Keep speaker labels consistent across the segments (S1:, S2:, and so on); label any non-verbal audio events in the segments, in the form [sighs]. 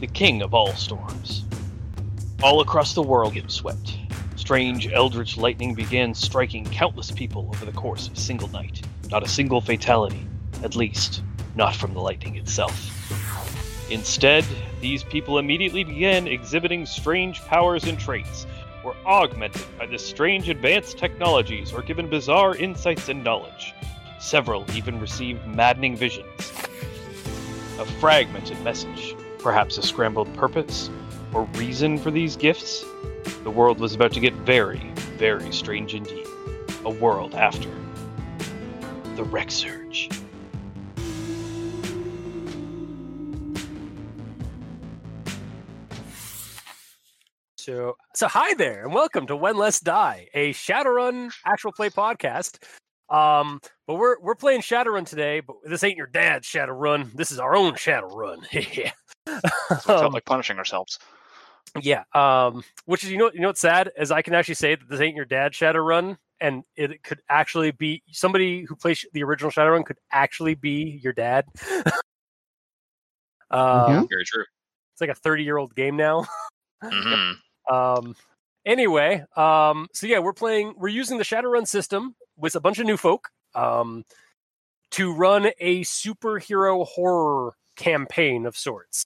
S1: the king of all storms. All across the world it swept. Strange eldritch lightning began striking countless people over the course of a single night. Not a single fatality, at least, not from the lightning itself. Instead, these people immediately began exhibiting strange powers and traits, were augmented by the strange advanced technologies, or given bizarre insights and knowledge. Several even received maddening visions. A fragmented message, perhaps a scrambled purpose, or reason for these gifts? The world was about to get very, very strange indeed. A world after the Wreck Surge.
S2: So, so hi there, and welcome to When Less Die, a Shadowrun actual play podcast. Um, but we're we're playing Shadowrun today, but this ain't your dad's Shadowrun. This is our own Shadowrun. [laughs] yeah, Um,
S3: So it felt like punishing ourselves.
S2: yeah. Um, which is you know you know what's sad is I can actually say that this ain't your dad's Shadowrun, and it could actually be somebody who plays the original Shadowrun could actually be your dad. [laughs] um,
S4: Mhm.
S3: Very true.
S2: it's like a thirty year old game now. [laughs]
S3: hmm
S2: Um, anyway, um, so yeah, we're playing. We're using the Shadowrun system with a bunch of new folk um, to run a superhero horror campaign of sorts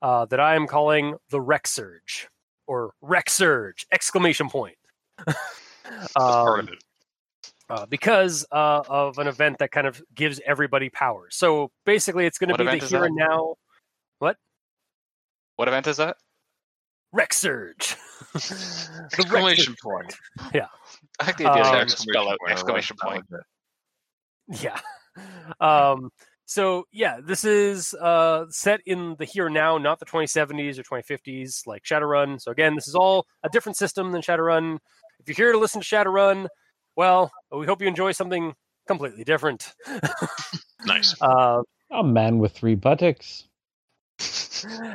S2: uh, that I am calling the Wreck Surge or Wreck Surge exclamation point. [laughs]
S3: That's part
S2: Um,
S3: of it.
S2: uh, because uh, of an event that kind of gives everybody power. So basically, it's going to
S3: What
S2: be the
S3: event is
S2: here
S3: that?
S2: and now
S3: What event is that? [laughs]
S2: Wreck Surge. The Wreck
S3: Exclamation
S2: Surge.
S3: point.
S2: Yeah.
S3: I like the idea
S2: Um,
S3: that to spell out exclamation point.
S2: Yeah. Um so yeah, this is uh set in the here and now, not the 2070s or 2050s like Shadowrun. So again, this is all a different system than Shadowrun. If you're here to listen to Shadowrun, well, we hope you enjoy something completely different. [laughs]
S3: Nice.
S2: Uh,
S4: A man with three buttocks.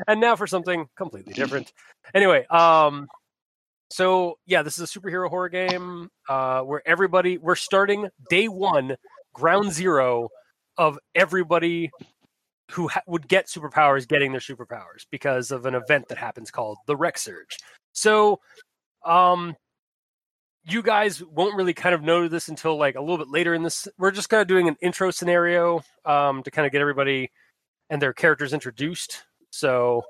S2: and now for something completely different. Anyway, um so yeah, this is a superhero horror game uh where everybody we're starting day 1 ground zero of everybody who ha- would get superpowers getting their superpowers because of an event that happens called the Wreck Surge. So um you guys won't really kind of know this until like a little bit later in this we're just kind of doing an intro scenario um to kind of get everybody and their characters introduced so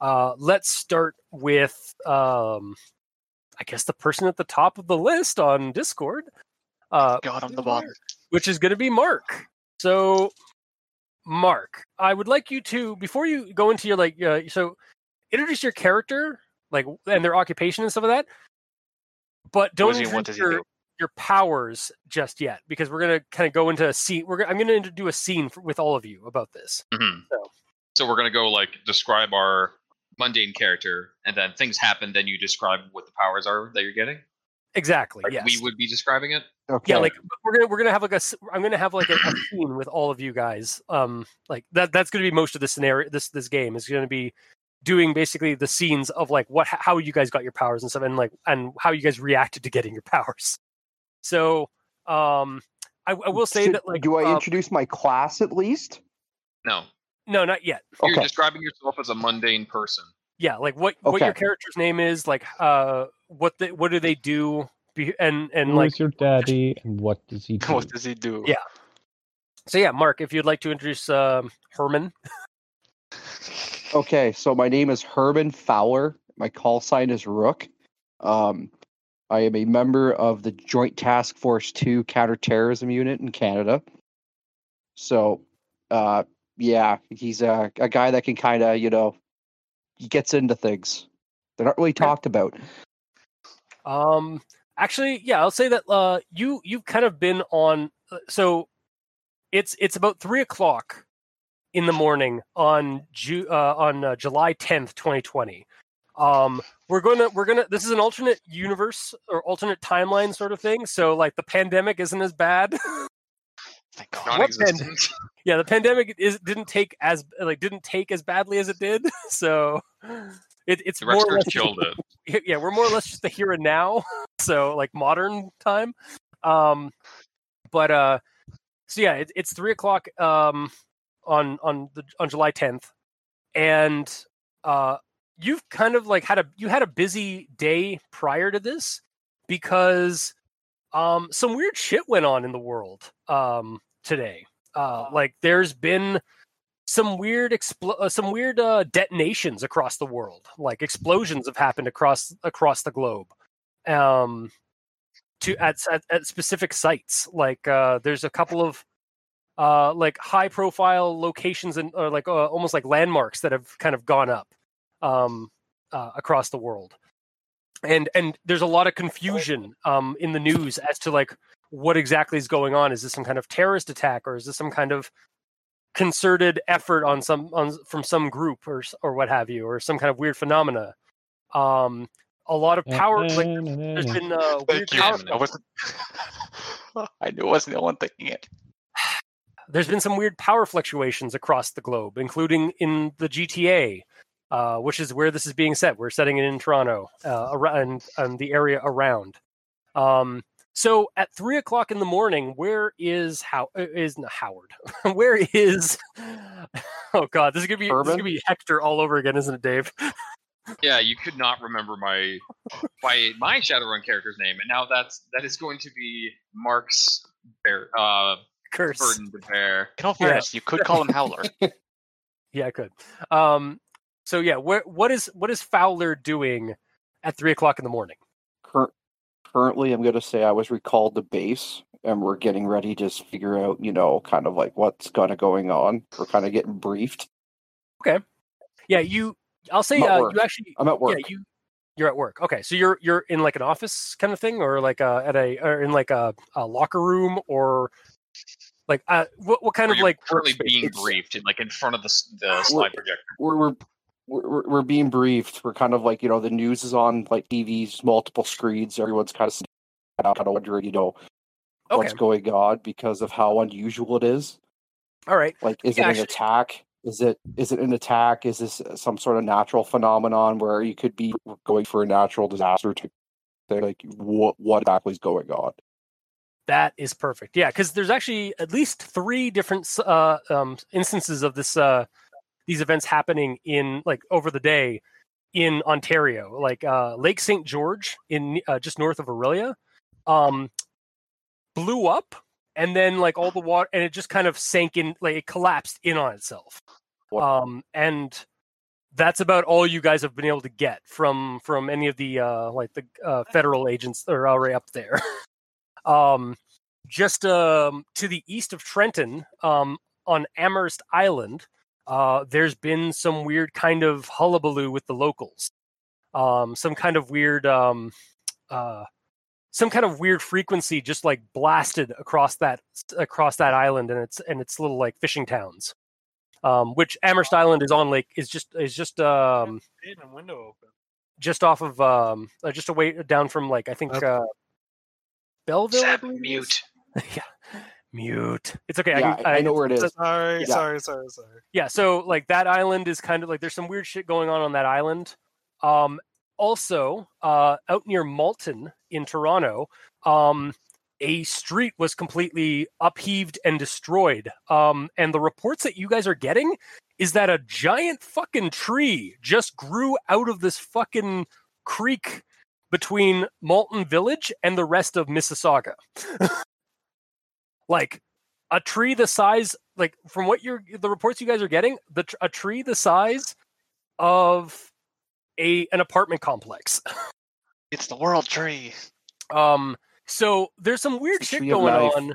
S2: uh, let's start with, um, I guess, the person at the top of the list on Discord, uh,
S3: God, I'm the bottom. [laughs]
S2: which is going to be Mark. So, Mark, I would like you to, before you go into your, like, uh, so introduce your character, like, and their occupation and stuff of that. But don't
S3: is he- what
S2: introduce
S3: does he
S2: your,
S3: do?
S2: your powers just yet, because we're going to kind of go into a scene. We're gonna, I'm going to do a scene for, with all of you about this.
S3: Mhm.
S5: Mm-hmm. So we're gonna go like describe our mundane character, and then things happen. Then you describe what the powers are that you're getting.
S2: Exactly.
S5: Like,
S2: yes.
S5: We would be describing it.
S4: Okay.
S2: yeah like we're gonna we're gonna have like a s- i'm gonna have like a, a scene with all of you guys um like that that's gonna be most of the scenario this this game is gonna be doing basically the scenes of like what how you guys got your powers and stuff and like and how you guys reacted to getting your [laughs] powers so um i, I will say
S6: Should-
S2: that like
S6: do I
S2: uh,
S6: introduce my class at least?
S5: No,
S2: no not yet
S5: you're
S6: Okay.
S5: describing yourself as a mundane person.
S2: yeah like what what your
S6: Okay.
S2: character's name is like uh what the, what do they do be, and and
S4: Who
S2: like
S4: is your daddy and what does he do?
S3: What does he do?
S2: Yeah. so yeah mark if you'd like to introduce um herman
S6: Okay, so my name is Herman Fowler. My call sign is Rook. Um, I am a member of the Joint Task Force 2 Counterterrorism Unit in Canada. So, uh, yeah, he's a, a guy that can kind of, you know, he gets into things. They're not really talked about.
S2: Um, actually, yeah, I'll say that uh, you you've kind of been on. uh, So it's it's about three o'clock in the morning on Ju- uh, on uh, July tenth, twenty twenty. Um, we're gonna we're gonna. This is an alternate universe or alternate timeline sort of thing. So like the pandemic isn't as bad. [laughs]
S3: Thank God.
S5: Non-existent.
S2: yeah, the pandemic is didn't take as like didn't take as badly as it did. [laughs] So it, it's
S5: The
S2: more or
S5: Rexers
S2: less
S5: killed it.
S2: yeah, yeah, we're more or less just the here and now, [laughs] so like modern time. Um, but uh, so yeah, it, it's three o'clock um on on the on July tenth, and uh, you've kind of like had a you had a busy day prior to this because um, some weird shit went on in the world um, today. Uh, like there's been some weird expl- uh, some weird uh, detonations across the world. Like explosions have happened across across the globe. Um, to at, at, at specific sites. Like uh, there's a couple of uh, like high profile locations and or like uh, almost like landmarks that have kind of gone up um, uh, across the world. And and there's a lot of confusion um, in the news as to like what exactly is going on. Is this some kind of terrorist attack or is this some kind of concerted effort on some on from some group or s- or what have you or some kind of weird phenomena? Um, a lot of power. Like,
S4: Mm.
S2: there's been uh, weird
S3: Thank you.
S2: power
S3: I wasn't. [laughs] I knew I wasn't the one thinking it.
S2: there's been some weird power fluctuations across the globe, including in the GTA, uh, which is where this is being set. We're setting it in Toronto uh, around and the area around. Um, so at three o'clock in the morning, where is how uh, is no, Howard? [laughs] where is? [laughs] Oh God, this is gonna be this is
S7: Urban?
S2: gonna be Hector all over again, isn't it, Dave? [laughs]
S5: Yeah, you could not remember my my my Shadowrun character's name, and now that's that is going to be Mark's bear uh
S2: Curse.
S5: burden to bear.
S3: In all fairness, you could call him [laughs] Howler.
S2: Yeah, I could. Um, so yeah, where what is what is Fowler doing at three o'clock in the morning?
S7: Cur- currently, I'm going to say I was recalled to base, and we're getting ready to s- figure out, you know, kind of like what's kind of going on. We're kind of getting briefed.
S2: Yeah, you. I'll say
S7: I'm at
S2: uh,
S7: work.
S2: you actually.
S7: I'm at work.
S2: Yeah, you. You're at work. Okay, so you're you're in like an office kind of thing, or like uh at a or in like a, a locker room, or like uh, what what kind
S5: Or
S2: of
S5: you're
S2: like
S5: currently
S2: workspace?
S5: being
S7: It's-
S5: briefed, and, like in front of the s- the slide projector.
S7: we're we're we're, we're being briefed. We're kind of like you know the news is on like TVs, multiple screens. Everyone's kind of kind of wondering you know
S2: Okay,
S7: what's going on because of how unusual it is.
S2: all right.
S7: Like, is
S2: Yeah,
S7: it
S2: actually-
S7: an attack? Is it is it an attack? Is this uh, some sort of natural phenomenon where you could be going for a natural disaster? To they're like, what what exactly is going on?
S2: That is perfect. Yeah, because there's actually at least three different s- uh, um, instances of this uh, these events happening in like over the day in Ontario, like uh, Lake St George in uh, just north of Aurelia, um, blew up, and then like all the water, and it just kind of sank in, like it collapsed in on itself.
S7: Wow.
S2: Um, and that's about all you guys have been able to get from from any of the uh, like the uh, federal agents that are already up there. [laughs] um, just um, to the east of Trenton, um, on Amherst Island, uh, there's been some weird kind of hullabaloo with the locals. Um, some kind of weird, um, uh, some kind of weird frequency just like blasted across that across that island and its and its little like fishing towns. Um, which Amherst Island is on lake is just is just um,
S8: and window open.
S2: just off of um, uh, just away down from like I think
S8: Okay.
S2: uh, Belleville. I
S5: Zap,
S2: believe it is.
S5: mute.
S2: yeah, mute. It's okay.
S7: yeah,
S2: I, can,
S7: I, I know where it is.
S8: Sorry,
S7: Yeah.
S8: sorry, sorry, sorry.
S2: yeah so like that island is kind of like there's some weird shit going on on that island um also uh out near malton in toronto um a street was completely upheaved and destroyed um and the reports that you guys are getting is that a giant fucking tree just grew out of this fucking creek between malton village and the rest of mississauga [laughs] like a tree the size like from what you're the reports you guys are getting the tr- a tree the size of a an apartment complex [laughs]
S3: It's the world tree.
S2: um so there's some weird
S7: It's the
S2: shit
S7: tree of
S2: going
S7: life.
S2: on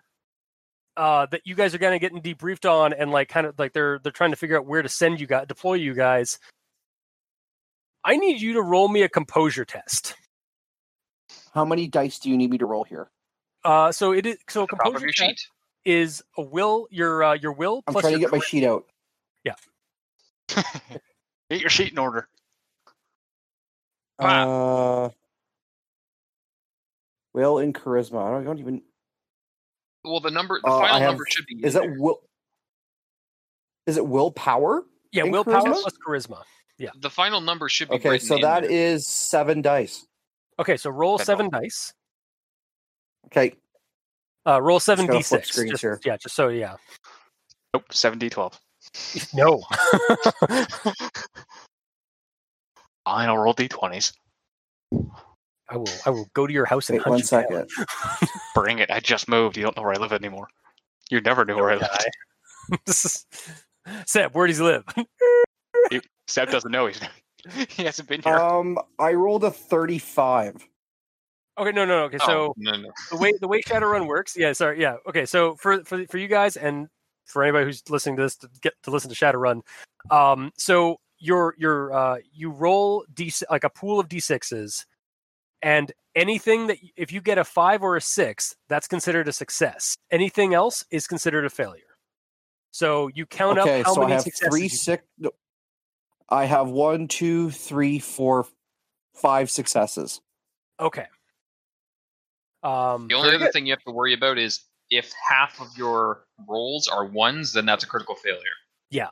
S2: uh that you guys are kind of getting debriefed on and like kind of like they're they're trying to figure out where to send you guys deploy you guys i need you to roll me a composure test
S7: How many dice do you need me to roll here?
S2: uh so it is so
S5: Top of
S2: composure
S5: your
S2: test
S5: sheet.
S2: is a will your uh your will
S7: I'm
S2: plus
S7: trying to
S2: your
S7: get my sheet out.
S3: Get your sheet in order.
S7: Uh, will and charisma. I don't, I don't even.
S5: Well, the number, the
S7: Uh, I
S5: final
S7: have-
S5: number should be. in
S7: Is it
S5: there.
S7: will? Is it willpower?
S2: yeah
S7: and
S2: willpower
S7: charisma?
S2: plus charisma
S5: the final number should be
S7: Okay,
S5: written
S7: so
S5: in
S7: that is
S5: there.
S7: seven dice.
S2: okay so roll
S5: That's
S2: seven dice
S7: Okay,
S2: Uh, roll seven
S7: gotta
S2: d
S7: flip
S2: six.
S7: screens here.
S2: Yeah, just so yeah.
S3: Nope, 7d12.
S2: No.
S3: Fine, I'll roll d20s.
S2: [laughs] I will. I will go to your house and
S7: Wait
S2: hunt
S7: one
S2: you down.
S7: second.
S3: Bring it. I just moved. You don't know where I live anymore. You never knew where I lived.
S2: Die. this is [laughs] Seb. Where does he live? [laughs]
S3: [laughs] Seb doesn't know. He's, [laughs] he hasn't been here.
S7: Um, I rolled a thirty-five.
S2: Okay, no, no, no. Okay, so
S5: Oh, no,
S7: Mm,
S5: no.
S2: the way the way Shadowrun works. Yeah, sorry. Yeah. Okay. So for for for you guys and for anybody who's listening to this to get to listen to Shadowrun, um, so your your uh you roll d like a pool of d sixes, and anything that if you get a five or a six, that's considered a success. Anything else is considered a failure. So you count
S7: Okay,
S2: up Oh, how
S7: so I
S2: many
S7: have
S2: successes.
S7: three
S2: you-
S7: six. no, I have one, two, three, four, five successes.
S2: okay. Um,
S5: The only
S2: very
S5: other thing you have to worry about is if half of your rolls are ones, then that's a critical failure.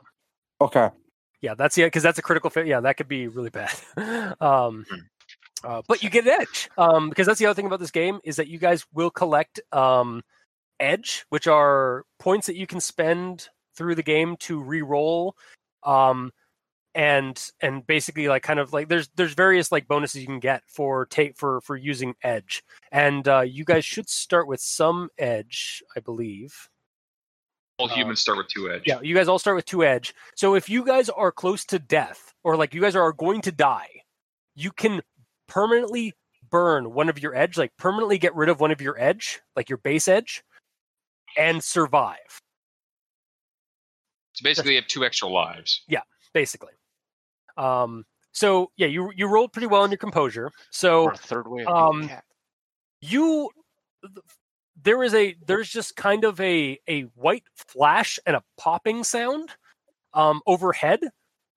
S7: Okay.
S2: Yeah, that's yeah, because that's a critical fail. Yeah, that could be really bad. [laughs] um, uh, but you get an edge um, because that's the other thing about this game is that you guys will collect um, edge, which are points that you can spend through the game to re-roll, um, and and basically like kind of like there's there's various like bonuses you can get for take for for using edge, and uh, you guys should start with some edge, I believe.
S5: All
S2: Uh,
S5: humans start with two edge.
S2: Yeah, you guys all start with two edge. So if you guys are close to death, or like you guys are going to die, you can permanently burn one of your edge, like permanently get rid of one of your edge, like your base edge, and survive,
S5: So basically, you have two extra lives.
S2: basically. Um, so yeah, you you rolled pretty well in your composure. So
S3: We're a third way.
S2: um, you there is a there's just kind of a a white flash and a popping sound um overhead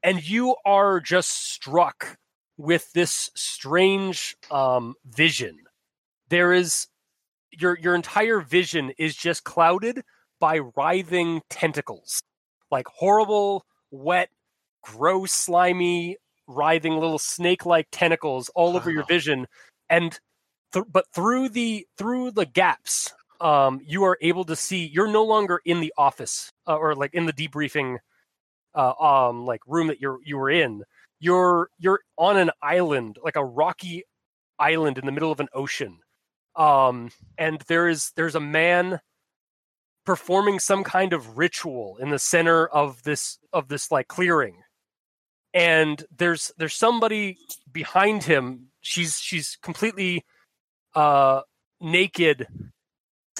S2: and you are just struck with this strange um vision there is your your entire vision is just clouded by writhing tentacles like horrible wet gross slimy writhing little snake-like tentacles all over your vision and th- but through the through the gaps um you are able to see you're no longer in the office uh, or like in the debriefing uh, um like room that you're you were in you're you're on an island like a rocky island in the middle of an ocean um and there is there's a man performing some kind of ritual in the center of this of this like clearing and there's there's somebody behind him she's she's completely uh naked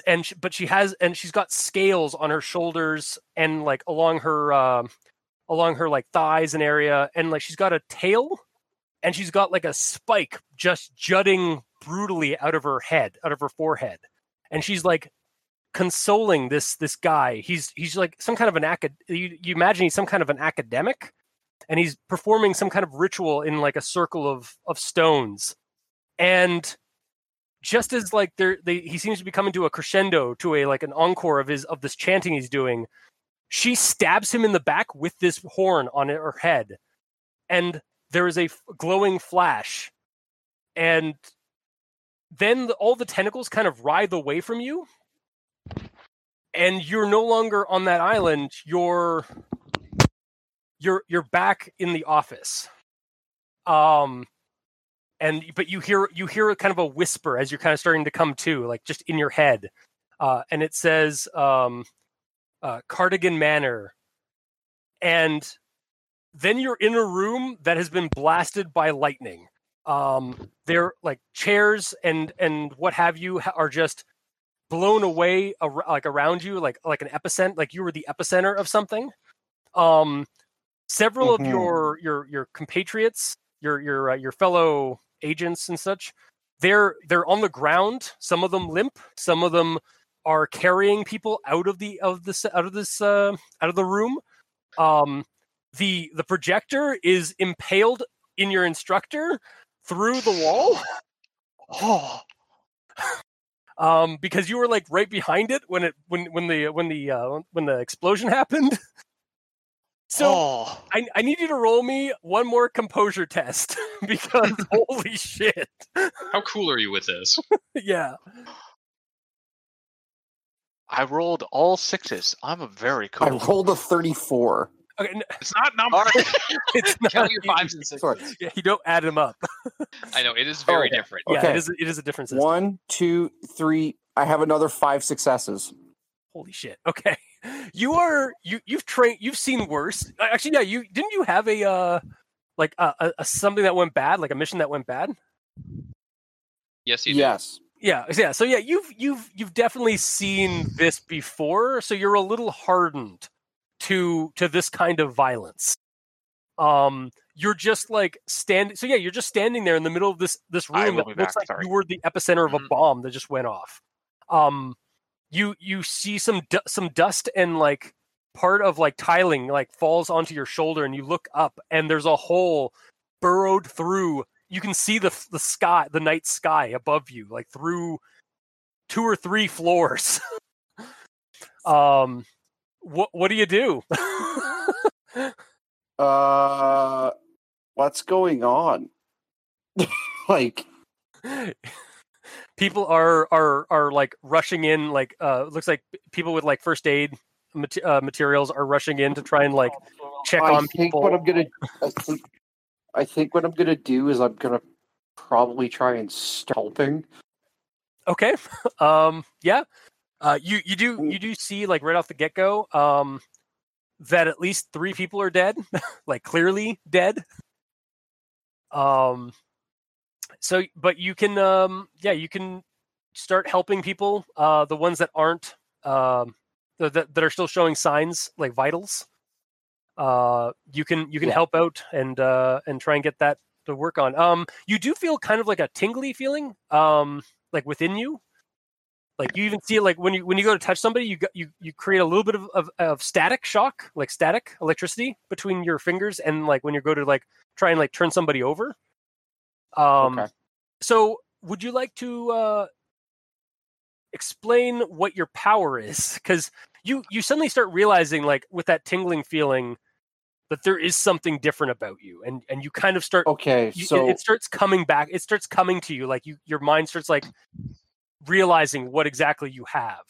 S2: and she, but she has and she's got scales on her shoulders and like along her um along her like thighs and area and like she's got a tail and she's got like a spike just jutting brutally out of her head out of her forehead and she's like consoling this this guy he's he's like some kind of an acad you, you imagine he's some kind of an academic and he's performing some kind of ritual in like a circle of of stones and just as like there they, he seems to be coming to a crescendo to a like an encore of his of this chanting he's doing she stabs him in the back with this horn on her head and there is a f- glowing flash and then the, all the tentacles kind of writhe away from you and you're no longer on that island you're you're you're back in the office um and but you hear you hear kind of a whisper as you're kind of starting to come to like just in your head uh and it says um uh cardigan manor and then you're in a room that has been blasted by lightning um there like chairs and and what have you ha- are just blown away ar- like around you like like an epicenter like you were the epicenter of something um several of
S7: Mhm.
S2: your your your compatriots your your uh, your fellow agents and such they're they're on the ground some of them limp some of them are carrying people out of the of this out of this uh, out of the room um the the projector is impaled in your instructor through the wall
S3: oh,
S2: um because you were like right behind it when it when when the when the uh, when the explosion happened so
S3: oh.
S2: I, I need you to roll me one more composure test [laughs] because holy shit.
S5: How cool are you
S2: [laughs]
S5: with this?
S2: Yeah.
S3: I rolled all sixes. I'm a very cool.
S7: I rolled a thirty-four.
S2: Okay, n-
S3: It's not numbers.
S2: it's not.
S5: Tell your fives and sixes.
S7: Sorry.
S2: Yeah, you don't add them up.
S5: I know it is very
S7: Okay.
S5: different.
S2: Yeah, it
S7: Okay.
S2: is. It is a different system.
S7: One, two, three. I have another five successes.
S2: Holy shit. Okay, you are you you've trained. You've seen worse. Uh, Actually, yeah. You didn't you have a uh like a, a, a something that went bad, like a mission that went bad.
S5: Yes, you do.
S7: Yes.
S2: Yeah, yeah. So yeah, you've you've you've definitely seen this before, so you're a little hardened to to this kind of violence. Um you're just like standing so yeah, you're just standing there in the middle of this this
S3: I
S2: room
S3: will
S2: that
S3: be
S2: looks
S3: back,
S2: like
S3: sorry. Mm-hmm.
S2: you were the epicenter of a
S5: Mhm.
S2: bomb that just went off. Um you you see some du- some dust and like part of like tiling like falls onto your shoulder and you look up and there's a hole burrowed through you can see the the sky the night sky above you like through two or three floors [laughs] um what what do you do [laughs]
S7: Uh, what's going on? [laughs] like,
S2: people are are are like rushing in like uh looks like people with like first aid mate- uh, materials are rushing in to try and like check
S7: Oh, I
S2: on
S7: think
S2: people
S7: what I'm gonna. I think, I think what I'm gonna do is I'm gonna probably try and scalping.
S2: Okay. [laughs] Um yeah. Uh you you do you do see like right off the get-go um that at least 3 people are dead, [laughs] like clearly dead. Um so but you can um yeah, you can start helping people uh the ones that aren't um that that that are still showing signs like vitals. Uh you can you can
S7: Yeah.
S2: help out and uh and try and get that to work on. Um you do feel kind of like a tingly feeling um like within you like you even see it like when you when you go to touch somebody you go- you you create a little bit of, of, of static shock like static electricity between your fingers and like when you go to like try and like turn somebody over um
S7: Okay.
S2: so would you like to uh explain what your power is because you you suddenly start realizing like with that tingling feeling that there is something different about you and and you kind of start
S7: Okay,
S2: you, it-
S7: so
S2: it, starts coming back. It starts coming to you, like you, your mind starts like realizing what exactly you have,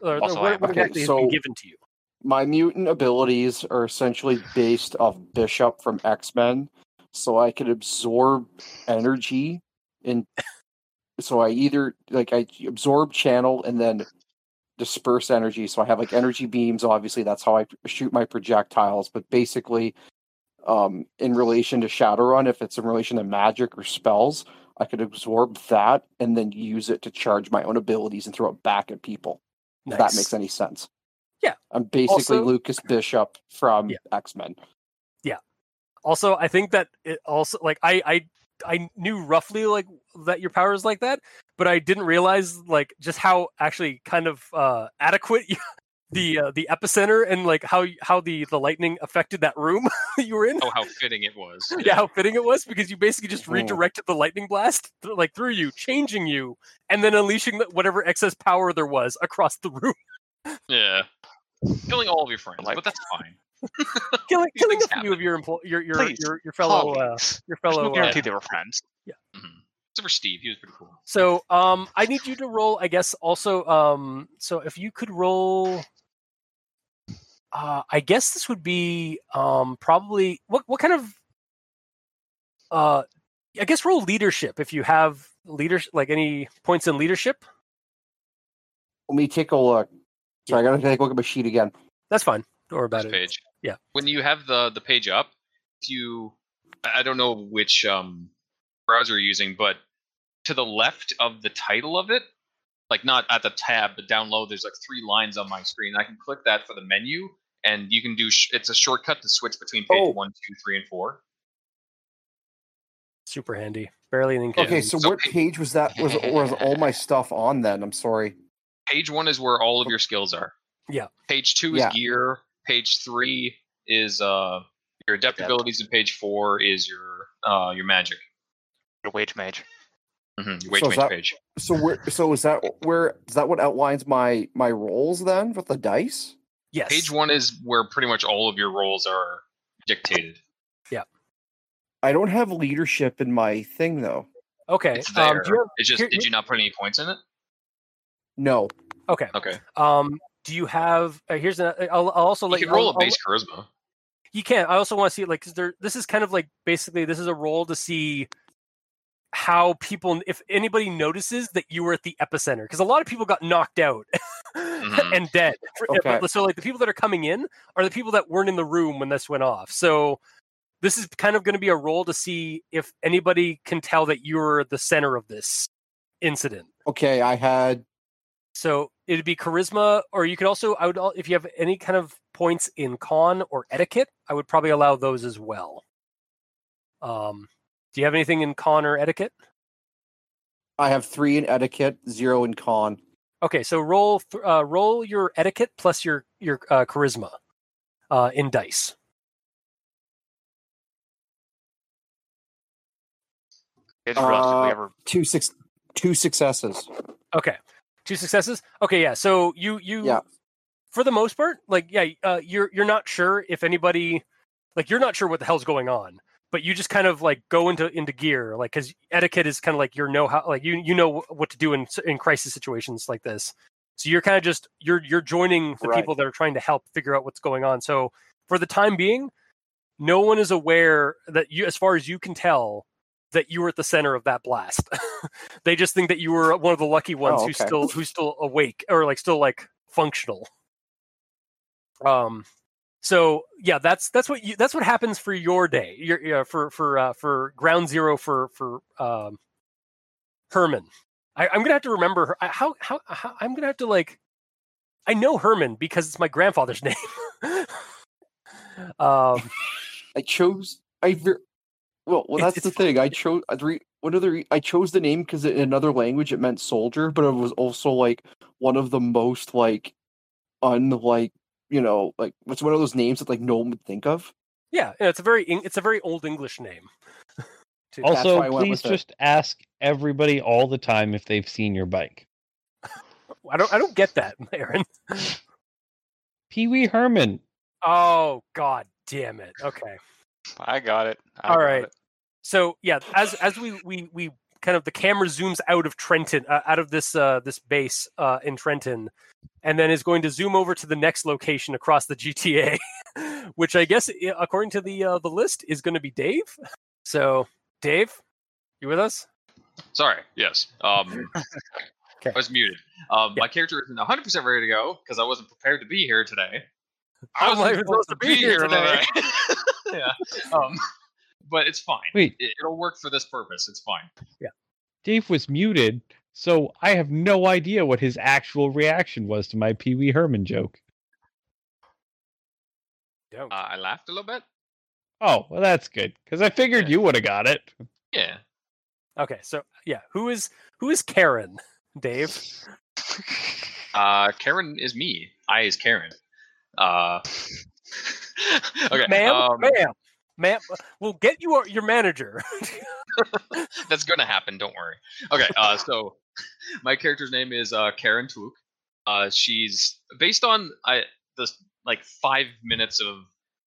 S2: or, or
S3: Also, I
S2: what,
S3: have-
S2: what
S7: okay,
S2: exactly has been
S7: so-
S2: given to you.
S7: my mutant abilities are essentially based off Bishop from X Men, so I can absorb energy and so I either like I absorb channel and then disperse energy. So I have like energy beams. Obviously, that's how I shoot my projectiles. But basically, um, in relation to Shadowrun, if it's in relation to magic or spells, I could absorb that and then use it to charge my own abilities and throw it back at people. If that
S2: Nice.
S7: makes any sense.
S2: Yeah.
S7: I'm basically
S2: Also-
S7: Lucas Bishop from
S2: Yeah.
S7: X Men.
S2: Also, I think that it also like I I I knew roughly like that your power is like that, but I didn't realize like just how actually kind of uh adequate [laughs] you- the uh, the epicenter and like how how the the lightning affected that room [laughs] that you were in.
S5: Oh, how fitting it was.
S2: yeah, how fitting it was because you basically just
S7: Mhm.
S2: redirected the lightning blast th- like through you, changing you, and then unleashing the, whatever excess power there was across the room, [laughs]
S5: Yeah. Killing all of your friends,
S3: Like-
S5: but that's fine.
S2: killing,
S5: These
S2: killing
S5: things
S2: a few of
S5: happen.
S2: your emplo- your your,
S3: Please,
S2: your your fellow uh,
S3: Colleagues.
S2: your
S3: There's [laughs]
S2: fellow.
S3: no
S2: Uh,
S3: guarantee they were friends.
S5: hmm Except for Steve, he was pretty cool.
S2: so um, I need you to roll. I guess also um, so if you could roll. Uh, I guess this would be um, probably what what kind of uh, I guess roll leadership if you have leadership like any points in leadership.
S7: Let me take a look. So I gotta take a look at my sheet again.
S2: That's fine. Don't worry about
S5: First
S2: it.
S5: page.
S2: Yeah.
S5: When you have the the page up, if you, I I don't know which um, browser you're using, but to the left of the title of it, like not at the tab, but down low, there's like three lines on my screen. I can click that for the menu, and you can do. Sh- it's a shortcut to switch between page
S7: Oh.
S5: one, two, three, and four.
S2: Super handy. Barely an
S5: Yeah.
S2: inconvenience.
S7: Okay, so
S5: So-
S7: what page was that? Was was
S2: [laughs]
S7: all my stuff on then? I'm sorry.
S5: Page one is where all of your skills are.
S2: Yeah.
S5: Page two
S7: Oh. Yeah.
S5: is gear. Page three is uh your adept
S3: Adept.
S5: abilities, and page four is your uh your magic.
S3: Your wage mage.
S5: hmm Your wage
S7: So
S5: mage
S7: is that-
S5: page.
S7: So where? So is that where? Is that what outlines my my roles then with the dice?
S2: yes.
S5: Page one is where pretty much all of your roles are dictated.
S7: I don't have leadership in my thing though.
S2: Okay.
S5: It's
S2: um,
S5: there.
S2: do you have,
S5: it's just
S2: here-
S5: did you not put any points in it?
S7: No.
S2: okay.
S5: Okay.
S2: Um, do you have? Uh, here's an. I'll, I'll also
S5: You
S2: let
S5: can
S2: you
S5: roll
S2: I'll-
S5: a base charisma.
S2: you can. I also want to see like 'cause there. This is kind of like basically this is a role to see how people if anybody notices that you were at the epicenter because a lot of people got knocked out [laughs] and dead. For-
S6: Okay.
S2: but- So like the people that are coming in are the people that weren't in the room when this went off. So this is kind of going to be a role to see if anybody can tell that you're the center of this incident.
S6: Okay, I had
S2: So it'd be charisma, or you could also, I would, al- if you have any kind of points in con or etiquette, I would probably allow those as well. Um, do you have anything in con or etiquette?
S6: I have three in etiquette, zero in con.
S2: Okay, so roll th- uh, roll your etiquette plus your your uh, charisma uh, in dice.
S3: I didn't realize that we
S6: Uh,
S3: ever
S6: Two six, two successes.
S2: Okay, two successes. Okay, yeah. So you you
S6: Yeah.
S2: for the most part, like yeah, uh, you're you're not sure if anybody, like you're not sure what the hell's going on, but you just kind of like go into into gear, like because etiquette is kind of like your know how, like you you know wh- what to do in s- in crisis situations like this. So you're kind of just you're you're joining the
S6: Right.
S2: people that are trying to help figure out what's going on. So for the time being, no one is aware that you, as far as you can tell, that you were at the center of that blast. [laughs] they just think that you were one of the lucky ones
S6: Oh,
S2: who's
S6: okay.
S2: still who's still awake or like still like functional. Um, so yeah, that's that's what you that's what happens for your day. Your, yeah, for for uh, for ground zero for for um, Herman. I, I'm gonna have to remember her. I- How, how how I'm gonna have to like. I know Herman because it's my grandfather's [laughs] name. um,
S6: I chose. I ver- well, well,
S2: It's-
S6: that's the thing. I chose. I re- one of the re- I chose the name because in another language it meant soldier, but it was also like one of the most like unlike you know like what's one of those names that like no one would think of.
S2: Yeah, yeah, it's a very Eng- it's a very old English name. Too.
S6: That's
S4: Also,
S6: why I went
S4: please
S6: with it.
S4: just ask everybody all the time if they've seen your bike.
S2: I don't I don't get that, [laughs] Aaron.
S4: Pee Wee Herman.
S2: Oh God, damn it. Okay,
S3: I got it. I
S2: All
S3: got
S2: right.
S3: it.
S2: so yeah, as as we we we kind of the camera zooms out of Trenton, uh, out of this uh, this base uh, in Trenton, and then is going to zoom over to the next location across the GTA, [laughs] which I guess i- according to the uh, the list is going to be Dave. So Dave, you with us?
S5: Sorry. Yes.
S2: [laughs]
S5: Um, [laughs] I was muted. Um,
S2: Yeah.
S5: My character isn't 100 percent ready to go because I wasn't prepared to be here today.
S2: I
S5: wasn't
S2: wasn't supposed to be here today. [laughs]
S5: [laughs] yeah. Um, but it's fine.
S4: Wait,
S5: It, it'll work for this purpose. It's fine.
S4: Dave was muted, so I have no idea what his actual reaction was to my Pee Wee Herman joke.
S2: Don't.
S5: Uh, I laughed a little bit.
S4: Oh, well, that's good because I figured
S5: Yeah.
S4: you would have got it.
S5: Yeah.
S2: Okay, so yeah, who is who is Karen? Dave.
S5: Uh, Karen is me. I is Karen. Uh, [laughs] okay.
S2: ma'am,
S5: um,
S2: ma'am, ma'am. We'll get you our, your manager. [laughs]
S5: [laughs] That's gonna happen. Don't worry. Okay. Uh, so [laughs] my character's name is uh, Karen Took. Uh, she's based on I the like five minutes of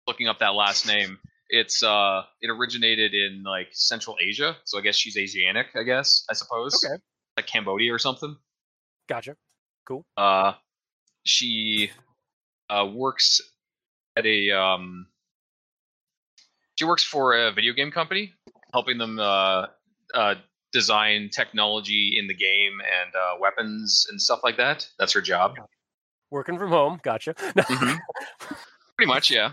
S5: looking up that last name. It's uh, it originated in like Central Asia, so I guess she's Asiatic. I guess I suppose.
S2: Okay.
S5: Like Cambodia or something.
S2: gotcha.
S5: Uh, she uh, works at a um, she works for a video game company, helping them uh, uh, design technology in the game and uh, weapons and stuff like that. That's her job,
S2: Working from home. Gotcha. [laughs] No,
S5: Mhm. pretty much. Yeah,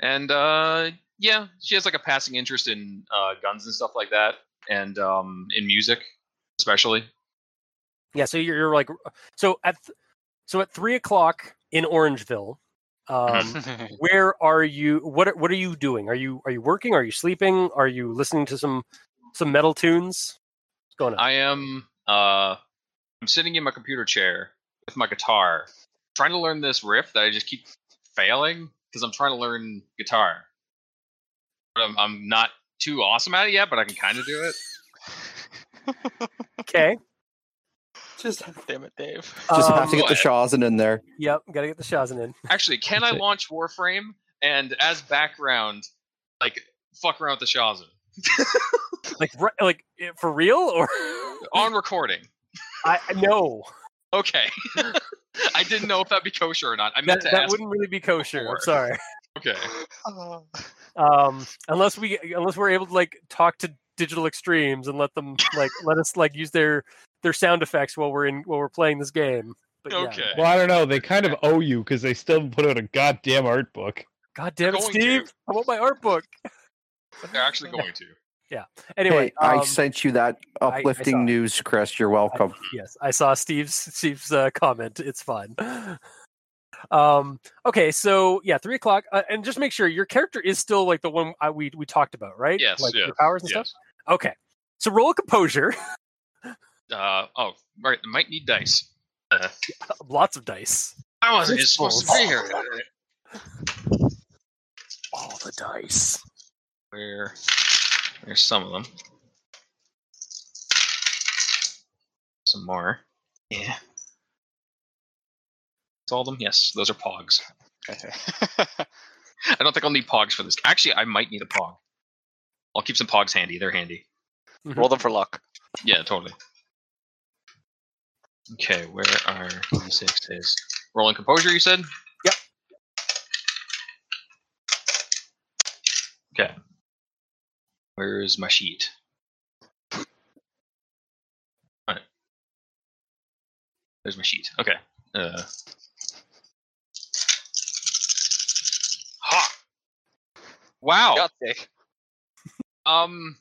S5: and uh, yeah, she has like a passing interest in uh, guns and stuff like that, and um, in music especially.
S2: Yeah. So you're, you're like, so at th- so at three o'clock in Orangeville. Um,
S5: [laughs]
S2: where are you? What are, what are you doing? Are you are you working? Are you sleeping? Are you listening to some some metal tunes? What's going on?
S5: I am uh I'm sitting in my computer chair with my guitar trying to learn this riff that I just keep failing because I'm trying to learn guitar. But I'm I'm not too awesome at it yet, but I can kind of do it.
S2: okay.
S6: Just
S3: [laughs] Damn it, Dave.
S6: [laughs]
S2: [laughs]
S6: just
S2: Um,
S6: have to get the
S5: what?
S6: Shawzen in there.
S2: Yep. Got to get the Shazen in.
S5: Actually, can I launch Warframe and as background like fuck around with the Shazen
S2: Like right, like eh, for real [laughs] or Hmm.
S5: on recording?
S2: I no.
S5: Okay. [laughs] I didn't know if that'd be kosher or not. I meant
S2: That,
S5: to
S2: that
S5: ask.
S2: wouldn't really be kosher. I'm
S5: before.
S2: sorry.
S5: Okay.
S2: um, unless we unless we're able to like talk to digital extremes and let them like let us like use their their sound effects while we're in while we're playing this game. But yeah.
S5: Okay.
S4: Well, I don't know. They kind of owe you because they still haven't put out a goddamn art book.
S2: God damn it,
S5: Going
S2: Steve!
S5: to.
S2: I want my art book.
S5: They're actually going to.
S2: Anyway,
S6: hey, I
S2: um,
S6: sent you that
S2: I- I
S6: uplifting
S2: saw it.
S6: news, Chris. You're welcome.
S2: yes, I saw Steve's Steve's uh, comment. It's fun. [laughs] Um. Okay. So yeah, three o'clock, uh, and just make sure your character is still like the one I, we we talked about, right?
S5: Yes,
S2: Like,
S5: yes,
S2: Your powers and
S5: Yes.
S2: stuff. Okay. So roll a composure. [laughs]
S5: Uh, oh, right. Might need dice. Uh,
S2: Lots of dice.
S5: I wasn't just supposed to be here.
S2: All the dice.
S5: Where? There's some of them. Some more. Yeah. That's all of them. Yes, those are pogs. I don't think I'll need pogs for this. Actually, I might need a pog. I'll keep some pogs handy. They're handy.
S3: Roll them for luck.
S5: Yeah, totally. Okay, where are D6s? Rolling composure, you said?
S2: Yep.
S5: Okay. Where is my sheet? Alright. There's my sheet. Okay. Uh. Ha! Wow.
S3: God dang.
S5: Um,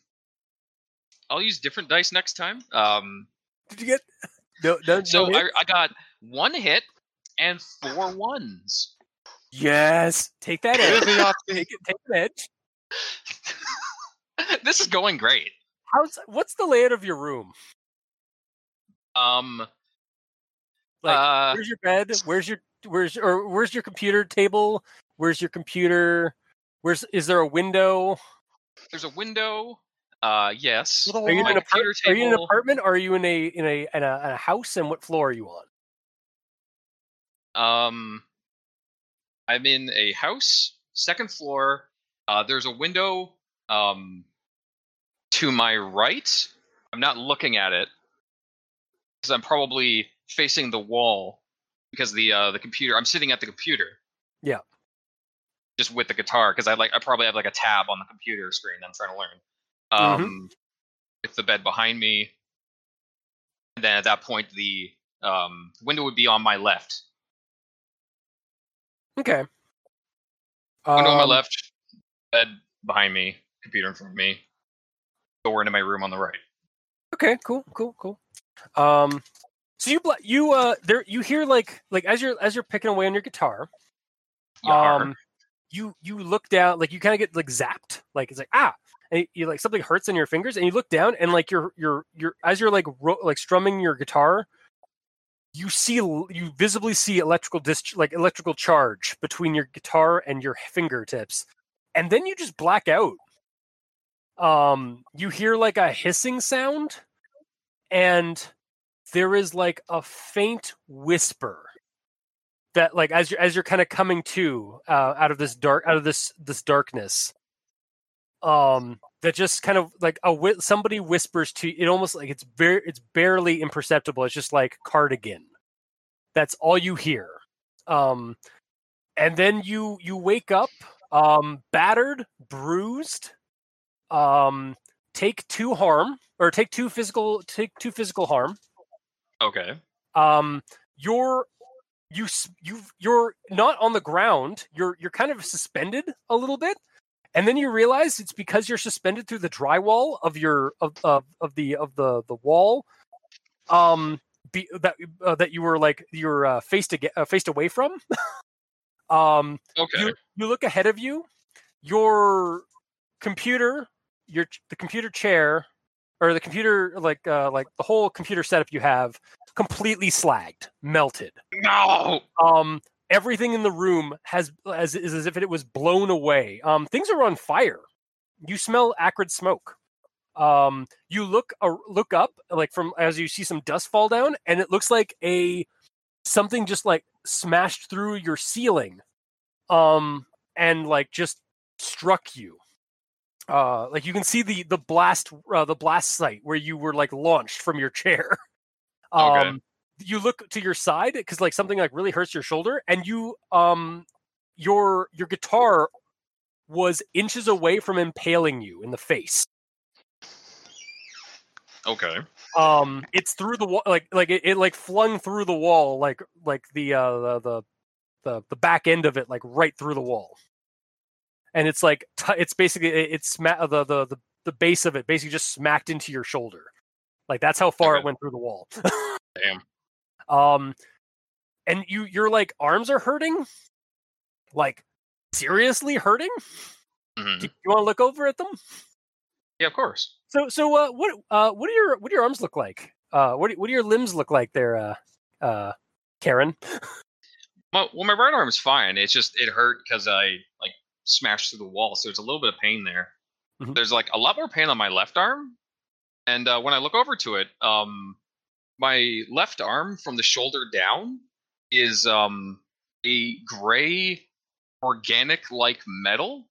S5: I'll use different dice next time. Um,
S2: Did you get? [laughs] No. no
S5: so
S2: no hit?
S5: I, I got one hit and four ones.
S2: yes. Take
S5: [laughs]
S2: that edge. take it. Take an edge.
S5: this is going great.
S2: How's what's the layout of your room?
S5: Um,
S2: Like,
S5: uh,
S2: where's your bed? Where's your where's or where's your computer table? Where's your computer? Where's is there a window?
S5: there's a window. Uh, yes.
S3: With a
S2: Are you in
S5: My
S2: an
S5: computer
S2: apartment? Are you in an
S5: table.
S2: apartment? Are you in a in a in a, in a house? And what floor are you on?
S5: Um, I'm in a house, second floor. Uh, there's a window. Um, to my right. I'm not looking at it because I'm probably facing the wall because the uh, the computer. I'm sitting at the computer.
S2: Yeah.
S5: Just with the guitar because I like I probably have like a tab on the computer screen. I'm trying to learn. Um, with the bed behind me. And then at that point, the um, window would be on my left.
S2: Okay.
S5: Window on my
S2: Um,
S5: left, bed behind me, computer in front of me, door into my room on the right.
S2: Okay, cool, cool, cool. Um, so you bla- you uh there you hear like like as you're as you're picking away on your guitar,
S5: Yar.
S2: um you you look down like you kind of get like zapped like it's like ah and you like something hurts in your fingers and you look down and like you're you're you're as you're like ro- like strumming your guitar you see l- you visibly see electrical dis- like electrical charge between your guitar and your fingertips and then you just black out um you hear like a hissing sound and there is like a faint whisper that like as you're as you're kind of coming to uh, out of this dark out of this this darkness um that just kind of like a whi- somebody whispers to it almost like it's very it's barely imperceptible it's just like cardigan that's all you hear um and then you you wake up um battered bruised um take two harm or take two physical take two physical harm
S5: okay.
S2: um you're you s- you you're not on the ground you're you're kind of suspended a little bit and then you realize it's because you're suspended through the drywall of your of of, of the of the the wall um be, that uh, that you were like you're uh, faced aga uh, faced away from [laughs] um
S5: Okay.
S2: you, you look ahead of you your computer your ch- the computer chair or the computer like uh like the whole computer setup you have completely slagged melted
S5: no.
S2: um everything in the room has as is as if it was blown away um things are on fire you smell acrid smoke um you look uh, look up like from as you see some dust fall down and it looks like a something just like smashed through your ceiling um and like just struck you uh like you can see the the blast uh, the blast site where you were like launched from your chair [laughs] um
S5: Okay.
S2: you look to your side because like something like really hurts your shoulder and you um your your guitar was inches away from impaling you in the face.
S5: Okay.
S2: Um, it's through the wall, like like it, it like flung through the wall, like like the uh the the the, the back end of it, like right through the wall. And it's like t- it's basically it, it's sma- uh, the, the the the base of it basically just smacked into your shoulder, like that's how far
S5: Okay.
S2: it went through the wall. [laughs]
S5: Damn.
S2: Um, and you your like arms are hurting, like seriously hurting.
S5: Mhm.
S2: Do you want to look over at them?
S5: Yeah, of course.
S2: So so uh, what uh what do your what do your arms look like? Uh, what do, what do your limbs look like there? Uh, uh, Karen. [laughs]
S5: My, well, my right arm's fine. It's just it hurt because I like smashed through the wall, so there's a little bit of pain there.
S2: Mhm.
S5: There's like a lot more pain on my left arm, and uh, when I look over to it, um, my left arm from the shoulder down is um a gray organic like metal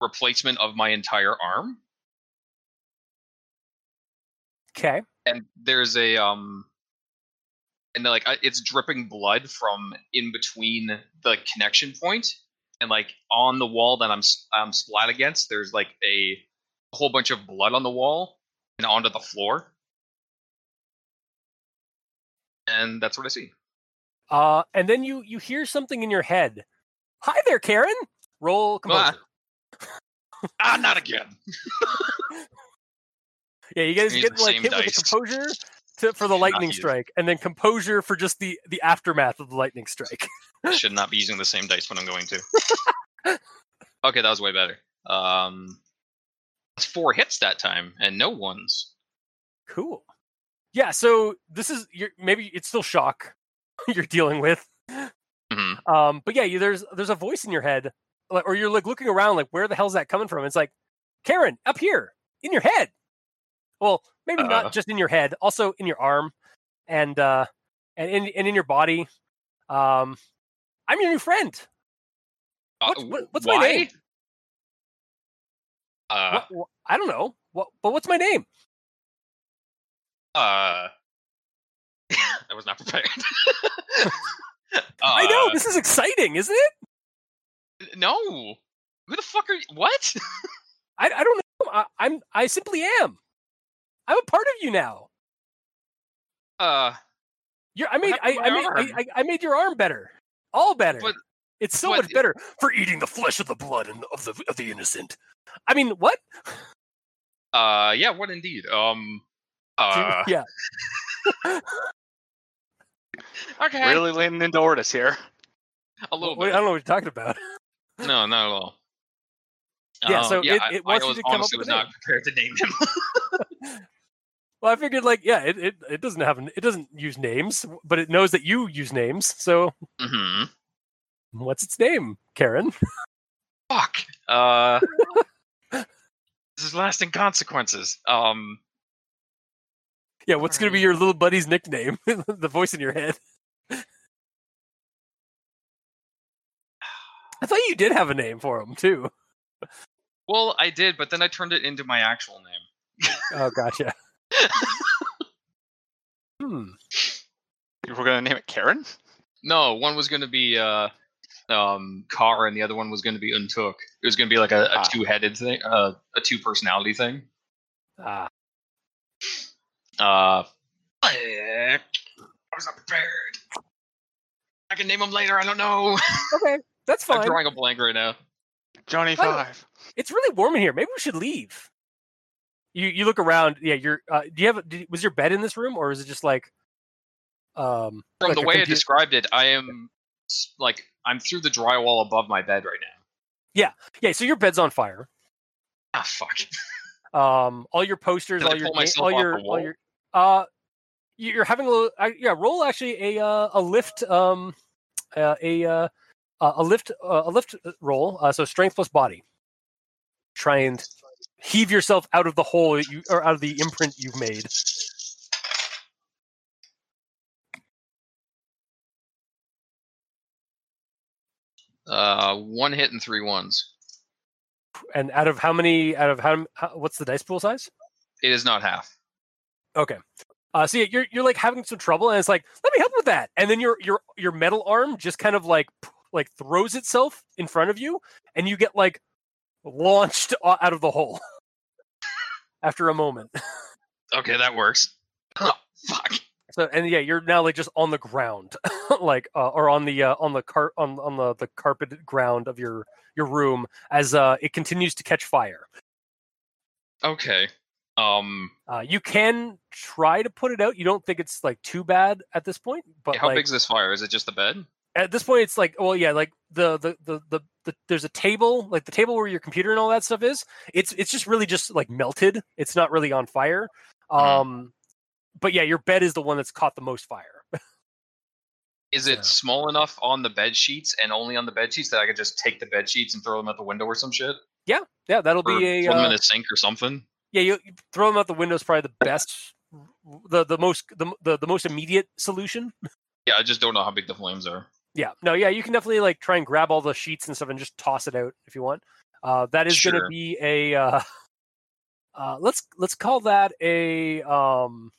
S5: replacement of my entire arm.
S2: Okay.
S5: and there's a um and like I- it's dripping blood from in between the connection point and like on the wall that i'm s- i'm splat against there's like a whole bunch of blood on the wall and onto the floor and that's what i see
S2: Uh, and then you you hear something in your head. Hi there, Karen. Roll composure.
S5: ah not again
S2: Yeah, you guys
S5: Use
S2: get
S5: the
S2: like
S5: same
S2: hit with
S5: dice.
S2: a composure to, for
S5: [laughs]
S2: the lightning
S5: use-
S2: strike, and then composure for just the the aftermath of the lightning strike.
S5: I
S2: [laughs]
S5: should not be using the same dice when i'm going to okay that was way better um that's four hits that time and no ones
S2: Cool. Yeah, so this is you're, maybe it's still shock [laughs] you're dealing with.
S5: Mhm.
S2: Um, but yeah, you, there's there's a voice in your head, like, or you're like looking around, like where the hell's that coming from? It's like Karen up here in your head. Well, maybe
S5: Uh.
S2: not just in your head, also in your arm, and uh, and in and in your body. Um, I'm your new friend.
S5: Uh,
S2: What's- what- what's my
S5: why?
S2: name?
S5: Uh,
S2: What- wha- I don't know. What, but what's my name? [laughs]
S5: uh, I was not prepared. [laughs]
S2: I know
S5: Uh,
S2: this is exciting, isn't it?
S5: No. Who the fuck are you? What? [laughs]
S2: I, I don't know. I, I'm I simply am. I'm a part of you now.
S5: Uh,
S2: You're, I made I,
S5: happened to
S2: I
S5: my
S2: made
S5: arm?
S2: I, I, I made your arm better, all better.
S5: But-
S2: it's so
S5: but-
S2: much better for eating the flesh of the blood and of the of the innocent. I mean, what?
S5: uh, yeah. What indeed? Um. Uh,
S2: [laughs] yeah,
S5: okay.
S3: Really leaning into Ortis here.
S5: A little
S2: Wait, I
S5: bit.
S2: don't know what you're talking about. [laughs]
S5: No, not at all.
S2: Yeah,
S5: Um,
S2: so it-
S5: I-
S2: it
S5: I,
S2: wants you
S5: was
S2: to come up
S5: honestly
S2: with
S5: was
S2: a
S5: not prepared to name him.
S2: Well, I figured like yeah, it, it, it doesn't have an- it doesn't use names, but it knows that you use names. So
S5: mm-hmm.
S2: what's its name, Karen?
S5: fuck.
S2: [laughs]
S5: Uh, this is lasting consequences. Um.
S2: Yeah, what's gonna be
S5: Alright.
S2: your little buddy's nickname? [laughs] the voice in your [sighs] head. I thought you did have a name for him too.
S5: Well, I did, but then I turned it into my actual name.
S2: Oh, gotcha. [laughs] hmm.
S3: We're gonna name it Karen.
S5: No, one was going to be uh, um, Car, and the other one was going to be Untook. It was going to be like a, a
S3: Ah.
S5: two-headed thing, uh, a two-personality thing.
S2: Ah,
S5: Uh, I was not prepared. I can name them later. I don't know.
S2: okay, that's fine.
S5: [laughs] I'm drawing a blank right now.
S3: Johnny
S2: Oh.
S3: Five.
S2: It's really warm in here. Maybe we should leave. You you look around. Yeah, you're. Uh, do you have? a- Did, was your bed in this room, or is it just like? Um,
S5: From
S2: like
S5: the
S2: a
S5: way I
S2: computer-
S5: described it, I am s- like I'm through the drywall above my bed right now.
S2: Yeah, so your bed's on fire.
S5: Ah, fuck.
S2: Um, all your posters,
S5: Can I
S2: all your,
S5: pull
S2: ga-
S5: myself
S2: all
S5: off
S2: your,
S5: the
S2: all
S5: wall?
S2: your. Uh, you- you're having a little. Uh, yeah, roll actually a uh, a lift. Um, uh, a uh, uh, a lift uh, a lift roll. Uh, so strength plus body. Try and heave yourself out of the hole that you or out of the imprint you've made.
S5: Uh, one hit and three ones.
S2: And out of how many? Out of how? how what's the dice pool size?
S5: It is not half.
S2: Okay. Uh, so yeah, you're you're like having some trouble, and it's like, let me help with that. And then your your your metal arm just kind of like p- like throws itself in front of you, and you get like launched o- out of the hole. [laughs] After a moment,
S5: Okay, that works. Oh, fuck.
S2: so and yeah, you're now like just on the ground, [laughs] like uh, or on the uh, on the car on on the the carpeted ground of your your room as uh, it continues to catch fire.
S5: Okay. Um.
S2: Uh, you can try to put it out. You don't think it's like too bad at this point, but
S5: how
S2: like,
S5: big's this fire? Is it just the bed?
S2: at this point it's like well yeah like the the, the the the there's a table like the table where your computer and all that stuff is it's it's just really just like melted it's not really on fire
S5: Mhm.
S2: um but yeah your bed is the one that's caught the most fire [laughs]
S5: Is it
S2: Yeah.
S5: small enough on the bed sheets and only on the bed sheets that I could just take the bed sheets and throw them out the window or some shit?
S2: yeah that'll
S5: Or
S2: be a
S5: throw them
S2: uh,
S5: in a sink or something?
S2: yeah you you throw them out the window is probably the best the the most the, the, the most immediate solution
S5: Yeah, I just don't know how big the flames are.
S2: yeah no yeah you can definitely like try and grab all the sheets and stuff and just toss it out if you want uh that is gonna
S5: Sure.
S2: be a uh [laughs] uh let's let's call that a um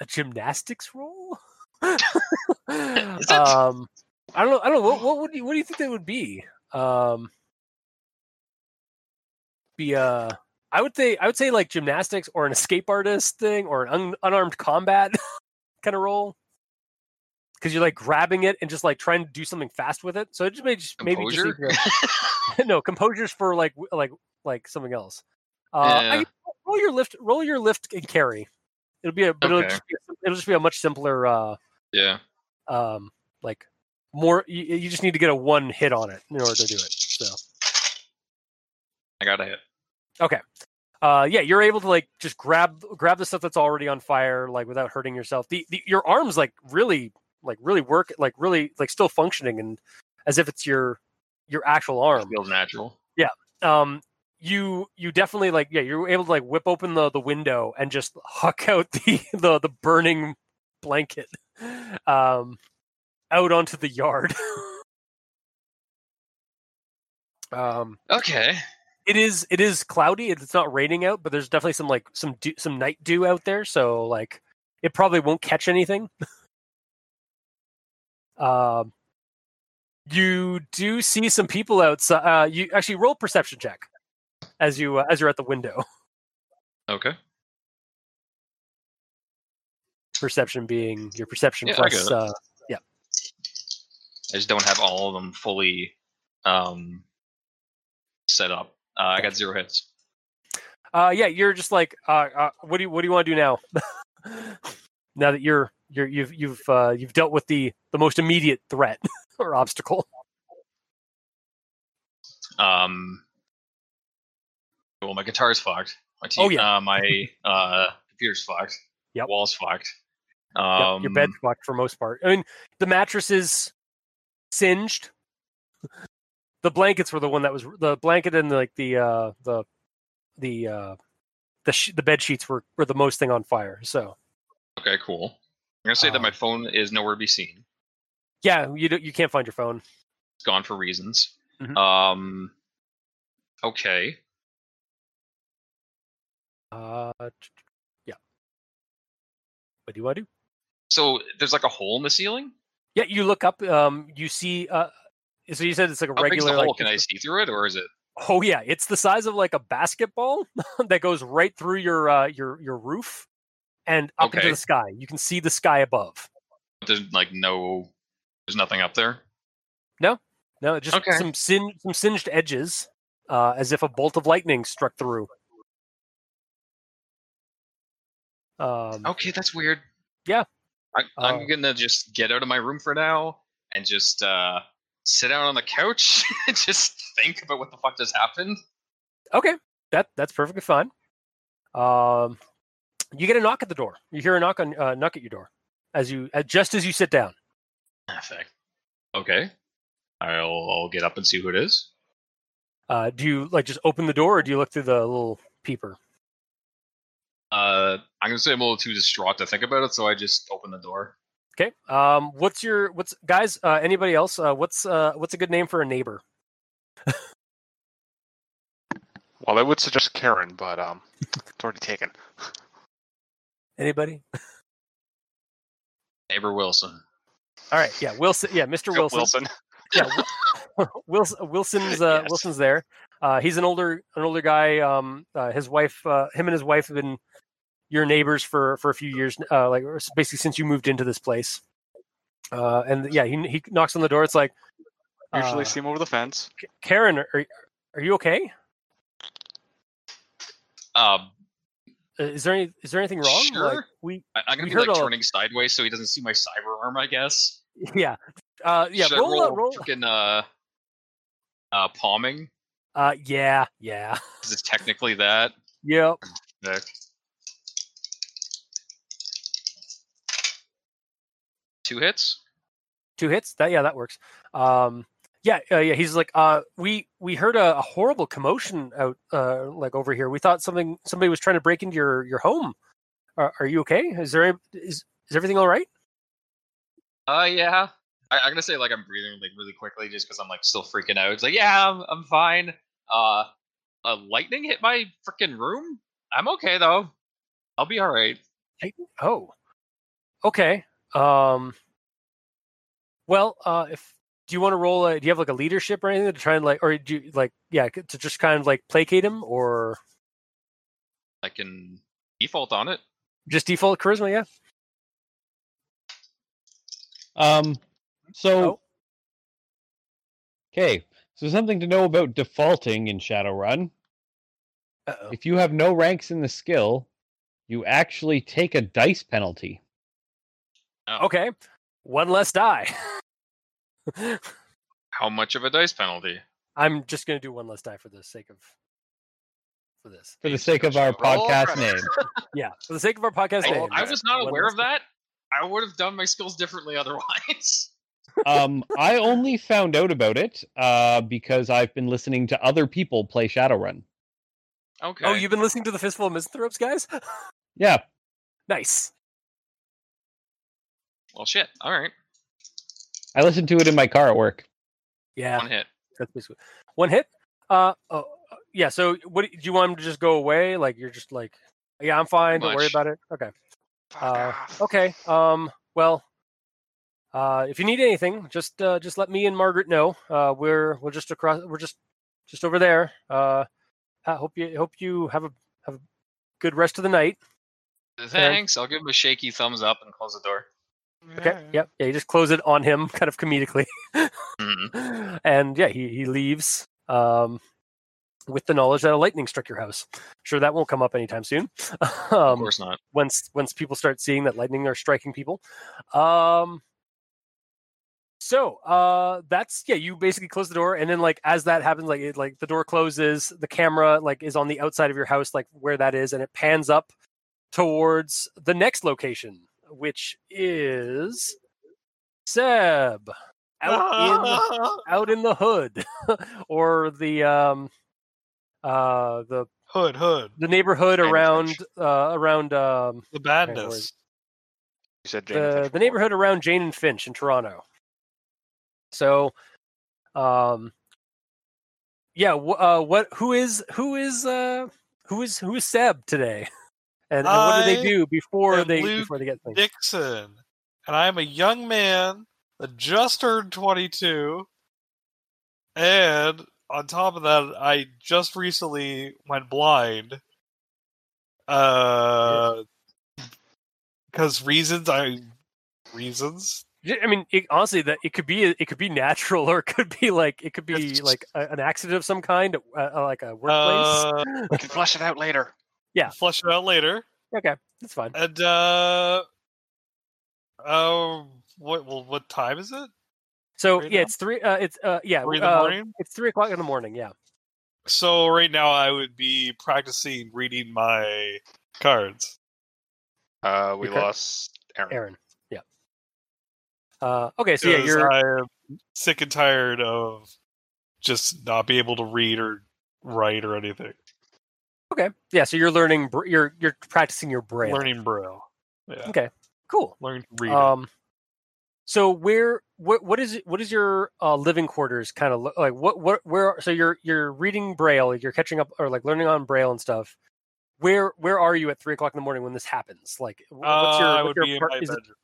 S2: a gymnastics roll [laughs]
S5: it?
S2: um i don't know i don't know what, what would you what do you think that would be um be uh i would say i would say like gymnastics or an escape artist thing or an un- unarmed combat [laughs] kind of roll because you're like grabbing it and just like trying to do something fast with it. So it just may just maybe just
S5: Composure?
S2: need to- [laughs] no composure's for like w- like like something else. Uh, I
S5: Yeah.
S2: guess [laughs] roll your lift, roll your lift and carry. It'll be a but it'll,
S5: Okay.
S2: just be a, it'll just be a much simpler uh
S5: Yeah.
S2: um like more you, you just need to get a one hit on it in order to do it. So
S5: I got a hit.
S2: uh yeah, you're able to like just grab grab the stuff that's already on fire like without hurting yourself. The, the your arms like really like really work like really like still functioning and as if it's your your actual arm.
S5: Feels natural.
S2: um you you definitely like yeah you're able to like whip open the the window and just huck [laughs] out the the, the burning blanket um out onto the yard [laughs] um
S5: Okay.
S2: it is it is cloudy it's not raining out but there's definitely some like some dew, some night dew out there so like it probably won't catch anything [laughs] um you do see some people outside uh you actually roll perception check as you uh, as you're at the window [laughs]
S5: Okay.
S2: perception being your perception
S5: Yeah, I
S2: plus
S5: got it.
S2: uh
S5: I just don't have all of them fully um, set up. Uh, I got zero hits.
S2: uh yeah you're just like uh, uh what do you what do you want to do now [laughs] now that you're you're you've you've uh you've dealt with the the most immediate threat [laughs] or obstacle
S5: Um, well, my guitar's fucked. My t-
S2: Oh, yeah. [laughs]
S5: uh, my uh, computer's fucked.
S2: Yep.
S5: Wall's fucked.
S2: Yep,
S5: Um,
S2: your bed's fucked for most part. I mean, the mattress is singed. The blankets were the one that was the blanket and like the uh the the uh the sh- the bed sheets were were the most thing on fire. So
S5: Okay, cool. I'm gonna say that my
S2: Um,
S5: phone is nowhere to be seen.
S2: yeah, you don't- you can't find your phone.
S5: It's gone for reasons.
S2: Mhm.
S5: Um, okay.
S2: Uh, t- yeah. What do I do?
S5: So there's like a hole in the ceiling.
S2: Yeah, you look up. Um, you see. Uh, so you said it's like a
S5: How big's
S2: regular.
S5: the hole?
S2: like,
S5: Can I see through it, or is it?
S2: Oh yeah, it's the size of like a basketball [laughs] that goes right through your uh, your your roof and up into
S5: Okay.
S2: the sky. You can see the sky above.
S5: There's like no. There's nothing up there.
S2: No, just
S5: Okay.
S2: some sin- some singed edges, uh, as if a bolt of lightning struck through. Um,
S5: Okay, that's weird.
S2: Yeah.
S5: I, I'm
S2: Uh,
S5: gonna just get out of my room for now and just uh, sit down on the couch [laughs] and just think about what the fuck just happened.
S2: okay, that that's perfectly fine. Um, you get a knock at the door. You hear a knock on uh, knock at your door as you uh, just as you sit down.
S5: Ah, fuck. Okay. I'll, I'll get up and see who it is.
S2: Uh, do you like just open the door or do you look through the little peeper?
S5: Uh, I'm gonna say I'm a little too distraught to think about it, so I just open the door.
S2: Okay. Um, what's your what's guys? Uh, anybody else? Uh, what's uh, what's a good name for a neighbor?
S3: Well, I would suggest Karen, but um, it's already taken.
S2: Anybody?
S5: Neighbor Wilson.
S2: All right. Yeah. Wilson. Yeah. Mr.
S3: Joe
S2: Wilson.
S3: Wilson.
S2: [laughs] Wilson Wilson's uh,
S3: Yes.
S2: Wilson's there. Uh, he's an older an older guy. Um, uh, his wife, uh, him and his wife have been your neighbors for for a few years, uh, like or s- basically since you moved into this place. Uh, and yeah, he he knocks on the door. It's like
S3: Usually
S2: uh,
S3: see him over the fence.
S2: Karen, are, are you okay?
S5: Um,
S2: Uh, Is there any is there anything wrong? Like
S5: Sure.
S2: we
S5: I, I'm gonna
S2: We
S5: be
S2: heard
S5: like
S2: all-
S5: turning sideways so he doesn't see my cyber arm. I guess.
S2: yeah uh, yeah
S5: Should I
S2: roll
S5: roll,
S2: a- roll
S5: Freaking, uh, uh, palming
S2: uh, yeah yeah
S5: because it's technically that.
S2: yep
S5: Nick. Two hits.
S2: two hits that yeah that works um yeah uh, yeah he's like uh we we heard a, a horrible commotion out uh like over here we thought something somebody was trying to break into your your home are, are you okay is there any, is is everything all right
S5: Uh, yeah. I, I'm gonna say like I'm breathing like really quickly just because I'm like still freaking out. It's like yeah, I'm I'm fine. Uh, a lightning hit my freaking room. I'm okay though. I'll be all right.
S2: oh okay um well uh if do you want to roll a do you have like a leadership or anything to try and like or do you like yeah c- to just kind of like placate him or
S5: I can default on it.
S2: just default charisma yeah
S4: Um, so
S2: Oh.
S4: okay, so something to know about defaulting in Shadowrun:
S2: Uh-oh.
S4: if you have no ranks in the skill, you actually take a dice penalty.
S2: okay one less die [laughs]
S5: How much of a dice penalty?
S2: I'm just gonna do one less die for the sake of for this.
S4: for the
S5: Please
S4: sake of
S5: don't
S4: our
S5: show- roll
S4: podcast
S5: [laughs] credit.
S4: name.
S2: Yeah, for the sake of our podcast.
S5: I,
S2: name,
S5: Oh, I
S2: yeah,
S5: was not
S2: one
S5: aware
S2: less
S5: of that. I would have done my skills differently [laughs] otherwise.
S4: Um, I only found out about it uh, because I've been listening to other people play Shadowrun.
S5: okay.
S2: die. Oh, you've been listening to the Fistful of Misanthropes, guys?
S4: Yeah,
S2: nice.
S5: well, shit. All right.
S4: I listened to it in my car at work.
S2: Yeah,
S5: One hit.
S2: that's basically one hit. Uh, oh, yeah. So, what do you want him to just go away? Like you're just like, yeah, I'm fine. Don't worry
S5: Much.
S2: about it. Okay.
S3: Fuck
S2: uh,
S3: off.
S2: Okay. Um. Well. Uh, if you need anything, just uh, just let me and Margaret know. Uh, we're we're just across. We're just just over there. Uh, I hope you hope you have a have a good rest of the night.
S5: Thanks. I'll give him a shaky thumbs up and close the door.
S2: Okay. Yep. Yeah. You just close it on him, [laughs] kind of comedically,
S5: Mhm.
S2: and yeah, he he leaves um, with the knowledge that a lightning struck your house. Sure, that won't come up anytime soon. [laughs]
S5: Of
S2: um,
S5: course not.
S2: once once people start seeing that lightning are striking people. Um, so uh, that's yeah. You basically close the door, and then like as that happens, like it, like the door closes, the camera like is on the outside of your house, like where that is, and it pans up towards the next location, which is Seb out in
S8: [laughs]
S2: out in the hood [laughs] or the um uh the
S8: Hood, hood,
S2: the neighborhood
S5: Kind of
S2: around
S5: French.
S2: uh around um
S8: the
S2: Right, word.
S8: badness.
S3: You said Jane
S2: the, the neighborhood around Jane and Finch in Toronto. So, um, yeah, wh- uh, what? Who is who is uh, who is who is Seb today? [laughs] And, and what do
S8: I
S2: they do before
S8: am
S2: they
S8: Luke
S2: before they get things?
S8: Dixon, and I'm a young man that just turned 22, and on top of that, I just recently went blind. Uh, because reasons I reasons.
S2: J- I mean, it, honestly, that it could be it could be natural, [laughs] or it could be like it could be
S8: It's-
S2: like a, an accident of some kind, uh, uh, like a workplace.
S8: Uh,
S3: We can flush it out later.
S2: Yeah.
S8: flush it out later.
S2: okay, that's fine.
S8: And uh, um, what? Well, what time is it?
S2: So
S8: right
S2: yeah,
S8: now?
S2: it's three. Uh, it's uh, yeah,
S8: Three in the
S2: uh,
S8: morning?
S2: It's three o'clock in the morning. Yeah.
S8: So right now I would be practicing reading my cards.
S3: Uh, we
S2: Okay.
S3: lost Aaron.
S2: Aaron. Yeah. Uh, okay, so yeah,
S8: 'Cause
S2: you're
S8: I am sick and tired of just not being able to read or write or anything.
S2: okay. Yeah, so you're learning. br- You're you're practicing your braille.
S8: Learning braille. Yeah.
S2: Okay, cool.
S8: Learn to read. it.
S2: Um, so where what what is what is your uh, living quarters kind of like? What what where? So you're you're reading braille. You're catching up or like learning on braille and stuff. Where where are you at three o'clock in the morning when this happens? Like, wh- what's your,
S8: Uh, I
S2: what's
S8: would
S2: your
S8: be in
S2: apart-
S8: my
S2: is it-
S8: bedroom.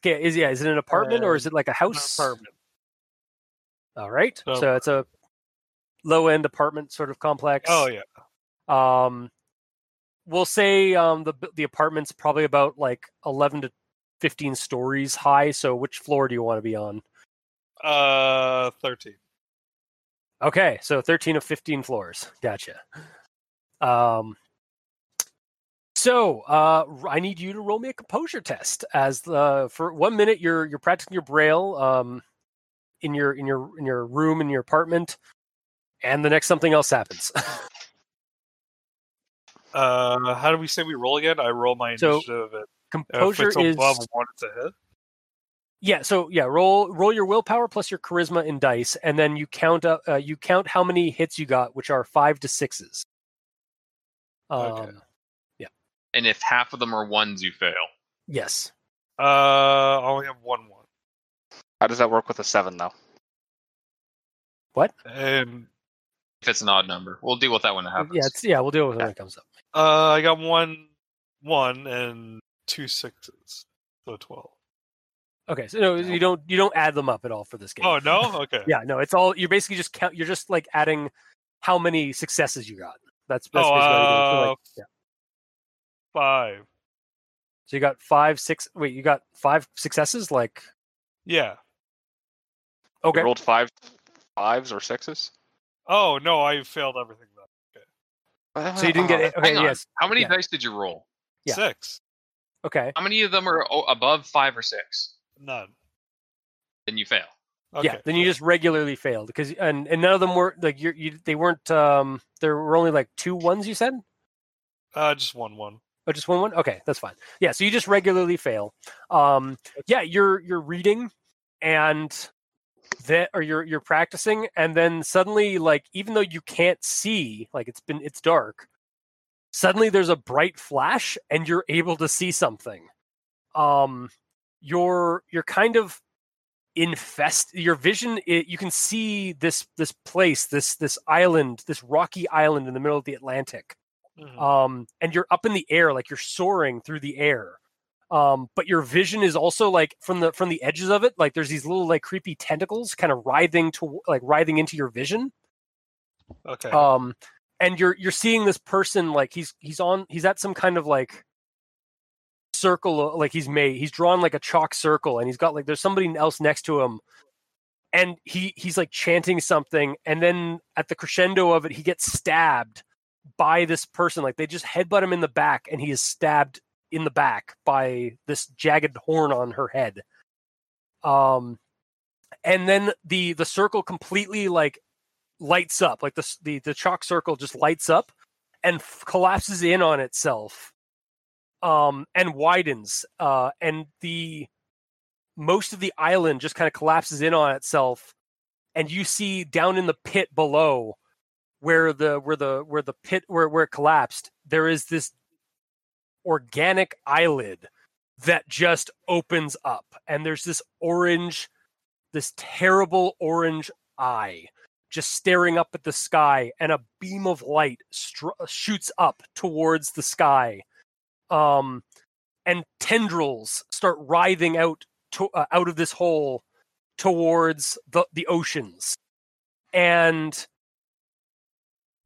S2: Okay, is yeah, is it an apartment or is it like a
S8: An
S2: house?
S8: apartment.
S2: All right.
S8: So-
S2: So it's a low end apartment sort of complex.
S8: Oh yeah.
S2: Um, we'll say um, the the apartment's probably about like eleven to fifteen stories high. So which floor do you want to be on?
S8: Uh, thirteen.
S2: Okay, so thirteen of fifteen floors. Gotcha. Um, so uh, r- I need you to roll me a composure test. As the for one minute you're you're practicing your braille um, in your in your in your room in your apartment, and the next something else happens. [laughs]
S8: Uh, how do we say we roll again? I roll my
S2: So,
S8: initiative. At, if
S2: composure
S8: it's
S2: is
S8: above one, it's a hit.
S2: Yeah, so yeah, roll roll your willpower plus your charisma in dice, and then you count up uh, you count how many hits you got, which are five to sixes. Um,
S8: Okay.
S5: And if half of them are ones, you fail.
S2: Yes.
S8: Uh, I only have one one.
S3: How does that work with a seven though?
S8: And
S5: If it's an odd number, we'll deal with that when it happens.
S2: Yeah, it's, yeah, we'll deal with it when it comes up.
S8: uh, I got one one and two sixes, so twelve.
S2: Okay, so no, you don't you don't add them up at all for this game.
S8: Oh
S2: [laughs]
S8: no. Okay.
S2: Yeah, no, it's all you're basically just count. You're just like adding how many successes you got. That's, that's
S8: Oh,
S2: basically what you do. So,
S8: uh,
S2: like, yeah.
S8: Five.
S2: so you got five, six. Wait, you got five successes. Like
S8: Yeah.
S2: okay,
S3: You rolled five fives or sixes?
S8: Oh no, I failed everything though.
S2: so you didn't get it. Okay,
S5: Uh, hang on.
S2: yes,
S5: How many
S2: Yeah.
S5: dice did you roll?
S2: Yeah.
S8: Six.
S2: okay,
S5: How many of them are oh, above five or six?
S8: None.
S5: Then you fail.
S8: Okay.
S2: yeah. Then you just regularly failed because and and none of them were like you you they weren't um there were only like two ones you said
S8: uh, just one one.
S2: Oh, just one one? Okay, that's fine. Yeah, so you just regularly fail. Um, yeah, you're you're reading and that or you're you're practicing and then suddenly like even though you can't see, like it's been it's dark, suddenly there's a bright flash and you're able to see something. Um you're you're kind of infest your vision i you can see this this place this this island this rocky island in the middle of the atlantic
S8: Mhm.
S2: um, and you're up in the air, like you're soaring through the air. Um, but your vision is also like from the from the edges of it, like there's these little like creepy tentacles kind of writhing to like writhing into your vision.
S8: Okay.
S2: Um, and you're you're seeing this person like he's he's on he's at some kind of like circle uh, like he's made he's drawn like a chalk circle and he's got like there's somebody else next to him and he he's like chanting something and then at the crescendo of it he gets stabbed by this person like they just headbutt him in the back and he is stabbed in the back by this jagged horn on her head um and then the the circle completely like lights up like the s- the, the chalk circle just lights up and f- collapses in on itself um and widens uh and the most of the island just kind of collapses in on itself and you see down in the pit below where the where the where the pit where where it collapsed there is this organic eyelid that just opens up and there's this orange this terrible orange eye just staring up at the sky and a beam of light str- uh, shoots up towards the sky um and tendrils start writhing out to, uh, out of this hole towards the the oceans and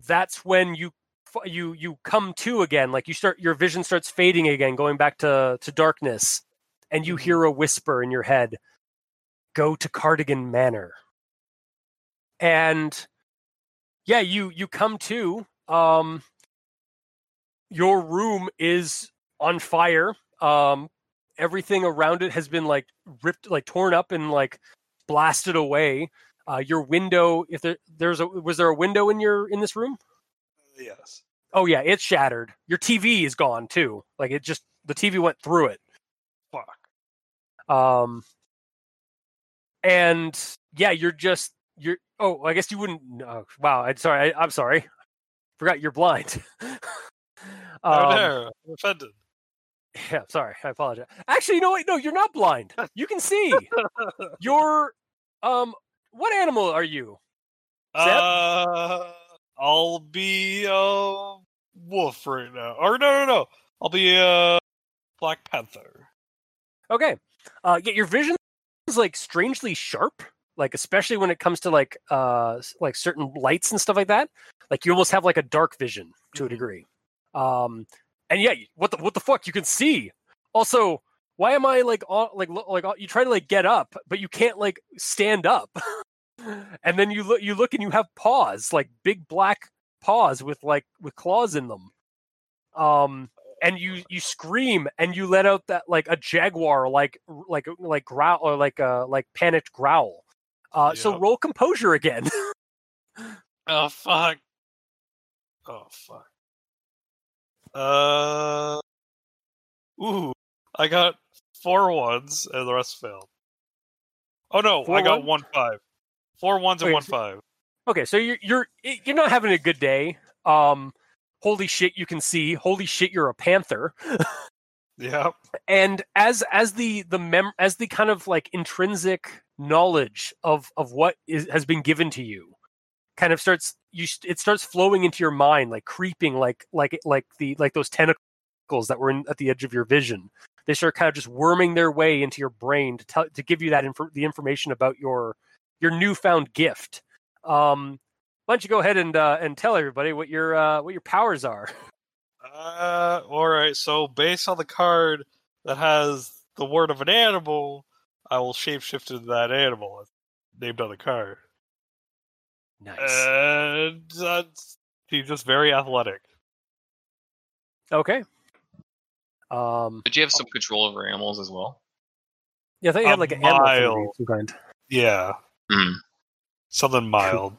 S2: that's when you f- you you come to again like you start your vision starts fading again going back to to darkness and you hear a whisper in your head go to cardigan manor and yeah you you come to um your room is on fire um everything around it has been like ripped like torn up and like blasted away uh your window if there there's a was there a window in your in this room
S8: yes.
S2: oh yeah it's shattered your tv is gone too like it just the tv went through it
S8: Fuck.
S2: um and yeah you're just you're oh i guess you wouldn't oh, wow i'm sorry I, i'm sorry forgot you're blind [laughs]
S8: oh
S2: Um,
S8: no, I'm offended.
S2: yeah, sorry. I apologize. Actually, no, wait, no, you're not blind. You can
S8: [laughs]
S2: see. you're um what animal are you?
S8: Uh, I'll be a wolf right now. Or no, no, no. I'll be a black uh, panther.
S2: Okay. Uh, yet your vision is like strangely sharp, like especially when it comes to like uh s- like certain lights and stuff like that. Like you almost have like a dark vision to a degree. Um, and yeah, what the what the fuck you can see. Also, why am I like all, like lo- like all, you try to like get up, but you can't like stand up. [laughs] and then you look you look and you have paws, like big black paws with like with claws in them. Um and you you scream and you let out that like a jaguar like like like growl or like a like panicked growl. Uh so
S8: Yep.
S2: roll composure again.
S8: Oh fuck. Oh fuck. Uh. Ooh, I got four ones and the rest failed. Oh no,
S2: Four
S8: I got
S2: one?
S8: one five. Four ones and
S2: Wait,
S8: one
S2: so-
S8: five.
S2: Okay, so you're you're i- you're not having a good day. Um, holy shit, you can see. Holy shit, you're a panther.
S8: Yep.
S2: And as as the the mem as the kind of like intrinsic knowledge of of what is has been given to you, kind of starts you st- it starts flowing into your mind like creeping like like like the like those tentacles that were in, at the edge of your vision. They start kind of just worming their way into your brain to tell to give you that infor- the information about your your newfound gift. Um, why don't you go ahead and uh, and tell everybody what your uh, what your powers are? [laughs]
S8: Uh, all right. So based on the card that has the word of an animal, I will shapeshift into that animal that's named on the card.
S2: Nice.
S8: Uh, And that's, he's just very athletic.
S2: okay. Um,
S5: Did you have some control over animals as well?
S2: yeah, I thought you
S8: A
S2: had like an animal
S8: mile.
S2: theory of some kind.
S8: Yeah,
S5: Hmm.
S8: something mild.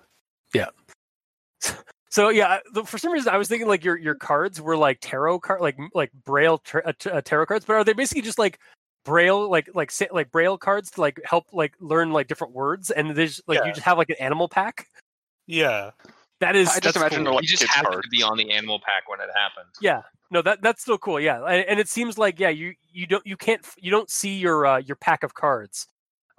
S2: So yeah, the, for some reason I was thinking like your your cards were like tarot card, like like braille tar- uh, t- uh, tarot cards, but are they basically just like braille like like sa- like braille cards to like help like learn like different words, and there's like you
S8: Yeah.
S2: just have like an animal pack.
S8: Yeah,
S2: That is
S3: I just
S2: that's
S3: imagine
S2: cool.
S3: they're like
S5: you just
S3: kids'
S5: happened
S3: cards.
S5: to be on the animal pack when it happened.
S2: Yeah. No, that that's still cool. Yeah, and, and it seems like yeah, you you don't you can't f- you don't see your uh, your pack of cards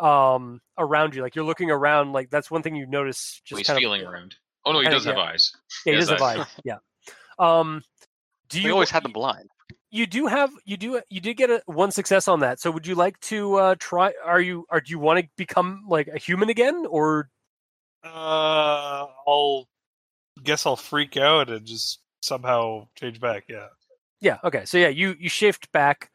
S2: um around you. Like you're looking around. Like that's one thing you notice. Just
S5: Well, he's
S2: kind of-
S5: feeling around. Oh no, he
S2: Kinda,
S5: does have
S2: yeah.
S5: eyes.
S2: Yeah, it
S5: He
S2: is a
S5: has eyes.
S2: vibe. Yeah. Um, do
S3: We
S2: you
S3: always had them blind.
S2: you do have you do you did get a one success on that. So would you like to uh try are you are do you want to become like a human again or
S8: uh, I'll guess I'll freak out and just somehow change back. Yeah,
S2: yeah, okay. So yeah, you you shift back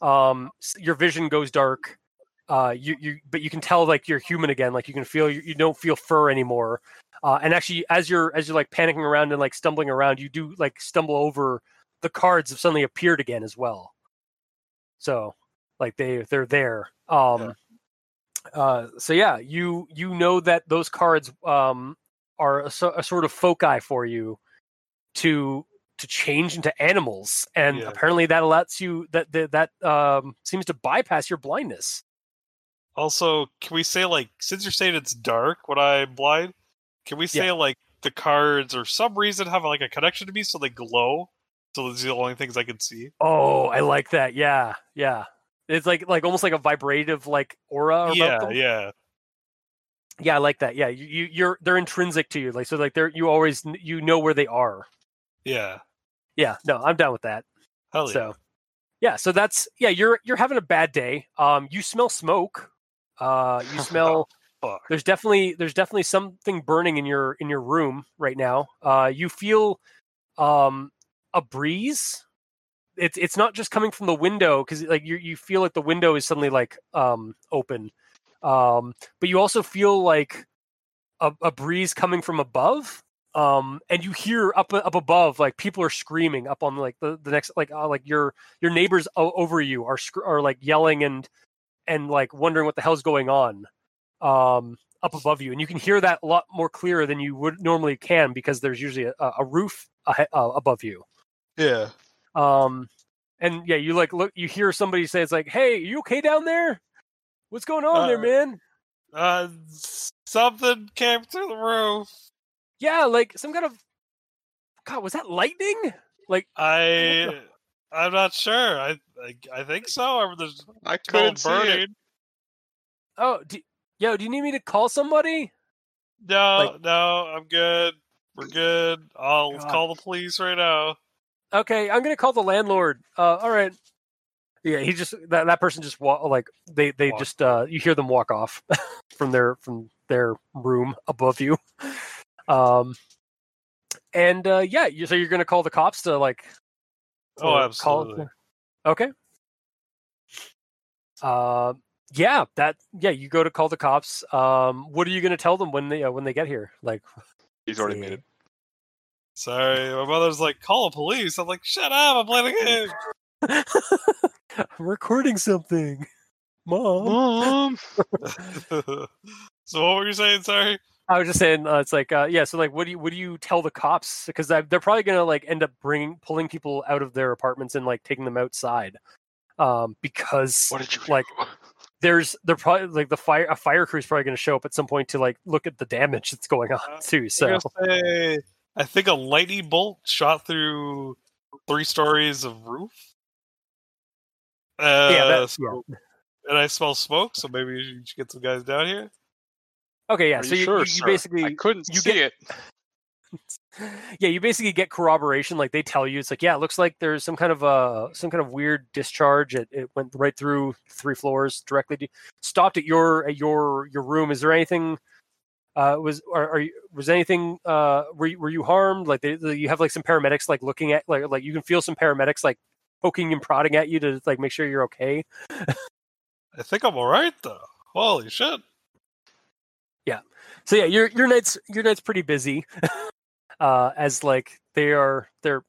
S2: um s- your vision goes dark. Uh you you but you can tell like you're human again, like you can feel you, you don't feel fur anymore. Uh and actually as you're as you're like panicking around and like stumbling around, you do like stumble over the cards have suddenly appeared again as well. So like they they're there. Um uh, so yeah, you you know that those cards um, are a, so- a sort of foci for you to to change into animals, and
S8: Yeah.
S2: apparently that allows you that that, that um, seems to bypass your blindness.
S8: Also, can we say like since you're saying it's dark when I'm blind, can we say
S2: Yeah.
S8: like the cards or some reason have like a connection to me so they glow? So those are the only things I can see.
S2: Oh, I like that. Yeah, yeah. It's like like almost like a vibrative like aura. About
S8: yeah,
S2: them.
S8: yeah.
S2: yeah. I like that. Yeah, you, you you're they're intrinsic to you. Like so, like they're you always kn- you know where they are.
S8: Yeah.
S2: Yeah. No, I'm down with that.
S8: Hell yeah.
S2: So yeah, so that's yeah, you're you're having a bad day. Um you smell smoke. Uh
S8: [laughs]
S2: you smell
S8: Fuck.
S2: there's definitely there's definitely something burning in your in your room right now. Uh you feel um a breeze. It's it's not just coming from the window cuz like you you feel like the window is suddenly like um open. Um but you also feel like a, a breeze coming from above um and you hear up up above like people are screaming up on like the, the next like uh, like your your neighbors o- over you are sc- are like yelling and and like wondering what the hell's going on um up above you and you can hear that a lot more clearer than you would normally can because there's usually a, a roof ahe- uh, above you
S8: Yeah.
S2: um and yeah you like look you hear somebody say it's like hey you okay down there what's going on there
S8: Uh,
S2: man
S8: Uh, s- something came through the roof.
S2: yeah like some kind of god was that lightning like
S8: I I'm not sure. I I, I think so. I, there's
S3: I
S8: smell
S3: couldn't see it.
S8: burning.
S2: Oh, do, yo, do you need me to call somebody?
S8: No,
S2: Like-
S8: no, I'm good. We're good. I'll
S2: God.
S8: call the police right now.
S2: Okay, I'm gonna call the landlord. Uh, all right. Yeah, he just that, that person just wa- like they they
S8: Walk.
S2: just uh you hear them walk off [laughs] from their from their room above you. [laughs] Um and uh yeah, you, so you're going to call the cops to like
S8: Oh,
S2: or
S8: absolutely.
S2: Call okay. Uh yeah, that yeah, you go to call the cops. Um what are you going to tell them when they uh, when they get here? Like
S3: He's already made it.
S8: Sorry, my mother's like, call the police. I'm like, shut up, I'm playing a game.
S2: I'm recording something. [laughs] Mom.
S3: Mom.
S8: [laughs] so what were you saying? Sorry.
S2: I was just saying, uh, it's like, uh, yeah. So, like, what do you what do you tell the cops? Because they're probably gonna like end up bringing pulling people out of their apartments and like taking them outside, um, because
S3: What did you
S2: Like-
S3: do? [laughs]
S2: there's they're probably like the fire a fire crew is probably gonna show up at some point to like look at the damage that's going
S3: Uh,
S2: on too. So,
S8: I'm gonna say, I think a lightning bolt shot through three stories of roof. Uh,
S2: Yeah, that-
S8: so- And I smell smoke, so maybe you should get some guys down here.
S2: okay, yeah.
S3: Are
S2: so you,
S3: sure,
S2: you, you
S3: sir?
S2: basically
S3: I couldn't
S2: you
S3: see it.
S2: yeah you basically get corroboration like they tell you it's like yeah it looks like there's some kind of uh some kind of weird discharge it, it went right through three floors directly to, stopped at your at your your room is there anything uh was are, are you was anything uh were you, were you harmed like they, they- you have like some paramedics like looking at like like you can feel some paramedics like poking and prodding at you to like make sure you're okay
S8: I think I'm all right though. Holy shit!
S2: so yeah your your night's your night's pretty busy [laughs] uh as like they are they're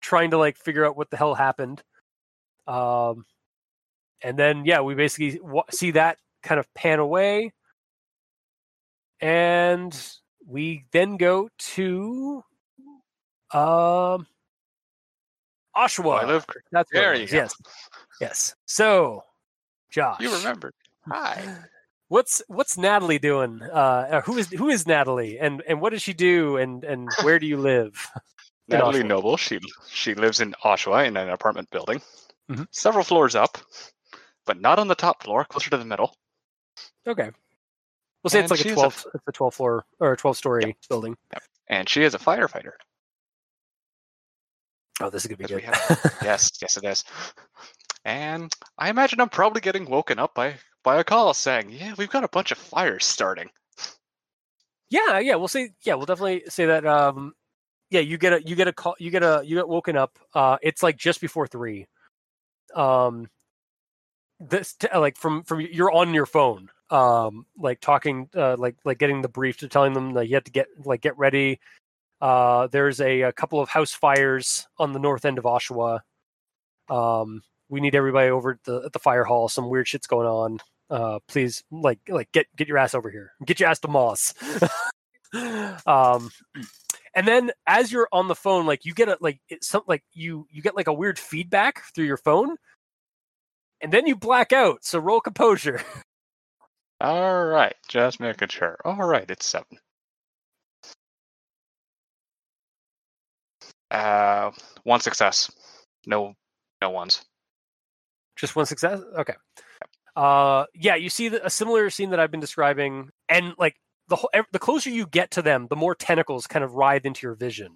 S2: trying to like figure out what the hell happened um and then yeah we basically wa see that kind of pan away and we then go to um Oshawa.
S3: Oh, I live.
S2: That's where
S3: There
S2: it
S3: you
S2: is,
S3: go.
S2: yes yes so Josh
S3: You remember? Hi.
S2: What's what's Natalie doing? Uh, uh, who is who is Natalie, and and what does she do, and and where do you live? In
S3: Natalie
S2: Oshawa.
S3: Noble. She she lives in Oshawa in an apartment building,
S2: Mhm.
S3: several floors up, but not on the top floor, closer to the middle.
S2: Okay, we'll say
S3: And
S2: it's like
S3: she
S2: a
S3: is a-
S2: twelve, it's a twelve floor or a twelve story building.
S3: And she is a firefighter.
S2: Oh, this is gonna be
S3: Yes, we
S2: good.
S3: Yes, yes, it is. And I imagine I'm probably getting woken up by by a call saying, "Yeah, we've got a bunch of fires starting."
S2: yeah, yeah, we'll say yeah, we'll definitely say that. Um, yeah, you get a you get a call, you get a you get woken up. Uh, it's like just before three. Um, this t- like from from you're on your phone. Um, like talking, uh, like like getting the brief to telling them that you have to get like get ready. Uh, there's a, a couple of house fires on the north end of Oshawa. Um, we need everybody over at the at the fire hall. Some weird shit's going on. Uh, please, like like get get your ass over here. Get your ass to Moss. [laughs] um, and then as you're on the phone, like you get a like it's some like you you get like a weird feedback through your phone, and then you black out. So roll composure.
S3: All right, just making sure. All right, it's seven. Uh, one success. No, no ones.
S2: Just one success. Okay. Uh, yeah, you see the, a similar scene that I've been describing, and like the whole, ev- the closer you get to them, the more tentacles kind of writhe into your vision,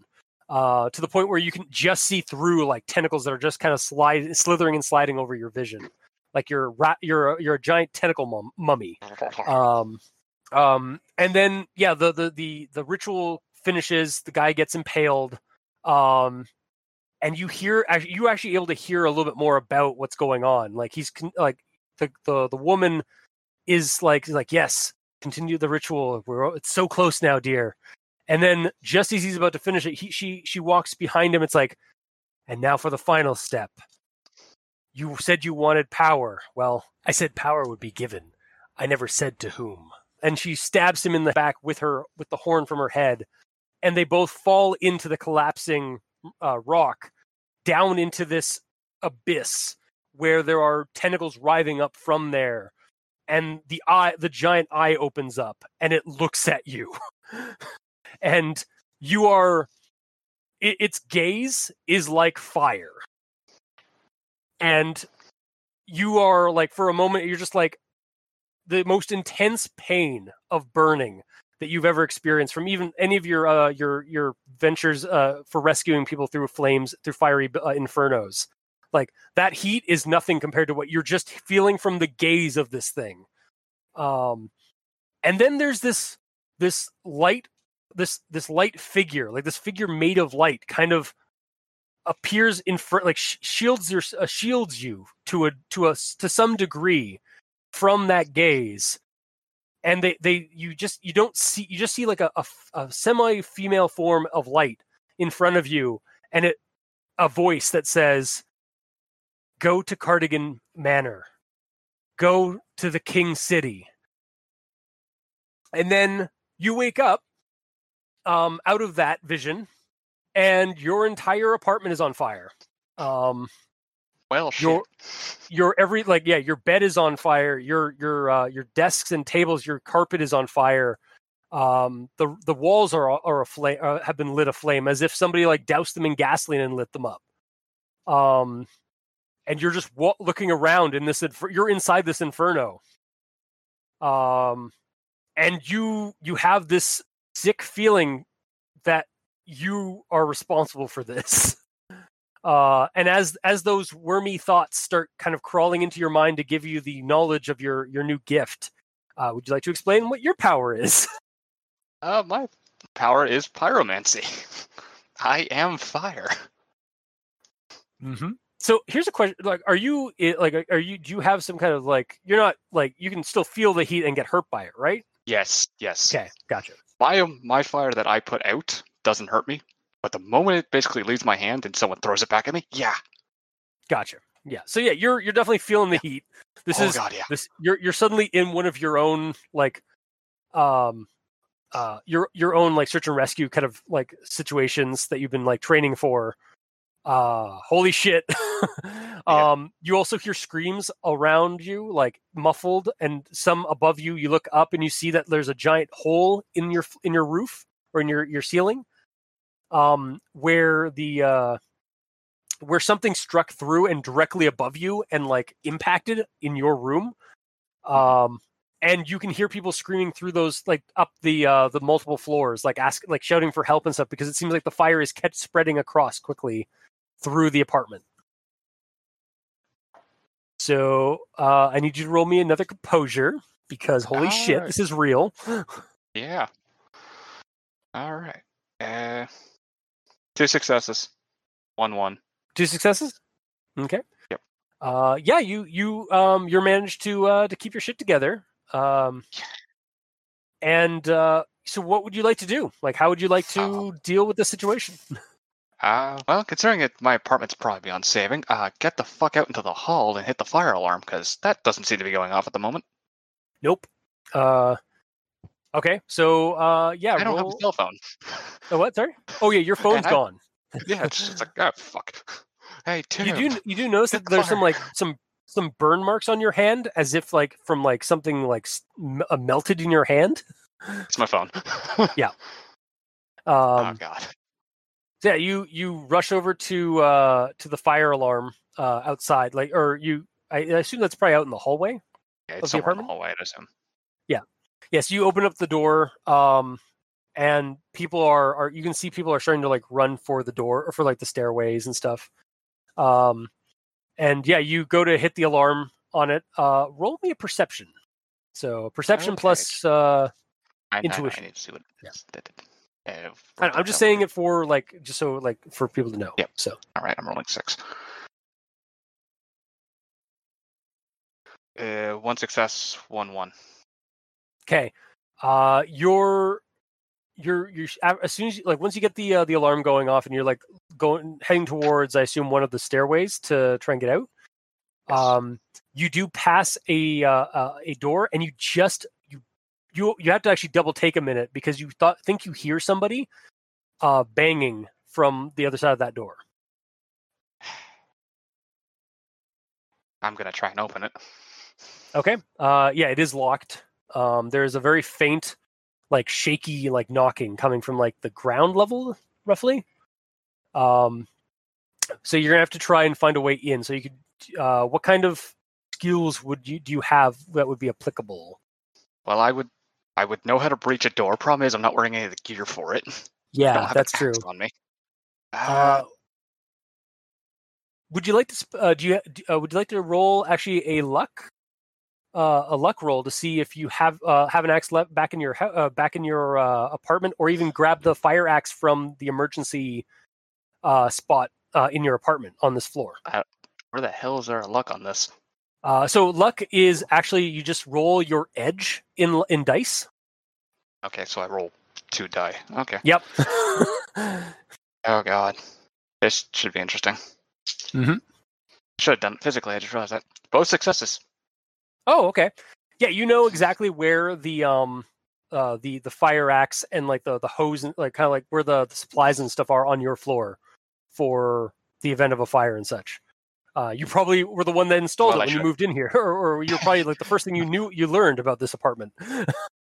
S2: uh, to the point where you can just see through like tentacles that are just kind of slide, slithering and sliding over your vision, like you're ra- you're a- you're a giant tentacle mum- mummy. Um, um, and then yeah, the the the the ritual finishes. The guy gets impaled. Um, and you hear actually you actually able to hear a little bit more about what's going on like he's con- like the the, the woman is like is like yes continue the ritual we're it's so close now dear and then just as he's about to finish it he she she walks behind him it's like and now for the final step you said you wanted power well i said power would be given i never said to whom and she stabs him in the back with her with the horn from her head and they both fall into the collapsing uh, rock down into this abyss where there are tentacles writhing up from there and the eye the giant eye opens up and it looks at you [laughs] and you are i- its gaze is like fire and you are like for a moment you're just like the most intense pain of burning that you've ever experienced from even any of your uh, your your ventures uh, for rescuing people through flames through fiery uh, infernos. Like that heat is nothing compared to what you're just feeling from the gaze of this thing. Um, and then there's this this light this this light figure, like this figure made of light, kind of appears in front, like sh- shields your uh, shields you to a to a to some degree from that gaze and they they you just you don't see you just see like a, a, semi female form of light in front of you and it a voice that says go to cardigan manor go to the king city and then you wake up um out of that vision and your entire apartment is on fire um
S3: Well,
S2: Your-
S3: shit.
S2: your every like yeah your bed is on fire your your uh, your desks and tables your carpet is on fire um the the walls are are aflame uh, have been lit aflame as if somebody like doused them in gasoline and lit them up um and you're just wa- looking around in this infer- you're inside this inferno um and you you have this sick feeling that you are responsible for this [laughs] uh, and as as those wormy thoughts start kind of crawling into your mind to give you the knowledge of your your new gift, uh, would you like to explain what your power is? [laughs]
S3: Uh, my power is pyromancy. [laughs] I am fire.
S2: Mm-hmm. So here's a question: like, are you i- like are you do you have some kind of like you're not like you can still feel the heat and get hurt by it, right?
S3: Yes, yes.
S2: Okay, gotcha.
S3: My my fire that I put out doesn't hurt me, but the moment it basically leaves my hand and someone throws it back at me, yeah.
S2: Gotcha. Yeah. So yeah, you're you're definitely feeling the heat. This
S3: oh
S2: is
S3: god, yeah.
S2: this you're you're suddenly in one of your own like um uh your your own like search and rescue kind of like situations that you've been like training for uh holy shit [laughs] um you also hear screams around you like muffled and some above you you look up and you see that there's a giant hole in your in your roof or in your your ceiling um where the uh where something struck through and directly above you and like impacted in your room um and you can hear people screaming through those like up the uh the multiple floors like ask like shouting for help and stuff because it seems like the fire is kept spreading across quickly through the apartment so uh i need you to roll me another composure because holy shit
S3: Alright.
S2: this is real
S3: Yeah. All right. Uh, two successes. One one.
S2: two successes okay
S3: Yep.
S2: uh yeah you you um you're managed to uh to keep your shit together um and uh so what would you like to do like how would you like to
S3: Um,
S2: deal with the situation
S3: Uh, well, considering it, my apartment's probably beyond saving, uh, get the fuck out into the hall and hit the fire alarm, because that doesn't seem to be going off at the moment.
S2: nope uh okay so uh yeah
S3: I don't have
S2: roll-
S3: a
S2: [laughs]
S3: cell phone.
S2: oh, what sorry oh yeah
S3: [laughs]
S2: your phone's
S3: I-
S2: gone
S3: yeah, it's just like, oh, fuck. Hey, Tim.
S2: you do you do notice
S3: hit
S2: that there's some
S3: fire.
S2: like some some burn marks on your hand as if like from like something like s- m- uh, melted in your hand
S3: It's my phone. [laughs]
S2: um
S3: oh, God.
S2: So, yeah you you rush over to uh to the fire alarm uh outside like or you i, I assume that's probably out in the hallway
S3: Yeah,
S2: the
S3: it's somewhere in the
S2: apartment?
S3: hallway, I assume.
S2: yes you open up the door um and people are are you can see people are starting to like run for the door or for like the stairways and stuff um and yeah you go to hit the alarm on it uh roll me a perception so perception
S3: Okay.
S2: plus uh
S3: I, I-
S2: Intuition.
S3: I, need to see what
S2: Yeah.
S3: that did. Uh,
S2: I don't know, i'm just saying it for like just so like for people to know
S3: Yep.
S2: so
S3: All right, I'm rolling six. Uh, one success, one one.
S2: Okay. Uh, you're, you're, you're a- as soon as you, like once you get the uh, the alarm going off and you're like going heading towards, I assume one of the stairways to try and get out.
S3: Yes.
S2: Um, you do pass a uh, uh, a door, and you just you you you have to actually double take a minute because you thought think you hear somebody uh banging from the other side of that door.
S3: I'm gonna try and open it.
S2: Okay. Uh, yeah, it is locked. Um, there is a very faint, like shaky, like knocking coming from like the ground level, roughly. Um, so you're gonna have to try and find a way in. So you could, uh, what kind of skills would you do you have that would be applicable?
S3: Well, I would, I would know how to breach a door. Problem is, I'm not wearing any of the gear for [laughs] it. I don't
S2: Yeah,
S3: have an Uh,
S2: that's
S3: axe
S2: true.
S3: On me.
S2: Uh,
S3: Uh,
S2: Would you like to? sp- Uh, do you? do- Uh, would you like to roll actually a luck, uh, a luck roll to see if you have uh, have an axe left back in your hou- uh, back in your uh, apartment, or even grab the fire axe from the emergency uh, spot uh, in your apartment on this floor.
S3: Where the hell is our luck on this?
S2: Uh, so luck is actually you just roll your edge in in dice.
S3: Okay, so I roll two die. Okay.
S2: Yep. [laughs]
S3: Oh god. This should be interesting.
S2: Mhm.
S3: Should have done it physically, I just realized that. Both successes.
S2: oh, okay. Yeah, you know exactly where the um uh the the fire axe and like the the hose and like kind of like where the, the supplies and stuff are on your floor for the event of a fire and such. Uh, you probably were the one that installed
S3: Well, I
S2: it when you
S3: should-
S2: moved in here, [laughs] or, or you're probably like the first thing you knew you learned about this apartment.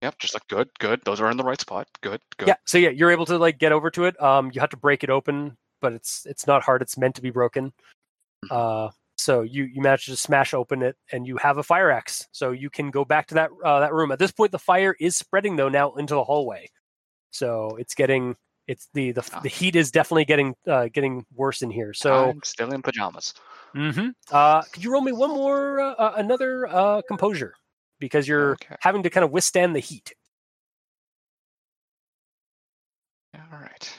S3: Yep, just like good, good. Those are in the right spot. Good, good.
S2: Yeah. So yeah, you're able to like get over to it. Um, you have to break it open, but it's it's not hard. It's meant to be broken. Uh, so you you manage to smash open it, and you have a fire axe. So you can go back to that uh, that room. At this point, the fire is spreading though now into the hallway. So it's getting it's the the, the heat is definitely getting uh, getting worse in here. So
S3: I'm still in pajamas.
S2: Mhm. uh, could you roll me one more uh, uh, another uh, composure because you're
S3: Okay.
S2: having to kind of withstand the heat.
S3: All right.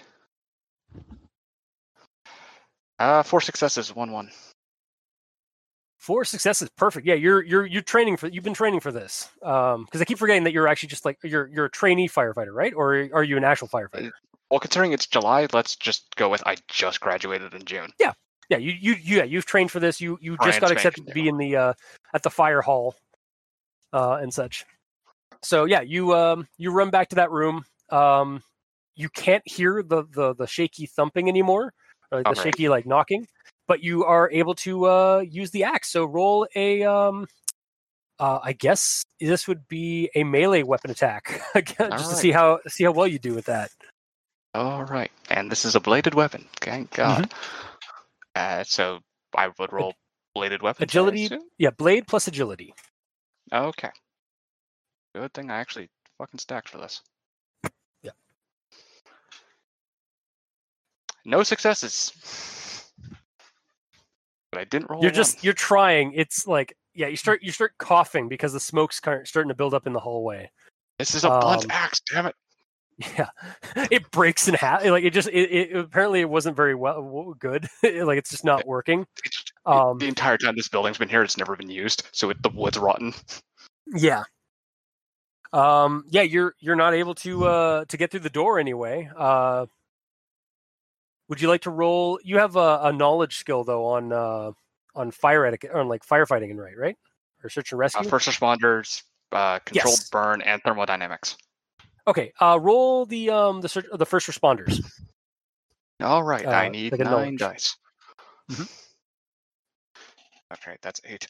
S3: Uh, four successes, one one.
S2: Four successes, perfect. Yeah, you're you're you're training for you've been training for this. Um, because I keep forgetting that you're actually just like you're you're a trainee firefighter, right? Or are you an actual firefighter?
S3: Well, considering it's July, let's just go with I just graduated in June.
S2: Yeah, you you you- yeah you've trained for this. You you just
S3: Brian's
S2: got
S3: making
S2: accepted to
S3: new.
S2: be in the uh at the fire hall, uh and such. So yeah, you um you run back to that room. Um, you can't hear the the the shaky thumping anymore, or the
S3: All right.
S2: shaky like knocking, but you are able to uh use the axe. So roll a um. Uh, I guess this would be a melee weapon attack, [laughs] again,
S3: All
S2: just to
S3: right.
S2: see how see how well you do with that.
S3: All right, and this is a bladed weapon. Thank
S2: Mm-hmm.
S3: God. Uh, so I would roll bladed weapon.
S2: agility- Yeah, blade plus agility.
S3: Okay. Good thing I actually fucking stacked for this.
S2: Yeah.
S3: No successes. But I didn't roll.
S2: you're
S3: a
S2: just
S3: one.
S2: you're trying it's like yeah you start you start coughing because the smoke's kind of starting to build up in the hallway [laughs]
S3: This is a blunt
S2: um,
S3: axe. Damn it.
S2: yeah it breaks in half like it just it, it apparently it wasn't very well w- good [laughs] like it's just not working
S3: It just- it-
S2: um
S3: the entire time this building's been here, it's never been used, so it, the wood's rotten.
S2: yeah um yeah you're you're not able to uh to get through the door anyway uh would you like to roll you have a, a knowledge skill though on uh on fire etiquette on like firefighting and right right or search and rescue
S3: Uh, first responders, uh, controlled
S2: Yes.
S3: burn, and thermodynamics.
S2: okay uh roll the um the search, the first responders
S3: All right, I
S2: Uh,
S3: need
S2: like a Mm-hmm.
S3: nine
S2: knowledge.
S3: dice. All right, that's eight.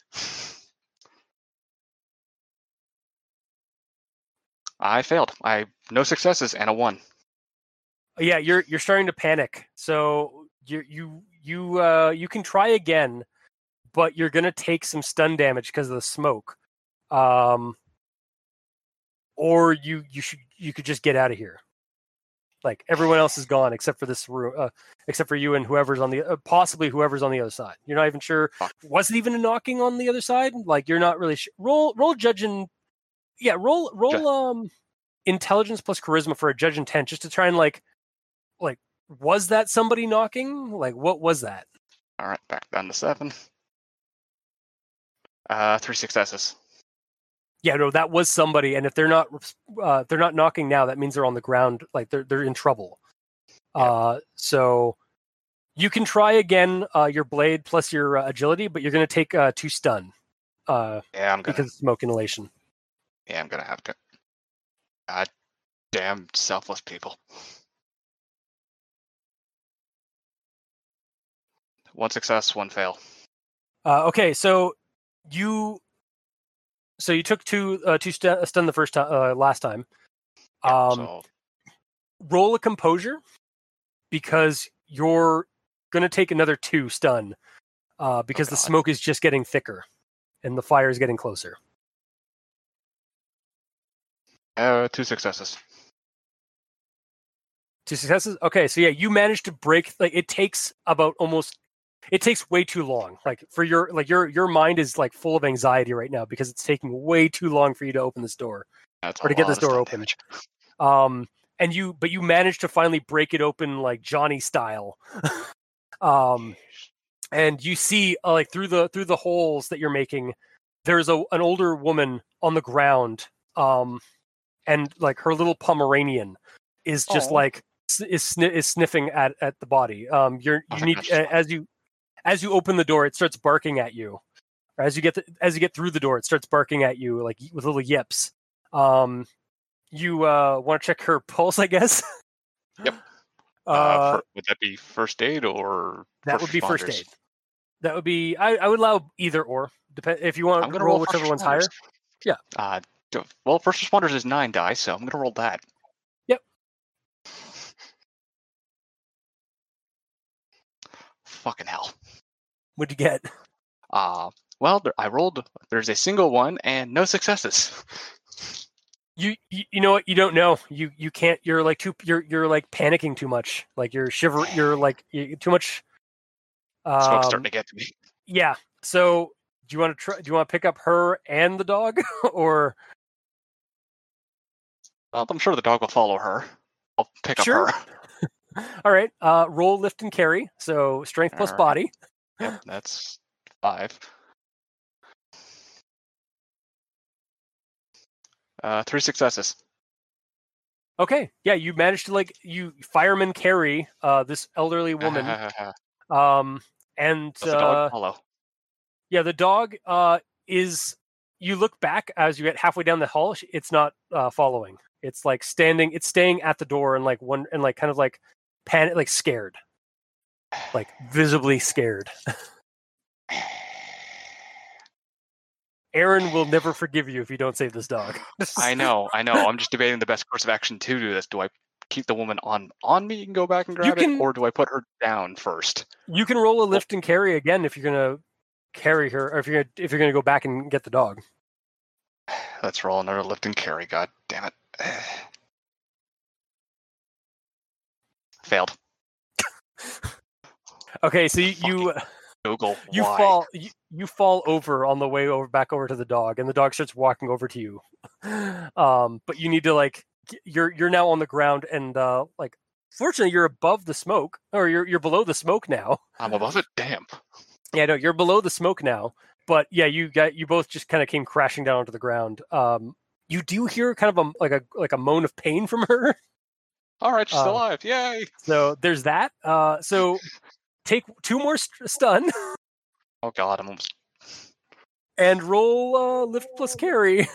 S3: I failed. I no successes and a one.
S2: yeah you're you're starting to panic so you you you uh you can try again but you're gonna take some stun damage because of the smoke um or you you should you could just get out of here like everyone else is gone except for this room uh, except for you and whoever's on the uh, possibly whoever's on the other side you're not even sure
S3: Fuck.
S2: was it even a knocking on the other side like you're not really sure roll roll judge and yeah roll roll
S3: Ju-
S2: um intelligence plus charisma for a judge intent just to try and like like was that somebody knocking like what was that
S3: All right, back down to seven. Uh, three successes.
S2: yeah no that was somebody and if they're not uh if they're not knocking now that means they're on the ground like they're they're in trouble uh so you can try again uh your blade plus your uh, agility but you're going to take uh two stun uh
S3: Yeah, I'm gonna.
S2: because of smoke inhalation
S3: Yeah, I'm gonna have to. God damn selfless people. One success, one fail.
S2: Uh, okay, so you so you took two uh, two stu- stun the first time uh, last time.
S3: Yeah,
S2: Um,
S3: so
S2: Roll a composure because you're gonna take another two stun uh, because the
S3: God.
S2: smoke is just getting thicker and the fire is getting closer.
S3: uh, two successes.
S2: Two successes. Okay, so yeah, you managed to break. Like it takes about almost it takes way too long. Like for your like your your mind is like full of anxiety right now because it's taking way too long for you to open this door.
S3: That's
S2: Or
S3: a
S2: to get
S3: lot
S2: this
S3: of
S2: door
S3: stun
S2: open.
S3: damage.
S2: um and you but you managed to finally break it open like johnny style [laughs] um and you see uh, like through the through the holes that you're making there's a an older woman on the ground um and like her little pomeranian is just
S6: Aw.
S2: like s- is, sni- is sniffing at at the body um you're
S3: Oh
S2: you
S3: my
S2: need
S3: gosh.
S2: a- as you as you open the door it starts barking at you Or as you get the, as you get through the door it starts barking at you like with little yips um you uh want to check her [laughs] pulse i guess
S3: Yep.
S2: [laughs] uh,
S3: Uh, fir- would that be first aid or
S2: that would be first
S3: responders?
S2: aid that would be i, I would allow either or depend if you want to
S3: I'm gonna
S2: Uh, roll
S3: roll,
S2: whichever
S3: first
S2: one's
S3: responders.
S2: higher Yeah.
S3: Uh, d- well, first responders is nine die, so I'm gonna roll that.
S2: Yep.
S3: Fucking hell.
S2: what'd you get
S3: Uh, well, there, I rolled. There's a single one and no successes. [laughs]
S2: you, you you know what you don't know you you can't you're like too you're you're like panicking too much like you're shiver you're like you too much
S3: Smoke's
S2: um,
S3: starting to get to me.
S2: yeah so do you want to try do you want to pick up her and the dog [laughs] or
S3: Well, I'm sure the dog will follow her. I'll pick
S2: Sure.
S3: up her. [laughs]
S2: all right uh roll lift and carry so strength plus
S3: Alright.
S2: body
S3: Yep, that's five. Uh, three successes. [laughs]
S2: Okay. Yeah, you managed to like you fireman carry uh this elderly
S3: [laughs]
S2: woman.
S3: Does
S2: um and
S3: the
S2: uh,
S3: dog follow?
S2: yeah, the dog uh is you look back as you get halfway down the hall, sh- it's not uh following. It's like standing it's staying at the door and like one and like kind of like panic like scared. Like visibly scared. [laughs] Aaron will never forgive you if you don't save this dog. [laughs]
S3: I know, I know. I'm just debating the best course of action to do this. Do I keep the woman on on me and go back and
S2: You
S3: grab
S2: can-
S3: it, or do I put her down first?
S2: You can roll a lift and carry again if you're gonna carry her or if you're gonna if you're gonna go back and get the dog.
S3: Let's roll another lift and carry. God damn it! [sighs] Failed.
S2: Okay, so you you,
S3: Google.
S2: you
S3: why.
S2: fall you, you fall over on the way over back over to the dog, and the dog starts walking over to you. [laughs] Um, but you need to like g- you're you're now on the ground, and uh, like fortunately you're above the smoke, or you're you're below the smoke now. [laughs]
S3: I'm above it. Damn.
S2: Yeah, no, you're below the smoke now. But yeah, you got you both just kind of came crashing down onto the ground. Um, you do hear kind of a like a like a moan of pain from her.
S3: All right, she's
S2: Uh,
S3: still alive. Yay!
S2: So there's that. Uh, so take two more st- stun [laughs]
S3: Oh god, I'm almost
S2: and roll uh, lift plus carry.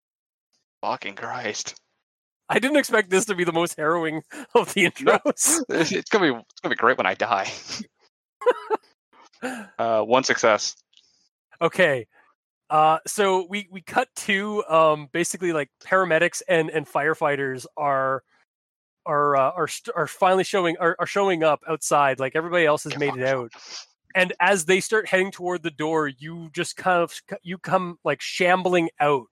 S2: [laughs]
S3: fucking Christ. [laughs]
S2: I didn't expect this to be the most harrowing of the
S3: No.
S2: intros.
S3: it's gonna be it's gonna be great when I die.
S2: [laughs]
S3: uh, one success.
S2: okay. Uh, so we we cut to um, basically like paramedics and and firefighters are are uh, are st- are finally showing are, are showing up outside like everybody else has
S3: Get
S2: made it out and as they start heading toward the door you just kind of you come like shambling out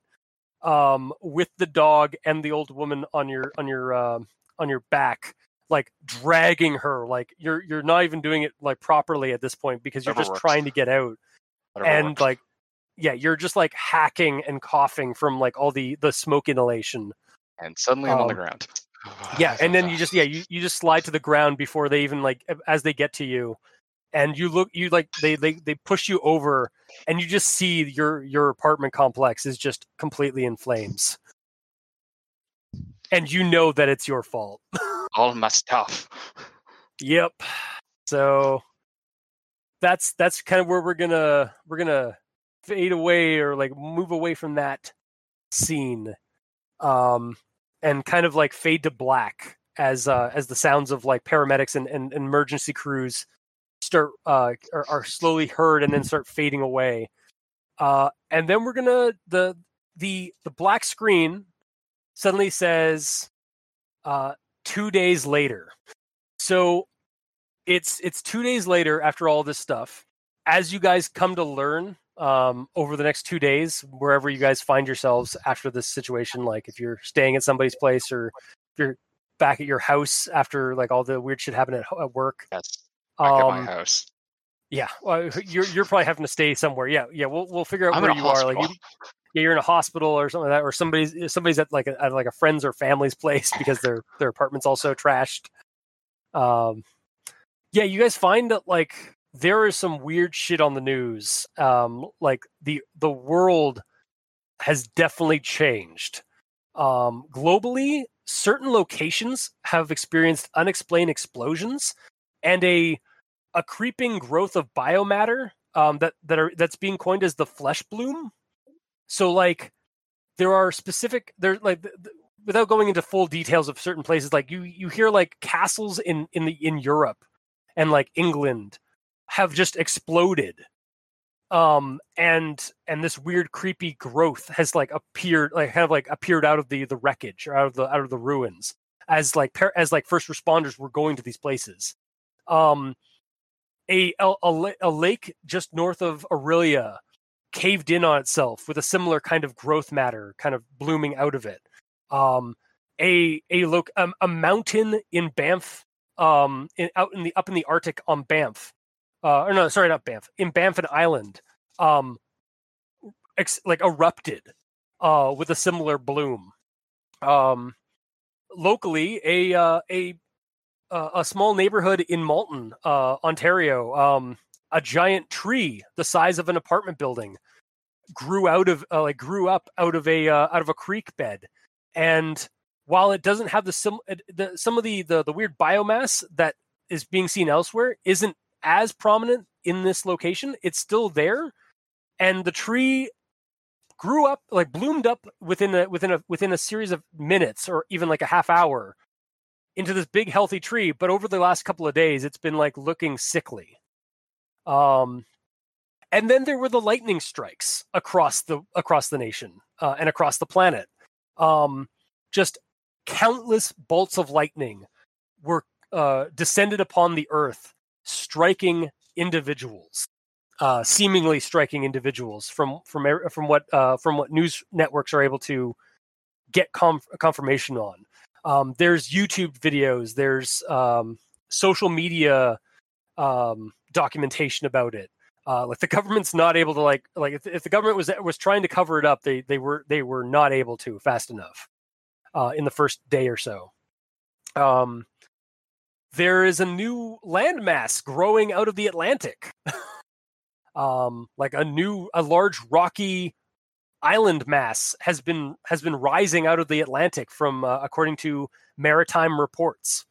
S2: um with the dog and the old woman on your on your um on your back like dragging her like you're you're not even doing it like properly at this point because you're
S3: Never
S2: just
S3: works.
S2: trying to get out
S3: Whatever
S2: and
S3: works.
S2: like yeah you're just like hacking and coughing from like all the the smoke inhalation
S3: and suddenly I'm on the
S2: um,
S3: ground. [sighs]
S2: yeah and then you just yeah you, you just slide to the ground before they even like a- as they get to you and you look you like they they they push you over and you just see your your apartment complex is just completely in flames and you know that it's your fault
S3: all my stuff.
S2: yep so that's that's kind of where we're gonna we're gonna fade away or like move away from that scene um and kind of like fade to black as uh as the sounds of like paramedics and, and and emergency crews start uh are, are slowly heard and then start fading away uh and then we're gonna the the the black screen suddenly says uh two days later so it's it's two days later after all this stuff as you guys come to learn um, over the next two days wherever you guys find yourselves after this situation like if you're staying at somebody's place or if you're back at your house after like all the weird shit happened at, ho- at work
S3: That's back at my
S2: um,
S3: house.
S2: Yeah, well, [laughs] you're you're probably having to stay somewhere. Yeah, yeah. We'll we'll figure out
S3: I'm
S2: where
S3: in a
S2: you are. Like,
S3: hospital.
S2: you, yeah, you're in a hospital or something like that, or somebody's somebody's at like a, at like a friend's or family's place because
S3: [laughs]
S2: their their apartment's also trashed. Um, yeah, you guys find that like there is some weird shit on the news. Um, like the the world has definitely changed. Um, globally, certain locations have experienced unexplained explosions and a a creeping growth of biomatter um, that that are that's being coined as the flesh bloom. So like there are specific there like th- th- without going into full details of certain places like you you hear like castles in in the in Europe and like England have just exploded. Um and and this weird creepy growth has like appeared like kind of like appeared out of the the wreckage or out of the out of the ruins as like par- as like first responders were going to these places. Um a, a, a la- a lake just north of Aurelia caved in on itself with a similar kind of growth matter kind of blooming out of it. Um, a a look um, a mountain in Banff um, in, out in the up in the Arctic on Banff, uh, or no, sorry, not Banff in Banffin Island, um, ex- like erupted uh, with a similar bloom. Um, locally, a uh, a uh, a small neighborhood in Malton, uh, Ontario. Um, a giant tree the size of an apartment building grew out of uh, like grew up out of a uh, out of a creek bed, and while it doesn't have the sim it- the some of the, the the weird biomass that is being seen elsewhere isn't as prominent in this location, it's still there, and the tree grew up like bloomed up within a within a within a series of minutes or even like a half hour into this big healthy tree but over the last couple of days it's been like looking sickly um and then there were the lightning strikes across the across the nation uh, and across the planet um just countless bolts of lightning were uh descended upon the earth striking individuals uh seemingly striking individuals from from e- from what uh from what news networks are able to get conf- confirmation on um, there's YouTube videos, there's um, social media um, documentation about it. Uh, like the government's not able to like like if, if the government was was trying to cover it up, they they were they were not able to fast enough uh, in the first day or so. Um, there is a new landmass growing out of the Atlantic, [laughs] um, like a new a large rocky island mass has been has been rising out of the Atlantic from uh, according to maritime reports.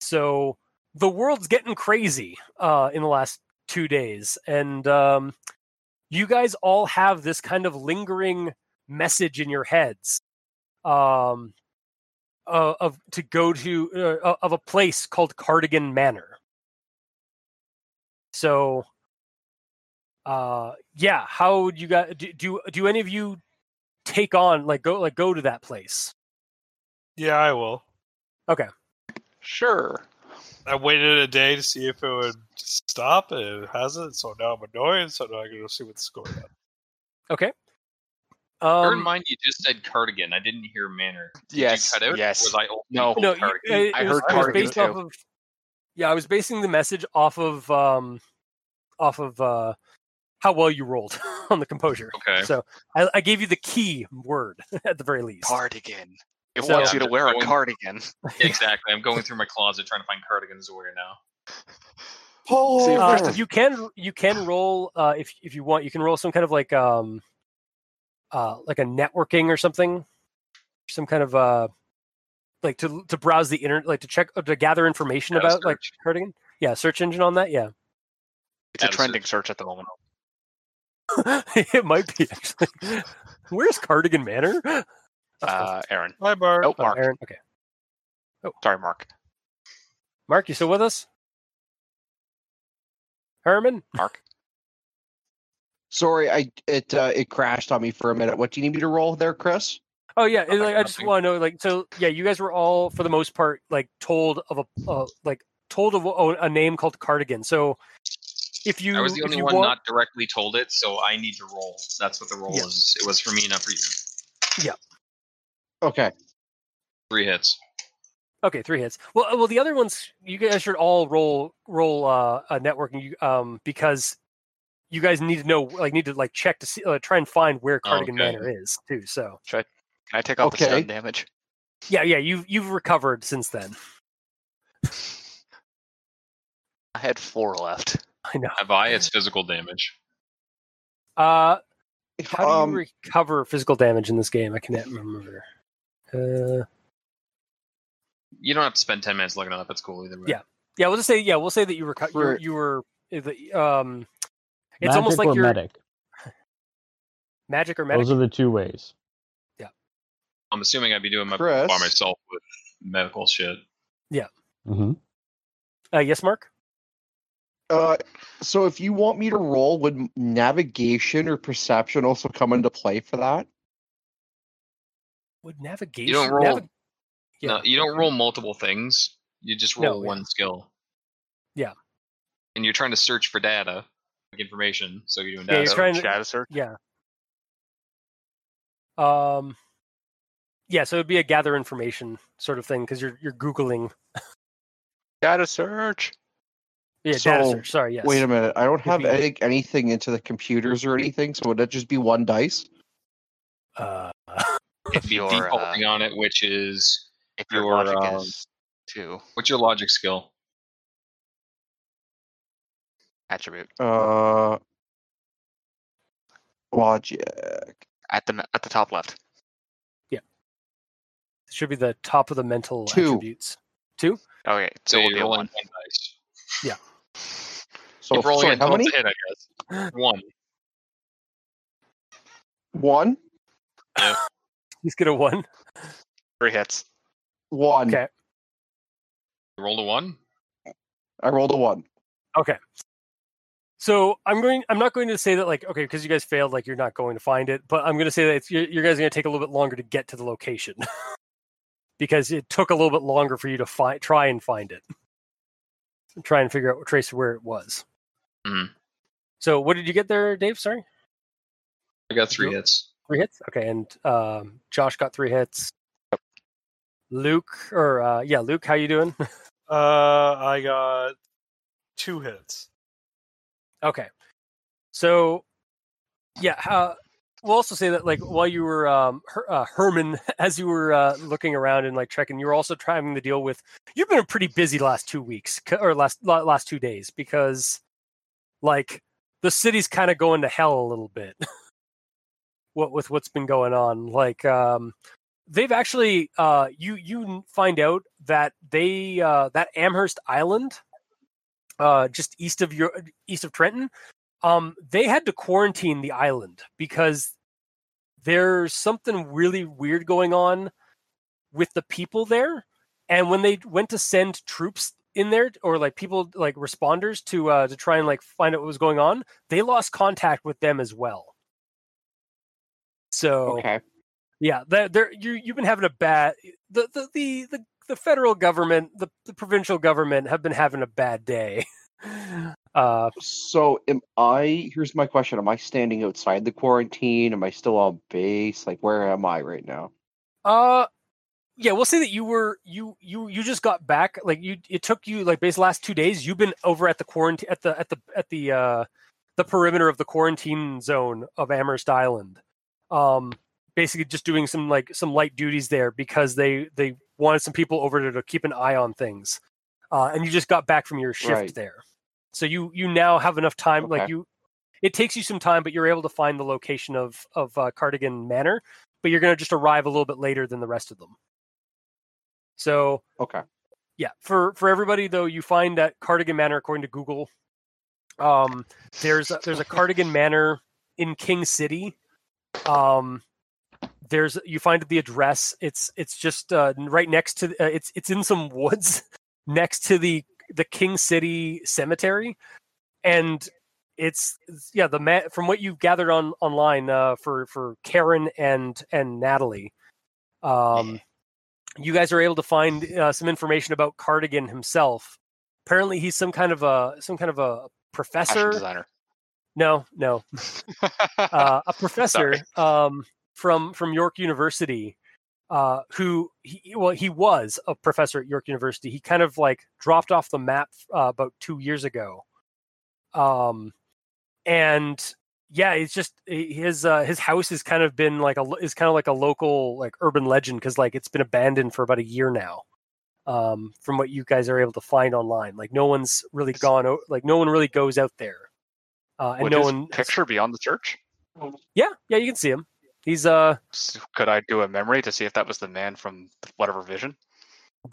S2: So the world's getting crazy uh, in the last two days, and um, you guys all have this kind of lingering message in your heads um, uh, of to go to uh, of a place called Cardigan Manor. So uh yeah how would you guys do, do do any of you take on like go like go to that place
S8: Yeah, I will.
S3: Sure.
S8: I waited a day to see if it would stop, and it hasn't. So now I'm annoyed. So now I can go see what's going on.
S2: um
S5: Bear in mind, you just said cardigan. I didn't hear manor. Did you
S3: Yes,
S5: cut out?
S3: yes.
S5: Was I only
S3: No.
S5: told
S2: no you,
S5: cardigan?
S2: it,
S3: I
S2: it was, it
S3: heard
S2: was
S3: Cardigan,
S2: based off
S3: too.
S2: of yeah i was basing the message off of um off of uh how well you rolled [laughs] on the composure
S5: Okay.
S2: so I, I gave you the key word [laughs] at the very least
S3: Cardigan. It
S2: So-
S3: wants you to wear a
S5: Going-
S3: cardigan.
S2: [laughs]
S5: Yeah, exactly. I'm going through my closet trying to find cardigans to wear now.
S3: See,
S2: Uh,
S3: first of-
S2: you can you can roll uh, if if you want. You can roll some kind of like um uh like a networking or something, some kind of uh like to to browse the internet, like to check uh, to gather information
S5: Data
S2: about like
S5: search.
S2: Cardigan. Yeah, search engine on that. Yeah, [laughs]
S3: It's a
S5: That is
S3: trending search at the moment.
S2: it might be actually. [laughs] Where's Cardigan Manor? That's close.
S3: Uh, Aaron.
S8: Hi, Bart.
S3: Oh,
S2: Oh,
S3: Mark.
S2: Aaron. Oh. Okay,
S3: Sorry, Mark.
S2: Mark, you still with us? Herman,
S3: Mark.
S6: Sorry, I it uh, it crashed on me for a minute. What do you need me to roll there, Chris?
S2: Oh yeah, and,
S5: Okay,
S2: like, I just
S5: nothing.
S2: want to know, like, so yeah, you guys were all for the most part like told of a uh, like told of a, a name called Cardigan. So if you
S5: I was the
S2: if
S5: only
S2: you
S5: one
S2: want,
S5: not directly told it, so I need to roll. That's what the roll
S2: Yeah.
S5: is. It was for me, not for you.
S6: Okay.
S5: Three hits.
S2: Okay, three hits. Well, uh, well, the other ones you guys should all roll roll uh, uh networking you- um because you guys need to know like need to like check to see uh, try and find where Cardigan
S5: Okay.
S2: Manor is too. So
S3: Can I take off the
S6: Okay.
S3: stun damage?
S2: yeah, yeah, you've you've recovered since then. [laughs]
S3: I had four left.
S2: I know.
S5: Have I? It's physical damage.
S2: Uh, how do you
S7: Um,
S2: recover physical damage in this game? I can't remember. Uh,
S5: You don't have to spend ten minutes looking it up. It's cool either way.
S2: Yeah. yeah, we'll just say yeah, we'll say that you recover.
S6: For-
S2: You were uh, the, um, it's almost
S9: Magic
S2: like
S9: or
S2: you're
S9: medic.
S2: magic or medic.
S9: Those are the two ways.
S5: I'm assuming I'd be doing my
S6: Chris?
S5: by myself with medical shit.
S9: hmm
S2: Uh, yes, Mark.
S6: Uh, so if you want me to roll, would navigation or perception also come into play for that?
S2: Would navigation?
S5: You don't roll.
S2: navi- yeah.
S5: No, you don't roll multiple things. You just roll
S2: No, yeah.
S5: one skill.
S2: Yeah.
S5: And you're trying to search for data, like information. So you're doing
S2: Yeah,
S5: data.
S2: you're trying to-
S3: Data search.
S2: Yeah. Um. Yeah, so it'd be a gather information sort of thing because you're you're googling.
S3: Data search.
S2: Yeah, data
S6: So,
S2: search. Sorry, yes.
S6: Wait a minute, I don't have
S2: be-
S6: any, anything into the computers or anything, so would that just be one dice?
S2: Uh,
S3: If
S5: You're
S3: you're uh,
S5: defaulting on it, which is
S3: if your
S5: your,
S3: logic
S5: um,
S3: is two
S5: what's your logic skill?
S3: attribute
S6: Uh, logic.
S3: at the at the top left.
S2: it should be the top of the mental
S6: Two.
S2: attributes. Two.
S3: Okay,
S5: So
S3: so we'll
S5: you're
S3: be a
S5: rolling
S3: one.
S5: one dice.
S6: So
S5: If rolling
S6: sorry,
S5: it
S6: how
S5: helps
S6: many?
S5: a hit, I guess. One.
S6: One,
S2: He's gonna one.
S3: Three hits.
S6: one.
S2: Okay.
S5: You rolled a one.
S6: I rolled a one.
S2: Okay. So I'm going. I'm not going to say that like okay because you guys failed. Like you're not going to find it, but I'm going to say that it's, you, you guys are going to take a little bit longer to get to the location [laughs] because it took a little bit longer for you to find try and find it, try and figure out trace where it was.
S5: Mhm.
S2: So what did you get there, Dave? Sorry,
S5: I got three
S2: Yep.
S5: hits.
S2: three hits. Okay, and um, Josh got three hits. Luke or uh, yeah, Luke, how you doing?
S8: Uh, I got two hits.
S2: Okay. So, yeah, uh, we'll also say that like while you were um, Her- uh, Herman, [laughs] as you were uh, looking around and like checking, you were also trying to deal with. You've been pretty busy last two weeks c- or last la- last two days because, like, the city's kind of going to hell a little bit. [laughs] what with what's been going on, like, um, they've actually uh, you you find out that they uh, that Amherst Island uh, just east of your east of Trenton, um, they had to quarantine the island because there's something really weird going on with the people there. And when they went to send troops in there, or like people like responders to uh, to try and like find out what was going on, they lost contact with them as well. So
S6: Okay.
S2: yeah, they're, they're, you you've been having a bad the the the the, the federal government, the, the provincial government have been having a bad day. [laughs] Uh,
S6: So am I? Here's my question: Am I standing outside the quarantine? Am I still on base? Like, where am I right now?
S2: uh, yeah, we'll say that you were you you you just got back. Like you, it took you like basically last two days. You've been over at the quarantine at the at the at the uh the perimeter of the quarantine zone of Amherst Island. Um, basically just doing some like some light duties there because they they wanted some people over there to keep an eye on things. Uh, and you just got back from your shift
S6: Right.
S2: there, so you you now have enough time. Like
S6: Okay.
S2: you, it takes you some time, but you're able to find the location of of uh, Cardigan Manor. But you're gonna just arrive a little bit later than the rest of them. So
S6: Okay.
S2: yeah for for everybody though you find that cardigan manor according to google um there's a, there's a cardigan manor in king city um there's you find the address it's it's just uh, right next to uh, it's it's in some woods [laughs] next to the the king city cemetery and it's it's- yeah the ma- from what you've gathered on online uh for for karen and and natalie um you guys are able to find uh, some information about Cardigan himself. Apparently, he's some kind of a some kind of a
S3: Fashion
S2: professor. [laughs]
S3: designer.
S2: No, no,
S3: [laughs]
S2: uh, a professor um, from from York University uh, who he, well he was a professor at York University. He kind of like dropped off the map uh, about two years ago, um, and yeah, it's just his uh, his house has kind of been like a is kind of like a local like urban legend because like it's been abandoned for about a year now. Um, from what you guys are able to find online, like no one's really gone, o- like no one really goes out there, uh, and
S3: Would
S2: no
S3: his
S2: one.
S3: picture be on the church?
S2: Yeah, yeah, you can see him. He's uh,
S3: S- Could I do a memory to see if that was the man from whatever vision?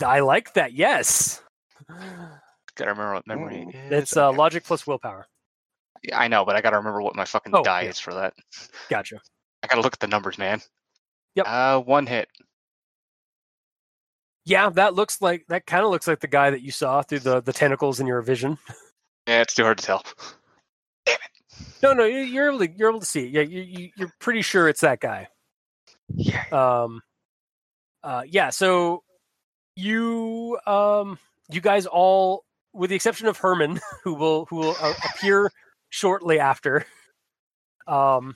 S2: I like that. Yes,
S3: Gotta remember what memory is.
S2: it's uh, logic plus willpower.
S3: Yeah, I know, but I gotta remember what my fucking
S2: Oh,
S3: die
S2: yeah.
S3: is for that.
S2: Gotcha.
S3: I gotta look at the numbers, man.
S2: Yep.
S3: Uh, one hit.
S2: Yeah, that looks like that kind of looks like the guy that you saw through the the tentacles in your vision.
S3: Yeah, it's too hard to tell.
S2: No, no, you- you're able to you're able to see. It. Yeah, you, you you're pretty sure it's that guy.
S3: Yeah.
S2: Um, uh, yeah. So you um you guys all, with the exception of Herman, [laughs] who will who will uh, appear shortly after. Um,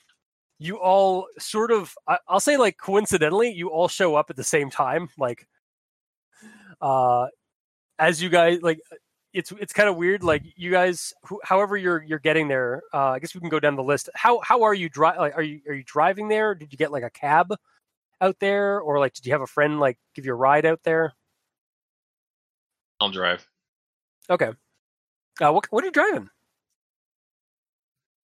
S2: you all sort of I, I'll say like coincidentally, you all show up at the same time. Like, uh, as you guys like. uh, It's it's kind of weird, like you guys. Who, however, you're you're getting there. Uh, I guess we can go down the list. How how are you dri- Like, are you are you driving there? Did you get like a cab? out there or like did you have a friend like give you a ride out there
S5: I'll drive.
S2: okay uh, what, what are you
S3: [laughs]
S2: driving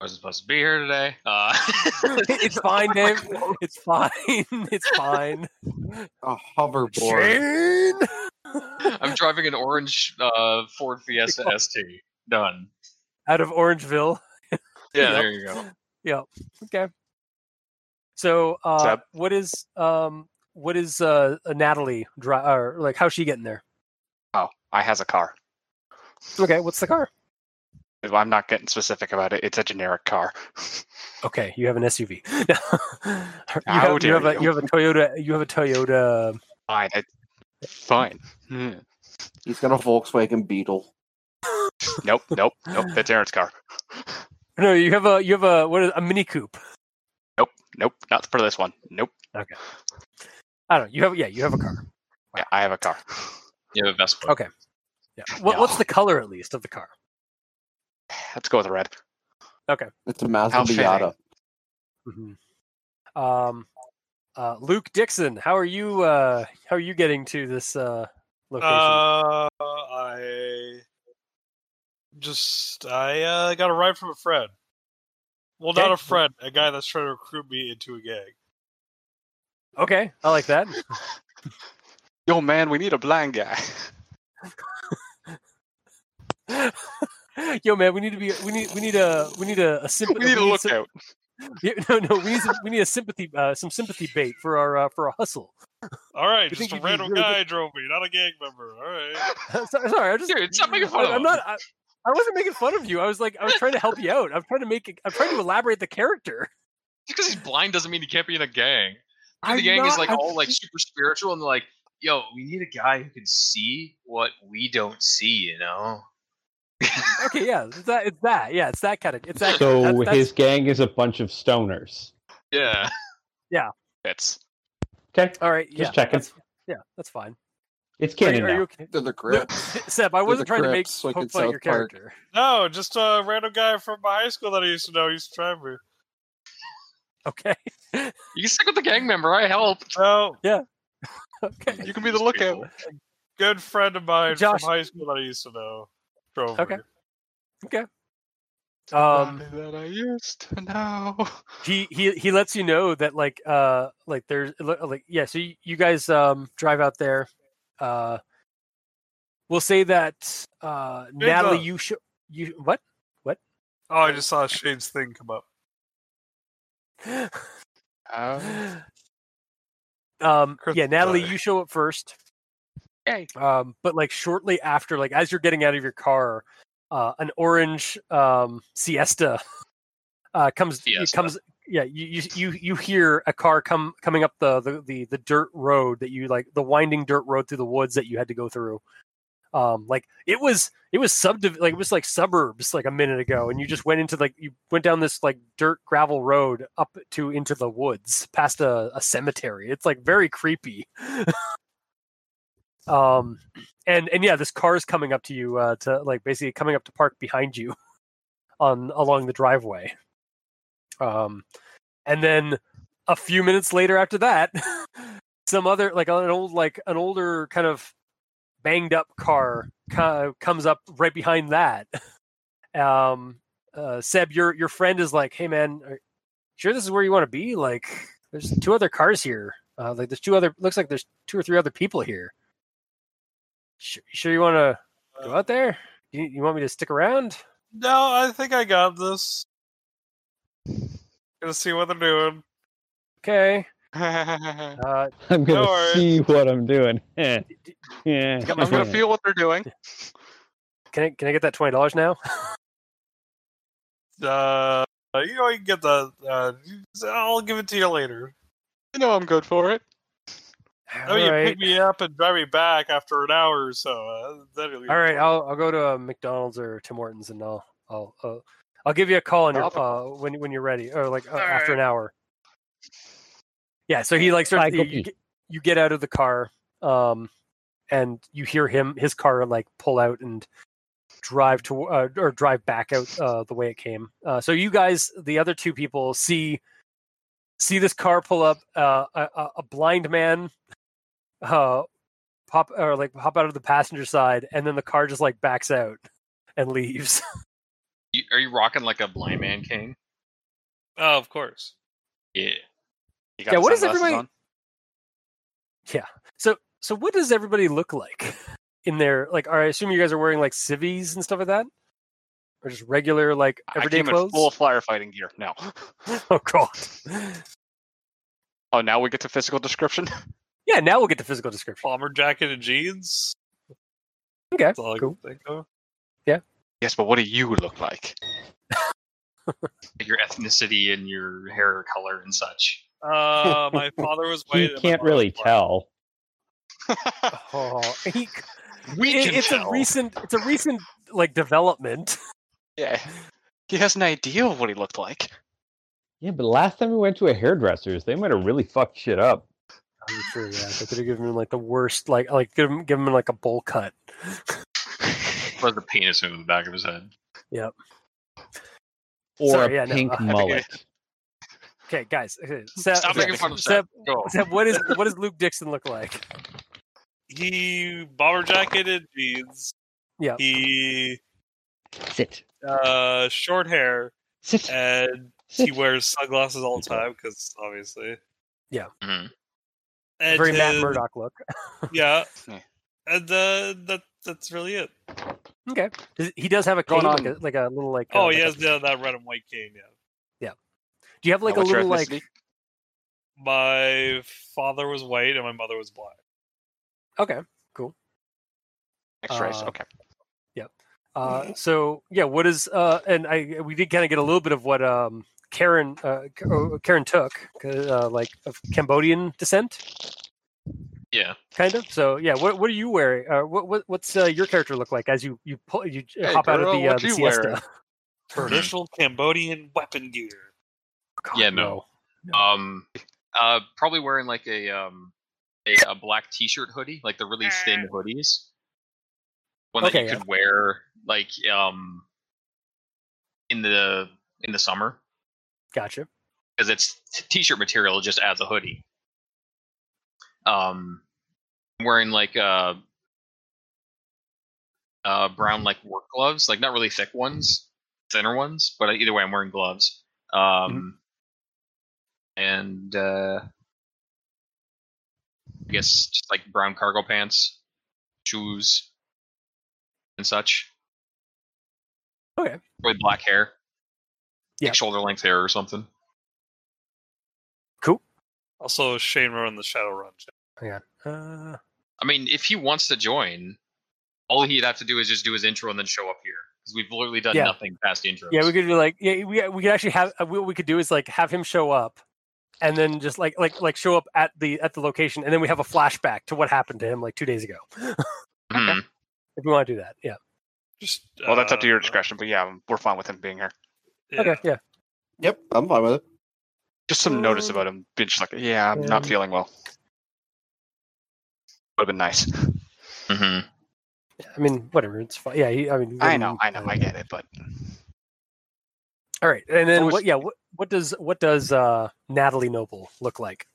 S5: I was supposed to be here today. Uh, [laughs]
S2: it's fine dave [laughs] it's fine it's fine
S3: [laughs]
S7: A hoverboard.
S2: Shane!
S5: I'm driving an orange uh, Ford Fiesta ST. Done.
S2: out of orangeville
S5: Yeah,
S2: Yep.
S5: there you go.
S2: okay so uh
S3: Seb?
S2: what is um what is uh natalie dri- or like how's she getting there
S3: Oh, [laughs] I has a car.
S2: okay what's the car
S3: If I'm not getting specific about it. It's a generic car. [laughs]
S2: okay [laughs] you have an suv you,
S3: How
S2: have, you
S3: dare
S2: have a
S3: you.
S2: you have a toyota you have a toyota
S3: Fine. I, fine. Hmm.
S7: He's got a Volkswagen Beetle.
S3: Nope. Nope. Nope. That's Aaron's car.
S2: no you have a you have a what is a mini coupe
S3: Nope. Not for this one. Nope.
S2: i don't know you have yeah you have a car
S3: Yeah, I have a car. [sighs]
S5: You have a Vespa.
S2: Okay. Yeah. What, What's the color, at least, of the car?
S3: Let's go with red.
S7: It's a Mazda
S3: How fitting.
S7: Miata.
S2: Um, uh, Luke Dixon, how are you? Uh, how are you getting to this uh, location?
S8: Uh, I just I uh, got a ride from a friend. Well, not
S2: Okay.
S8: a friend, a guy that's trying to recruit me into a gang.
S2: okay, I like that. [laughs]
S3: Yo, man, we need a blind guy. [laughs]
S2: Yo, man, we need to be. We need. We need a. We need
S5: [laughs]
S2: a, a sympathy.
S3: we need a
S2: some-
S3: lookout.
S2: [laughs] yeah, no, no. We need. Some, we need a sympathy. Uh, some sympathy bait for our uh, for our hustle. [laughs]
S8: All right,
S2: You think
S8: just a
S2: you'd be
S8: random
S2: really
S8: guy drove me, not a gang member. All right.
S2: So- sorry, I'm just.
S5: Dude, stop making fun
S2: I,
S5: of
S2: I'm
S5: him.
S2: not. I, I wasn't making fun of you. I was like, I was trying to help you out. I'm trying to make. it- I'm trying to elaborate the character.
S5: Just because he's blind doesn't mean he can't be in a gang.
S2: I'm
S5: the gang is
S2: not-
S5: like
S2: I'm-
S5: all like super spiritual and like, yo, we need a guy who can see what we don't see, you know?
S2: [laughs] Okay, yeah, it's that. It's that. Yeah, it's that kind of. It's that.
S4: So
S2: that- that's-
S4: his gang is a bunch of stoners.
S5: Yeah.
S3: It's
S4: Okay,
S2: All right. Yeah.
S4: Just checking.
S2: That's, yeah, that's fine.
S4: it's
S2: Are
S4: canon
S2: you, are you
S4: now.
S2: okay?
S7: To the grip.
S2: Seb, I wasn't
S7: the
S2: trying to make
S7: Crips, like
S2: poke
S7: in
S2: fun at your
S7: South Park.
S2: character.
S8: No, just a random guy from my high school that I used to know. He used to drive me.
S2: [laughs]
S7: [laughs]
S2: Okay.
S5: You can stick with the gang member, I help.
S8: No,
S2: Okay.
S3: You can be the [laughs] lookout.
S8: good friend of mine
S2: Josh-
S8: from high school that I used to know drove
S2: Okay.
S8: me.
S2: Um,
S3: that I used to [laughs] know.
S2: he he he lets you know that like uh like there's li- like yeah. So you, you guys um drive out there. Uh, we'll say that uh Natalie,
S8: up.
S2: you show you what?
S8: Oh, I just saw Shane's thing come up.
S3: Um,
S2: [gasps] um yeah
S8: Christopher.
S2: natalie you show up first
S3: Hey.
S2: um but like shortly after like as you're getting out of your car uh an orange um siesta uh comes it
S5: Fiesta.
S2: comes yeah you you you you hear a car come coming up the, the the the dirt road that you like the winding dirt road through the woods that you had to go through Um, like it was it was sub like it was like suburbs like a minute ago, and you just went into like you went down this like dirt gravel road up to into the woods past a, a cemetery. It's like very creepy. [laughs] um, and and yeah, this car's coming up to you uh, to like basically coming up to park behind you [laughs] on along the driveway. Um, and then a few minutes later after that [laughs] some other like an old like an older kind of banged up car co- comes up right behind that [laughs] um uh seb your your friend is like hey man are you sure this is where you want to be like there's two other cars here uh like there's two other looks like there's two or three other people here sure, sure you want to
S8: Uh,
S2: go out there you, you want me to stick around
S8: No, I think I got this. Gonna see what they're doing.
S2: okay
S3: I'm
S2: uh
S4: [laughs] I'm gonna
S8: No worries.
S4: see what I'm doing. [laughs] yeah. I'm
S3: gonna feel what they're doing.
S2: can i can i get that twenty dollars
S8: [laughs]
S2: now [sighs]
S8: Uh, you know, you can get the. Uh, I'll give it to you later.
S3: You know I'm good for it.
S8: I mean, you pick me up and drive me back after an hour or so. Uh, that'll be
S2: All right, I'll I'll go to uh, McDonald's or Tim Hortons and I'll I'll uh, I'll give you a call on your uh, when when you're ready or like uh,
S8: All
S2: after an hour. Yeah, so he like starts you,
S4: Michael
S2: you
S4: P.
S2: get- you get out of the car um and you hear him his car like pull out and drive to uh, or drive back out uh, the way it came. Uh, so you guys the other two people see see this car pull up uh, a, a- a blind man uh pop or like hop out of the passenger side and then the car just like backs out and leaves
S5: You, are you rocking like a blind man cane?
S8: Oh, of course.
S5: Yeah.
S3: You
S2: Yeah, what is
S3: sunglasses
S2: everybody-
S3: on?
S2: so so what does everybody look like [laughs] in their like are i assume you guys are wearing like civvies and stuff like that or just regular like everyday
S3: I came
S2: clothes
S3: in full firefighting gear. No. [laughs]
S2: [laughs] oh god
S3: Oh, now we get to physical description. [laughs]
S2: yeah now we'll get to physical description
S8: Bomber jacket and jeans.
S2: okay
S8: That's all I
S2: cool
S5: [laughs]
S8: can think of.
S3: yes, but what do you look like?
S5: Your ethnicity and your hair color and such.
S8: Uh, my father was white.
S4: He
S8: and my
S4: can't
S8: mother was
S4: really
S8: black.
S4: tell.
S2: oh, he-
S5: We
S2: it-
S5: can
S2: it's
S5: tell.
S2: a recent it's a recent like development [laughs]
S3: yeah. He has an idea of what he looked like.
S4: Yeah, but last time we went to a hairdresser's, they might have really fucked shit up.
S2: i'm sure yeah they could have given him like the worst like like give him give him like a bowl cut
S5: Or the penis over the back of his head.
S4: Or
S2: Sorry,
S4: a
S2: yeah, no,
S4: pink
S2: I-
S4: mullet.
S2: okay guys okay, Seb-
S5: Stop making
S2: Seb-
S5: fun of
S2: Seb,
S5: Seb. Go.
S2: Seb, what is what does Luke Dixon look like?
S8: He bomber jacket and jeans.
S2: Yeah.
S8: He
S4: Sit.
S8: uh short hair
S4: Sit.
S8: and he
S4: sit.
S8: wears sunglasses all the time because obviously.
S2: Yeah.
S3: Mm-hmm.
S5: Mhm.
S8: And
S2: Very Matt
S8: his-
S2: Murdock look.
S8: Yeah.
S3: [laughs] Yeah.
S8: And uh, that that's really it.
S2: Okay, Does- he does have a cane,
S3: Going
S2: like
S3: on.
S2: a, like a little like. uh,
S8: Oh,
S2: like
S8: he
S2: a-
S8: has the, that red and white cane. Yeah.
S2: do you have like
S3: Now,
S2: a
S3: what's your
S2: little like?
S3: ethnicity?
S8: My father was white and my mother was black.
S2: Okay,
S3: X-rays.
S2: uh,
S3: okay. Mm-hmm.
S2: uh, so yeah, what is uh, and I we did kind of get a little bit of what um Karen uh K- oh, Karen took 'cause, uh, like of Cambodian descent,
S5: Yeah.
S2: kind of. So yeah, what what are you wearing? Uh, what what what's uh, your character look like as you you pull you
S3: Hey,
S2: hop out of
S3: girl,
S2: the, uh,
S3: what
S2: the
S3: you
S2: siesta? [laughs]
S3: wearing?
S8: Traditional Cambodian weapon gear.
S2: Oh, God,
S5: Yeah, no. Um, uh, probably wearing like a um a, a black t-shirt hoodie, like the really thin hoodies. One that
S2: Okay,
S5: you
S2: yeah.
S5: could wear like um in the in the summer
S2: Gotcha.
S5: because it's t- t-shirt material just as a hoodie. Um, wearing like uh uh brown like work gloves, like not really thick ones, thinner ones, but either way, I'm wearing gloves. Um,
S2: Mm-hmm.
S5: and uh, I guess just like brown cargo pants, shoes, and such.
S2: Okay.
S5: With black hair.
S2: Yeah.
S5: Like shoulder length hair or something.
S8: Also, Shane Run the Shadowrun.
S2: Uh,
S5: I mean, if he wants to join, all he'd have to do is just do his intro and then show up here because we've literally done
S2: Yeah.
S5: nothing past intros.
S2: Yeah, we could do like yeah, we we could actually have uh, what we could do is like have him show up, and then just like like like show up at the at the location, and then we have a flashback to what happened to him like two days ago.
S5: Mhm.
S2: if we want to do that. Yeah.
S8: Just
S3: Well, that's up to your
S8: uh,
S3: discretion, but yeah, we're fine with him being here.
S8: yeah.
S2: Okay. Yeah.
S7: Yep, I'm fine with it.
S3: Just some notice
S2: Um,
S3: about him being just like, yeah, I'm not
S2: yeah.
S3: feeling well. Would have been nice.
S5: Mm-hmm.
S2: I mean, whatever. It's fine. Yeah. He, I mean,
S3: I
S2: really-
S3: know, I know, I get it, but
S2: All right, and then
S3: Always-
S2: what? Yeah. What, what does what does uh, Natalie Noble look like?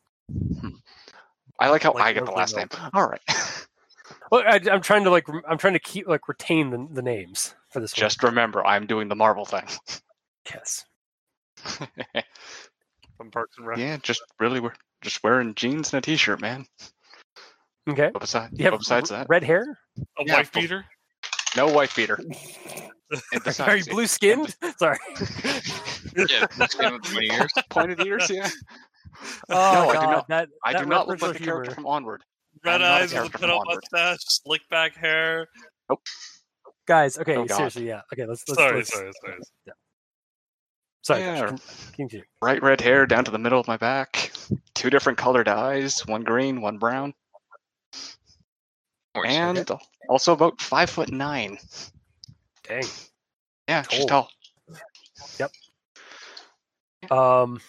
S3: I like how
S2: Like
S3: I get the
S2: Murphy
S3: last name.
S2: Milk.
S3: All right. [laughs]
S2: Well, I, I'm trying to like rem- I'm trying to keep like retain the, the names for this
S3: Just remember, I'm doing the Marvel thing. [laughs]
S2: one. Yes.
S8: From Parks and Rec.
S3: yeah, just really, we're just wearing jeans and a t-shirt, man.
S2: Okay.
S3: But besides,
S2: You have
S3: but besides
S2: r-
S3: that,
S2: red hair.
S8: A
S3: Yeah,
S8: wife
S3: cool.
S8: beater.
S3: no white
S2: [laughs]
S3: beater. And
S2: Are you
S3: besides,
S2: blue skinned? [laughs] Sorry.
S5: Yeah, that's kind of my
S7: [laughs]
S5: ears.
S3: point of the [laughs] ears, yeah.
S2: [laughs] Oh,
S3: I do
S2: God,
S3: not-
S2: That,
S3: I
S2: that
S3: do not look
S2: referential
S3: like the character
S2: humor.
S3: from Onward.
S8: Red
S3: I'm not a
S8: eyes with a
S3: character from
S8: pinup
S3: Onward.
S8: mustache, slick back hair.
S2: Guys, okay,
S3: Oh, God.
S2: seriously, yeah. Okay, let's let's
S8: sorry,
S2: let's,
S8: sorry, sorry.
S2: sorry.
S3: Yeah,
S2: Josh, con- continue.
S3: bright red hair down to the middle of my back. Two different colored eyes, one green, one brown, and also about five foot nine.
S2: Dang.
S3: Yeah, she's
S2: Tall.
S3: tall.
S2: um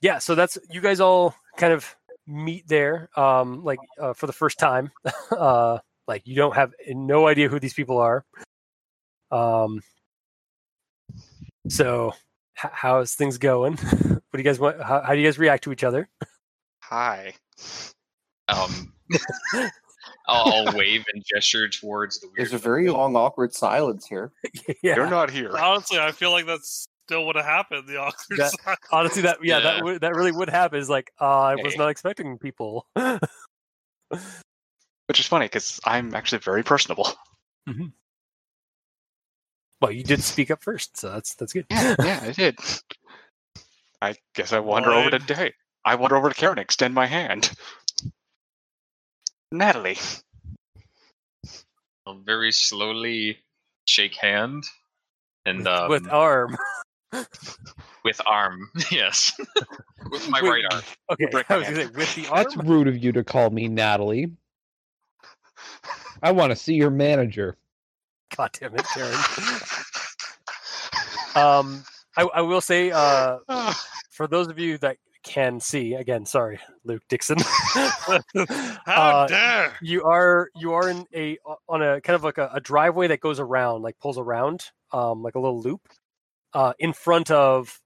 S2: yeah so that's you guys all kind of meet there um like uh, for the first time [laughs] uh like you don't have no idea who these people are um so h- how's things going [laughs] what do you guys want how, how do you guys react to each other [laughs]
S3: Hi.
S5: Um, I'll, I'll wave and gesture towards the weird.
S7: There's a very long, awkward silence here.
S2: yeah
S3: You're not here.
S8: Honestly, I feel like that's still would have happened. The awkward
S2: That-
S8: silence.
S2: [laughs] honestly that yeah, that
S5: Yeah.
S2: would that really would happen is like uh, i was
S5: Hey.
S2: not expecting people [gasps]
S3: Which is funny because I'm actually very personable.
S2: well you did speak up first so that's that's good
S3: Yeah, yeah, I did. I guess I wander over to
S8: Lloyd.
S3: Day. I wander over to Karen, extend my hand. Natalie.
S5: I'll very slowly shake hand and um,
S2: with
S5: with,
S2: arm [laughs]
S5: arm. [laughs] Yes, with my
S2: Wait,
S5: right arm.
S2: okay
S3: break
S2: i
S3: my
S2: was gonna say with
S5: [laughs]
S2: the arm
S4: That's rude of you to call me Natalie. I want to see your manager.
S2: god damn it karen um I, I will say uh for those of you that can see again sorry luke dixon [laughs]
S8: How
S2: uh,
S8: dare!
S2: you are you are in a on a kind of like a, a driveway that goes around like pulls around um like a little loop uh in front of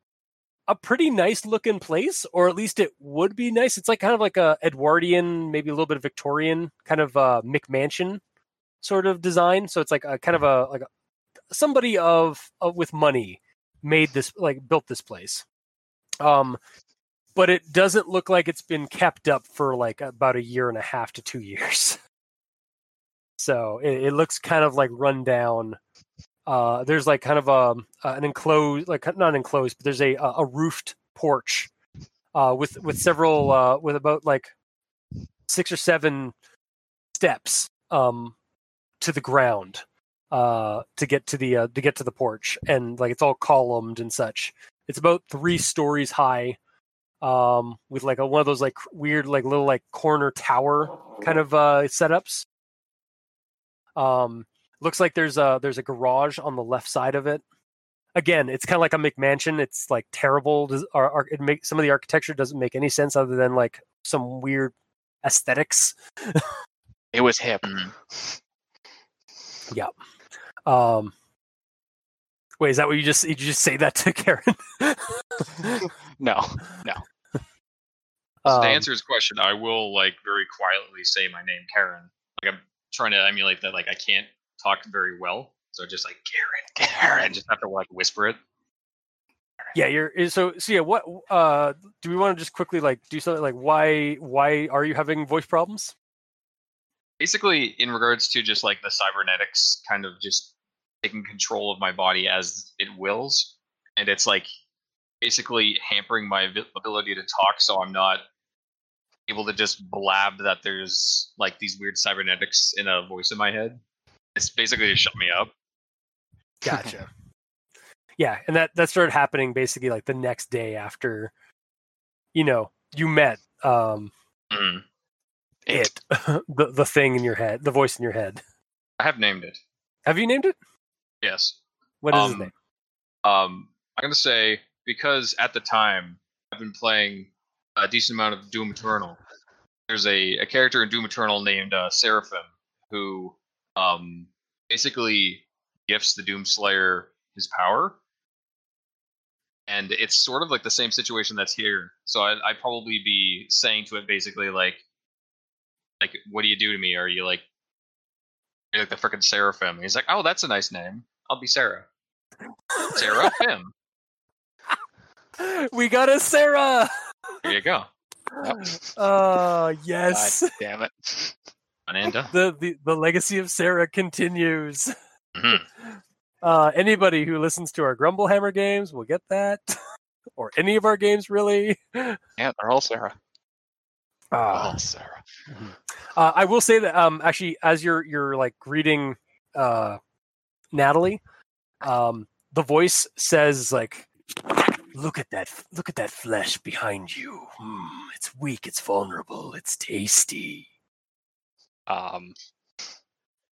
S2: a pretty nice looking place or at least it would be nice it's like kind of like a edwardian maybe a little bit of victorian kind of uh mcmansion sort of design so it's like a kind of a like a, somebody of, of with money made this like built this place um but it doesn't look like it's been kept up for like about a year and a half to two years. [laughs] So it, it looks kind of like run down. Uh, there's like kind of a an enclosed, like not enclosed, but there's a a roofed porch uh, with with several uh, with about like six or seven steps um, to the ground uh, to get to the uh, to get to the porch, and like it's all columned and such. It's about three stories high um with like a, one of those like weird like little like corner tower kind of uh setups um looks like there's a there's a garage on the left side of it again it's kind of like a mcmansion it's like terrible does- ar- ar- it make some of the architecture doesn't make any sense other than like some weird aesthetics
S3: It was him.
S5: Mhm.
S2: um wait is that what you just did you just say that to [laughs] karen
S3: No.
S5: So to
S2: Um,
S5: answer his question, I will like very quietly say my name, Karen. Like I'm trying to emulate that. Like I can't talk very well, so just like Karen, Karen. I just have to like whisper it.
S2: yeah you're is- so so yeah what uh do we want to just quickly like do something like why why are you having voice problems
S5: Basically, in regards to just like the cybernetics, kind of just taking control of my body as it wills, and it's like basically hampering my abil- ability to talk, so I'm not able to just blab that there's like these weird cybernetics in a voice in my head. It's basically to shut me up.
S2: gotcha [laughs] yeah and that that started happening basically like the next day after you know you met um
S5: Mm.
S2: [laughs] it the, the thing in your head the voice in your head
S5: I have named it.
S2: Have you named it?
S5: Yes.
S2: What is
S5: um,
S2: his name?
S5: Um, I'm gonna say because at the time I've been playing a decent amount of Doom Eternal. There's a, a character in Doom Eternal named uh, Seraphim who um, basically gifts the Doom Slayer his power, and it's sort of like the same situation that's here. So I, I'd probably be saying to it basically like, like, what do you do to me? Are you like, are you like the frickin' Seraphim? And he's like, oh, that's a nice name. I'll be Sarah. Seraphim.
S2: [laughs] We got a Sarah.
S5: There you go.
S2: Uh yes. [laughs]
S3: God oh, damn it.
S5: Done and done.
S2: The, the the legacy of Sarah continues.
S5: Mhm.
S2: [laughs] Uh anybody who listens to our Grumblehammer games will get that. [laughs] or any of our games really. [laughs] Ah,
S3: Yeah, they're all Sarah.
S2: Uh,
S3: All Sarah.
S2: Uh, I will say that um, actually, as you're you're like greeting uh, Natalie, um, the voice says like, "Look at that! Look at that flesh behind you. Hmm, it's weak. It's vulnerable. It's tasty."
S3: Um,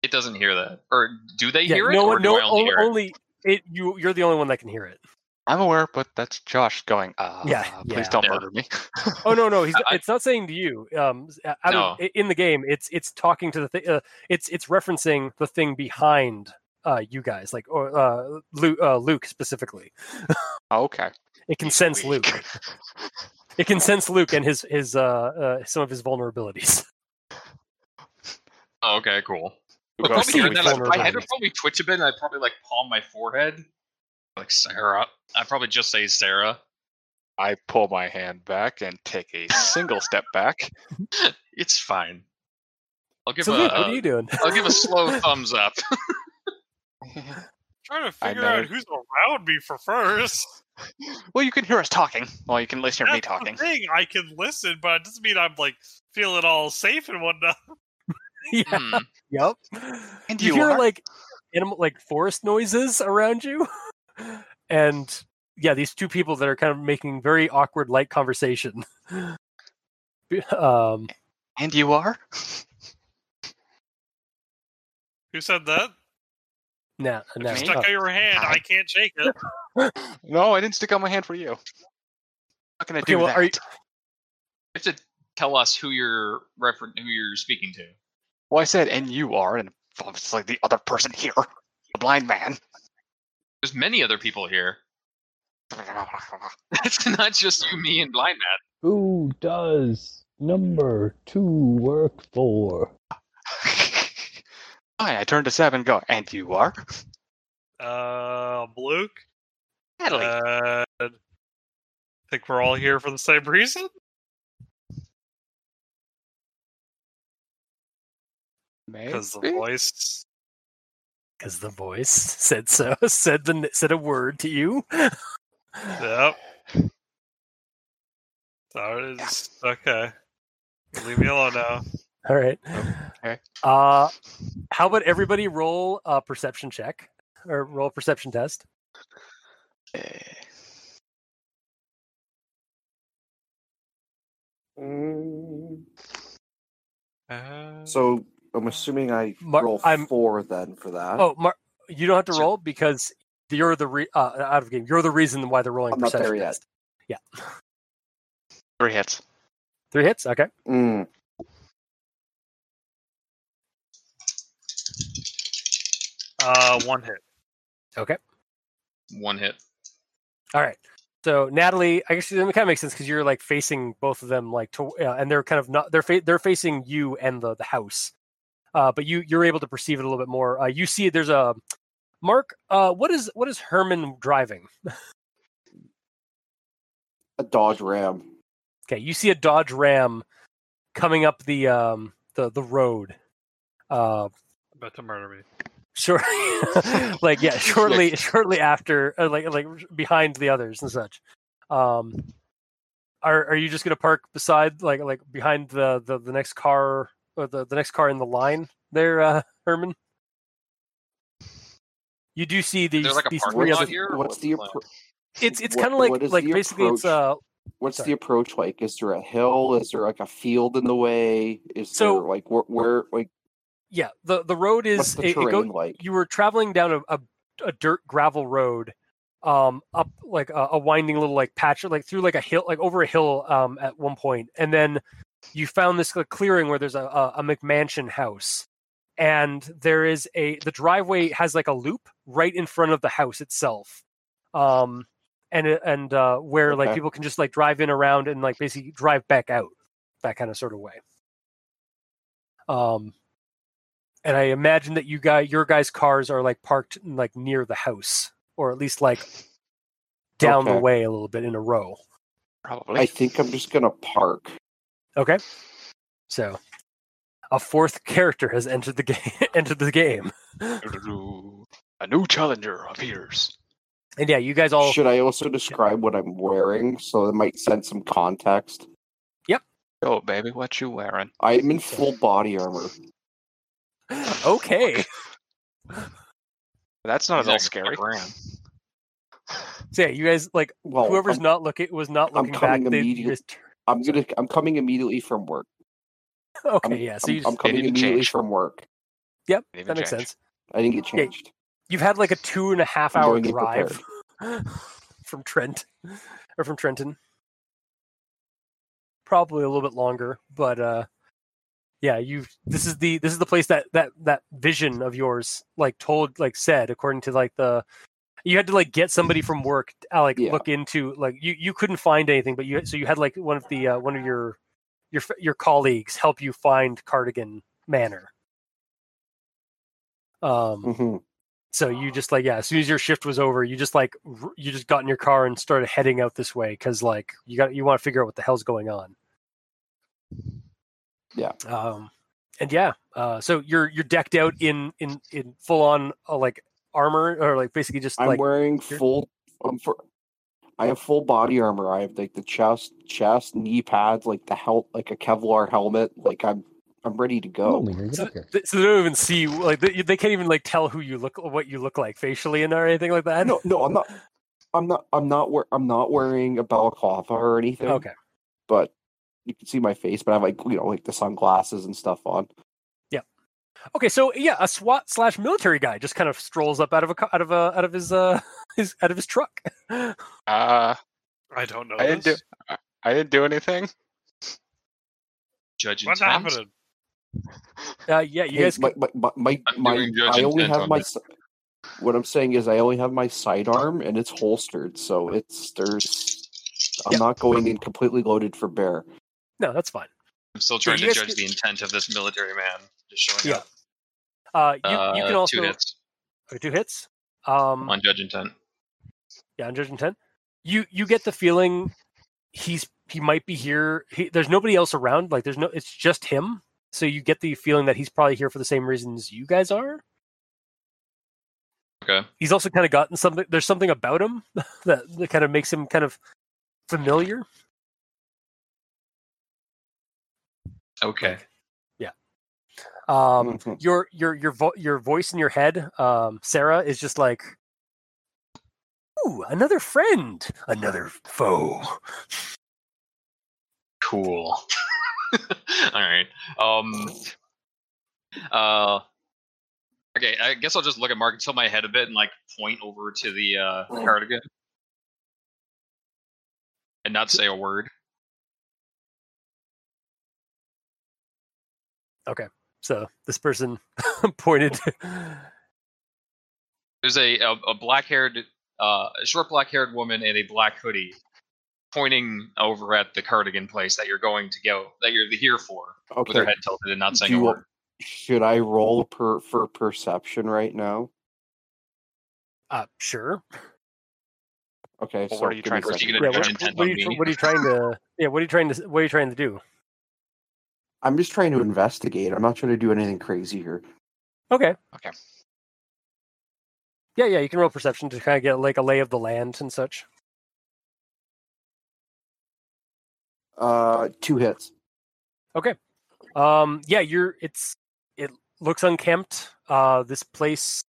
S5: It doesn't hear that. Or do they
S2: Yeah,
S5: hear it?
S2: no,
S5: or
S2: one- no,
S5: do I only
S2: on-
S5: hear it?
S2: only it. You, you're the only one that can hear it.
S3: I'm aware, but that's Josh going. Uh,
S2: Yeah,
S3: please
S2: yeah.
S3: don't
S5: Yeah.
S3: murder me.
S2: Oh no, no, he's,
S5: [laughs] I-
S2: it's not saying to you. Um, s- out of- in the game, it's it's talking to the thing. Uh, it's it's referencing the thing behind uh, you guys, like or uh, Luke, uh, Luke specifically. Oh,
S3: [laughs] okay.
S2: It can sense Luke.
S3: [laughs]
S2: It can sense Luke and his his uh, uh some of his vulnerabilities.
S5: Oh, okay, cool.
S3: Who
S5: But
S3: goes
S5: probably hearing
S2: with
S5: that, I- my
S2: vulnerability.
S5: head would probably twitch a bit, and I'd probably like palm my forehead, like Sarah. I'd probably just say Sarah.
S3: I pull my hand back and take a single step back.
S5: It's fine. I'll give
S2: so
S5: a,
S2: Luke, what
S5: a-
S2: are you doing?
S5: I'll give
S2: [laughs]
S5: a slow thumbs up. [laughs]
S8: Trying to
S3: I
S8: figure out
S3: know.
S8: who's around me for [laughs] first.
S3: Well, you can hear us talking. Well, you can at
S2: [laughs]
S3: least hear me
S8: That's the
S3: talking.
S8: thing. I can listen, but it doesn't mean I'm like feeling all safe and whatnot.
S2: yeah.
S5: Hmm.
S2: Yep.
S3: And
S2: you,
S3: you
S2: hear
S3: are?
S2: like animal like forest noises around you, [laughs] and yeah, these two people that are kind of making very awkward light conversation. [laughs] um,
S3: And you are?
S8: [laughs] Who said that?
S2: nah, nah,
S3: Me?
S2: uh,
S8: Stuck out your hand. I can't shake it.
S3: No, I didn't stick out my hand for you. Not gonna
S2: Okay,
S3: do
S2: well,
S3: that.
S2: are you-
S5: You have to tell us who you're refer- who you're speaking to.
S3: Well, I said, and you are, and obviously the other person here, the blind man. [laughs]
S5: There's many other people here. [laughs] It's not just you, me, and blind man.
S9: Who does number two work for?
S3: Hi, I turned to Seb and go, and you are?
S8: Uh, Luke.
S3: Natalie.
S8: Uh, think we're all here for the same reason. Because the
S3: Maybe?
S8: voice.
S2: because the voice said so [laughs] said the said a word to you
S8: Yep. So it is okay. Leave me alone now.
S2: all right
S3: Okay.
S2: uh how about everybody roll a perception check or roll a perception test
S3: Eh,
S7: So I'm assuming I
S2: Mar-
S7: roll
S2: I'm-
S7: four then for that.
S2: oh Mar- you don't have to
S7: Sure.
S2: roll because you're the re- uh, out of game you're the reason why they're rolling
S7: I'm not
S2: perception
S7: there yet.
S2: test
S3: Three hits.
S2: three hits okay
S7: Mm.
S8: Uh, one hit.
S5: One hit.
S2: all right so natalie i guess it kind of makes sense because you're like facing both of them like to uh, and they're kind of not they're fa- they're facing you and the the house uh but you you're able to perceive it a little bit more uh you see there's a mark uh what is what is herman driving
S7: A Dodge Ram.
S2: Okay, you see a Dodge Ram coming up the um the the road. Uh
S8: About to murder me.
S2: sure [laughs] like
S5: [laughs]
S2: yeah, shortly shortly after uh, like like behind the others and such. Um are are you just going to park beside like like behind the the, the next car or the, the next car in the line there uh [laughs] Herman? You do see these,
S5: like a
S2: these
S5: parking
S2: three
S5: lot
S2: other,
S7: the-
S5: here or
S7: what's
S5: what's
S7: the
S5: the plan?
S7: appro-
S2: it's it's
S7: what-
S2: kind of like
S7: what is
S2: like
S7: the
S2: basically it's uh
S7: approach? What's
S2: sorry.
S7: the approach like? Is there a hill? Is there like a field in the way? Is
S2: So-
S7: there like where, where like
S2: yeah, the the road is
S7: What's the
S2: it- it
S7: terrain
S2: go-
S7: like?
S2: you were traveling down a, a, a dirt gravel road um up like a, a winding little like patch like through like a hill like over a hill um at one point and then you found this like, clearing where there's a, a, a mcmansion house and there is a the driveway has like a loop right in front of the house itself um and it- and uh where like
S7: Okay.
S2: people can just like drive in around and like basically drive back out that kind of sort of way um and I imagine that you guys, your guys' cars are like parked like near the house, or at least like down the
S7: Okay.
S2: way a little bit in a row.
S3: Probably.
S7: I think I'm just gonna park.
S2: Okay, so a fourth character has entered the [laughs] game. entered the game,
S3: A new challenger appears.
S2: and yeah, you guys all.
S7: Should I also describe what I'm wearing so it might send some context?
S3: Oh, baby, what you wearing?
S7: I am in full body armor.
S2: [gasps] okay,
S3: That's not at
S5: He's
S3: all
S5: like,
S3: scary.
S5: "Fuck around."
S2: so yeah, you guys like
S7: Well,
S2: whoever's
S7: Oh, I'm,
S2: not looking was not
S7: I'm
S2: looking back.
S7: coming
S2: They you
S7: immediate-
S2: just, tur- [laughs]
S7: I'm gonna. I'm coming immediately from work.
S2: okay,
S7: I'm,
S2: yeah, so
S7: I'm-
S2: you
S7: I'm
S2: just,
S7: coming
S3: didn't
S7: immediately
S3: change.
S7: from work.
S3: Didn't even
S2: that makes
S3: change.
S2: sense.
S7: I didn't get
S2: Yeah,
S7: changed.
S2: You've had like a two and a half
S7: I'm
S2: hour
S7: going in
S2: drive [laughs] from Trent or from Trenton. Probably a little bit longer, but uh yeah, you this is the this is the place that that that vision of yours like told like said according to like the you had to like get somebody from work to, uh, like
S7: Yeah.
S2: look into like you you couldn't find anything but you so you had like one of the uh, one of your your f- your colleagues help you find Cardigan Manor. Um
S7: Mhm.
S2: so you just like yeah as soon as your shift was over you just like r- you just got in your car and started heading out this way because like you got you want to figure out what the hell's going on
S7: Yeah.
S2: um and yeah uh so you're you're decked out in in in full on uh, like armor or like basically just
S7: I'm
S2: like
S7: wearing
S2: you're-
S7: full. I'm for. I have full body armor. I have like the chest, chest, knee pads, like the help, like a Kevlar helmet. Like I'm, I'm ready to
S9: Come
S7: go.
S9: on, Leander, get
S2: so,
S9: up here.
S2: th- so they don't even see like they, they can't even like tell who you look what you look like facially and or anything like that
S7: No, no, I'm not. I'm not. I'm not. Wear, I'm not wearing a balaclava or anything.
S2: okay
S7: but you can see my face. But I have like you know like the sunglasses and stuff on.
S2: Okay, so yeah, a SWAT slash military guy just kind of strolls up out of a ca- out of a out of his uh [laughs] his out of his truck.
S3: Uh,
S8: I don't know.
S3: I didn't do.
S8: this.
S3: I- I didn't do anything.
S5: Judge
S8: What's
S5: intent.
S8: happening?
S2: Uh, yeah, you
S7: Hey,
S2: guys.
S7: my, my, my, my,
S5: I'm
S7: my-
S5: doing Judge
S7: I only
S5: Intent
S7: have
S5: on
S7: my.
S5: this.
S7: si- What I'm saying is, I only have my sidearm and it's holstered, so it's there's. I'm
S2: Yeah.
S7: not going in completely loaded for bear.
S2: No, that's fine.
S5: I'm still trying
S2: you
S5: to
S2: guys
S5: judge
S2: could-
S5: the intent of this military man just showing
S2: Yeah.
S5: up.
S2: Uh, you,
S5: uh,
S2: you can also
S5: two hits
S2: okay, two hits. Um,
S5: on judge intent.
S2: yeah, on judge intent. You you get the feeling he's he might be here. He, there's nobody else around. Like there's no. It's just him. So you get the feeling that he's probably here for the same reasons you guys are.
S5: Okay.
S2: He's also kind of gotten something. There's something about him [laughs] that, that kind of makes him kind of familiar.
S5: Okay.
S2: Um,
S7: Mhm.
S2: your your your vo- your voice in your head, um, Sarah, is just like, "Ooh, another friend, another foe."
S5: Cool. [laughs] All right. Um. Uh. Okay. I guess I'll just look at Mark and tilt my head a bit and like point over to the uh, cardigan and not say a word.
S2: So this person [laughs] pointed.
S5: There's a a, a black haired, uh, a short black haired woman in a black hoodie pointing over at the cardigan place that you're going to go that you're here for with her
S7: Okay.
S5: head tilted and not saying
S7: Do
S5: a
S7: you
S5: word.
S7: Should I roll per for perception right now?
S2: uh, sure.
S7: Okay.
S3: Well,
S7: so
S3: what are you
S7: give
S3: trying to
S7: me a
S5: Or is she
S2: Yeah, what,
S5: gonna judge intent
S7: second.
S2: what are
S5: on
S2: you, tr-
S5: me?
S2: what are you trying to? Yeah, what are you trying to? What are you trying to do?
S7: I'm just trying to investigate. I'm not trying to do anything crazy here.
S2: Okay.
S3: Okay.
S2: Yeah, yeah, you can roll perception to kind of get like a lay of the land and such.
S7: Uh, two hits.
S2: Um, yeah, you're. It's it looks unkempt. Uh, this place,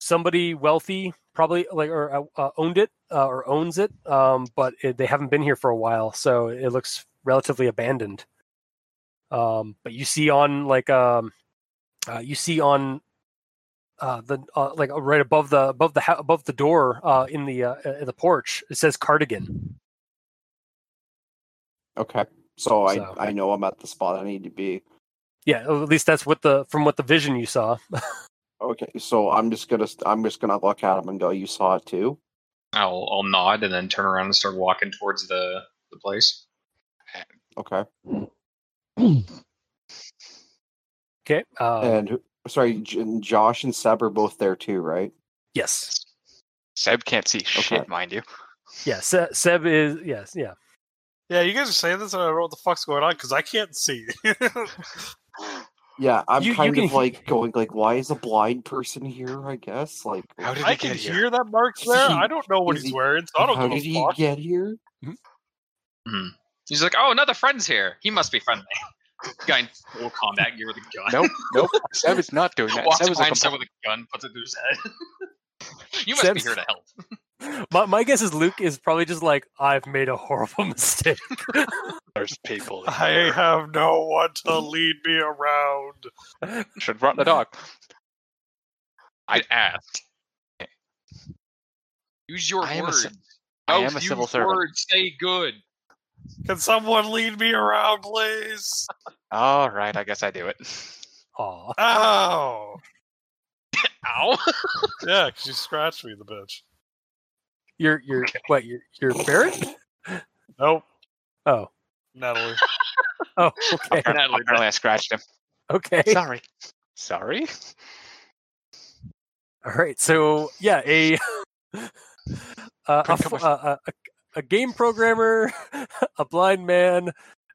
S2: somebody wealthy probably like or uh, uh, owned it uh, or owns it. Um, but it, they haven't been here for a while, so it looks relatively abandoned. Um, but you see on like um uh, you see on uh, the uh, like uh, right above the above the hou- above the door uh, in the uh, in the porch. It says cardigan.
S7: Okay. So I
S2: So-
S7: I know I'm at the spot I need to be.
S2: Yeah, at least that's what the from what the vision you saw. [laughs]
S7: Okay. So I'm just gonna st- I'm just gonna look at him and go, "You saw it too."
S5: I'll I'll nod and then turn around and start walking towards the the place.
S7: Okay.
S2: Okay. Uh,
S7: and who- sorry, J- and Josh and Seb are both there too, right?
S2: yes.
S3: Seb can't see shit, mind you.
S2: Yeah. Se- Seb is yes. Yeah.
S8: Yeah, you guys are saying this, and I don't know what the fuck's going on because I can't see. [laughs]
S7: Yeah, I'm
S2: You- you
S7: kind
S2: can
S7: of
S2: he-
S7: like going like, why is a blind person here? I guess like,
S3: How did
S8: I
S3: he
S8: can
S3: get here?
S8: hear that mark's there. I don't know what
S7: Is
S8: he's
S7: he-
S8: wearing, so I
S7: how
S8: don't
S7: did
S8: give
S7: he
S8: a fuck.
S7: get here?
S5: He's like, oh, another friend's here. He must be friendly. [laughs] Guy in full combat gear with a gun.
S3: [laughs] Nope, nope. Seb is not doing that.
S5: [laughs] Walks
S3: Seb is a
S5: behind someone
S3: complete
S5: with a gun, puts it through his head. [laughs] you must
S2: Seb's-
S5: be here to help.
S2: My my guess is Luke is probably just like I've made a horrible [laughs] mistake.
S3: There's people.
S8: [laughs] I have no one to lead me around.
S3: Should run the dog.
S5: I asked. Use your
S3: I am a
S5: words.
S3: ci- I
S5: Oh,
S3: am a
S5: use
S3: civil servant.
S5: words. Stay good.
S8: Can someone lead me around, please?
S3: All right, I guess I do it.
S2: Aw.
S8: Ow!
S5: Ow.
S8: Yeah, because you scratched me, the bitch.
S2: You're you're what you're you're Barrett?
S8: Nope,
S2: Oh.
S8: Natalie.
S2: Oh. Okay.
S3: [laughs]
S5: Natalie,
S3: Apparently, I scratched him.
S2: Okay.
S3: Sorry. Sorry.
S2: All right. So yeah, a [laughs] uh, a,
S3: Quick,
S2: f-
S3: come
S2: uh,
S3: on.
S2: a, a a game programmer, [laughs] a blind man,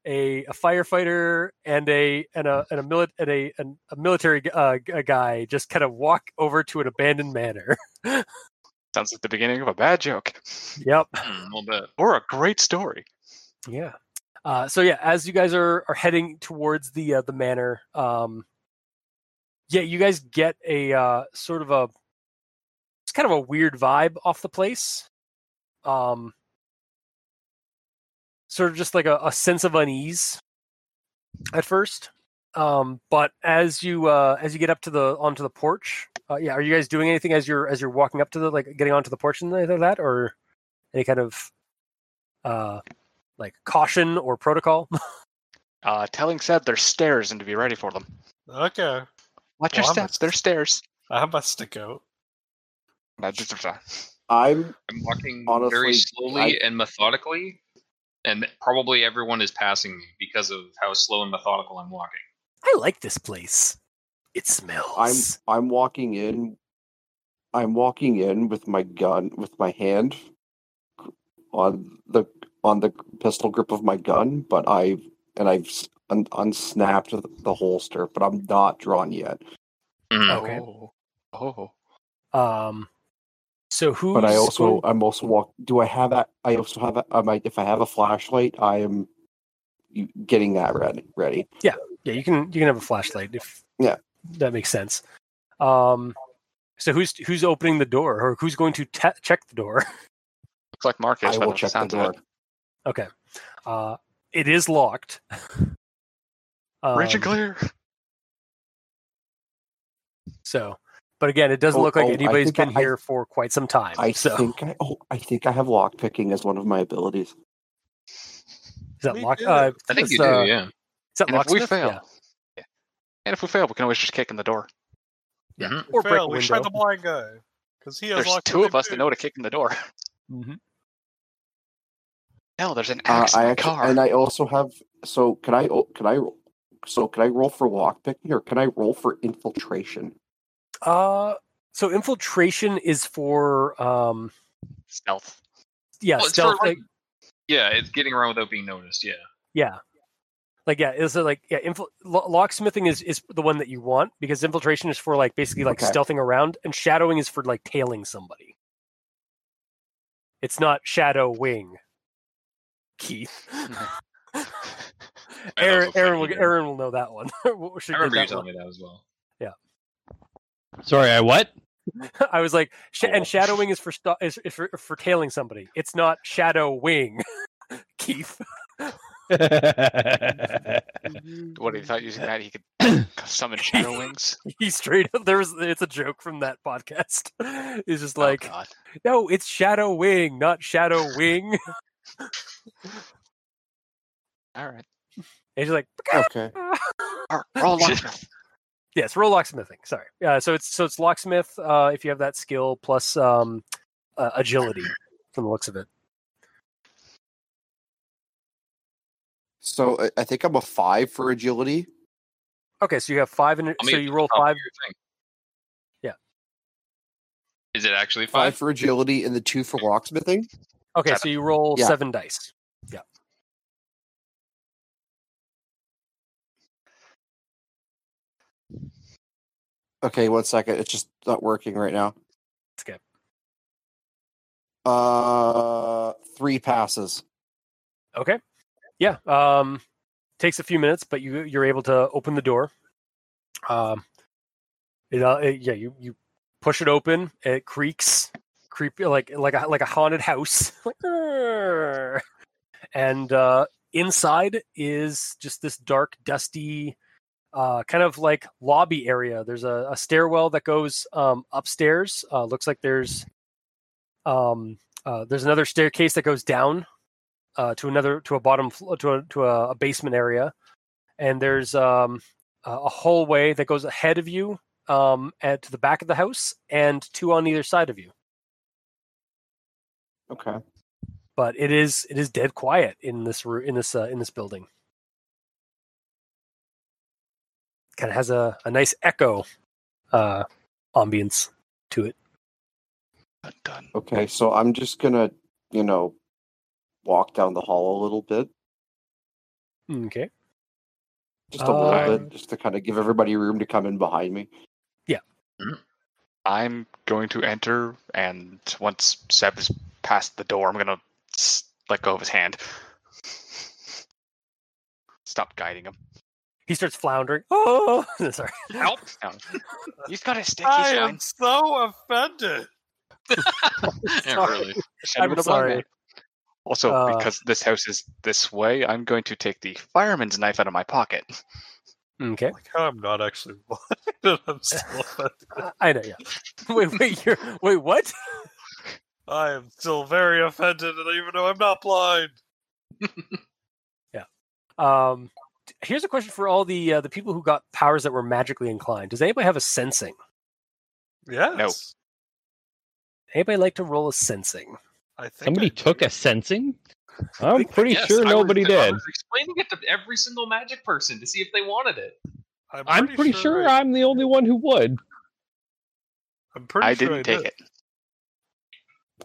S2: a, a firefighter, and a and a and a, mili- and a, an, a military gu- uh, g- a guy just kind of walk over to an abandoned manor. [laughs]
S3: Sounds like the beginning of a bad joke.
S2: Yep.
S5: hmm, a little bit.
S3: Or a great story.
S2: Yeah. Uh, so yeah, as you guys are are heading towards the uh, the manor, um, yeah, you guys get a uh, sort of a it's kind of a weird vibe off the place, um, sort of just like a, a sense of unease at first. Um, but as you uh, as you get up to the onto the porch, uh, yeah, are you guys doing anything as you're as you're walking up to the like getting onto the porch and either that or any kind of uh, like caution or protocol? [laughs]
S3: Uh, telling Seb there's stairs and to be ready for them.
S8: Okay,
S3: Watch your
S8: Well, I'm-
S3: steps, there's stairs.
S8: I have my stick out.
S3: Nah, just- just- uh,
S7: I'm
S5: I'm walking
S7: Honestly,
S5: very slowly and methodically, and probably everyone is passing me because of how slow and methodical I'm walking.
S2: I like this place. It smells.
S7: I'm I'm walking in. I'm walking in with my gun with my hand on the on the pistol grip of my gun, but I and I've s- un, unsnapped the holster, but I'm not drawn yet.
S2: Okay.
S3: Oh. oh.
S2: Um, so who's
S7: But I also
S2: going-
S7: I'm also walk. Do I have that? I also have. a- I might if I have a flashlight. I am u- getting that ready. Ready.
S2: yeah, you can you can have a flashlight if
S7: Yeah.
S2: that makes sense. Um, so who's who's opening the door or who's going to te- check the door? [laughs]
S3: Looks like Marcus.
S7: I
S3: by
S7: will
S3: the
S7: check the
S3: sounds of
S7: door.
S3: it.
S2: Okay, uh, it is locked. [laughs]
S3: Reach and
S2: Um,
S3: clear.
S2: So, but again, it doesn't
S7: Oh,
S2: look like
S7: oh, I
S2: anybody's
S7: think I-
S2: been
S7: I-
S2: here for quite some time.
S7: I
S2: so
S7: think I. Oh, I think I have lock picking as one of my abilities.
S2: is that
S8: Me
S2: lock?
S8: too.
S2: Uh,
S5: I think
S2: is,
S5: you do,
S2: uh,
S5: yeah.
S2: Is that
S3: And if we
S2: locksmith?
S3: fail.
S2: Yeah.
S3: Yeah. And if we fail, we can always just kick in the door.
S2: yeah.
S5: Mhm.
S2: Or
S8: we
S2: break a
S8: failed. We
S2: window.
S8: tried the blind guy because he has
S3: There's
S8: locked
S3: two of
S8: everything
S3: us that
S8: too.
S3: know to kick in the door.
S2: Mhm.
S3: Hell, there's an
S7: Uh,
S3: axe
S7: I
S3: in the
S7: actually,
S3: car.
S7: and I also have. So can I? oh, Can I? So can I roll for lock picking or can I roll for infiltration?
S2: Uh, so infiltration is for um,
S3: Stealth.
S2: yeah,
S5: Well, it's
S2: stealth.
S5: for,
S2: like-
S5: like- Yeah, it's getting around without being noticed, yeah.
S2: Yeah. Like yeah, is it like yeah, infil- lo- locksmithing is is the one that you want because infiltration is for like basically like
S7: Okay.
S2: stealthing around and shadowing is for like tailing somebody. It's not shadowing. Keith. [laughs]
S5: I know
S2: Aaron
S5: it's like
S2: Aaron will,
S5: you-
S2: Aaron will know that one. [laughs] We should
S5: I
S2: get
S5: remember you
S2: that
S5: telling
S2: one.
S5: me that as well.
S4: Sorry, I what?
S2: [laughs] I was like sh-
S3: Oh.
S2: and shadowing is for sto- is, is for, for tailing somebody. It's not shadowing. [laughs] Keith. [laughs]
S3: What he thought using that he could summon
S2: [laughs]
S3: shadow wings.
S2: he straight up there's it's a joke from that podcast. [laughs] It's just like
S3: oh, God.
S2: no, it's Shadow Wing, not Shadow Wing. [laughs] and
S3: all right,
S2: he's like,
S7: Okay.
S3: all right, we're all locked up.
S2: yes, roll locksmithing. Sorry. Uh, so it's so it's locksmith. Uh, if you have that skill plus um, uh, agility, from the looks of it.
S7: So I, I think I'm a five for agility.
S2: Okay, so you have five, and
S5: I
S2: so
S5: mean,
S2: you roll
S5: top of
S2: five.
S5: your thing.
S2: Yeah.
S5: Is it actually
S7: Five
S5: five?
S7: for agility and the two for locksmithing.
S2: Okay, so you roll
S7: Yeah.
S2: seven dice. Yeah.
S7: Okay, one second. It's just not working right now.
S2: Okay.
S7: Uh, three passes.
S2: Okay. Yeah. Um, takes a few minutes, but you you're able to open the door. Um, it, uh, it- yeah, you you push it open. It creaks, creepy like like a like a haunted house. [laughs] Like, "Arr." and uh, inside is just this dark, dusty, uh, kind of like lobby area. There's a, a stairwell that goes um, upstairs. Uh, looks like there's um, uh, there's another staircase that goes down uh, to another to a bottom flo- to a, to a, a basement area, and there's um, a a hallway that goes ahead of you um, at to the back of the house, and two on either side of you.
S7: Okay.
S2: But it is it is dead quiet in this room in this uh, in this building. Kind of has a, a nice echo uh, ambience to it.
S3: [laughs] Dun, dun.
S7: Okay, so I'm just gonna, you know, walk down the hall a little bit,
S2: Okay.
S7: just a
S2: Uh,
S7: little bit, just to kind of give everybody room to come in behind me.
S3: I'm going to enter, and once Seb is past the door, I'm gonna s- let go of his hand. Stop guiding him.
S2: He starts floundering. [laughs] Oh, sorry.
S3: Help! No. He's got a stick. He's
S8: I
S3: fine.
S8: am so offended.
S5: [laughs] yeah,
S2: Sorry.
S5: really.
S3: Send him
S2: I'm
S3: to blind
S2: sorry.
S3: man. Also,
S2: Uh,
S3: because this house is this way, I'm going to take the fireman's knife out of my pocket.
S2: Okay.
S8: Like I'm not actually [laughs] blinded. I'm still offended.
S2: I- I know. Yeah. Wait. Wait. You're, wait. What?
S8: I am still very offended, and even though I'm not blind,
S2: Um, t- here's a question for all the uh, the people who got powers that were magically inclined. Does anybody have a sensing?
S8: yes,
S2: Anybody like to roll a sensing?
S8: I think
S4: Somebody
S8: I
S4: took
S8: do.
S4: a sensing? I'm [laughs]
S8: think-
S4: pretty
S5: Yes,
S4: sure
S5: I was-
S4: nobody
S5: I
S4: did.
S5: was explaining it to every single magic person to see if they wanted it.
S4: I'm pretty sure I'm the only one who would.
S8: I'm pretty
S3: I
S8: sure
S3: didn't take
S8: did.
S3: it,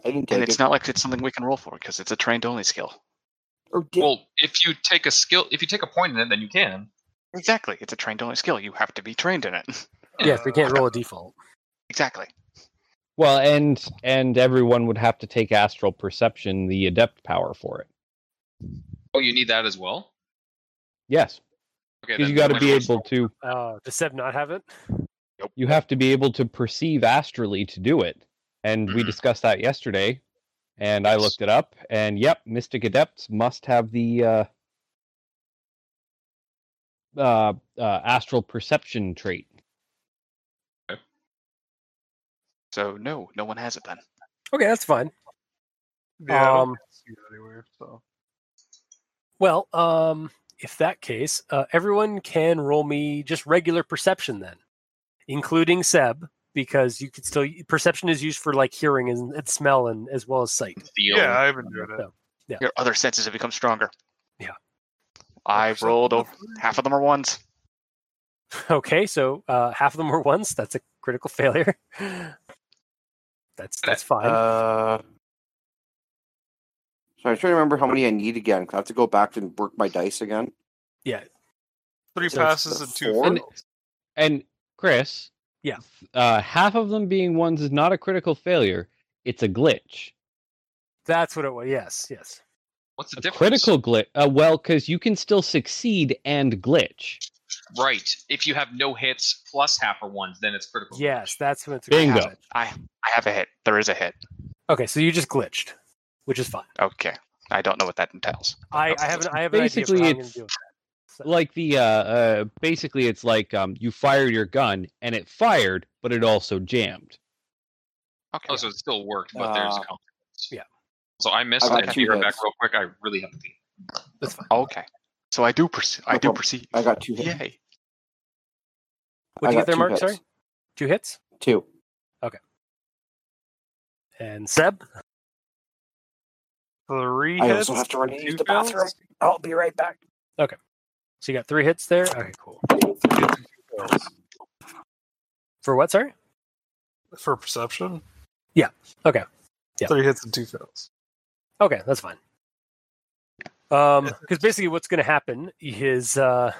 S7: I didn't
S3: and
S7: take
S3: it's
S7: it.
S3: not like it's something we can roll for because it's a trained only skill.
S7: Or did-
S5: Well, if you take a skill, if you take a point in it, then you can.
S3: Exactly, it's a trained only skill. You have to be trained in it. [laughs]
S2: Yes, we can't roll a default.
S3: Exactly.
S4: Well, and and everyone would have to take astral perception, the adept power for it.
S5: Oh, you need that as well.
S4: Yes,
S5: Okay,
S4: because
S5: then
S4: you got to
S5: my
S4: be
S5: first-
S4: able to.
S2: Uh, does Seb not have it?
S4: You have to be able to perceive astrally to do it, and we
S5: Mhm.
S4: discussed that yesterday. And I
S5: Yes.
S4: looked it up, and yep, mystic adepts must have the uh, uh, uh, astral perception trait.
S3: So no, no one has it then.
S2: Okay, that's fine.
S8: Yeah, I don't
S2: Um,
S8: see it anywhere. So
S2: Well, um, if that case, uh, everyone can roll me just regular perception then, including Seb, because you could still perception is used for like hearing and, and smell and as well as sight.
S5: Feel.
S8: yeah, I've been doing it.
S3: Your other senses have become stronger.
S2: Yeah.
S3: I
S8: Perception
S3: rolled
S8: of
S3: over. Half of them are ones.
S2: Okay, so uh, half of them were ones. That's a critical [laughs] failure. That's that's fine.
S7: Uh, so I'm trying to remember how many I need again. 'cause I have to go back and work my dice again.
S2: yeah.
S8: Three
S2: So it's
S8: passes
S7: the
S8: and two
S7: four?
S4: And-
S8: fails.
S4: And Chris,
S2: Yeah.
S4: uh, half of them being ones is not a critical failure; it's a glitch.
S2: That's what it was. Yes, yes.
S5: What's the
S4: a
S5: difference?
S4: critical glitch. Uh, well, because you can still succeed and glitch.
S5: Right. If you have no hits plus half or ones, then it's critical.
S2: Yes, that's when it's
S4: Bingo.
S2: glitch.
S3: I I have a hit. There is a hit.
S2: Okay, so you just glitched, which is fine.
S3: Okay. I don't know what that entails.
S2: I, I haven't. I have an idea for
S4: Basically,
S2: how I'm gonna
S4: it's-
S2: do it.
S4: like the uh, uh basically it's like um you fire your gun and it fired but it also jammed
S3: Okay.
S5: Oh, so it still worked, but there's
S7: Uh,
S5: a consequence.
S2: yeah.
S5: So I missed.
S7: I got
S5: I have to
S7: two
S5: be right back
S7: hits.
S5: real quick. I really have to be.
S2: That's fine.
S3: okay. So I do perceive. I
S7: No
S3: do
S7: problem.
S3: perceive.
S7: I got two hits.
S3: Yay.
S2: What do
S7: I
S2: you get
S7: got
S2: there,
S7: two
S2: Mark?
S7: hits.
S2: Sorry, two hits
S7: Two.
S2: and Seb.
S8: Three
S7: I
S8: hits.
S7: also have to run and
S8: two
S7: use the
S8: fails?
S7: bathroom. I'll be right back.
S2: So you got three hits there. Okay, cool. For what? Sorry.
S8: for perception.
S2: Yeah, okay. Yeah.
S8: Three hits and two fails.
S2: Okay, that's fine. Um, because basically, what's going to happen is uh,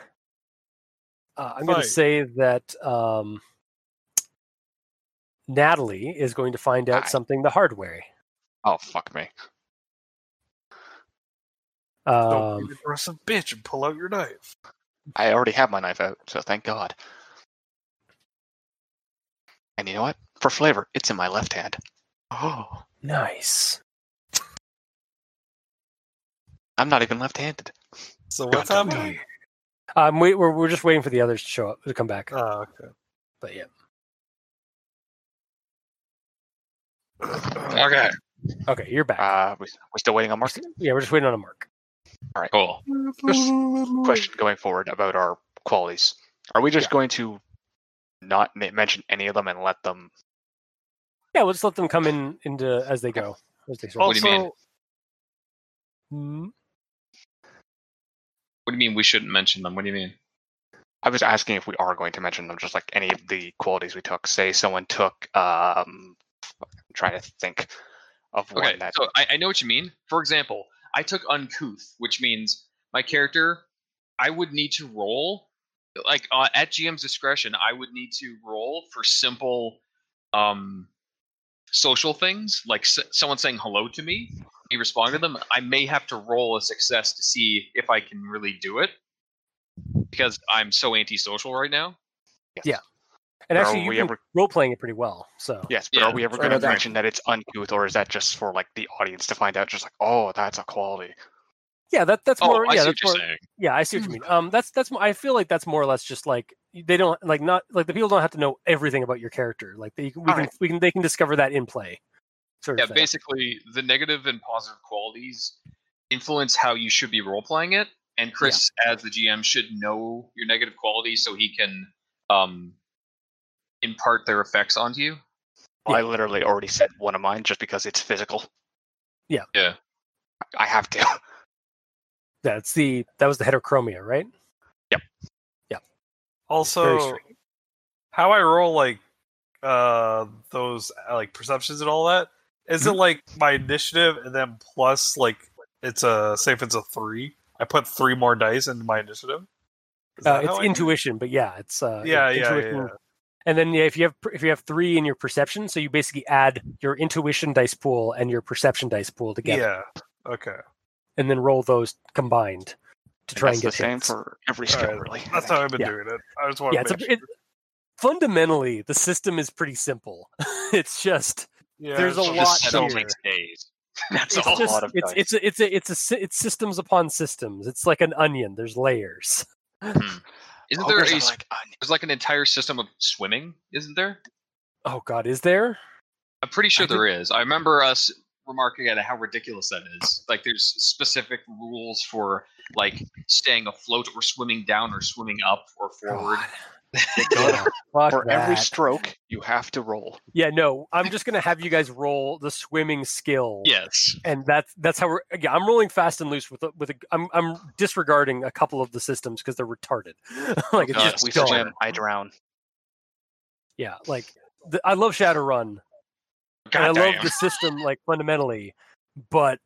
S2: uh I'm going
S8: Fight.
S2: to say that um, Natalie is going to find out
S3: Aye.
S2: something the hard way.
S3: Oh fuck me.
S8: Don't
S2: Um,
S8: be an aggressive bitch and pull out your knife.
S3: I already have my knife out, so thank God. And you know what? For flavor, it's in my left hand. Oh,
S2: nice.
S3: I'm not even left-handed.
S8: So what's
S3: God damn
S8: happening?
S2: Um, we, we're we're just waiting for the others to show up to come back.
S8: Oh, okay.
S2: But yeah.
S5: Okay.
S2: Okay, you're back.
S3: Uh, we we still waiting on Mark.
S2: yeah, we're just waiting on a mark.
S5: Cool.
S3: Just question going forward about our qualities. Are we just going to not ma- mention any of them and let them?
S2: Yeah, we'll just let them come in into as they go. As they sort
S5: What do
S2: of-
S5: you
S2: Hmm.
S5: mean? What do you mean we shouldn't mention them? What do you mean?
S3: I was asking if we are going to mention them, just like any of the qualities we took. Say someone took. Um, I'm trying to think of
S5: Okay,
S3: one that.
S5: so I, I know what you mean. For example, I took uncouth, which means my character, I would need to roll, like uh, at GM's discretion, I would need to roll for simple, um, social things, like s- someone saying hello to me, me responding to them. I may have to roll a success to see if I can really do it, because I'm so antisocial right now.
S2: And
S3: Are
S2: actually, you've
S3: we
S2: been
S3: ever-
S2: role playing it pretty well. So
S3: Yes, but
S5: Yeah,
S3: are we ever
S7: sorry
S3: going to
S7: about that.
S3: mention that it's uncouth, or is that just for like the audience to find out? Just like, oh, that's a quality.
S2: yeah, that that's
S5: Oh,
S2: more.
S5: I
S2: yeah, that's
S5: see what you're
S2: more,
S5: saying.
S2: Yeah, I see what you mean. Um, that's that's. more- I feel like that's more or less just like they don't like not like the people don't have to know everything about your character. Like they, we can
S3: Alright.
S2: we can they can discover that in play. Sort
S5: Yeah,
S2: of thing.
S5: basically, the negative and positive qualities influence how you should be role playing it. And Chris, as the GM, should know your negative qualities so he can um, impart their effects onto you.
S3: I literally already said one of mine just because it's physical.
S2: Yeah.
S5: Yeah.
S3: I have
S2: [laughs]
S3: to.
S2: That's the that was the heterochromia, right? Very
S8: Also,
S2: straight.
S8: how I roll like uh those uh, like perceptions and all that is
S2: Mm-hmm.
S8: it like my initiative and then plus like it's a say if it's a three, I put three more dice into my initiative. Is
S2: Uh,
S8: that
S2: it's
S8: how I do it?
S2: intuition, but yeah, it's uh,
S8: Yeah, yeah, yeah,
S2: intuition. And then yeah, if you have if you have three in your perception, so you basically add your intuition dice pool and your perception dice pool
S8: yeah.
S2: together,
S8: Yeah. Okay.
S2: and then roll those combined to try
S3: That's
S2: and get
S3: the same
S2: hits.
S3: for every
S8: All
S3: skill,
S8: right,
S3: really. I [laughs]
S8: That's
S3: think.
S8: how I've been
S2: Yeah.
S8: doing it. I just want
S2: yeah,
S8: to
S2: it's
S8: make
S2: a, it, fundamentally the system is pretty simple. [laughs] it's just
S8: yeah,
S2: there's a
S8: it's-
S2: lot
S5: Just so
S2: here.
S5: many days.
S3: That's
S2: it's
S3: a
S2: just
S3: lot of
S2: it's
S3: dice.
S2: it's a, it's a, it's a sy- it's systems upon systems. It's like an onion. There's layers. [laughs]
S5: Isn't there
S3: Ogres
S5: a,
S3: are
S5: s-
S3: like, "Oh,
S5: there's like an entire system of swimming? Isn't there?
S2: Oh God, is there?
S5: I'm pretty sure
S2: I
S5: there is. I remember us remarking at how ridiculous that is. Like, there's specific rules for like staying afloat or swimming down or swimming up or forward.
S2: God.
S3: you
S2: [laughs] Yeah,
S3: gotta-
S2: fuck
S3: For every
S2: that.
S3: stroke, you have to roll.
S2: yeah, no. I'm just gonna have you guys roll the swimming skill.
S5: Yes.
S2: and that's that's how we're. Yeah, I'm rolling fast and loose with a- with a. I'm I'm disregarding a couple of the systems because they're retarded. [laughs] like it's
S5: God,
S2: just
S3: we
S2: dumb.
S3: swim, I drown.
S2: Yeah, like the, I love Shadowrun. and I love the system like fundamentally, but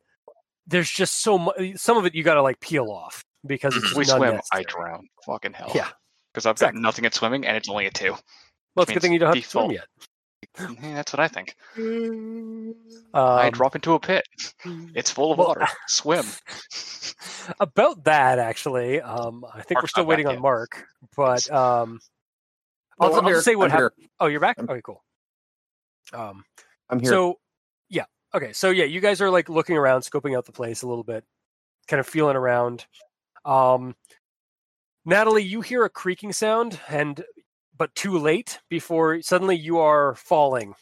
S2: there's just so much. Some of it you got to like peel off because it's just
S5: Mhm.
S3: Mm-hmm. We
S2: not
S3: swim, I
S2: necessary.
S3: drown. Fucking hell.
S2: Yeah,
S3: Because I've
S2: exactly.
S3: got nothing at swimming, and it's only
S2: [sighs]
S3: a two.
S2: well, it's a
S3: means
S2: good thing you don't have to swim
S3: default.
S2: yet.
S3: Yeah, that's what I think. I
S2: Um,
S3: drop into a pit. It's full of
S2: well,
S3: water. Swim.
S2: about that actually. Um, I think we're
S3: Mark's
S2: still
S3: not
S2: waiting
S3: back
S2: on
S3: yet.
S2: Mark, but um, I'll,
S7: No,
S2: I'll
S7: I'm
S2: just
S7: here.
S2: say what
S7: I'm here.
S2: happened. Oh, you're back.
S7: I'm-
S2: Okay, cool. Um,
S7: I'm here.
S2: so yeah, Okay, so yeah, you guys are like looking around, scoping out the place a little bit, kind of feeling around. Um, Natalie, you hear a creaking sound, and but too late before suddenly you are falling.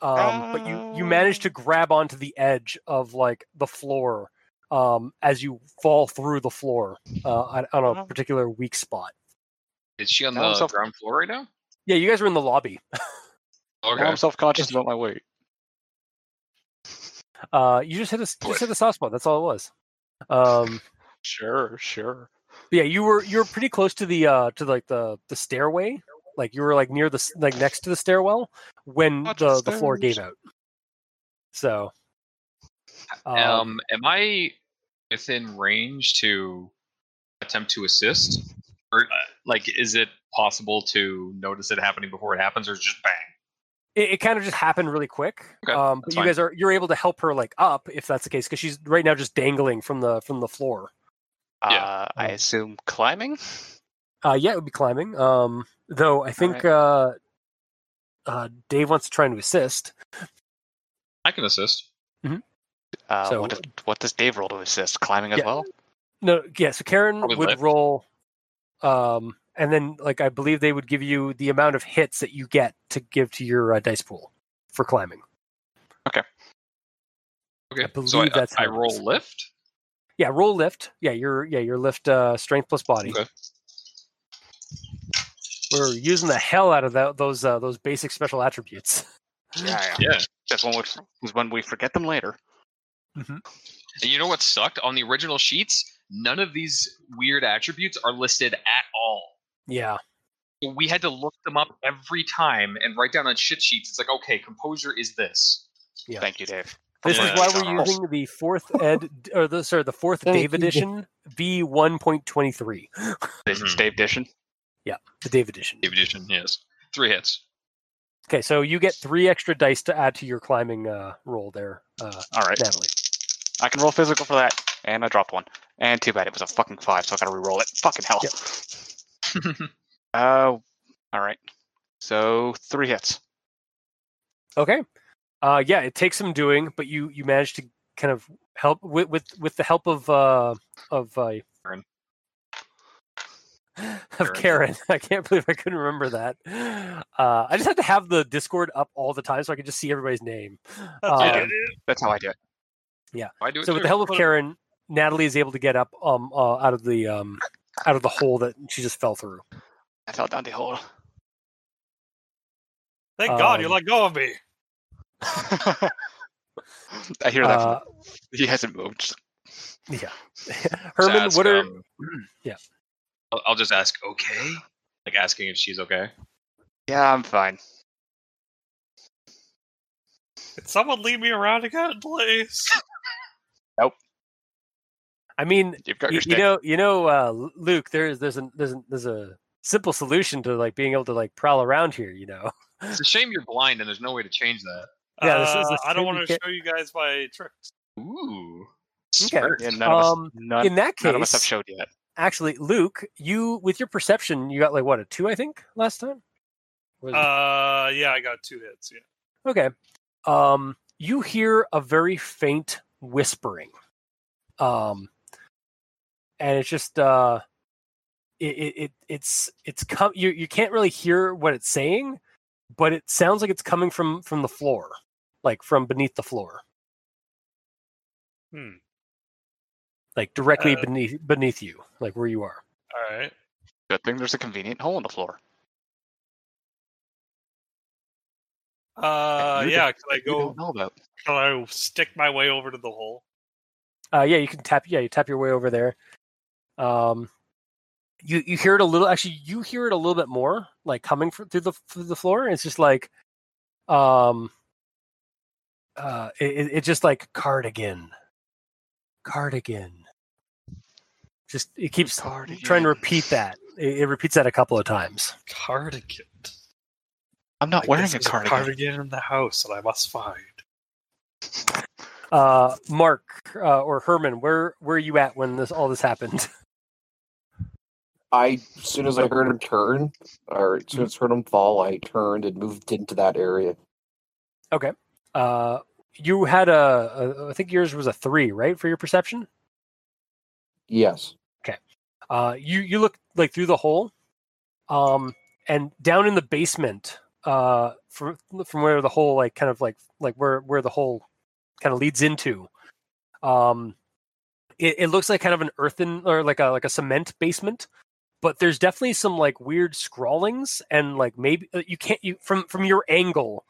S2: Um, but you you manage
S7: Um.
S2: to grab onto the edge of like the floor um, as you fall through the floor uh, on, on
S7: Oh.
S2: a particular weak spot.
S5: Is she on
S3: Now
S5: the
S3: I'm self-
S5: ground floor right now?
S2: Yeah, you guys are in the lobby.
S5: Okay.
S3: Now I'm self conscious about my weight.
S2: Uh, you just hit a just hit a soft spot. That's all it was. Um,
S3: Sure, sure.
S2: But yeah you were you were pretty close to the uh to like the the stairway like you were like near the s- like next to the stairwell when
S3: Watch
S2: the,
S3: the
S2: the floor gave
S3: stairs.
S2: out so um,
S5: Um, am I within range to attempt to assist, or uh, like, is it possible to notice it happening before it happens, or it's just bang?
S2: it, it kind of just happened really quick
S5: Okay,
S2: um but
S5: that's
S2: you
S5: fine.
S2: guys are you're able to help her like up if that's the case because she's right now just dangling from the from the floor
S5: Yeah.
S3: Uh, I assume climbing.
S2: uh yeah it would be climbing um though i think
S3: right.
S2: uh uh dave wants to try and assist
S5: I can assist.
S3: Uh,
S2: So-
S3: what, does, what does Dave roll to assist? Climbing as
S2: Yeah.
S3: well?
S2: No, yeah. So Karen
S5: Probably
S2: would
S5: lift.
S2: roll, um, and then like I believe they would give you the amount of hits that you get to give to your uh, dice pool for climbing.
S5: Okay,
S2: I
S5: so I,
S2: believe that's
S5: I
S2: how it
S5: roll
S2: is.
S5: lift.
S2: Yeah, roll lift. Yeah, your yeah your lift uh, strength plus body.
S5: Okay.
S2: We're using the hell out of tho- those uh, those basic special attributes. [laughs]
S3: Yeah, yeah.
S5: Yeah.
S3: That's when we, f- is when we forget them later.
S5: And you know what sucked on the original sheets? None of these weird attributes are listed at all.
S2: Yeah,
S5: we had to look them up every time and write down on shit sheets. It's like, okay, composure is this.
S2: Yeah.
S3: Thank you, Dave.
S2: this
S5: Yeah,
S2: is why
S5: it's
S2: we're
S3: awesome.
S2: using the fourth ed or the sorry the fourth
S9: Thank
S2: Dave
S9: you, Dave.
S2: edition V one point twenty three
S3: This
S5: Mm-hmm.
S3: is Dave Dishon.
S2: the Dave edition.
S5: Dave edition, yes. Three hits.
S2: Okay, so you get three extra dice to add to your climbing uh, roll there, uh,
S3: All right.
S2: Natalie.
S3: I can roll physical for that. And I dropped one. And too bad it was a fucking five, so I gotta re-roll it. Fucking hell.
S2: Yep.
S5: [laughs]
S3: uh, all right. So three hits.
S2: Okay. Uh, yeah, it takes some doing, but you you manage to kind of help with with, with the help of uh, of uh,
S5: Karen.
S2: [laughs] of Karen. [laughs] I can't believe I couldn't remember that. Uh, I just have to have the Discord up all the time so I can just see everybody's name.
S3: okay.
S2: Um,
S3: That's how I do it.
S5: I do it
S2: so with the
S5: too.
S2: help of Karen, Natalie is able to get up um uh, out of the um out of the hole that she just fell through.
S3: I fell down the hole. [laughs]
S8: Thank God you
S2: Um,
S8: let go of me.
S3: I hear that.
S2: Uh,
S3: from- [laughs] he hasn't moved.
S2: yeah,
S5: Just
S2: Herman,
S5: ask,
S2: what are
S5: um,
S2: Yeah.
S5: I'll, I'll just ask, okay? Like asking if she's okay.
S3: Yeah, I'm fine.
S8: Did someone leave me around again, please?
S2: I mean,
S3: You've got
S2: you, you
S3: your stick.
S2: know, you know, uh, Lu- Luke. There's there's a there's a, there's a simple solution to like being able to like prowl around here. You know,
S5: It's a shame you're blind and there's no way to change that.
S2: [laughs] Yeah, this is
S8: Uh,
S2: the
S8: I don't
S2: thing
S8: want
S2: you
S8: to
S2: can't-
S8: show you guys my tricks.
S5: Ooh.
S2: Okay. [laughs]
S5: Smart.
S3: yeah, none of us.
S2: um,
S3: None,
S2: in that
S3: none of us have
S2: case-
S3: showed yet.
S2: actually, Luke, you with your perception, you got like what a two, I think, last time. Was it-
S8: Uh, yeah, I got two hits. Yeah.
S2: okay, um, you hear a very faint whispering, um, and it's just uh, it, it, it it's it's com- you you can't really hear what it's saying, but it sounds like it's coming from from the floor, like from beneath the floor.
S8: Hmm.
S2: Like directly
S8: Uh,
S2: beneath beneath you, like where you are.
S8: All right.
S3: Good thing there's a convenient hole in the floor.
S8: Uh,
S3: You
S8: yeah. Can I
S3: You
S8: go?
S3: don't know about.
S8: Can I stick my way over to the hole?
S2: Uh, yeah, you can tap. Yeah, you tap your way over there. Um, you you hear it a little. Actually, you hear it a little bit more, like coming fr- through the through the floor. It's just like, um, uh, it, it- it's just like cardigan, cardigan. Just it keeps trying
S3: Cardigan.
S2: to repeat that. It, it repeats that a couple of times.
S8: Cardigan.
S3: I'm not
S8: Like,
S3: wearing
S8: this
S3: a
S8: is
S3: cardigan.
S8: cardigan in the house that I must find.
S2: Uh, Mark uh, or Herman, where where are you at when this all this happened? [laughs]
S7: I, as soon as I heard him turn, or as soon as I heard him fall, I turned and moved into that area.
S2: Uh, you had a, a I think yours was a three, right, for your perception.
S7: Yes.
S2: Uh, you you look like through the hole, um, and down in the basement, uh, from from where the hole like kind of like like where where the hole kind of leads into, um, it, it looks like kind of an earthen or like a like a cement basement, but there's definitely some like weird scrawlings and like maybe uh, you can't you from from your angle,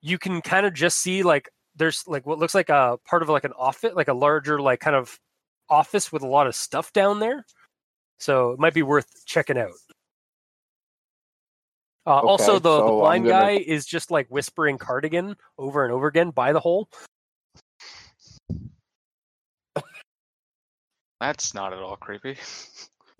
S2: you can kind of just see like there's like what looks like a part of like an office like a larger like kind of office with a lot of stuff down there so it might be worth checking out. Uh, also,
S7: Okay,
S2: the, the
S7: so I'm
S2: blind
S7: gonna-
S2: guy is just like whispering cardigan over and over again by the hole.
S3: That's not at all creepy.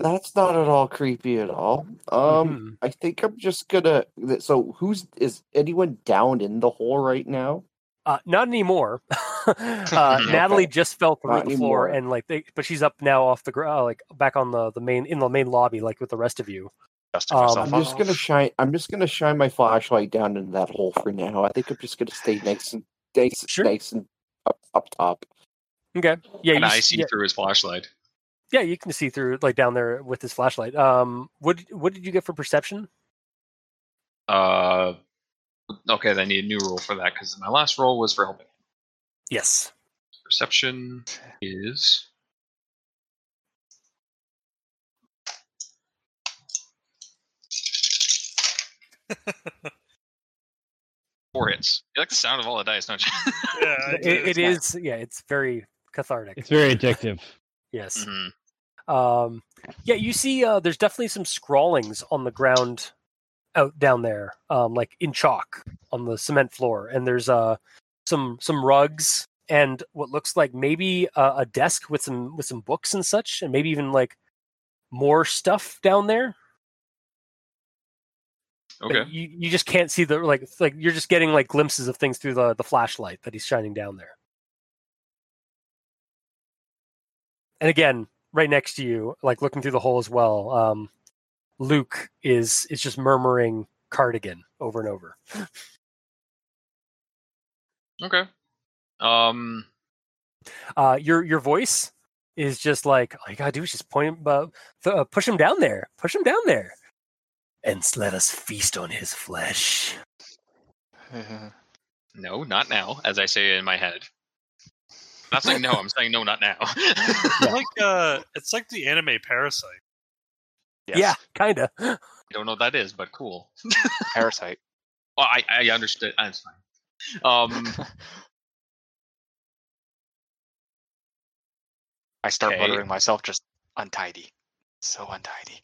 S7: That's not at all creepy at all. Um
S2: Mhm.
S7: I think I'm just gonna th- so who's is anyone down in the hole right now?
S2: Uh, not anymore. [laughs]
S5: [laughs]
S2: uh, Natalie just fell through
S7: Not
S2: the floor
S7: anymore.
S2: and like, they, but she's up now off the ground, like back on the, the main in the main lobby, like with the rest of you.
S3: Dusting
S2: Um,
S3: myself
S7: I'm
S3: off.
S7: just gonna shine I'm just gonna shine my flashlight down into that hole for now. I think I'm just gonna stay nice and nice,
S2: Sure.
S7: nice and up, up top.
S2: Okay. Yeah.
S5: and
S2: you
S5: I
S2: s-
S5: see
S2: yeah,
S5: through his flashlight.
S2: yeah. You can see through like down there with his flashlight. Um. What What did you get for perception?
S5: Uh, okay, then I need a new roll for that because my last roll was for helping.
S2: Yes.
S5: Perception
S2: [laughs]
S5: is. Four hits. You like the sound of all the dice, don't
S2: [laughs]
S5: you?
S8: Yeah,
S5: Uh,
S2: It, it is. Yeah. It's very cathartic.
S4: It's very addictive.
S2: yes.
S5: Mhm.
S2: Um, yeah, you see, uh, there's definitely some scrawlings on the ground out down there, um, like in chalk on the cement floor, and there's uh, some some rugs and what looks like maybe uh, a desk with some with some books and such, and maybe even like more stuff down there. but
S5: Okay.
S2: you, you just can't see the like like you're just getting like glimpses of things through the the flashlight that he's shining down there. And again, right next to you, like looking through the hole as well, um, Luke is is just murmuring cardigan over and over.
S5: Okay. Um.
S2: Uh, your your voice is just like "Oh all you gotta do is just point him, uh, th- uh, push him down there, push him down there, and s- let us feast on his flesh.
S5: No, not now. As I say in my head. I'm not saying no.
S2: [laughs]
S5: I'm saying no, not now.
S8: It's like uh, it's like the anime
S3: [laughs]
S8: Parasite.
S3: Yes.
S2: Yeah, kinda.
S5: [laughs] I don't know what that is, but cool.
S3: [laughs] Parasite.
S5: Well, I I understood. That's fine.
S2: [laughs]
S5: Um.
S3: I start
S5: Okay.
S3: muttering myself, just untidy. So untidy.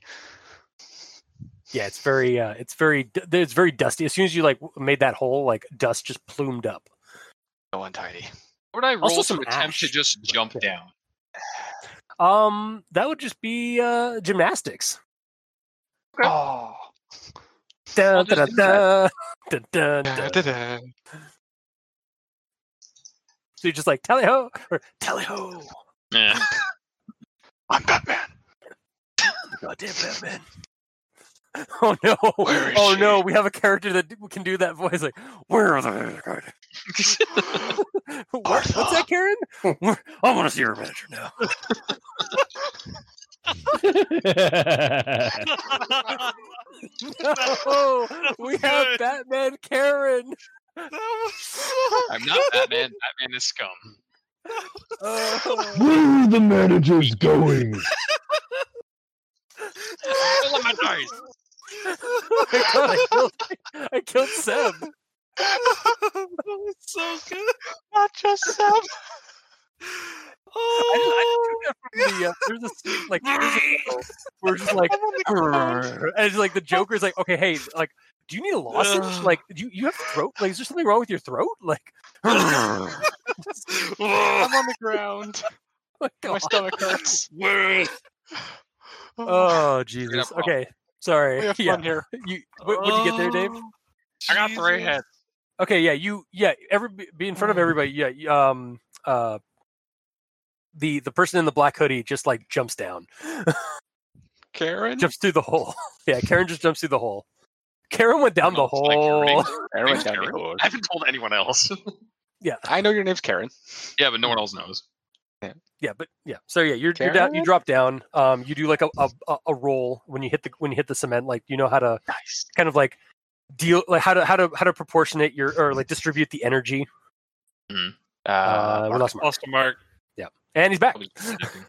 S2: Yeah, it's very, uh, it's very, d- it's very dusty. As soon as you like w- made that hole, like dust just plumed up.
S3: So untidy.
S5: What would I
S2: Also
S5: roll to
S2: some
S5: attempt
S2: ash.
S5: to just jump
S2: Yeah.
S5: down?
S2: Um, that would just be uh gymnastics.
S5: Okay.
S3: Oh.
S2: Da,
S5: I'll
S2: da, da,
S5: just
S2: da, da, da, da.
S3: Da-da-da.
S2: So you're just like tally ho or tally ho.
S5: Yeah.
S3: I'm Batman.
S2: Goddamn Batman. [laughs] Oh no!
S3: Where is
S2: Oh
S3: she?
S2: no! We have a character that d- can do that voice. Like, where are the [laughs]
S3: [laughs]
S2: what, what's that, Karen? [laughs] Where- I want to see your manager now. No, Oh,
S3: [laughs]
S2: we have
S8: Good.
S2: Batman Karen.
S8: That was-
S5: [laughs] I'm not
S2: [laughs]
S5: Batman. Batman is scum.
S3: [laughs]
S2: Oh. [laughs]
S9: Where are the managers going?
S5: All of my dice.
S2: [laughs] Oh my god, I killed, I killed Seb.
S8: that was so good.
S3: Not just Sam.
S8: Oh,
S2: The, uh, there's a scene, like
S3: [laughs]
S2: there's a scene where it's just like
S3: Oh
S2: "Grrr," and it's like the Joker's like, okay, hey, like, do you need a lozenge? Like, do you, you have throat? Like, is there something wrong with your throat? [laughs] Like,
S3: I'm on
S8: [laughs]
S3: the ground.
S2: like,
S3: My stomach hurts.
S2: [laughs] oh Jesus.
S5: problem.
S2: Okay, sorry.
S3: we have
S2: yeah.
S3: fun here.
S2: [laughs] You, what, what'd you get there, Dave?
S5: I got three
S8: Jesus.
S5: hits.
S2: Okay, yeah, you, yeah, every be in front of everybody. Yeah, you, um, uh, the the person in the black hoodie just like jumps down.
S3: Karen?
S2: jumps through the hole. [laughs] Yeah, Karen just jumps through the hole. Karen went down the
S3: Oh,
S5: Almost like her name- [laughs]
S2: hole.
S5: Thanks, Karen. I haven't told anyone else.
S2: [laughs] yeah,
S3: I know your name's Karen.
S5: Yeah, but no one else knows.
S2: yeah, but yeah. So yeah, you're, you're down. You
S3: Carrot?
S2: drop down. Um, you do like a, a a- a roll when you hit the when you hit the cement. Like you know how to
S3: Nice.
S2: kind of like deal like how to how to how to proportionate your or like distribute the energy.
S3: Uh,
S2: Uh, we
S3: Mark.
S2: lost Mark.
S10: Lost a mark.
S2: and he's back.
S5: Probably just checking.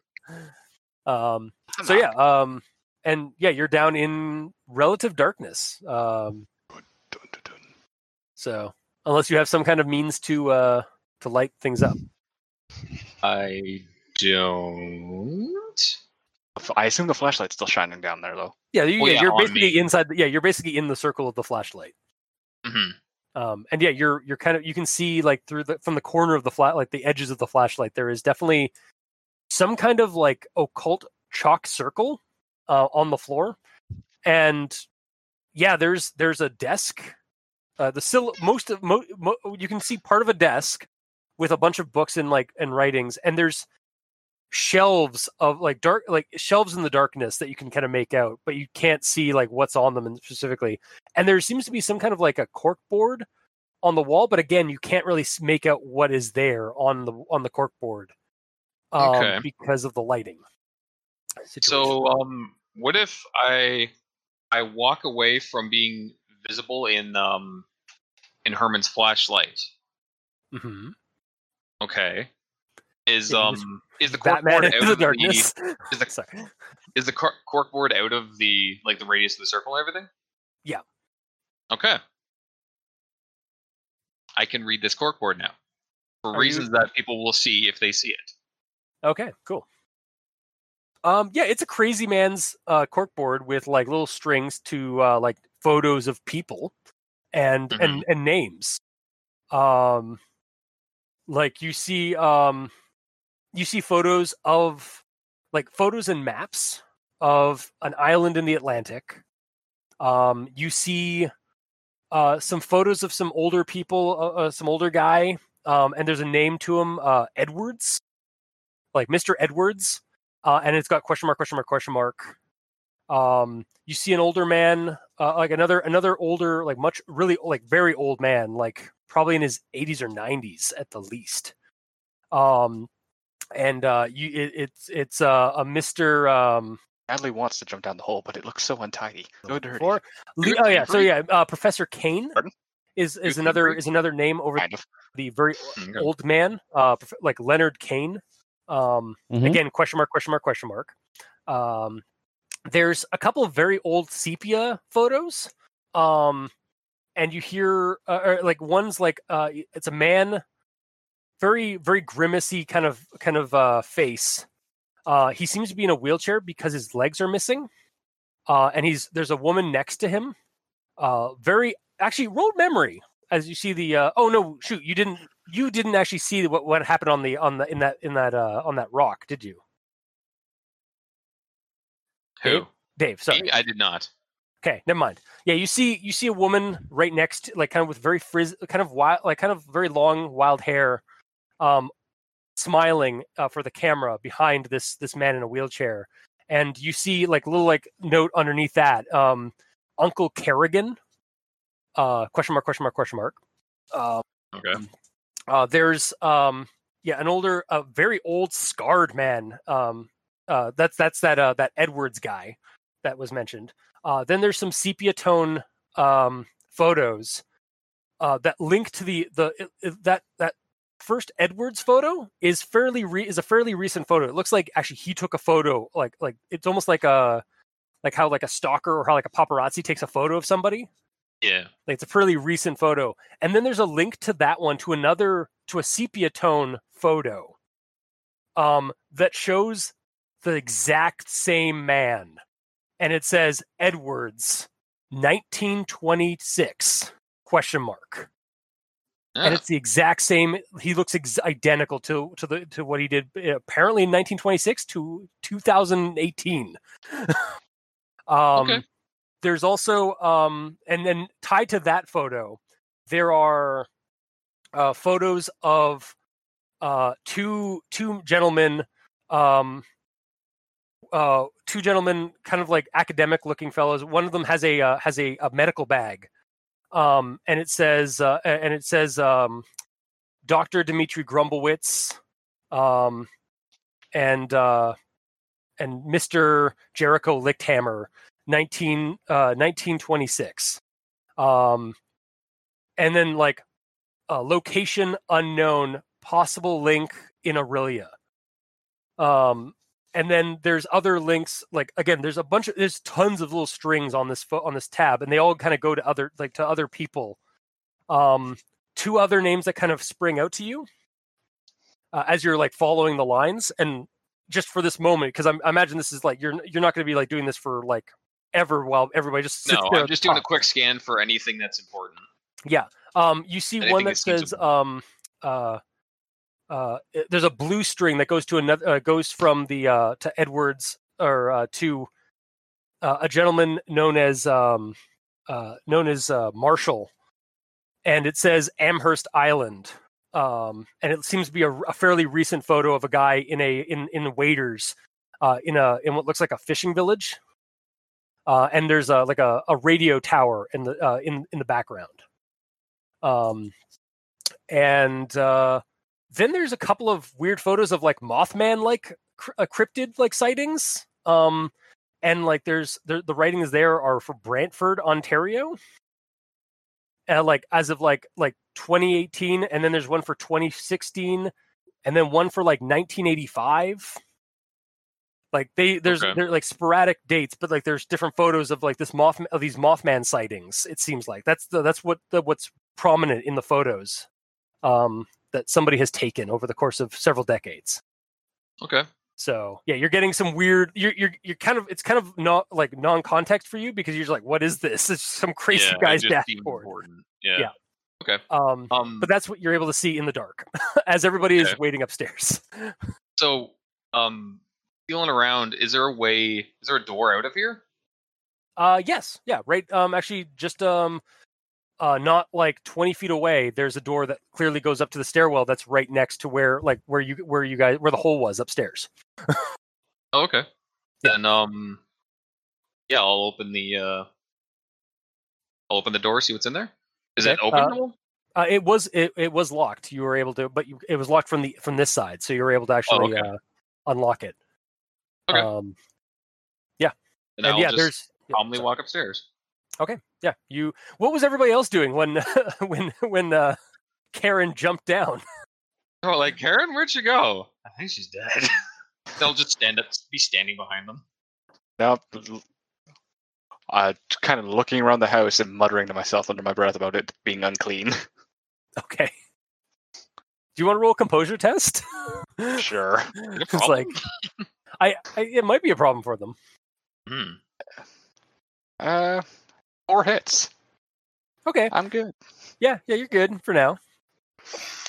S2: Um, so yeah, um, and yeah, you're down in relative darkness. Um,
S3: Dun, dun, dun.
S2: so unless you have some kind of means to uh to light things up,
S5: I don't.
S3: F- I assume the flashlight's still shining down there, though.
S2: yeah, you,
S5: Well, yeah,
S2: are
S5: on
S2: basically
S5: me.
S2: inside. The, yeah, you're basically in the circle of the flashlight.
S5: Mhm.
S2: um and yeah you're you're kind of you can see like through the from the corner of the flat like the edges of the flashlight there is definitely some kind of like occult chalk circle uh, on the floor and yeah there's there's a desk uh the sil- most of mo- mo- you can see part of a desk with a bunch of books and like and writings and there's shelves of like dark like shelves in the darkness that you can kind of make out but you can't see like what's on them specifically and there seems to be some kind of like a cork board on the wall, but again, you can't really s- make out what is there on the on the cork board um,
S5: Okay.
S2: because of the lighting. situation.
S5: So, um, what if I I walk away from being visible in um in Herman's flashlight?
S2: Mhm.
S5: Okay. Is
S2: Yeah, you just
S5: um is the
S2: Batman [laughs]
S5: corkboard out
S2: into the
S5: of the,
S2: darkness.
S5: is
S2: [laughs]
S5: the-
S2: Sorry.
S5: is the cor- corkboard out of the like the radius of the circle and everything?
S2: Yeah.
S5: Okay. I can read this corkboard now for
S2: Are you-
S5: reasons that people will see if they see it.
S2: Okay, cool. Um, yeah, it's a crazy man's uh, corkboard with like little strings to uh, like photos of people and and and names. Um, like you see, um, you see photos of like photos and maps of an island in the Atlantic. Um, you see uh, some photos of some older people, uh, uh, some older guy, um, and there's a name to him, uh, Edwards like Mr. Edwards, uh, and it's got question mark, question mark, question mark. Um, you see an older man, uh, like another another older, like much really like very old man, like probably in his 80s or 90s at the least. Um, and uh, you, it, it's it's uh, a Mr. Um,
S3: Natalie wants to jump down the hole, but it looks so untidy. So dirty.
S2: or- Le-
S5: You're
S2: oh yeah, so
S5: Humphrey?
S2: yeah, uh, Professor Kane
S5: Pardon?
S2: is is
S5: You're
S2: another
S5: Humphrey?
S2: is another name over
S3: Kind of.
S2: the very
S5: Okay.
S2: old man, uh, prof- like Leonard Kane. Um,
S4: Mhm.
S2: Again, question mark, question mark, question mark. Um, there's a couple of very old sepia photos, um, and you hear uh, or, like one's like uh, it's a man, very very grimacy kind of kind of uh, face. Uh, he seems to be in a wheelchair because his legs are missing, uh, and he's there's a woman next to him. Uh, very actually, roll memory as you see the uh, oh no shoot you didn't you didn't actually see what, what happened on the on the in that in that uh, on that rock did you
S5: Who?
S2: Dave sorry
S5: Me? I did not.
S2: okay never mind yeah you see you see a woman right next like kind of with very frizz kind of wild like kind of very long wild hair um smiling uh, for the camera behind this this man in a wheelchair and you see like little like note underneath that um uncle kerrigan uh question mark question mark question mark um
S5: Okay.
S2: Uh, there's um yeah an older a very old scarred man um uh that's that's that uh that Edwards guy that was mentioned. Uh then there's some sepia tone um photos uh that link to the the it- it- that that first Edwards photo is fairly re- is a fairly recent photo. It looks like actually he took a photo like like it's almost like a like how like a stalker or how like a paparazzi takes a photo of somebody
S5: Yeah.
S2: like it's a fairly recent photo and then there's a link to that one to another to a sepia tone photo um that shows the exact same man and it says edwards 1926 question mark and
S5: Yeah.
S2: it's the exact same he looks ex- identical to to the to what he did uh, apparently in 1926 to 2018 [laughs] um
S5: Okay.
S2: there's also um and then tied to that photo there are uh photos of uh two two gentlemen um uh two gentlemen kind of like academic looking fellows one of them has a uh, has a, a medical bag um and it says uh a- and it says um Dr. Dimitri Grumblewitz, um, and uh, and Mr. Jericho Lichthammer, 19, uh, 1926. Um, and then like uh, location unknown, possible link in Aurelia. Um, and then there's other links. Like again, there's a bunch of there's tons of little strings on this fo- on this tab, and they all kind of go to other like to other people. Um, two other names that kind of spring out to you uh, as you're like following the lines, and just for this moment, because I imagine this is like you're you're not going to be like doing this for like ever while everybody just sits
S5: No,
S2: there
S5: I'm
S2: and
S5: just doing a
S2: talks.
S5: quick scan for anything that's important.
S2: Um, you see one
S5: Anything
S2: that
S5: that seems
S2: says
S5: important.
S2: um, uh, uh, it- there's a blue string that goes to another uh, goes from the uh, to Edwards or uh, to uh, a gentleman known as um, uh, known as uh, Marshall, and it says Amherst Island. Um, and it seems to be a, a fairly recent photo of a guy in a in in waders uh, in a in what looks like a fishing village. Uh, and there's a like a, a radio tower in the uh, in in the background um and uh then there's a couple of weird photos of like mothman like cr- uh, cryptid like sightings um and like there's the, the writings there are for brantford ontario uh, like as of like like 2018 and then there's one for 2016 and then one for like 1985 like they there's
S5: Okay.
S2: they're like sporadic dates but like there's different photos of like this moth of these mothman sightings it seems like that's the that's what the what's prominent in the photos um, that somebody has taken over the course of several decades.
S5: Okay.
S2: So yeah, you're getting some weird. You're you're you're kind of it's kind of not like non-context for you because you're just like, what is this? [laughs] It's some crazy
S5: Yeah, it
S2: guy's
S5: just seemed
S2: dashboard.
S5: important. Yeah.
S2: Yeah.
S5: Okay.
S2: Um,
S5: Um,
S2: but that's what you're able to see in the dark [laughs] as everybody is
S5: Okay.
S2: waiting upstairs. [laughs]
S5: so, um, feeling around, is there a way? Is there a door out of here?
S2: Uh, yes, yeah, right. Um, actually, just um, uh, not like twenty feet away. There's a door that clearly goes up to the stairwell. That's right next to where like where you where you guys where the hole was upstairs.
S5: Oh, okay.
S2: Yeah.
S5: Then, um, yeah, I'll open the, uh, I'll open the door, see what's in there. Is it
S2: Okay,
S5: open?
S2: uh,
S5: at all?
S2: Uh, it was it, it was locked. You were able to, but you, it was locked from the from this side, so you were able to actually
S5: Oh, okay.
S2: uh, unlock it.
S5: Okay.
S2: Um,
S5: and
S2: and,
S5: I'll
S2: yeah,
S5: just
S2: there's yeah,
S5: calmly
S2: sorry.
S5: walk upstairs.
S2: Yeah, you. What was everybody else doing when [laughs] when when uh, Karen jumped down? [laughs]
S5: Oh, like Karen, where'd she go? I think she's dead. [laughs] They'll just stand up, be standing
S2: [laughs]
S5: behind them.
S3: Now, uh, kind of looking around the house and muttering to myself under my breath about it
S2: [laughs]
S3: being unclean.
S2: Okay. Do you want to roll a composure test? it's
S3: sure.
S2: [laughs] like, I, I it might be a problem for them.
S5: Hmm.
S3: [laughs] Uh, four hits.
S2: Okay.
S3: I'm good.
S2: Yeah, yeah, you're good for now.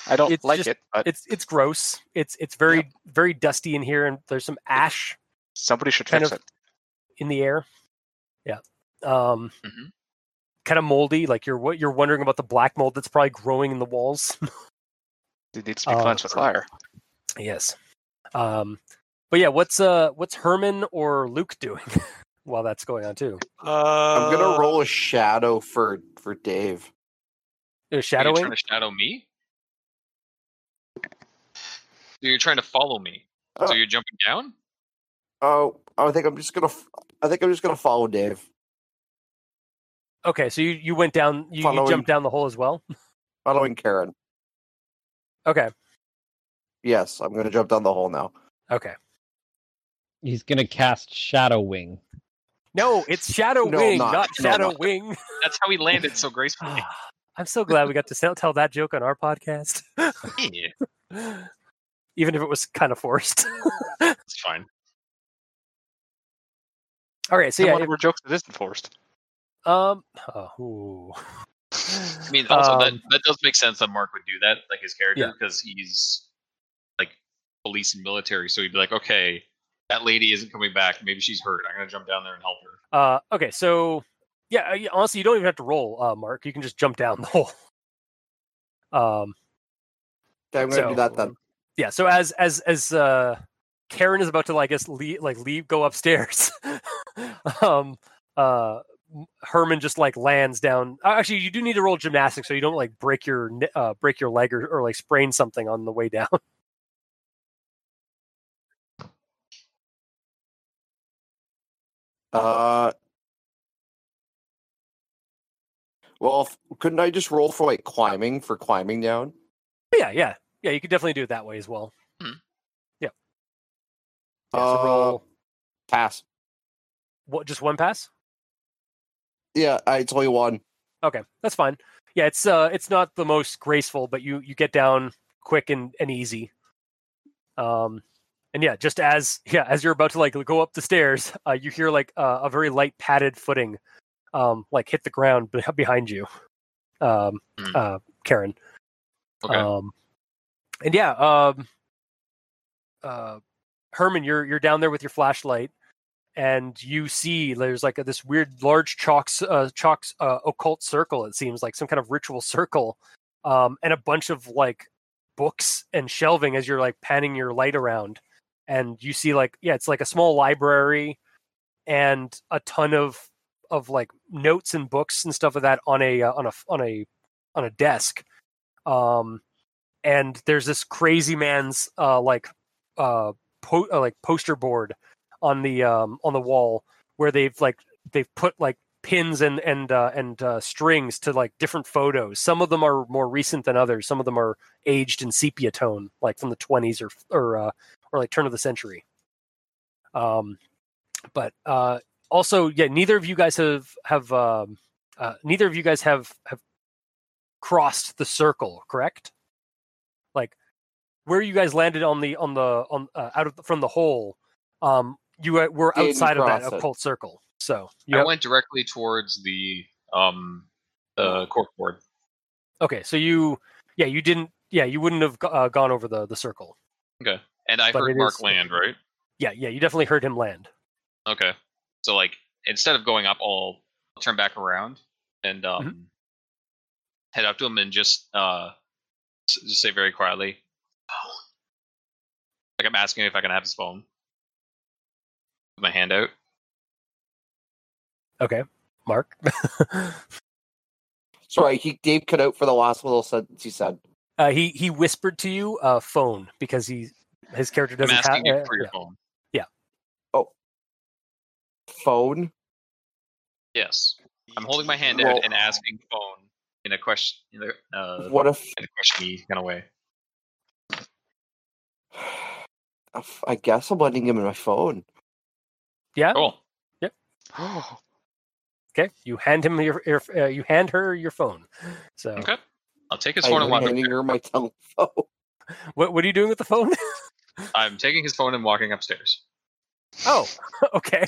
S3: I don't
S2: It's
S3: like
S2: just-
S3: it, but
S2: It's it's gross. It's it's very very dusty in here, and there's some ash
S3: somebody should
S2: kind
S3: fix
S2: of-
S3: it.
S2: in the air. Yeah. Um
S5: Mhm.
S2: kind of moldy, like you're what you're wondering about the black mold that's probably growing in the walls. [laughs]
S3: It needs to be
S2: uh,
S3: cleansed with fire.
S2: yes. Um but yeah, what's uh what's Herman or Luke doing [laughs] while that's going on too?
S8: Uh,
S7: I'm gonna roll a shadow for for Dave.
S2: They're
S5: Are you
S2: shadowing?
S5: trying to shadow me? So you're trying to follow me.
S7: Uh.
S5: so you're jumping down?
S7: Oh, I think I'm just gonna. f- I think I'm just gonna follow Dave.
S2: Okay, so you, you went down you, you
S7: Following-
S2: jumped down the hole as well?
S7: Following Karen.
S2: Okay.
S7: Yes, I'm gonna jump down the hole now.
S2: Okay.
S4: [laughs] He's gonna cast Shadow Wing.
S2: [laughs] No, it's Shadow
S7: No,
S2: Wing,
S7: not-
S2: not,
S7: no,
S2: [laughs] Shadow
S7: not.
S2: Wing.
S5: That's how he landed so gracefully.
S2: I'm so glad we got to sell- tell that joke on our podcast. [laughs]
S5: [laughs] Yeah,
S2: Even if it was kind of forced.
S5: it's fine.
S2: All right, so
S3: And
S2: yeah,
S3: one of our jokes that isn't forced.
S2: Um. oh, ooh.
S5: I mean, also that,
S2: Um,
S5: that does make sense that Mark would do that, like his character,
S2: Yeah.
S5: because he's like police and military. So he'd be like, okay, that lady isn't coming back. Maybe she's hurt. I'm gonna jump down there and help her.
S2: Uh. Okay. So, yeah. uh, y- Honestly, you don't even have to roll, uh, Mark. You can just jump down the [laughs] hole. Um.
S7: Okay, I'm gonna do that then.
S2: so- Yeah. So as as as uh, [laughs] Karen is about to, like, I guess, leave, like, leave, go upstairs. um. Uh. Herman just like lands down. uh, Actually, you do need to roll gymnastics so you don't like break your kn- uh, break your leg or, or like sprain something on the way down.
S7: Uh, well, f- couldn't I just roll for like climbing for climbing down?
S2: But yeah, yeah, yeah. You could definitely do it that way as well.
S5: Mhm.
S2: Yeah. Yeah, so roll
S7: Pass.
S2: what? Just one pass?
S7: Yeah, I tell you one.
S2: Okay, that's fine. Yeah, it's uh, it's not the most graceful, but you you get down quick and and easy. Um, and yeah, just as [laughs] yeah as you're about to like go up the stairs, uh, you hear like uh, a very light padded footing, um, like hit the ground beh- behind you, um,
S5: Hmm.
S2: uh, Karen.
S5: Okay.
S2: Um, and yeah, um, uh, Herman, you're you're down there with your flashlight, and you see there's like a, this weird large chalk s- uh, chalk s- uh, occult circle. It seems like some kind of ritual circle, um, and a bunch of like books and shelving as you're like panning your light around, and you see like yeah, it's like a small library, and a ton of of like notes and books and stuff of that on a uh, on a on a on a desk um and there's this crazy man's uh like uh, po- uh like poster board on the um on the wall where they've like they've put like pins and and uh, and uh, strings to like different photos some of them are more recent than others some of them are aged in sepia tone like from the 20s or or uh, or like turn of the century um but uh also yeah neither of you guys have have um uh, neither of you guys have have crossed the circle, correct? Like where you guys landed on the on the on uh, out of from the hole, um, you were- were
S7: Didn't
S2: outside of that
S7: cross it.
S2: occult circle. So you
S5: I
S2: have-
S5: went directly towards the um the cork board.
S2: okay, so you yeah you didn't yeah you wouldn't have go- uh, gone over the the circle.
S5: And I
S2: But
S5: heard
S2: it
S5: Mark
S2: is-
S5: land, right?
S2: Yeah, yeah, you definitely heard him land.
S5: Okay. So like instead of going up, I'll I'll turn back around and um
S2: Mm-hmm.
S5: head up to him and just uh s- just say very quietly, [sighs] "Phone." Like I'm asking if I can have his phone. With my hand out.
S2: Mark, [laughs]
S7: Sorry, he Dave cut out for the last little sentence he said.
S2: uh, he he whispered to you uh, phone because he his character
S5: I'm
S2: doesn't have.
S5: asking you for your
S2: uh, yeah.
S5: phone.
S7: Phone.
S5: Yes. I'm holding my hand
S7: Well-
S5: out and asking phone in a question in a uh
S7: What if
S5: in a questiony kind of way.
S7: I guess I'm letting him in my phone?
S2: yeah.
S5: Cool.
S2: Okay, you hand him your, your uh, you hand her your phone. So
S5: Okay. I'll take his phone
S7: I'm
S5: and walk.
S7: handing her my telephone. [laughs]
S2: what what are you doing with the phone? [laughs]
S5: I'm taking his phone and walking upstairs.
S2: Oh, [laughs] okay.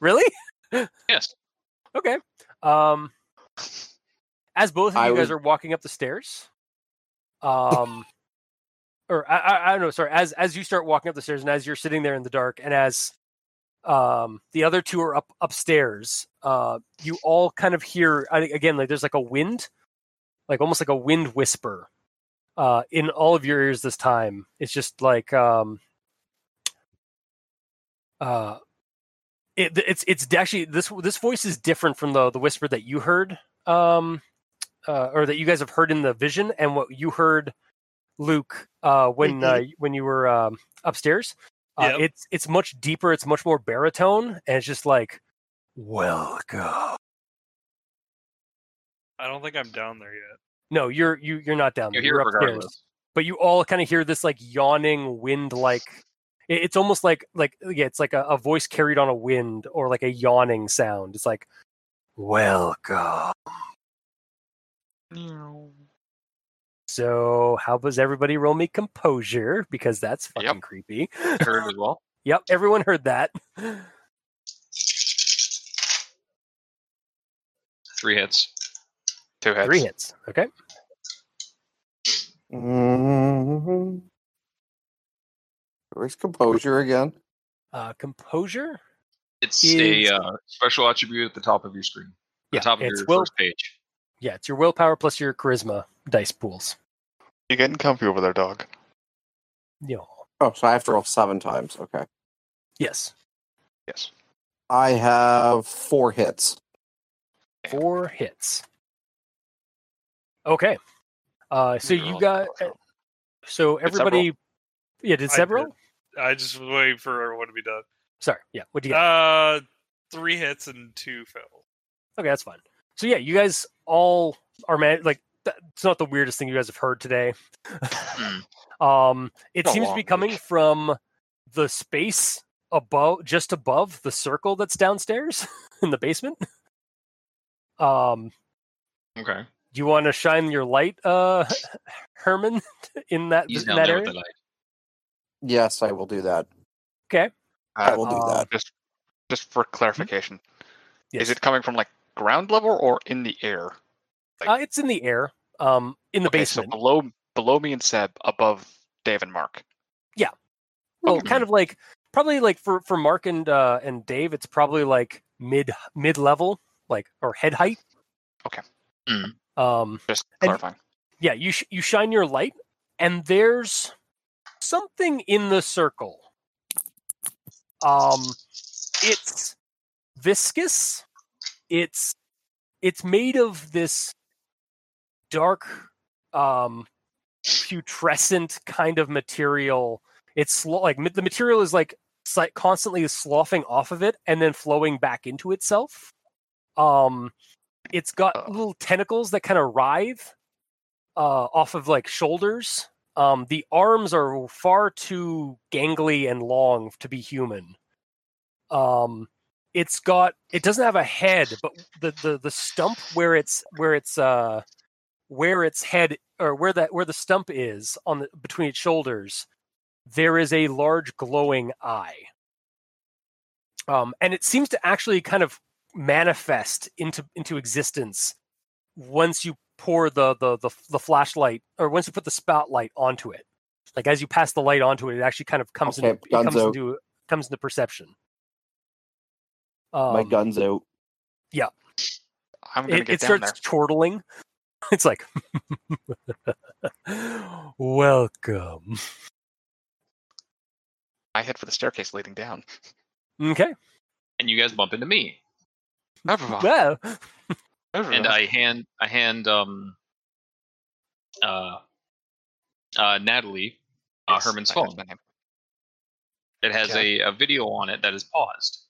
S2: really?
S5: Yes.
S2: Okay. Um, as both of
S7: I
S2: you guys
S7: would-
S2: are walking up the stairs, um, or I, I, I don't know. Sorry, as as you start walking up the stairs, and as you're sitting there in the dark, and as um, the other two are up upstairs, uh, you all kind of hear I think, again. Like there's like a wind, like almost like a wind whisper, uh, in all of your ears this time. It's just like um, uh, it, it's it's actually this this voice is different from the the whisper that you heard um uh, or that you guys have heard in the vision and what you heard Luke uh when
S5: Mm-hmm.
S2: uh, when you were um upstairs uh,
S1: Yep.
S2: it's it's much deeper it's much more baritone and it's just like welcome
S10: I don't think I'm down there yet.
S2: no you're you you're not down
S5: You're
S2: there
S5: here
S2: you're upstairs
S5: regardless.
S2: but you all kind of hear this like yawning wind like it- it's almost like like yeah it's like a, a voice carried on a wind or like a yawning sound it's like welcome so how does everybody roll me composure because that's
S5: Yep.
S2: fucking creepy [laughs]
S5: I heard as well.
S2: yep everyone heard that
S5: Three hits.
S3: Two hits.
S2: three hits okay
S7: Mhm. Where's composure again?
S2: uh composure
S5: It's
S2: Is-
S5: a uh, special attribute at the top of your screen.
S2: Yeah,
S5: the top of
S2: it's
S5: your
S2: will-
S5: first page.
S2: yeah it's your willpower plus your charisma dice pools
S3: You're getting comfy over there, dog.
S2: you know,
S7: Oh, so I have to roll seven times. Okay.
S2: yes
S3: Yes.
S7: I have four hits.
S2: Four hits. Okay. Uh, so
S3: You
S2: you
S3: rolled
S2: got.
S3: well.
S2: So
S3: Did Seb roll?
S2: everybody. Yeah, did
S8: I
S2: Seb
S8: did.
S2: roll?
S8: I just was waiting for everyone to be done.
S2: Sorry. Yeah. What do you got?
S8: Uh, three hits and two fails.
S2: okay, that's fine. So yeah, you guys all are man. Like th- it's not the weirdest thing you guys have heard today. [laughs] um, it
S3: Hmm. It's a
S2: seems to be
S3: long
S2: coming
S3: week.
S2: from the space above, just above the circle that's downstairs [laughs] in the basement. Um,
S5: Okay.
S2: do you want to shine your light, uh, [laughs] Herman, [laughs] in that
S5: He's
S2: in
S5: down
S2: that
S5: there with the
S2: area?
S5: light.
S7: Yes, I will do that. I
S3: Uh,
S7: will do
S2: Uh,
S7: that.
S3: just just for clarification,
S2: Mm-hmm. Yes.
S3: is it coming from like ground level or in the air?
S2: Uh, it's in the air. Um, in the
S3: okay, so
S2: basement.
S3: below below me and Seb, above Dave and Mark.
S2: Oh, kind of like probably like for for Mark and uh and Dave, it's probably like mid mid level, like or head height.
S3: Okay.
S5: Mm.
S2: Um.
S3: Just
S2: And-
S3: clarifying.
S2: Yeah. You sh- you shine your light, and there's something in the circle. Um, it's viscous. It's it's made of this dark, um, putrescent kind of material it's slo- like ma- the material is like s- like, constantly sloughing off of it and then flowing back into itself. Um, it's got
S3: Oh.
S2: little tentacles that kind of writhe uh, off of like shoulders. Um, the arms are far too gangly and long to be human. Um, it's got it doesn't have a head, but the the the stump where it's where it's uh where its head or where that where the stump is on the between its shoulders there is a large glowing eye. Um, and it seems to actually kind of manifest into into existence once you pour the, the the the flashlight or once you put the spotlight onto it. Like as you pass the light onto it, it actually kind of comes
S7: Okay,
S2: into it comes
S7: Gonzo.
S2: into comes into perception.
S7: my
S2: Um,
S7: gun's out.
S3: I'm gonna
S2: it,
S3: get
S2: it
S3: down
S2: starts
S3: there.
S2: chortling. [laughs] It's like, [laughs] welcome.
S3: I head for the staircase leading down.
S2: Okay.
S5: And you guys bump into me,
S3: Everyone,
S2: Well,
S5: and I hand I hand um uh uh Natalie uh, Herman's phone. It has
S3: Okay.
S5: a, a video on it that is paused.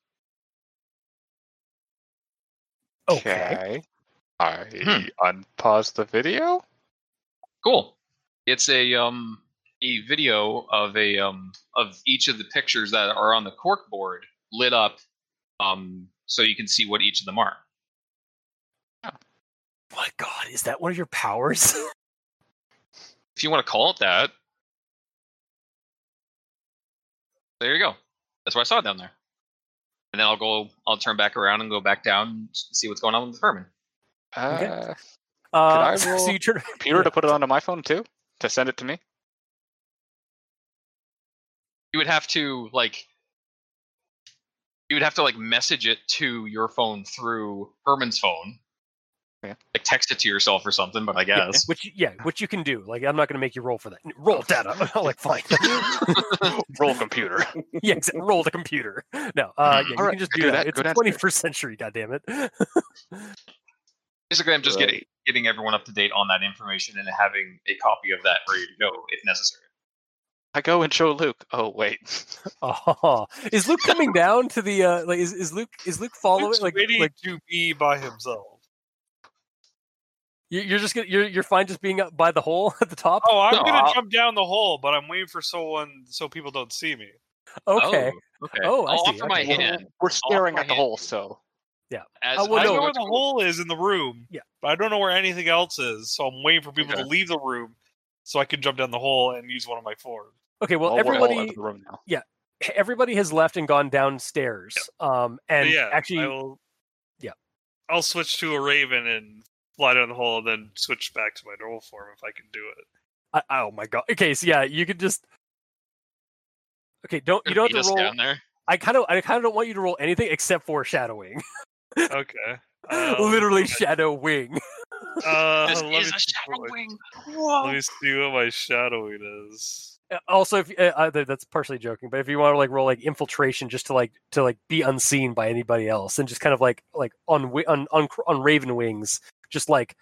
S2: okay.
S3: Okay. I
S5: Hmm.
S3: unpause the video.
S5: Cool. It's a um a video of a um of each of the pictures that are on the cork board lit up um so you can see what each of them are.
S2: My God, is that one of your powers? [laughs]
S5: If you want to call it that. There you go. That's what I saw down there. And then I'll go I'll turn back around and go back down and s- see what's going on with the Furman.
S3: Uh,
S2: Okay.
S3: I
S2: Uh, [laughs]
S3: roll-
S2: So you turn.
S3: Computer to put it onto my phone too to send it to
S5: [laughs]
S3: me.
S5: You would have to like you would have to like message it to your phone through Herman's phone.
S3: Yeah.
S5: Like text it to yourself or something, but I guess.
S2: Which you- yeah, which you can do. Like I'm not going to make you roll for that. Roll data. [laughs] like fine.
S3: Roll computer.
S2: yeah, exa- roll the computer. No, uh, yeah, you
S3: All right,
S2: can just
S3: I
S2: do
S3: do
S2: that.
S3: that.
S2: It's
S3: Go downstairs.
S2: 21st century. God [laughs] damn it.
S5: Basically, I'm just
S7: Right.
S5: getting getting everyone up to date on that information and having a copy of that ready to go if necessary.
S3: I go and show Luke. Oh wait.
S2: Oh, is Luke coming down to the uh, like? Is, is Luke is Luke following?
S8: Luke's
S2: like
S8: waiting
S2: like
S8: to be by himself.
S2: you- you're just gonna, you're you're fine just being up by the hole [laughs] at the top.
S8: Oh, I'm
S5: No,
S8: gonna
S5: I'll-
S8: jump down the hole, but I'm waiting for someone so people don't see me.
S2: okay.
S5: Oh, okay.
S2: Oh, I
S5: I'll
S2: see,
S5: offer my
S2: okay.
S5: hand.
S3: [laughs] We're staring
S5: my
S3: at the
S5: hand.
S3: hole, so
S5: As
S2: Oh, well,
S8: I
S2: no,
S5: as
S8: know
S5: we
S8: where
S5: went
S8: the
S5: through-
S8: hole is in the room.
S2: Yeah.
S8: But I don't know where anything else is, so I'm waiting for people to
S5: Okay.
S8: leave the room so I can jump down the hole and use one of my fours.
S2: Okay. Well,
S5: Oh,
S3: Well, we're all over
S2: everybody
S3: the room now.
S2: everybody has left and gone downstairs. Um,
S8: But
S2: and
S8: yeah, I
S2: actually,
S8: will,
S2: yeah.
S8: I'll switch to a raven and fly down the hole, and then switch back to my normal form if I can do it.
S2: [laughs] I, oh my god. Okay, so yeah, you could just. Okay, don't you
S5: Gonna
S2: don't
S5: beat
S2: have
S5: us
S2: to roll.
S5: down there.
S2: I kind of I kind of don't want you to roll anything except foreshadowing. [laughs]
S8: Okay.
S5: Oh,
S8: Um,
S2: Literally
S8: okay.
S2: shadowing.
S8: Uh,
S5: This
S8: let, me
S5: is a
S8: see what,
S5: shadow wing.
S8: let me see what my shadowing is.
S2: also if uh, uh, th- that's partially joking but if you want to like roll like infiltration just to like to like be unseen by anybody else and just kind of like like on wi- on on, cr- on raven wings just like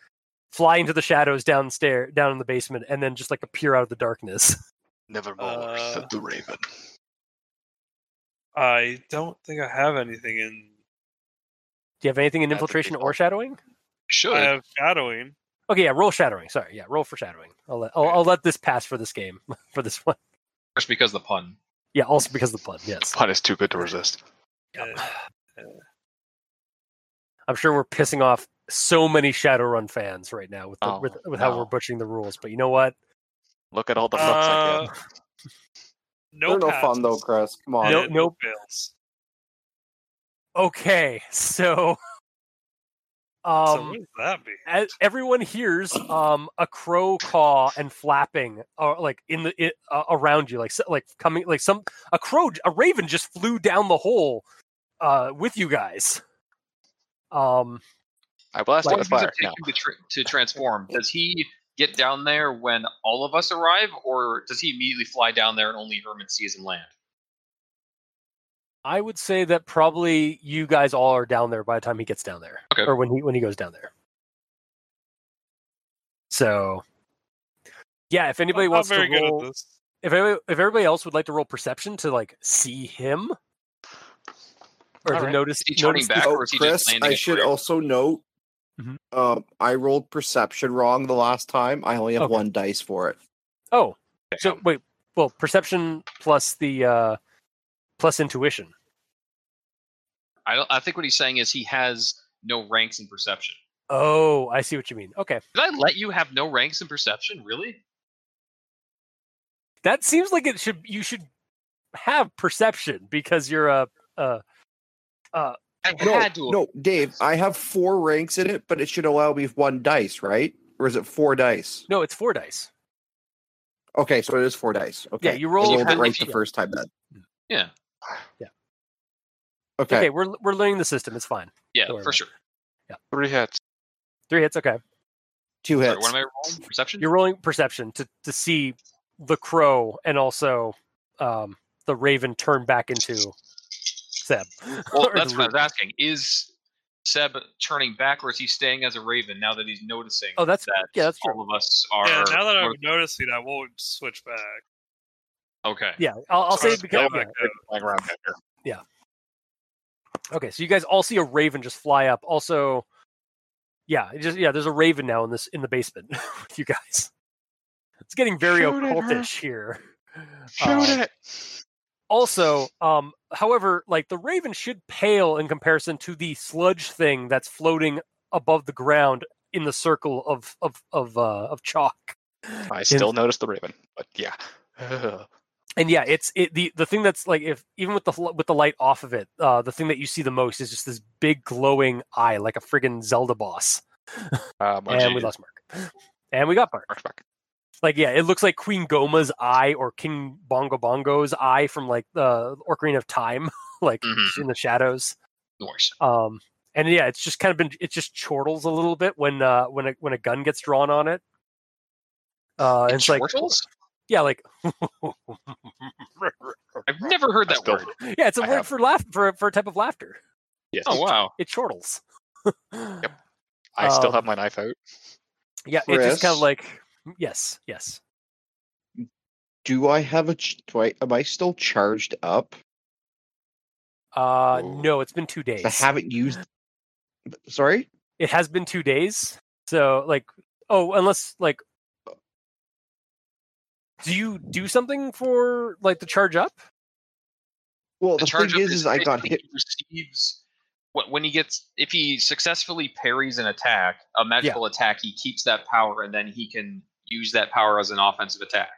S2: fly into the shadows downstairs down in the basement and then just like appear out of the darkness [laughs]
S3: Nevermore,
S8: Uh,
S3: said the raven.
S8: I don't think I have anything in.
S2: do you have anything in
S3: That's a
S2: infiltration
S3: good
S2: or
S3: one.
S2: shadowing
S5: Should.
S8: I have shadowing.
S2: okay yeah roll shadowing sorry yeah roll for shadowing i'll let i'll, I'll let this pass for this game [laughs] for this one
S5: Just because of the pun.
S2: yeah also because of the pun yes
S3: Pun is too good to resist.
S8: Uh,
S2: i'm sure we're pissing off so many shadowrun fans right now with the,
S3: Oh,
S2: with, with how
S3: no.
S2: we're butchering the rules but you know what
S3: Look at all the looks I
S8: Uh,
S3: get.
S8: no,
S7: They're no fun though,
S8: passes.
S7: Chris. Come on.
S2: No-
S8: And
S2: no-
S8: fails.
S2: Okay, [laughs] so
S8: So
S2: um
S8: what does that be?
S2: as everyone hears um a crow caw and flapping or like in the it, uh, around you like so- like coming like some a crow a raven just flew down the hole uh with you guys. Um
S3: I blasted
S5: How long
S3: with
S5: does it
S3: fire.
S5: take
S3: No.
S5: him to, tr to transform? Does he get down there when all of us arrive, or does he immediately fly down there and only Herman sees him land?
S2: I would say that probably you guys all are down there by the time he gets down there
S5: Okay.
S2: or when he when he goes down there. So yeah, if anybody
S8: I'm not
S2: wants
S8: very
S2: to roll
S8: good at this.
S2: if every, if everybody else would like to roll perception to like see him or to
S3: Alright.
S2: notice,
S5: Is he turning
S2: notice
S5: back,
S7: Oh,
S5: or is he
S7: Chris,
S5: just landing?
S7: I
S5: at
S7: should
S5: random?
S7: also note
S2: Mhm.
S7: um, I rolled perception wrong the last time. I only have
S2: Okay.
S7: one dice for it.
S2: oh so wait well perception plus the uh plus intuition
S5: I, don't, I think what he's saying is he has no ranks in perception.
S2: oh i see what you mean okay
S5: Did I let you have no ranks in perception? Really?
S2: that seems like it should you should have perception because you're a uh
S5: I
S7: No,
S5: had to. have-
S7: no, Dave, I have four ranks in it, but it should allow me one dice, right? Or is it four dice?
S2: no it's four dice
S7: Okay, so it is four dice. Okay,
S2: you
S7: I
S2: roll-
S7: rolled it
S5: you-
S7: right the first time then.
S5: Yeah.
S2: Yeah.
S7: Okay.
S2: okay, we're we're learning the system it's fine
S5: Yeah,
S2: Don't worry
S5: for
S2: about
S5: sure.
S3: Three hits.
S2: three hits okay
S7: two
S5: Sorry,
S7: hits.
S5: what am I rolling? Perception?
S2: you're rolling perception to to see the crow and also um the raven turn back into Seb.
S5: Well,
S2: Or
S5: that's
S2: the
S5: what I was
S2: raven.
S5: asking. Is Seb turning back, or is he staying as a raven now that he's noticing
S2: Oh, that's-
S5: that
S2: yeah, that's true.
S5: all of us are.
S8: Yeah, now that I'm
S5: or-
S8: noticing, I won't switch back.
S5: okay.
S2: Yeah, I'll, I'll
S8: So
S2: say
S8: it's
S2: it because.
S8: back
S2: yeah.
S8: up.
S3: Like around here.
S2: Okay, so you guys all see a raven just fly up. Also, yeah, it just yeah, there's a raven now in this in the basement [laughs] with you guys. It's getting very
S3: Shoot at her.
S2: occultish here.
S3: Shoot
S2: Um,
S3: it.
S2: Also, um, however, like the raven should pale in comparison to the sludge thing that's floating above the ground in the circle of of of uh, of chalk.
S3: I still noticed the raven, but yeah. [laughs] Uh, Ugh.
S2: and yeah it's it the the thing that's like if even with the fl- with the light off of it uh the thing that you see the most is just this big glowing eye like a friggin zelda boss
S3: Uh, Margie,
S2: and we lost mark and we got mark
S3: march back.
S2: like yeah it looks like queen goma's eye or king bongo bongo's eye from like the ocarina of time [laughs] like
S5: Mhm.
S2: in the shadows
S5: Noise.
S2: um and yeah it's just kind of been it just chortles a little bit when uh when a when a gun gets drawn on it uh it's like
S5: Chortles?
S2: yeah like [laughs]
S5: I've never heard
S3: I
S5: that
S3: still-
S5: word.
S2: yeah it's a
S3: I
S2: word
S3: have-
S2: for laugh for for a type of laughter
S3: Yes.
S5: Oh wow.
S2: it chortles.
S3: I still have
S2: um,
S3: my knife out.
S2: [laughs] Yeah, it's just kind
S7: Chris?
S2: of like yes, yes.
S7: Do I have a? ch- Do I? Am I still charged up?
S2: Uh,
S3: Ooh.
S2: no, it's been two
S7: 'Cause
S2: days.
S7: I haven't used. Sorry.
S2: It has been two days. So like, oh, unless like, do you do something for like the charge up?
S7: Well,
S5: The
S7: the,
S5: charge
S7: thing
S5: up
S7: is, is I got
S5: basically
S7: hit.
S5: He receives what when he gets if he successfully parries an attack, a magical attack, he keeps that power, and then he can use that power as an offensive attack.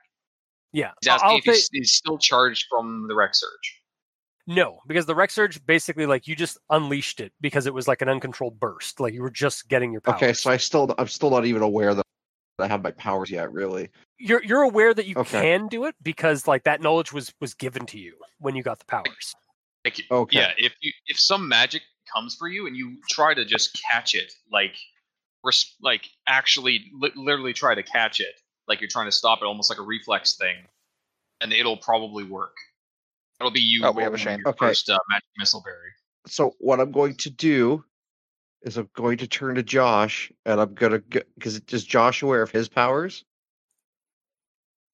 S2: Yeah,
S5: He's
S2: I-
S5: asking
S2: I'll
S5: if
S2: say
S5: he's, he's still charged from the wreck surge.
S2: no because the Rex Surge basically like you just unleashed it because it was like an uncontrolled burst. Like you were just getting your power.
S7: Okay, so I still, I'm still not even aware that I have my powers yet. Really.
S2: you're you're aware that you
S7: Okay.
S2: can do it because like that knowledge was was given to you when you got the powers.
S5: Like,
S7: Okay.
S5: yeah, if you if some magic comes for you and you try to just catch it, like, res- like actually, li- literally try to catch it, like you're trying to stop it, almost like a reflex thing. and it'll probably work. It'll be you
S3: Oh, we have a
S5: rolling
S3: shame.
S5: your
S7: Okay.
S5: first uh, magic missile berry.
S7: so what I'm going to do is I'm going to turn to Josh and I'm gonna because is Josh aware of his powers?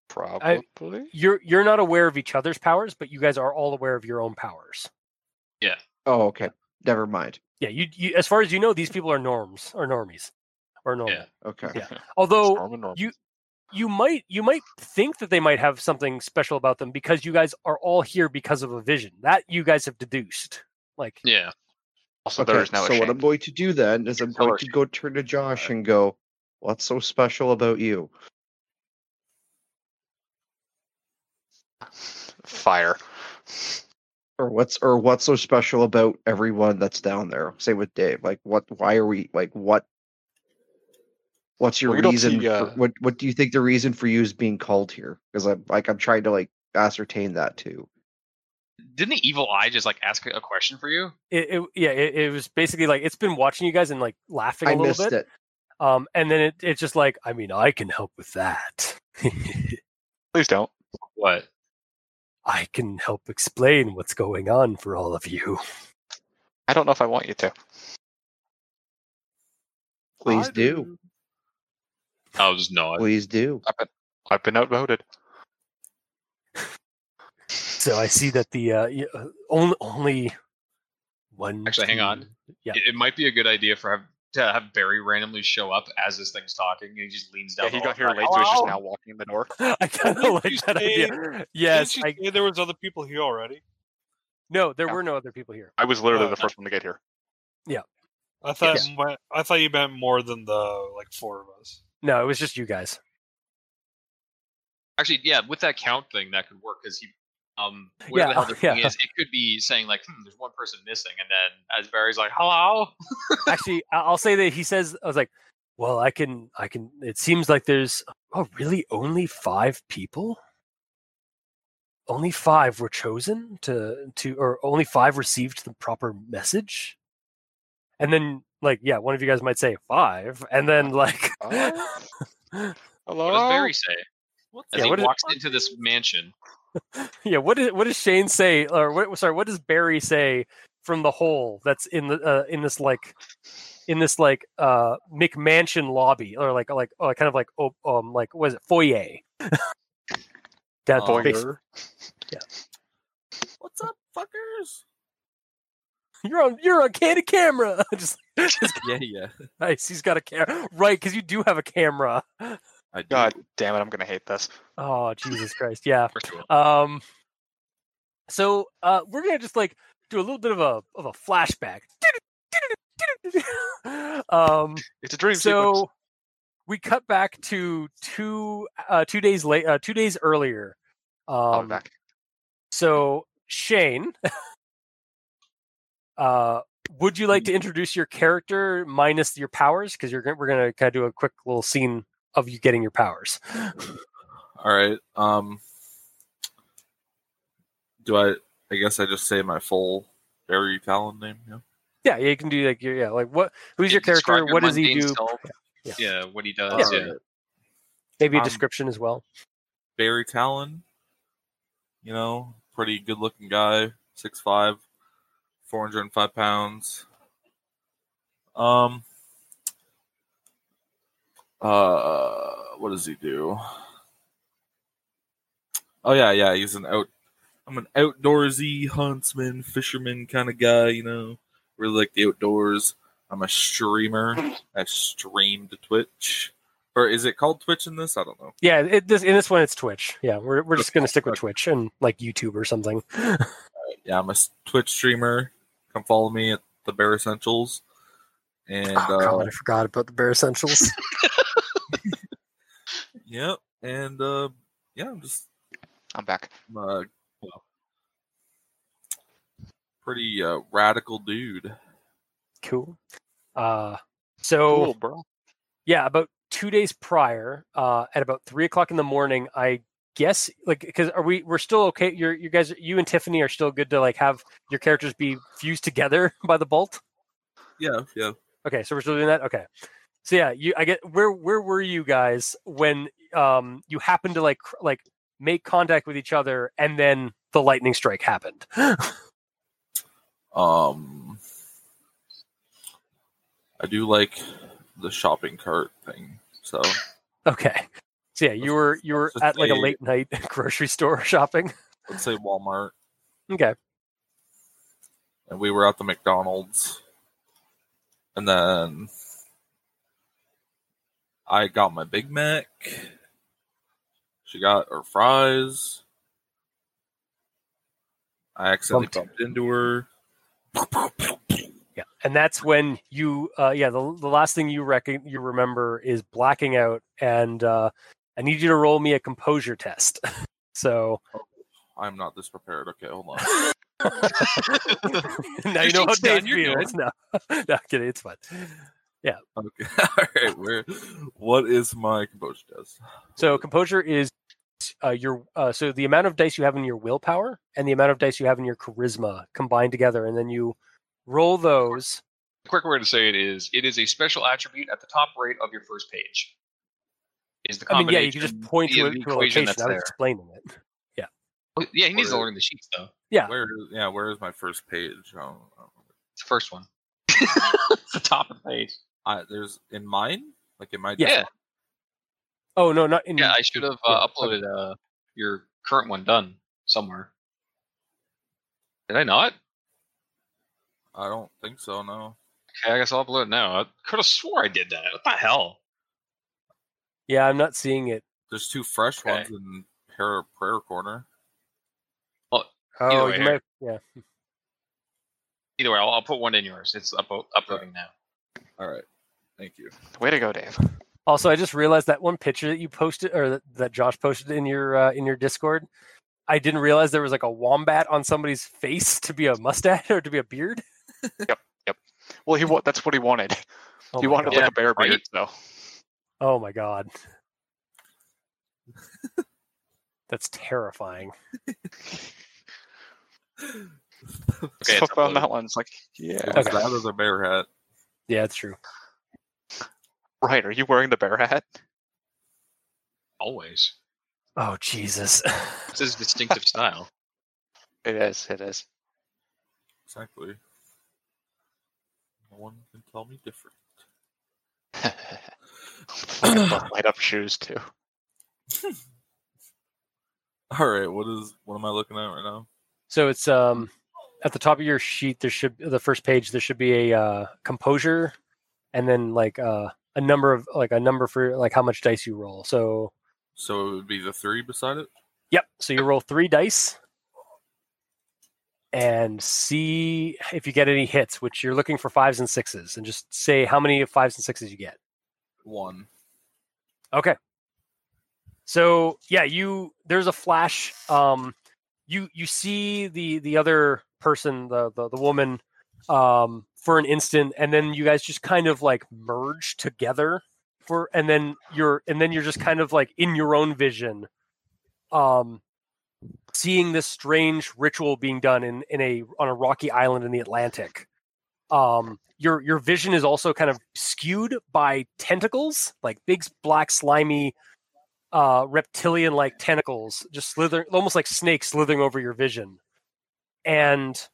S3: Probably.
S2: You're you're not aware of each other's powers, but you guys are all aware of your own powers.
S7: Oh, okay. Never mind.
S2: Yeah, you, you as far as you know, these people are norms or normies or normal.
S5: Yeah.
S7: Okay.
S2: Yeah. Although
S3: Norman, Norman.
S2: you you might you might think that they might have something special about them because you guys are all here because of a vision that you guys have deduced. Like
S5: Yeah.
S3: also,
S7: okay.
S3: there is no
S7: so what I'm
S3: shame.
S7: going to do then is I'm
S3: Tell
S7: going
S3: her
S7: to go turn to Josh and go, "What's so special about you?"
S3: Fire.
S7: Or what's or what's so special about everyone that's down there? Say with Dave, like what? Why are we like what? What's your
S3: Well, we don't
S7: reason?
S3: see,
S7: for-
S3: uh,
S7: what What do you think the reason for you is being called here? Because I'm like I'm trying to like ascertain that too.
S5: Didn't the evil eye just like ask a question for you?
S2: it, it yeah, it, it was basically like it's been watching you guys and like laughing a
S7: I
S2: little
S7: missed
S2: bit.
S7: it.
S2: Um, and then it, it's just like, I mean, I can help with that. [laughs]
S3: Please don't.
S5: What?
S2: I can help explain what's going on for all of you.
S3: I don't know if I want you to.
S7: Please do.
S3: Oh,
S5: I was no. I-
S7: Please do.
S3: I've been, I've been outvoted.
S2: So I see that the uh, y- uh, only only one.
S5: Actually, hang on.
S2: two- Yeah.
S5: It, it might be a good idea for have, to have Barry randomly show up as this thing's talking, and he just leans down.
S3: Yeah, he
S5: the
S3: got here
S5: hall,
S3: late,
S5: like,
S3: so he's just
S5: "Hello?"
S3: now walking in the door.
S2: [laughs] I kind
S8: Didn't
S2: of
S8: you
S2: like that
S8: say-
S2: idea. Yes,
S8: Didn't
S2: I
S8: you say there was other people here already?
S2: no, there
S3: Yeah.
S2: were no other people here.
S3: I was literally
S8: Oh,
S3: the first one to get here.
S8: I thought you meant- I thought you meant more than the like four of us.
S2: No, it was just you guys.
S5: Actually, yeah, with that count thing, that could work because he,
S2: [laughs]
S5: um,
S2: Yeah,
S5: whatever the hell the thing
S2: yeah.
S5: is, it could be saying like, hmm, there's one person missing, and then as Barry's like, "Hello,"
S2: Actually, I- I'll say that he says, I was like, well, I can, I can. It seems like there's oh, really only five people. Only five were chosen to to, or only five received the proper message. And then, like, yeah, one of you guys might say five, and then like,
S3: Oh.
S5: what
S3: Hello?
S5: does Barry say as
S2: Yeah, what
S5: he
S2: is-
S5: walks into this
S2: [laughs]
S5: mansion?
S2: yeah, what is what does Shane say, or what, sorry, what does Barry say from the hole that's in the uh, in this like in this like uh McMansion lobby or like like or kind of like oh, um like what is it foyer? [laughs] Down
S5: Foyer.
S2: base-
S8: What's up, fuckers?
S2: You're on you're on candid camera. [laughs] Just
S10: Yeah, yeah.
S2: nice. He's got a camera, right? Because you do have a camera. [laughs]
S10: I do.
S3: God damn it, I'm going to hate this.
S2: Oh Jesus Christ! Yeah.
S5: First of all,
S2: Um, so uh, we're gonna just like do a little bit of a of a flashback. [laughs] um,
S3: It's a dream sequence.
S2: so we cut back to two uh, two days late, uh, two days earlier.
S3: I'll be
S2: Um,
S3: back.
S2: so Shane, uh, would you like to introduce your character minus your powers? Because you're gonna, we're gonna kind of do a quick little scene of you getting your powers.
S10: All right. Um. Do I? I guess I just say my full Barry Talon name. Yeah.
S2: Yeah, yeah, you can do like your yeah, like what? Who's
S5: yeah,
S2: your character?
S5: describe your
S2: What does he
S5: mundane
S2: do?
S5: self.
S2: Yeah.
S5: Yeah. what he does.
S10: All
S5: yeah.
S10: right.
S2: Maybe a
S10: Um,
S2: description as well.
S10: Barry Talon. You know, pretty good-looking guy, 6'5", 405 pounds. Um. Uh, what does he do? Oh yeah, yeah. He's an out. I'm an outdoorsy huntsman, fisherman kind of guy. You know, really like the outdoors. I'm a streamer. I stream to Twitch, or is it called Twitch in this? I don't know.
S2: Yeah, it, this in this one it's Twitch. Yeah, we're we're just gonna stick with Twitch and like YouTube or something.
S10: yeah, I'm a s- Twitch streamer. Come follow me at the Bear Essentials. And
S2: oh
S10: uh,
S2: god, I forgot about the bare essentials. [laughs]
S10: yeah, and uh, yeah, I'm just
S3: I'm back.
S10: I'm a pretty uh, radical dude.
S2: cool. Uh, so
S4: Oh,
S3: Cool, bro.
S2: yeah, about two days prior, uh, at about three o'clock in the morning, I guess like because are we we're still okay? You're you guys, you and Tiffany are still good to like have your characters be fused together [laughs] by the bolt.
S10: Yeah, yeah.
S2: Okay, so we're still doing that. Okay, so yeah, you I get where where were you guys when um you happened to like cr- like make contact with each other, and then the lightning strike happened. [laughs]
S10: Um, I do like the shopping cart thing. So
S2: okay. So yeah, you were you were
S10: Let's
S2: at like a
S10: say-
S2: late night [laughs] grocery store shopping.
S10: let's say Walmart,
S2: Okay.
S10: and we were at the McDonald's, and then I got my Big Mac. She got her fries. I accidentally bumped into her.
S2: Yeah, and that's when you, uh, yeah, the, the last thing you reckon you remember is blacking out, and uh, I need you to roll me a composure test. [laughs] so
S10: I'm not this prepared. Okay, hold on.
S2: now you
S5: Your
S2: know how
S5: cheek's done,
S2: Dave
S5: you're
S2: feels. [laughs] No, no, I'm kidding, it's fine.
S10: Okay. [laughs] All right. Where? What is my composure test?
S2: So composure is uh, your uh, so the amount of dice you have in your willpower and the amount of dice you have in your charisma combined together, and then you roll those.
S5: The quick way to say it is it is a special attribute at the top right of your first page. Is the
S2: I mean,
S5: combination
S2: yeah, you can just point to,
S5: the
S2: it, to a
S5: equation
S2: location.
S5: that's
S2: I was
S5: there.
S2: explaining it.
S5: Yeah, he needs to learn the sheets though.
S2: Yeah.
S10: Where? Yeah. Where is my first page? I don't- I don't remember.
S5: It's
S2: [laughs]
S5: the first one. it's the top of the page.
S10: I, there's in mine. Like in my.
S2: Yeah.
S5: Yeah.
S2: Oh no, not in.
S5: Yeah, I should have
S2: Yeah,
S5: uh, uploaded uh, your current one done somewhere. Did I not?
S10: I don't think so. No.
S5: Okay, I guess I'll upload it now. I could have swore I did that. What the hell?
S2: yeah, I'm not seeing it.
S10: There's two fresh
S5: Okay.
S10: ones in prayer, prayer corner.
S2: Oh,
S5: way
S2: you
S5: here.
S2: might, yeah.
S5: Either way, I'll, I'll put one in yours. It's uplo- uploading now.
S10: All right. Thank you.
S3: Way to go, Dave.
S2: Also, I just realized that one picture that you posted or that, that Josh posted in your uh, in your Discord. I didn't realize there was like a wombat on somebody's face [laughs] to be a mustache or to be a beard.
S3: Well, he wa- that's what he wanted.
S2: Oh
S3: he
S2: my
S3: wanted
S2: god.
S5: Yeah,
S3: like a bear beard,
S5: right?
S3: so
S2: Oh my god. That's terrifying.
S5: Okay, it's
S3: Fuck [laughs] on
S5: uploaded.
S3: that one. It's like,
S10: It
S3: yeah,
S10: was
S2: Okay.
S10: that or the bear hat.
S2: Yeah, it's true.
S3: right. Are you wearing the bear hat?
S5: Always.
S2: Oh Jesus. [laughs]
S5: It's his distinctive style.
S3: It is. It is.
S10: Exactly. No one can tell me different.
S3: Fucking light up shoes too.
S10: All right. What is? What am I looking at right now?
S2: so it's um at the top of your sheet there should the first page there should be a uh, composure and then like uh, a number of like a number for like how much dice you roll. So
S10: So it would be the three beside it.
S2: Yep. So you roll three dice and see if you get any hits, which you're looking for fives and sixes, and just say how many of fives and sixes you get.
S10: One.
S2: Okay. So yeah, you there's a flash. Um, you you see the the other person, the the, the woman, um, for an instant, and then you guys just kind of like merge together for, and then you're and then you're just kind of like in your own vision, um, seeing this strange ritual being done in in a on a rocky island in the Atlantic. um your your vision is also kind of skewed by tentacles like big black slimy uh reptilian like tentacles just slithering almost like snakes slithering over your vision and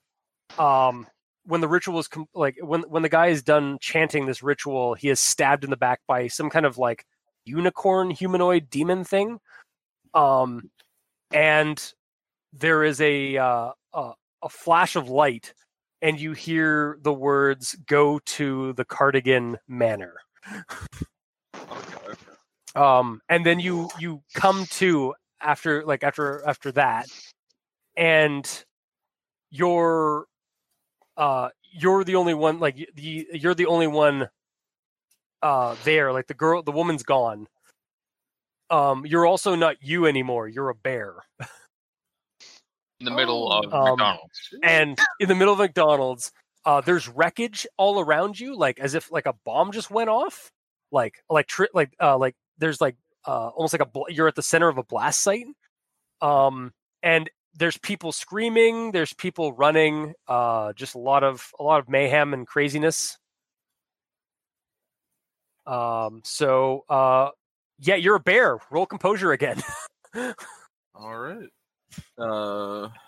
S2: um when the ritual is com- like when when the guy is done chanting this ritual he is stabbed in the back by some kind of like unicorn humanoid demon thing um and there is a uh a, a flash of light and you hear the words go to the cardigan manor um and then you you come to after like after after that and you're uh you're the only one like y- the you're the only one uh there like the girl the woman's gone um you're also not you anymore you're a bear
S5: In
S2: [laughs]
S5: the middle of
S2: Um,
S5: McDonald's.
S2: and in the middle of McDonald's, uh, there's wreckage all around you, like as if like a bomb just went off, like electric, like uh, like there's like uh, almost like a bl- you're at the center of a blast site, um, and there's people screaming, there's people running, uh, just a lot of a lot of mayhem and craziness. Um, so uh, yeah, you're a bear. Roll composure again.
S10: All right. Uh
S2: [laughs]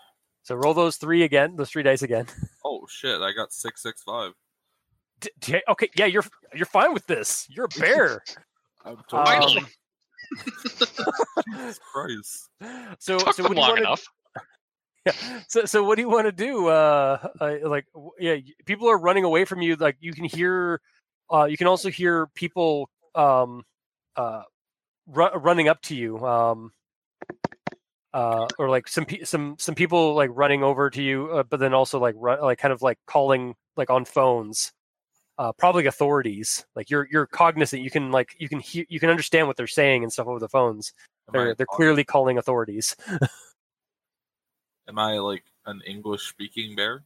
S2: So roll those three again, those three dice again.
S10: oh shit! I got six six [laughs] five.
S2: D- d- okay, yeah, you're you're fine with this. You're a bear.
S10: I'm
S2: Um,
S10: Jesus Christ.
S2: so
S5: Took
S2: so what
S5: them
S2: do you
S5: long
S2: wanna-
S5: enough.
S2: so so what do you want to do uh, uh like w- yeah y- people are running away from you like you can hear uh you can also hear people um uh ru- running up to you um uh or like some pe- some some people like running over to you uh, but then also like run, like kind of like calling like on phones uh probably authorities like you're you're cognizant you can like you can hear you can understand what they're saying and stuff over the phones
S10: Am I,
S2: they're they're clearly calling authorities
S10: am I like an English speaking bear?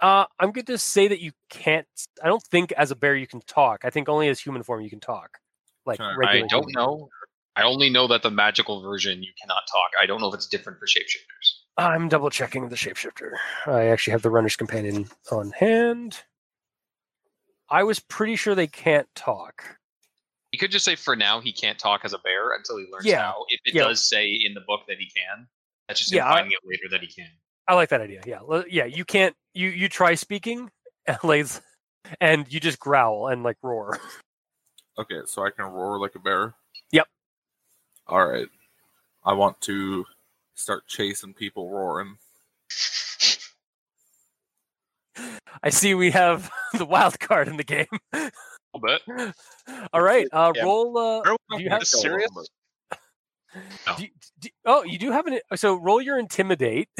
S2: Uh, I'm going to say that you can't. I don't think as a bear you can talk. I think only as human form you can talk. Like
S10: Sure. I
S2: regular
S5: I don't
S2: human.
S5: know. I only know that the magical version you cannot talk. I don't know if it's different for shapeshifters.
S2: I'm double checking the shapeshifter. I actually have the runner's companion on hand. I was pretty sure they can't talk.
S5: You could just say for now he can't talk as a bear until he learns
S2: Yeah.
S5: how. If it
S2: Yeah.
S5: does say in the book that he can, that's just him
S2: Yeah, I-
S5: finding it later that he can.
S2: I like that idea. Yeah, le- yeah. You can't. You you try speaking, [laughs] and lays, and you just growl and like roar. [laughs]
S10: Okay, so I can roar like a bear.
S2: Yep.
S10: All right. I want to start chasing people roaring.
S2: I see we have [laughs] the wild card in the game. [laughs]
S5: A little [laughs] bit.
S2: All right, uh,
S5: Yeah.
S2: roll. Uh, Do you have-
S5: serious? No.
S2: do, do, oh, you do have an. So roll your intimidate.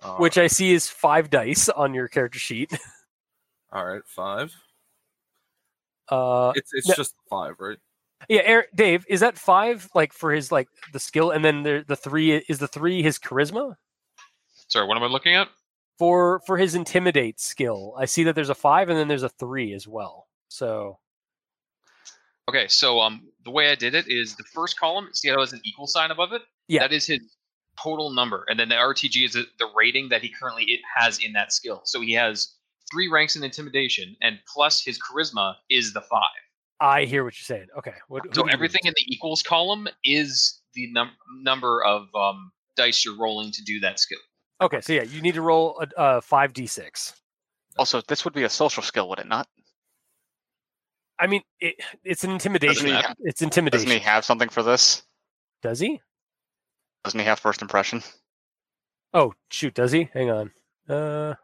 S10: Uh,
S2: which I see is five dice on your character sheet. [laughs]
S10: all right, five.
S2: Uh,
S10: It's it's
S2: no-
S10: just five, right? [laughs]
S2: yeah, Aaron, Dave, is that five like for his like the skill, and then the, the three is the three his charisma
S5: Sorry, what am I looking at?
S2: for for his intimidate skill. I see that there's a five and then there's a three as well. So
S5: Okay, so um, the way I did it is the first column. See how it has an equal sign above it?
S2: Yeah.
S5: That is his total number, and then the RTG is the the rating that he currently it has in that skill. So he has three ranks in intimidation, and plus his charisma is the five.
S2: I hear what you're saying. Okay, what, who
S5: So
S2: do you
S5: everything in the equals column is the num- number of um, dice you're rolling to do that skill.
S2: need? Okay, so yeah, you need to roll a, a five d six.
S3: Also, this would be a social skill, would it not?
S2: I mean, it, it's an intimidation.
S3: Doesn't he have-
S2: it's
S3: Doesn't
S2: intimidation.
S3: he have something for this?
S2: does he?
S3: Doesn't he have first impression?
S2: Oh shoot, does he? Hang on. Uh,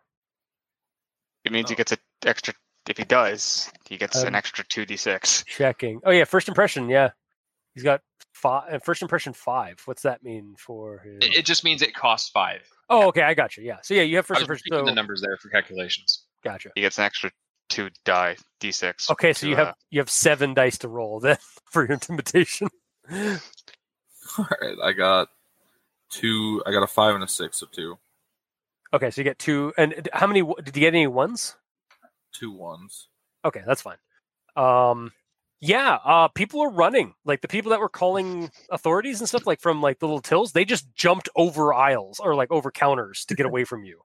S3: It means he
S10: Oh.
S3: gets an extra. If he does, he gets
S2: Um,
S3: an extra two d six.
S2: checking. Oh yeah, first impression. Yeah, he's got five. First impression five. What's that mean for his?
S5: It, it just means it costs five.
S2: oh, okay, I got you. Yeah. So yeah, you have
S5: I
S2: first
S5: was
S2: impression.
S5: keeping the
S2: So
S5: numbers there for calculations.
S2: gotcha.
S3: He gets an extra two die d six.
S2: Okay, so
S3: to,
S2: you have
S3: uh,
S2: you have seven dice to roll then [laughs] for your intimidation. [laughs]
S10: All right, I got two. I got a five and a six, so two,
S2: Okay, so you get two. And d- how many? w- Did you get any ones?
S10: two ones.
S2: Okay, that's fine. Um, yeah. Uh, people are running. Like the people that were calling authorities and stuff, like from like the little tills, they just jumped over aisles or like over counters to get away from you.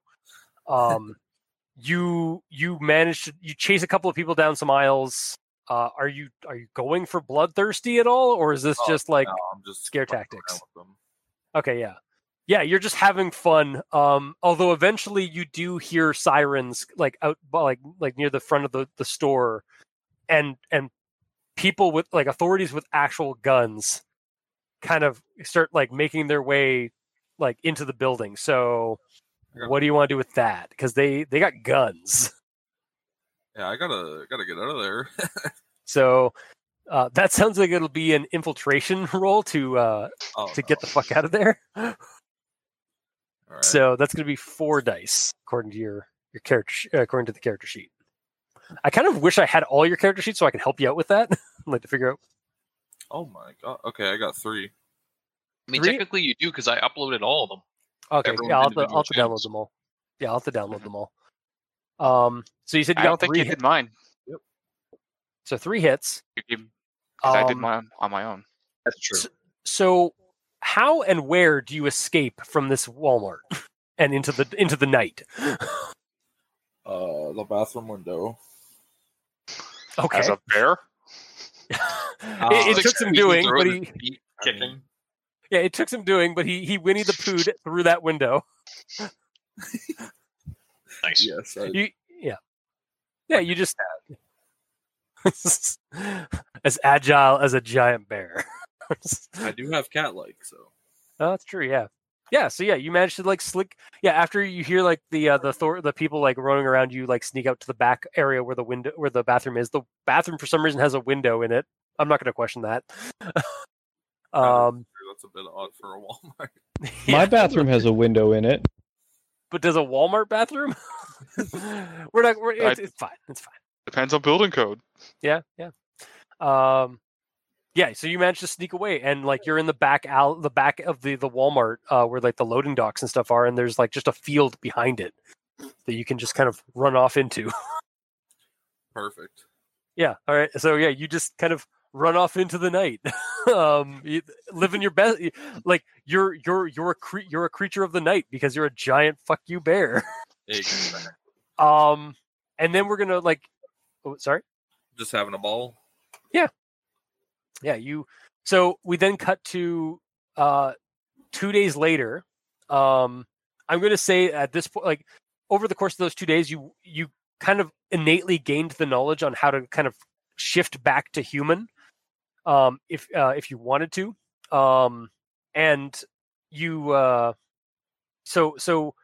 S2: Um, you you manage to you chase a couple of people down some aisles. Uh, are you are you going for bloodthirsty at all, or is this
S10: Oh,
S2: just like
S10: Now I'm just
S2: scare
S10: fucking around
S2: tactics.
S10: with them.
S2: Okay, yeah. Yeah, you're just having fun. Um, although eventually you do hear sirens like out by- like like near the front of the, the store and and people with like authorities with actual guns kind of start like making their way like into the building. So
S10: Yeah.
S2: what do you want to do with that? Because they they got guns. [laughs]
S10: Yeah, I gotta gotta get out of there. [laughs]
S2: So uh, that sounds like it'll be an infiltration [laughs] role to uh,
S10: oh,
S2: to get the fuck out of there.
S10: All right.
S2: So that's going to be four dice according to your your character sh- uh, according to the character sheet. I kind of wish I had all your character sheets so I can help you out with that. [laughs] I'd like to figure out.
S10: oh my god. Okay, I got three.
S5: I mean,
S2: Three-
S5: technically you do because I uploaded all of them.
S2: Okay,
S5: Everyone's
S2: yeah, I'll have, to, I'll
S5: individual
S2: have to download
S5: channels.
S2: them all. Yeah, I'll have to download them all. Um, so you said you
S3: Mm-hmm. I
S2: got
S3: don't think
S2: three.
S3: you
S2: hit-
S3: did mine.
S2: so three hits.
S3: You- you- 'cause I did
S2: Um,
S3: mine on my own.
S5: That's true.
S2: So how and where do you escape from this Walmart [laughs] and into the into the night?
S10: Uh, the bathroom window.
S2: Okay, [laughs]
S3: As a uh, bear,
S5: Uh,
S2: it, it took some doing, but he
S5: kicking.
S2: Yeah, it took some doing, but he he Winnie the
S3: [laughs]
S2: Poohed through that window.
S5: Nice.
S10: Yes. I,
S2: [laughs] You yeah, yeah. You just [laughs] as agile as a giant bear. [laughs]
S10: I do have cat like, so
S2: Oh, that's true. Yeah, yeah. So yeah, you managed to like slick. Yeah, after you hear like the uh, the Thor, the people like running around you, like sneak out to the back area where the window where the bathroom is. The bathroom for some reason has a window in it. I'm not going to question that. [laughs] um,
S10: that's a bit odd for a [laughs] Walmart.
S4: My bathroom has a window in it.
S2: but does a Walmart bathroom? [laughs] we're not. We're,
S3: I-
S2: it's, it's fine. It's fine.
S3: Depends on building code.
S2: Yeah, yeah. Um, yeah. So you managed to sneak away, and like you're in the back out, the back of the the Walmart uh, where like the loading docks and stuff are, and there's like just a field behind it that you can just kind of run off into. [laughs]
S10: Perfect.
S2: Yeah. All right. So yeah, you just kind of run off into the night, [laughs] um, you, living your best. Like you're you're you're a cre- you're a creature of the night because you're a giant fuck you bear. [laughs]
S10: Exactly.
S2: Um, and then we're gonna like, oh, sorry.
S10: Just having a ball.
S2: Yeah. You. So we then cut to uh, two days later. Um, I'm gonna say at this point, like over the course of those two days, you you kind of innately gained the knowledge on how to kind of shift back to human um, if uh, if you wanted to, um, and you uh, so so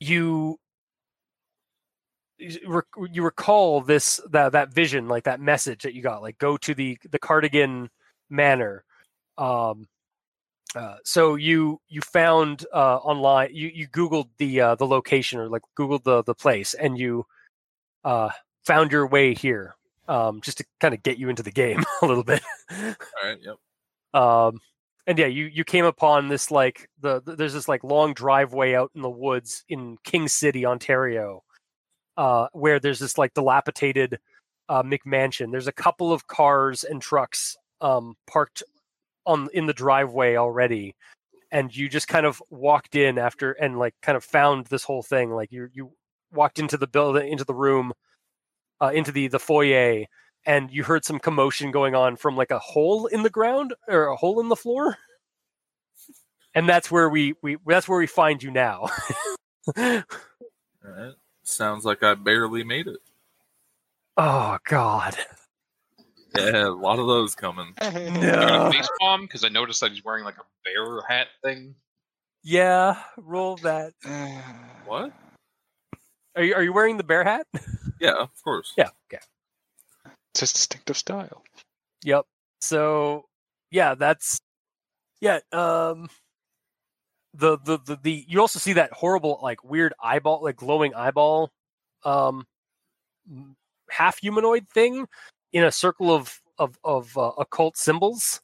S2: you you rec- you recall this that that vision like that message that you got like go to the the cardigan manor um uh, so you you found uh online you you googled the uh the location or like googled the the place and you uh found your way here um just to kind of get you into the game [laughs] a little bit
S10: All right. Yep.
S2: um and yeah you you came upon this like the the- there's this like long driveway out in the woods in king city ontario uh where there's this like dilapidated uh mcmansion there's a couple of cars and trucks um parked on in the driveway already and you just kind of walked in after and like kind of found this whole thing like you you walked into the building into the room uh into the the foyer and you heard some commotion going on from like a hole in the ground or a hole in the floor and that's where we we that's where we find you now [laughs]
S10: All right. Sounds like I barely made it.
S2: oh god
S10: Yeah, a lot of those coming.
S5: I'm
S2: Uh,
S7: No.
S5: gonna face bomb because I noticed that he's wearing like a bear hat thing.
S2: yeah roll that
S10: What?
S2: are you are you wearing the bear hat
S10: Yeah, of course.
S2: yeah okay
S3: It's his distinctive style.
S2: yep so yeah that's yeah um the, the the the you also see that horrible like weird eyeball like glowing eyeball um m- half humanoid thing in a circle of of of uh, occult symbols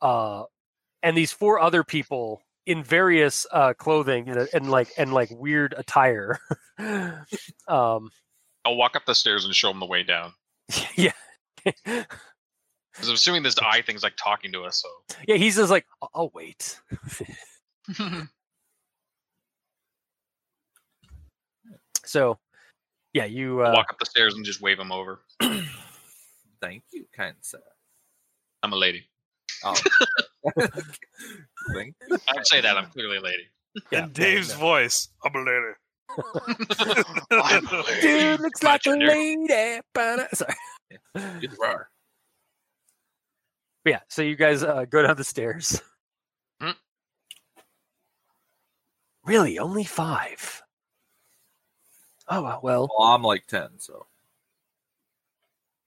S2: uh and these four other people in various uh clothing and, and like and like weird attire [laughs] um
S5: I'll walk up the stairs and show him the way down.
S2: [laughs] yeah
S5: Because I'm assuming this eye thing's like talking to us. So
S2: yeah he's just like "I'll- i'll wait so yeah you
S5: I'll
S2: uh
S5: walk up the stairs and just wave him over.
S10: Thank you, kind sir.
S5: I'm a lady.
S10: Oh. Thank you.
S5: I would say that I'm clearly a lady.
S2: yeah,
S8: In Dave's voice, I'm a lady.
S3: I'm a lady.
S2: dude looks like a
S5: Legendary.
S2: lady. Ba-da- Sorry. But
S10: Good roar.
S2: yeah, so you guys uh, go down the stairs.
S5: Hmm.
S2: Really, only five. Oh well, well,
S10: Well, I'm like ten, so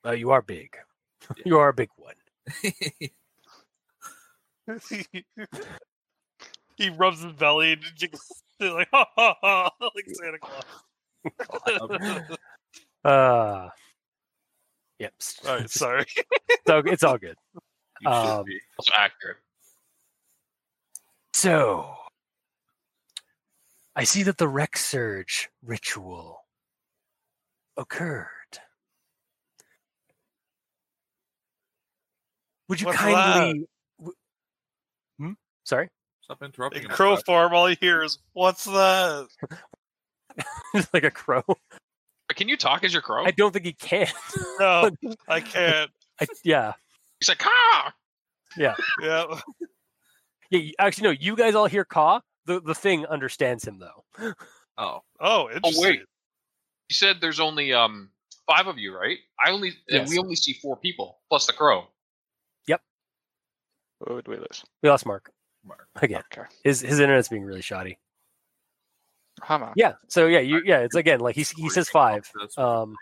S2: uh, you are big. you are a big one.
S8: [laughs] he rubs his belly and [laughs] jiggles. He's like, [laughs] ha ha ha, like Santa [laughs] Claus.
S2: Uh, yep, it's,
S8: All right, sorry.
S2: all, it's all good.
S10: [laughs] you should
S2: Um,
S10: be.
S5: That's accurate.
S2: So, I see that the Rex Surge ritual occurred. Would you
S8: What's
S2: kindly. w- Hmm? Sorry? [laughs]
S10: Stop interrupting.
S8: In
S10: him,
S8: crow
S10: Brad.
S8: form, all he hears, "What's that?"
S2: Just like a crow?
S10: Oh.
S5: Can you talk as your crow?
S2: I don't think he can.
S8: No, [laughs] I can't.
S2: I, [laughs] yeah.
S5: He's like, ah!
S8: Yeah. Oh,
S2: Yeah, you- actually, no. You guys all hear Ka. The the thing understands him though.
S10: Oh,
S8: Oh,
S5: Oh
S8: interesting.
S5: wait, you said there's only um five of you, right? I only and
S10: Yes.
S5: we only see four people plus the crow.
S3: What would we lose?
S2: We lost Mark.
S10: Mark.
S2: Again,
S3: Okay.
S2: his his internet's being really shoddy.
S3: Come on.
S2: Yeah. So yeah, you yeah. It's again like he he says five. Um,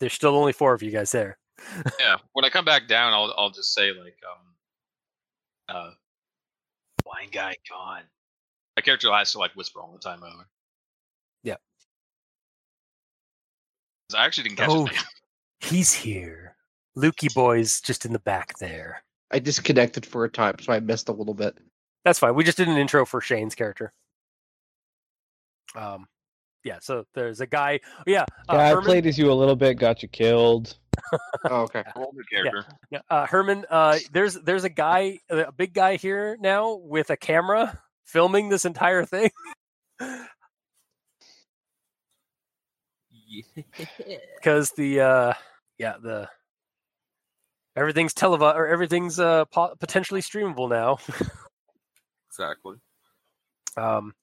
S2: there's still only four of you guys there.
S5: yeah. When I come back down, I'll I'll just say like um uh blind guy gone. My character has to like whisper all the time. By the way.
S2: Yeah.
S5: 'Cause I actually didn't catch
S2: Oh.
S5: his name.
S2: He's here. Lukey boy's just in the back there.
S6: I disconnected for a time, so I missed a little bit.
S2: That's fine. We just did an intro for Shane's character. Um, yeah. So there's a guy. Yeah. Uh,
S4: yeah, I
S2: Herman,
S4: played as you a little bit, got you killed.
S6: Oh,
S3: [laughs]
S6: okay.
S5: Roll new character.
S2: [laughs] yeah, uh, Herman. Uh, there's there's a guy, a big guy here now with a camera filming this entire thing.
S5: [laughs]
S2: because the uh yeah the everything's televi or everything's uh po- potentially streamable now [laughs]
S10: exactly.
S2: um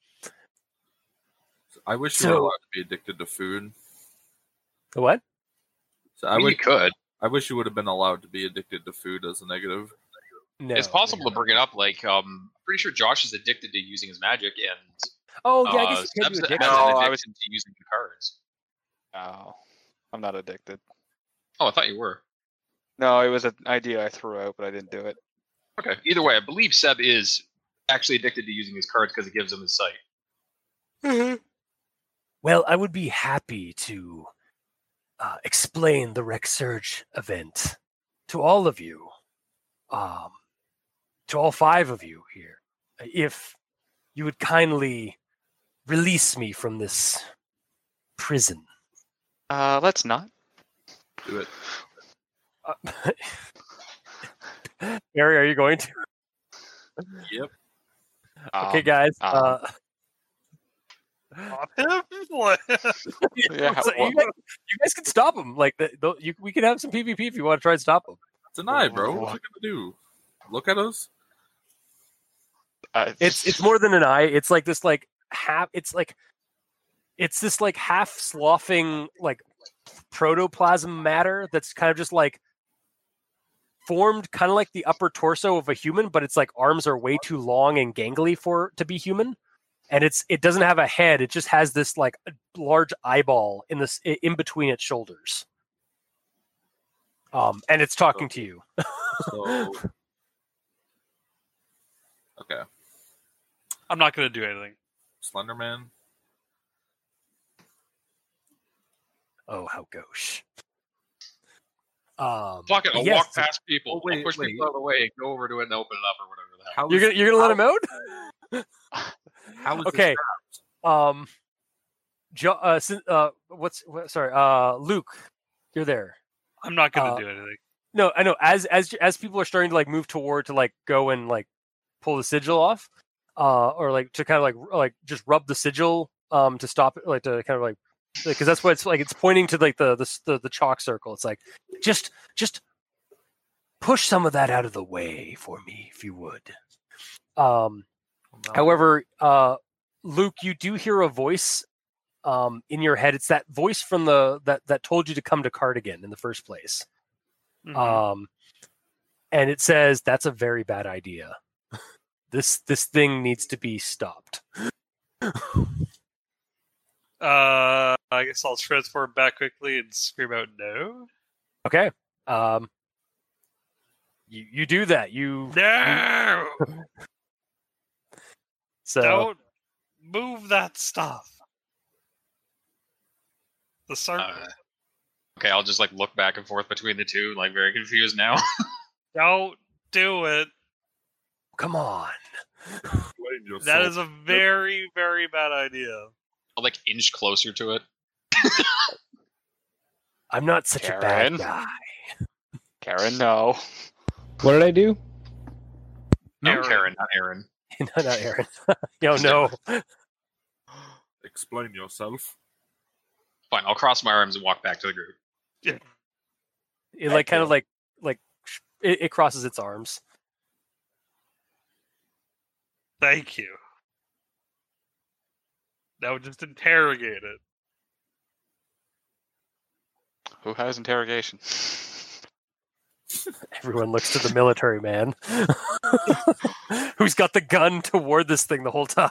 S10: I wish you were
S2: So-
S10: allowed to be addicted to food.
S2: the what
S10: So
S5: I
S10: I
S5: mean,
S10: would.
S5: you could.
S10: I wish you would have been allowed to be addicted to food as a negative.
S2: no
S5: it's possible
S2: no.
S5: to bring it up. Like, um, I'm pretty sure Josh is addicted to using his magic, and
S2: oh yeah i
S5: uh,
S2: guess you can do
S5: Seb's
S2: addiction.
S5: has
S3: No,
S5: an
S3: I
S5: addiction
S3: was-
S5: to using the cards.
S3: No, I'm not addicted.
S5: Oh, I thought you were.
S3: No, it was an idea I threw out, but I didn't do it.
S5: Okay. Either way, I believe Seb is actually addicted to using his cards because it gives him his sight.
S2: well i would be happy to uh, explain the rec surge event to all of you um to all five of you here uh, if you would kindly release me from this prison
S3: Uh, let's not.
S10: Do it.
S2: Uh, Barry, are you going to?
S10: Yep.
S2: Okay,
S3: Um,
S2: guys.
S3: um,
S2: uh,
S8: Stop him? [laughs] What?
S3: [laughs] yeah,
S2: [laughs] so
S3: well,
S2: you, guys, you guys can stop him. Like, the, the, you, we can have some PvP if you want to try and stop him.
S10: Deny, bro. What you gonna do? Look at us.
S3: uh,
S2: It's it's more than an eye. It's like this like half. It's like it's this like half sloughing like protoplasm matter that's kind of just like formed kind of like the upper torso of a human but it's like arms are way too long and gangly for to be human and it's it doesn't have a head it just has this like a large eyeball in this i- in between its shoulders um and it's talking to you
S10: So. okay,
S8: I'm not going to do anything.
S10: Slenderman.
S2: oh how gauche um
S5: Fuck it. I'll
S2: yes.
S5: walk past people.
S10: Oh, wait,
S5: I'll push
S10: wait.
S5: people out of the way and go over to it and open it up or whatever. The hell.
S10: How
S2: you're gonna you're gonna let him out
S10: How is
S2: okay
S10: This,
S2: um jo- uh, sin- uh what's what, sorry uh luke you're there
S8: I'm not going
S2: Uh,
S8: to do anything.
S2: no i know as as as people are starting to like move toward to like go and like pull the sigil off uh or like to kind of like r- like just rub the sigil um to stop it like to kind of like because that's what it's like it's pointing to like the, the s- the the chalk circle it's like just just push some of that out of the way for me if you would um However, uh, Luke, you do hear a voice um, in your head. It's that voice from the that that told you to come to Cardigan in the first place.
S8: mm-hmm. Uh,
S2: Um, and it says that's a very bad idea. this this thing needs to be stopped.
S8: uh, I guess I'll transform back quickly and scream out [laughs] no.
S2: Okay. Um, you you do that. You
S8: No!
S2: so
S8: Don't move that stuff. The circle.
S5: Uh, okay. I'll just like look back and forth between the two, like very confused now. [laughs]
S8: Don't do it.
S2: come on.
S8: That is a very, very bad idea.
S5: I'll like inch closer to it.
S2: I'm not such
S3: Karen?
S2: a bad guy. [laughs]
S3: Karen, no.
S4: What did I do?
S5: No,
S8: Aaron.
S5: Karen, not Aaron.
S2: no, not Aaron. [laughs] Yo, no.
S10: Explain yourself.
S5: Fine. I'll cross my arms and walk back to the group.
S2: it like kind of like like sh- it, it crosses its arms.
S8: Thank you. Now just interrogate it.
S3: Who has interrogation? [laughs]
S2: Everyone looks to the military man, [laughs] who's got the gun toward this thing the whole
S8: [laughs]
S2: time.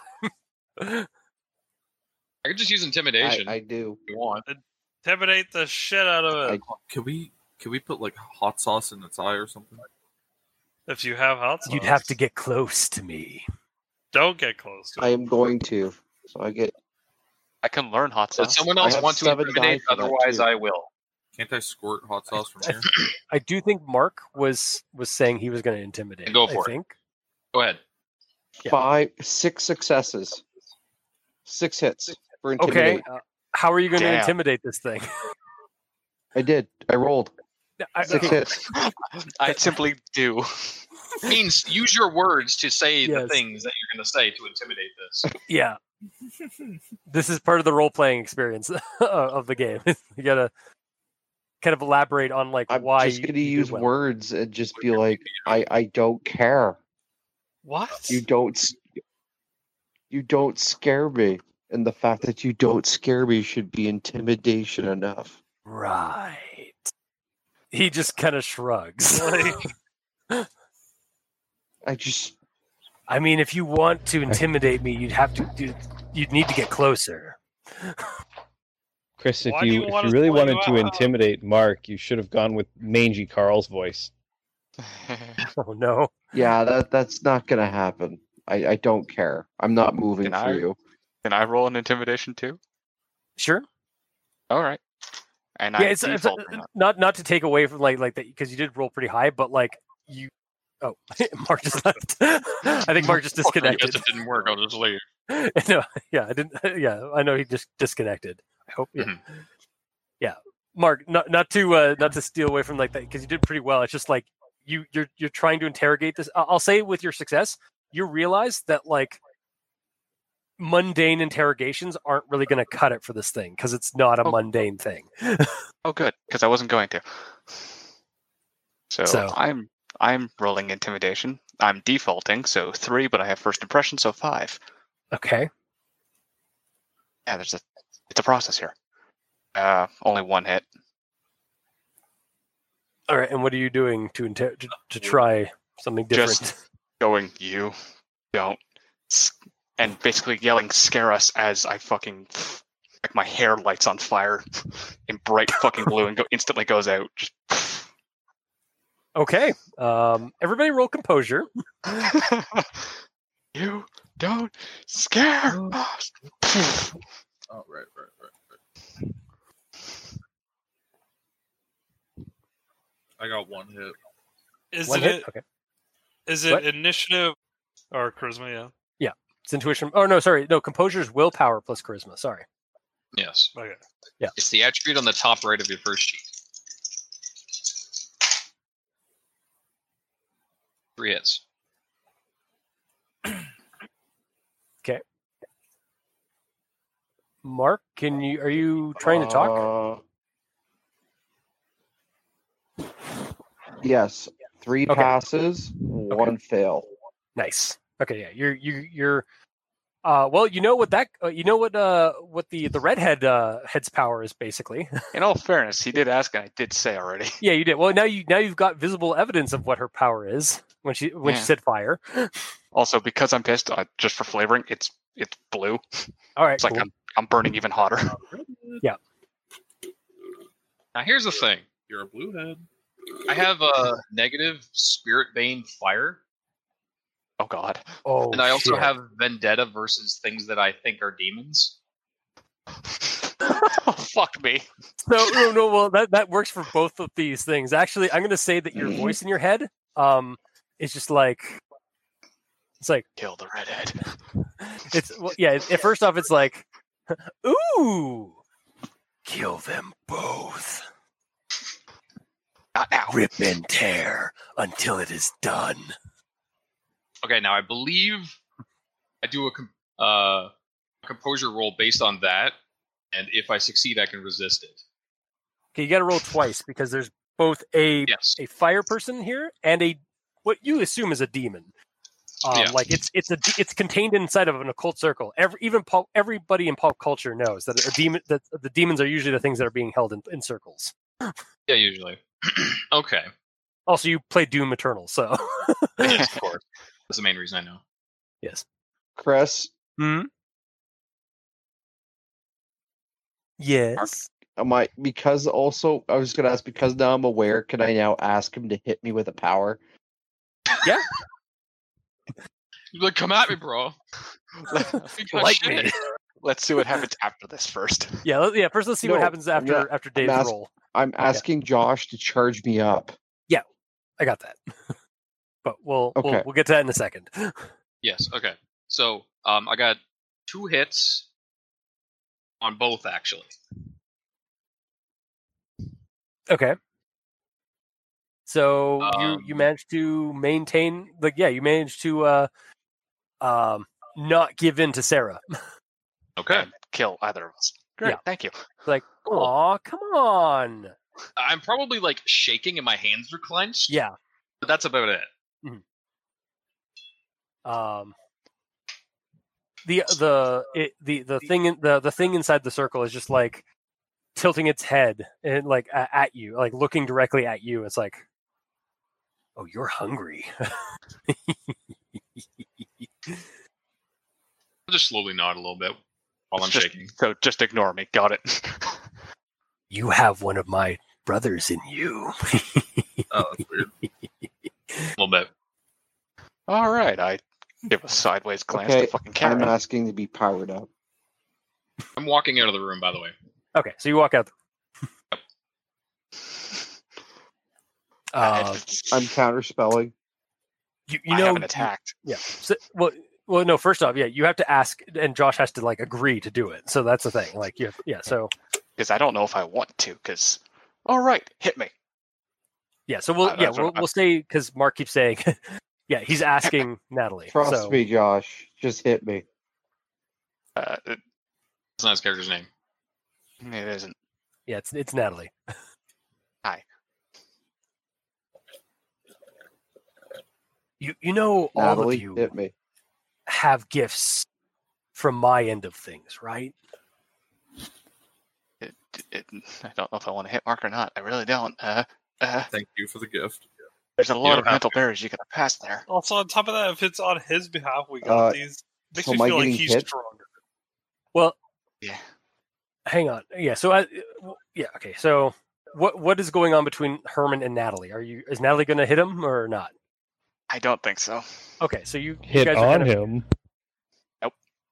S5: I could just use
S6: I,
S5: intimidation
S6: I
S5: if
S6: do.
S5: you want.
S8: Intimidate the shit out of it.
S10: Can we can we put like hot sauce in its eye or something?
S8: If you have hot sauce,
S2: You'd have to get close to me.
S8: Don't get close to
S6: I
S8: it.
S6: am going to.
S7: So I get
S3: I can learn hot
S5: Does
S3: sauce.
S5: someone
S7: I
S5: else
S7: have
S5: want to
S7: seven
S5: intimidate?
S7: dice for that,
S5: Otherwise,
S7: too.
S5: I will.
S10: Can't I squirt hot sauce from
S2: I-
S10: here?
S2: I do think Mark was was saying he was going to intimidate.
S5: Go
S2: I
S5: for it.
S2: think.
S5: Go ahead.
S2: Yeah.
S7: five, six successes, six hits for
S2: Okay.
S7: intimidate.
S2: uh, how are you going to
S3: Damn.
S2: intimidate this thing? [laughs]
S7: I did. I rolled
S2: I-
S7: six
S2: okay,
S7: hits.
S3: I simply do.
S5: [laughs] Means use your words to say the
S2: Yes.
S5: things that you're going to say to intimidate this.
S2: yeah. this is part of the role playing experience [laughs] of the game. [laughs] you got to kind of elaborate on like
S7: I'm
S2: why
S7: just
S2: you,
S7: going to
S2: you did
S7: use
S2: well.
S7: words and just be like, I, I don't care.
S8: What?
S7: You don't. s- You don't scare me, and the fact that you don't scare me should be intimidation enough.
S2: Right. He just kind of
S7: [laughs]
S2: shrugs.
S7: I just
S2: I mean, if you want to intimidate me, you'd have to do. You'd need to get closer. [laughs]
S4: Chris, if
S8: Why do
S4: you,
S8: you
S4: if
S8: want
S4: you
S8: us
S4: really
S8: to let you
S4: wanted to
S8: out?
S4: intimidate Mark, you should have gone with mangy Carl's voice.
S3: [laughs]
S2: Oh no! [laughs]
S7: yeah, that that's not gonna happen. I, I don't care. I'm not moving
S3: Can
S7: for
S3: I-
S7: you.
S3: can I roll an intimidation too?
S2: Sure.
S3: All right. And I
S2: yeah, it's, uh, it's
S3: default for that.
S2: not not to take away from like like that because you did roll pretty high, but like you. Oh, [laughs] Mark just left. [laughs] I think Mark just
S5: I
S2: disconnected.
S5: guess it didn't work. I'll just leave.
S2: [laughs] no, yeah, I didn't. Yeah, I know he just disconnected. I hope. Yeah, yeah. Mark, not not to uh, not to steal away from like that because you did pretty well. It's just like you you're you're trying to interrogate this. I- I'll say with your success, you realize that like mundane interrogations aren't really going to cut it for this thing because it's not a
S3: Oh.
S2: mundane thing.
S3: Oh, good, because I wasn't going to. So,
S2: So-
S3: I'm I'm rolling intimidation. I'm defaulting, so three, but I have first impression, so five.
S2: Okay.
S3: Yeah, there's a it's a process here. Uh, only one hit.
S2: All right. And what are you doing to inter- to, to try something different?
S3: Just- Going, you don't, s- and basically yelling, "Scare us!" As I fucking like my hair lights on fire [laughs] in bright fucking blue and go instantly goes out. Just
S2: Okay. Um, everybody roll composure.
S3: [laughs] you don't scare us.
S10: Oh right, right, right, right. I got one hit.
S8: Is
S2: One
S8: it,
S2: hit. Okay.
S8: is it
S2: What?
S8: initiative or charisma? Yeah.
S2: It's intuition. Oh no, sorry. No, composure is willpower plus charisma. Sorry.
S5: Yes.
S8: Okay.
S5: It's the attribute on the top right of your first sheet. Three hits.
S2: Mark, can you are you trying to talk?
S7: Uh, yes, three
S2: Okay.
S7: passes, one fail.
S2: Nice. Okay, yeah. You're you you're uh well, you know what that uh, you know what uh what the the redhead uh head's power is basically. [laughs]
S3: In all fairness, he did ask, and I did say already. [laughs]
S2: yeah, you did. Well, now you now you've got visible evidence of what her power is when she when she
S3: Yeah.
S2: said fire.
S3: Also, because I'm pissed, uh, just for flavoring, it's it's blue.
S2: All right.
S3: It's like
S2: cool.
S3: I'm, I'm burning even hotter. [laughs]
S5: Now here's the thing.
S10: You're a blue head.
S5: I have a negative spirit bane fire,
S3: Oh God, [laughs]
S2: oh,
S5: and I also
S2: shit.
S5: have vendetta versus things that I think are demons.
S3: oh, fuck me.
S2: No, no, no. Well, that that works for both of these things. Actually, I'm going to say that your voice in your head, um, is just like, it's like
S3: Kill the redhead.
S2: it's well, yeah. At first off, it's like, [laughs] ooh, kill them both,
S3: Not
S2: [laughs]
S3: now.
S2: rip and tear until it is done.
S5: Okay, now I believe I do a com- uh, composure roll based on that, and if I succeed, I can resist it.
S2: Okay, you got to roll twice because there's both a
S5: Yes.
S2: a fire person here and a what you assume is a demon. Um,
S5: Yeah.
S2: Like it's it's a de- it's contained inside of an occult circle. Every even pop, everybody in pop culture knows that a demon that the demons are usually the things that are being held in, in circles.
S5: Yeah, usually. [clears throat] okay.
S2: [coughs] Also, you play Doom Eternal, so [laughs]
S5: of course. That's the main reason I know.
S2: yes.
S6: Chris,
S2: Hmm. Yes.
S6: am I because also I was gonna ask because now I'm aware, can I now ask him to hit me with a power?
S5: You'd be like, come at me, bro.
S2: [laughs]
S5: [laughs] You got
S2: Like
S5: shit.
S2: me.
S3: [laughs] Let's see what happens after this
S2: [laughs]
S3: first.
S2: Yeah. let- Yeah. First, let's see what
S6: No,
S2: happens after
S6: not-
S2: after Dave's
S6: ask-
S2: roll.
S6: I'm asking Josh to charge me up.
S2: I got that. [laughs] But we'll, we'll
S6: Okay.
S2: we'll get to that in a second.
S5: Yes. Okay. So um, I got two hits on both actually.
S2: Okay. So you you
S5: Um,
S2: managed to maintain like yeah you managed to uh um not give in to Sarah
S5: Okay.
S3: Kill either of us. Great,
S2: Yeah.
S3: thank you.
S2: like
S5: Cool.
S2: aw come on
S5: I'm probably like shaking and my hands are clenched.
S2: yeah
S5: But that's about it.
S2: um the the it, the the thing in, the the thing inside the circle is just like tilting its head and like a- at you like looking directly at you it's like oh you're hungry
S5: I'll just slowly nod a little bit while I'm
S3: Just-
S5: shaking.
S3: So just ignore me. Got it. [laughs]
S2: you have one of my brothers in you
S10: Oh, that's weird.
S5: A little bit.
S3: All right. I give a sideways glance
S6: Okay,
S3: to fucking
S6: I'm
S3: Karen.
S6: asking to be powered up.
S5: I'm walking out of the room, by the way.
S2: okay so you walk out
S3: [laughs] Uh, [laughs]
S2: uh,
S3: it's-
S6: I'm counterspelling.
S2: you, you
S3: I
S2: know
S3: haven't attacked.
S2: yeah so, well well no first off yeah you have to ask and josh has to like agree to do it so that's the thing like you have, yeah so
S3: because I don't know if I want to. Because all right, hit me.
S2: yeah so we'll
S3: I-
S2: yeah
S3: Uh, that's what
S2: we'll,
S3: I-
S2: we'll say because mark keeps saying [laughs] yeah he's
S3: [laughs]
S2: asking natalie
S6: Trust
S2: so
S6: me, Josh. Just hit me.
S3: Uh, it,
S5: That's not his character's name.
S3: it isn't.
S2: yeah it's, it's natalie
S3: Hi.
S2: you you know all
S6: Natalie,
S2: of you
S6: hit me.
S2: have gifts from my end of things right
S3: It, it, I don't know if I want to hit Mark or not. I really don't. Uh, uh,
S10: Thank you for the gift.
S3: there's a lot
S5: don't
S3: of
S5: have
S3: mental barriers you could have passed there.
S8: Also, on top of that, if it's on his behalf, we got
S6: Uh,
S8: these. Makes
S6: so
S8: me
S6: am I
S8: feel like
S6: getting
S8: he's
S6: hit?
S8: stronger.
S2: well
S3: Yeah.
S2: hang on yeah so i yeah okay so what what is going on between herman and natalie are you is natalie going to hit him or not
S3: I don't think so.
S2: okay so you, you
S4: Hit
S2: guys are
S4: on
S2: kind of
S4: him.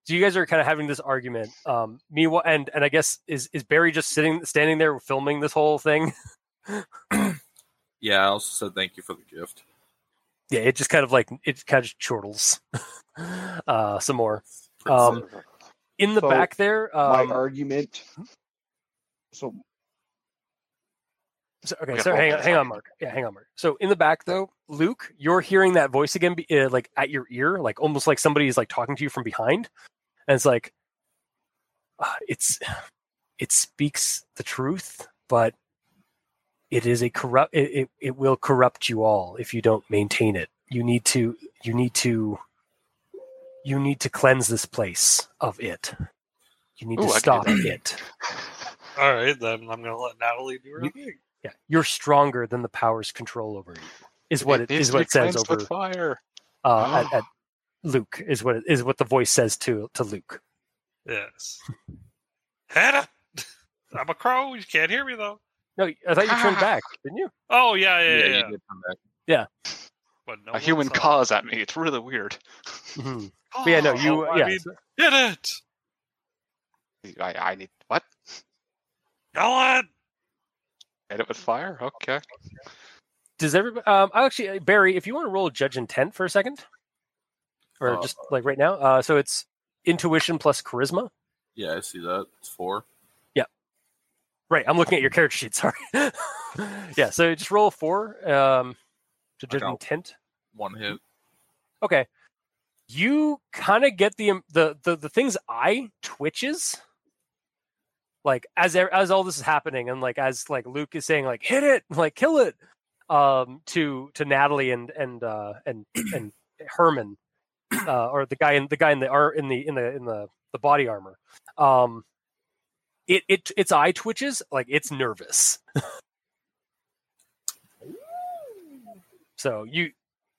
S2: so you guys are kind of having this argument um meanwhile and and i guess is is barry just sitting standing there filming this whole thing [laughs]
S10: Yeah, I also said thank you for the gift.
S2: yeah it just kind of like it kind of chortles [laughs] uh some more um in the
S6: uh, So,
S2: back there um
S6: My argument. So
S2: so- okay
S3: Yeah,
S2: so
S3: hold
S2: hang on
S3: this
S2: hang on
S3: up.
S2: mark yeah hang on mark so in the back though luke you're hearing that voice again be, uh, like at your ear like almost like somebody is like talking to you from behind and it's like uh, it's it speaks the truth but it is a corrupt it, it, it will corrupt you all if you don't maintain it you need to you need to you need to cleanse this place of it you need
S3: Ooh,
S2: to
S3: I can do
S2: stop
S3: that.
S2: it
S8: All right, then I'm gonna let Natalie do her
S2: You-
S8: thing.
S2: yeah you're stronger than the powers control over you is what it is
S3: needs to
S2: what
S3: be
S2: it says
S3: cleansed
S2: over
S3: with fire. Ah.
S2: uh, at, at Luke is what it, is what the voice says to to Luke.
S8: Yes.
S11: [laughs]
S8: Hannah, I'm a crow. You can't hear me though.
S2: No, I thought you
S3: Ah.
S2: turned back, didn't you?
S8: Oh yeah, yeah, yeah.
S10: you
S8: yeah.
S10: did come back.
S8: But no
S3: A human
S8: one saw
S3: caws at me. It's really weird.
S2: Mhm.
S8: it.
S2: But yeah, no,
S8: Oh,
S2: you
S8: I
S2: yeah.
S8: mean, did it,
S3: I, [gasps] I need what?
S8: Ellen.
S3: Hit it with fire? Okay.
S2: Does everybody? Um, I actually Barry, if you want to roll judge intent for a second, or
S3: Oh.
S10: Uh,
S2: just like right now. Uh, so it's intuition plus charisma.
S10: Yeah, I see that. It's four.
S2: Right, I'm looking at your character sheet. [laughs] Sorry. yeah, so just roll four um, to judge
S10: got one.
S2: intent.
S10: One hit.
S2: Okay, you kind of get the the the the thing's eye twitches, like as e- as all this is happening and like as like Luke is saying like hit it [laughs] like kill it um to to Natalie and and uh and and Herman uh or the guy in the guy in the ar- in the in the in the the body armor um it it its eye twitches like it's nervous [laughs] so you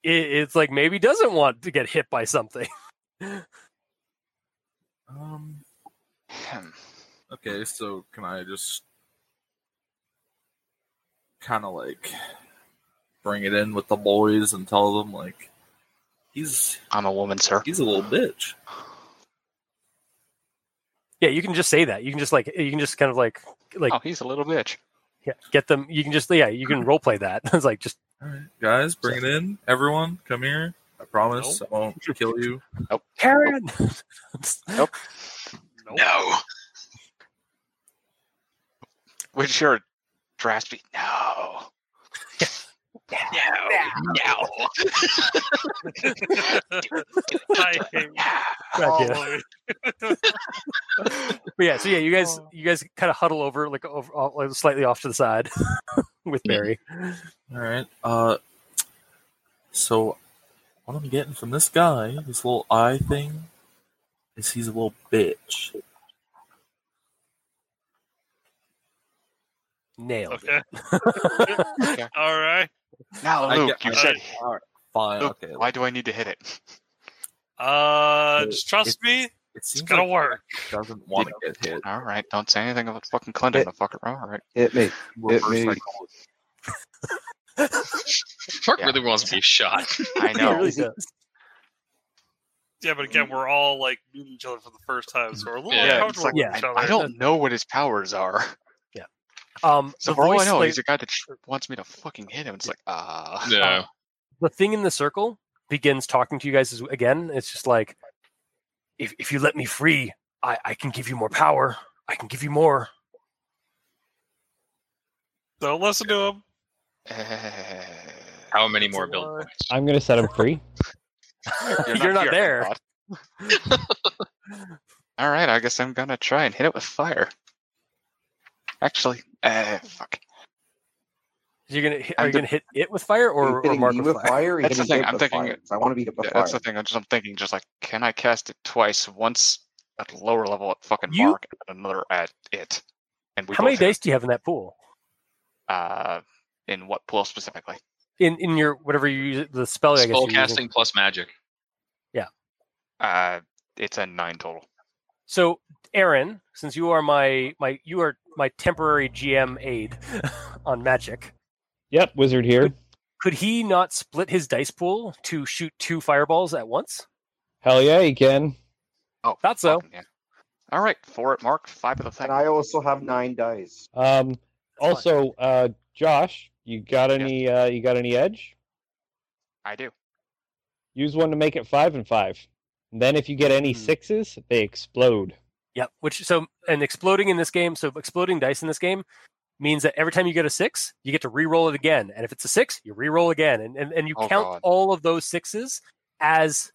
S2: it, it's like maybe doesn't want to get hit by something [laughs]
S10: Um. Okay, so can I just kind of like bring it in with the boys and tell them like he's
S3: I'm a woman, sir.
S10: he's a little bitch.
S2: yeah you can just say that you can just like you can just kind of like like
S3: oh, he's a little bitch.
S2: yeah, get them you can just yeah you can role play that [laughs] it's like just
S10: All right, guys, bring it in. Everyone, come here. I promise I won't kill you.
S2: [laughs] Karen
S3: No. With your raspy, no. [laughs] No. No.
S11: [laughs] I hate all
S3: Oh.
S2: God, yeah.
S11: of it.
S3: [laughs]
S2: But yeah, so yeah, you guys,
S3: Oh.
S2: you guys kind of huddle over, like over, uh, like, slightly off to the side, [laughs] with Barry.
S10: All right. Uh, so what I'm getting from this guy, this little eye thing, is he's a little bitch.
S11: [laughs]
S2: Nailed
S11: Okay.
S2: it.
S11: [laughs] All right.
S3: No,
S10: I
S3: Luke,
S10: get-
S3: you
S10: I-
S3: said.
S10: All right, fine.
S3: Luke,
S10: okay.
S3: why do I need to hit it?
S11: Uh,
S10: It-
S11: just trust
S10: it-
S11: me.
S10: it
S11: It's
S10: seems
S11: gonna
S10: like
S11: work.
S10: he doesn't want to get hit.
S3: All right, don't say anything about fucking Clinton. The fucker. All
S2: [laughs]
S3: right.
S6: Hit me.
S10: Reverse
S6: me.
S10: psychology.
S5: Kirk
S3: Yeah.
S5: really wants
S2: [laughs]
S5: to be shot.
S3: I
S2: He
S3: know.
S2: really does.
S11: Yeah, but again, we're all like meeting each other for the first time, so we're a little
S5: Yeah,
S3: yeah, it's
S11: uncomfortable
S3: like,
S11: with
S2: Yeah.
S11: each
S3: I,
S11: other.
S3: I don't know what his
S2: [laughs]
S3: powers are.
S2: Um,
S3: So
S2: the
S3: for all I
S2: voice,
S3: know,
S2: like,
S3: he's a guy that tr- wants me to fucking hit him. It's like, ah.
S5: No.
S2: the thing in the circle begins talking to you guys as- again. It's just like, if if you let me free, I I can give you more power. I can give you more.
S11: Don't listen to him.
S3: [laughs] eh.
S5: How many more
S11: a
S5: build
S11: lie.
S5: points?
S4: I'm gonna set him free. [laughs]
S2: [laughs] You're not
S3: here, Oh.
S2: there.
S3: God. All right, I guess I'm gonna try and hit it with fire. Actually, eh, fuck.
S2: You're gonna hit,
S3: I'm
S2: are you
S3: the-
S2: gonna hit it with fire or, or
S7: hitting
S2: Mark
S7: me
S2: with fire?
S7: or
S3: That's the
S7: hitting
S3: thing,
S7: him
S3: I'm
S7: with
S3: thinking-
S7: fire? 'Cause I want to be hit with
S3: Yeah,
S7: fire.
S3: that's the thing. I'm just I'm thinking, just like, can I cast it twice? Once at lower level at fucking
S2: You-
S3: Mark, and another at it. And we
S2: How many
S3: both hit
S2: dice do you have in that pool?
S3: it. Uh, in what pool specifically?
S2: In in your whatever you use the spell, Oh, I guess
S5: Spell
S2: you're using.
S5: casting plus magic.
S3: Uh, it's a nine total.
S2: So, Aaron, since you are my my you are my temporary GM aide [laughs] on Magic,
S4: Yep, wizard here.
S2: could he not split his dice pool to shoot two fireballs at once?
S4: Hell yeah, he can.
S3: Oh,
S2: Thought so.
S3: fucking yeah. All right, four at Mark, five at the thing.
S7: And I also have nine dice.
S4: Um,
S2: fine.
S4: also, uh, Josh, you got any? Uh, you got any edge?
S3: I do.
S4: Use one to make it five and five. And then if you get any
S2: Hmm.
S4: sixes, they explode.
S2: Yep. Which so and exploding in this game, so exploding dice in this game means that every time you get a six, you get to re-roll it again, and if it's a six, you re-roll again, and and, and you
S3: Oh,
S2: count
S3: God.
S2: all of those sixes as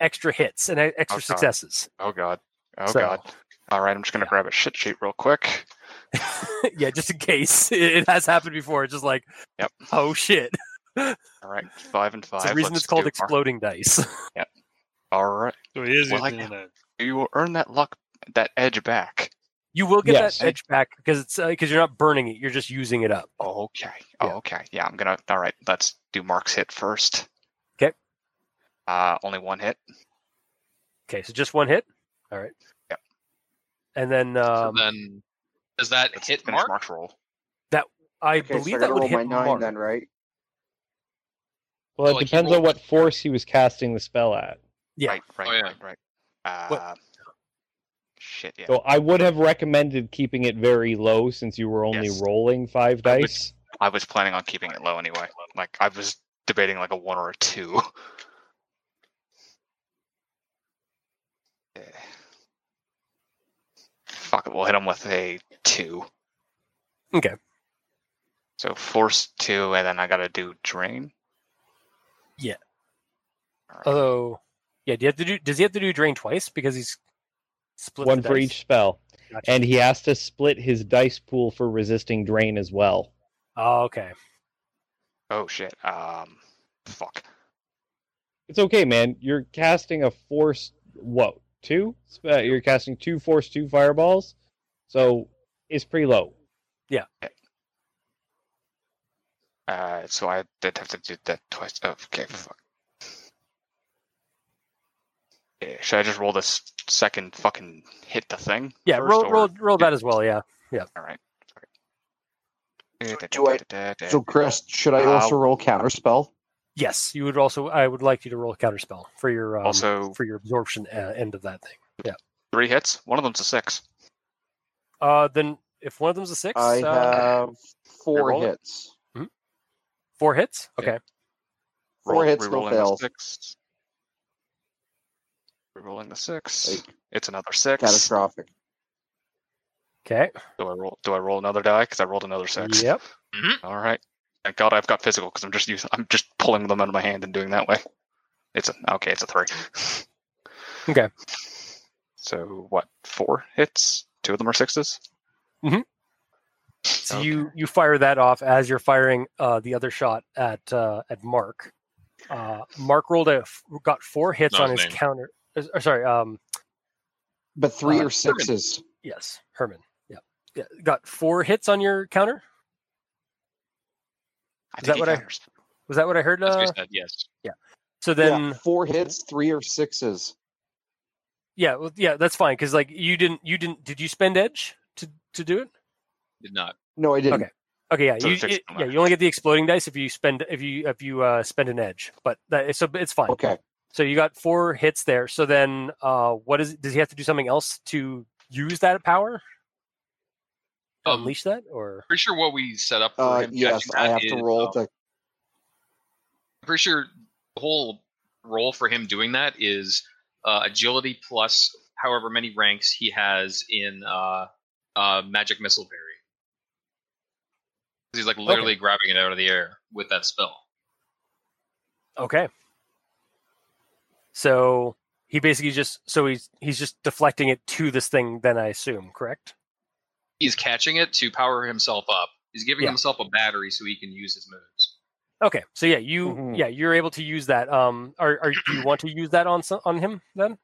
S2: extra hits and e- extra
S3: God.
S2: successes. [laughs]
S3: Oh god. Oh
S2: So-
S3: god. All right, I'm just gonna grab a shit sheet real quick.
S2: yeah, just in case [laughs] it, it has happened before. It's just like,
S3: Yep.
S2: oh shit,
S3: All right, five and five.
S2: it's the reason
S3: Let's
S2: it's called
S3: do it, Mark.
S2: exploding dice. [laughs]
S3: All right,
S11: So he is
S3: Well, I
S11: using
S3: know.
S11: it.
S3: you will earn that luck, that edge back.
S2: You will get
S4: Yes.
S2: that edge back because it's because you're not burning it; you're just using it up.
S3: Okay. Oh, okay. Yeah, I'm gonna. All right, let's do Mark's hit first.
S2: 'Kay.
S3: Uh, only one hit.
S2: Okay, so just one hit. All right.
S3: Yep.
S2: And then
S5: So
S2: um,
S5: then, does that
S3: Let's
S5: hit
S3: finish
S5: Mark?
S3: Mark's roll.
S2: I
S7: Okay, so
S2: believe
S7: I
S2: that
S7: gotta
S2: would
S7: roll my
S2: hit
S7: nine
S2: Mark.
S7: then, right?
S4: Well, it
S3: Oh,
S5: Well, he
S4: depends on
S5: rolled
S4: what force he was casting the spell at.
S2: Yeah.
S3: Right. Right.
S5: Oh, yeah.
S3: Right. Right.
S2: What-
S3: Uh, shit. Yeah.
S4: So I would have recommended keeping it very low since you were only
S3: Yes.
S4: rolling five
S3: I would-
S4: dice.
S3: I was planning on keeping it low anyway. Like I was debating like a one or a two. Eh. Fuck it, we'll hit him with a two.
S2: Okay.
S3: So force two, and then I gotta do drain.
S2: Yeah.
S3: All right.
S2: Oh, Although, yeah, do you have to do? Does he have to do drain twice because he's split
S4: One
S2: the
S4: for
S2: dice?
S4: each spell.
S2: Gotcha.
S4: and he has to split his dice pool for resisting drain as well.
S2: Oh, okay.
S3: Oh shit. Um, fuck.
S4: It's okay, man. You're casting a force what two? Uh, you're casting two force two fireballs, so it's pretty low.
S3: Uh, so I did have to do that twice. Oh, okay, fuck. Eh, Should I just roll this second fucking hit the thing?
S2: Yeah,
S3: first,
S2: roll,
S3: or-
S2: roll, roll that as well. Yeah.
S3: All right. Sorry.
S7: do I- So, um, Chris, should I also
S3: Ow.
S7: roll counterspell?
S2: Yes, you would also. I would like you to roll a counterspell for your um,
S3: Also-
S2: for your absorption uh, end of that thing.
S3: Three hits. One of them's a six.
S2: Uh, then if one of them's a six,
S7: I
S2: uh,
S7: have four
S3: Reroll it.
S7: hits.
S2: four hits. Okay.
S7: Four hits, no
S3: rerolling the
S7: fails.
S3: Six. Rerolling the six.
S7: Like,
S3: it's another six.
S7: catastrophic.
S2: Okay.
S3: Do I roll? Do I roll another die? Because I rolled another six.
S2: Yep.
S3: All right. Thank God I've got physical because I'm just using, I'm just pulling them out of my hand and doing that way. It's a okay. It's a three.
S2: [laughs] Okay.
S3: So what? Four hits. Two of them are sixes.
S2: So you you fire that off as you're firing uh, the other shot at uh, at Mark. Uh, Mark rolled a f- got four hits
S5: Not
S2: on
S5: his
S2: his
S5: name.
S2: counter. uh, s- sorry. Um.
S7: But three
S2: Uh,
S7: or sixes.
S2: Yes, Herman. Yeah. Yeah. Got four hits on your counter.
S3: I
S2: Is
S3: think
S2: that
S3: he
S2: what I-
S3: counters.
S2: Was that what I heard?
S5: That's what
S2: Uh,
S5: he said, yes.
S2: so then.
S7: Then four hits, three or sixes.
S2: Yeah, well, yeah, that's fine because like you didn't, you didn't. Did you spend edge to to do it?
S5: Did not.
S7: No, I didn't.
S2: Okay. Okay, yeah,
S3: So
S2: you
S3: the six
S2: it-
S3: don't
S2: yeah
S3: matter.
S2: you only get the exploding dice if you spend if you if you uh, spend an edge, but that so it's fine.
S7: Okay.
S2: So you got four hits there. So then, uh, what is does he have to do something else to use that power? To
S5: Um,
S2: unleash that or
S5: Pretty sure what we set up for
S7: Uh,
S5: him.
S7: yes,
S5: catching
S7: I
S5: that
S7: have to
S5: is,
S7: roll
S5: um,
S7: the
S5: I'm pretty sure the whole role for him doing that is uh, agility plus however many ranks he has in uh, uh, magic missile parry. 'Cause He's like literally grabbing it out of the air with that spell.
S2: okay? So he basically just so he's he's just deflecting it to this thing. Then I assume correct?
S5: He's catching it to power himself up. He's giving
S2: Yeah.
S5: himself a battery so he can use his moves.
S2: Okay, so yeah, you
S7: Mhm.
S2: yeah you're able to use that. Um, are are do you want to use that on so- on him then?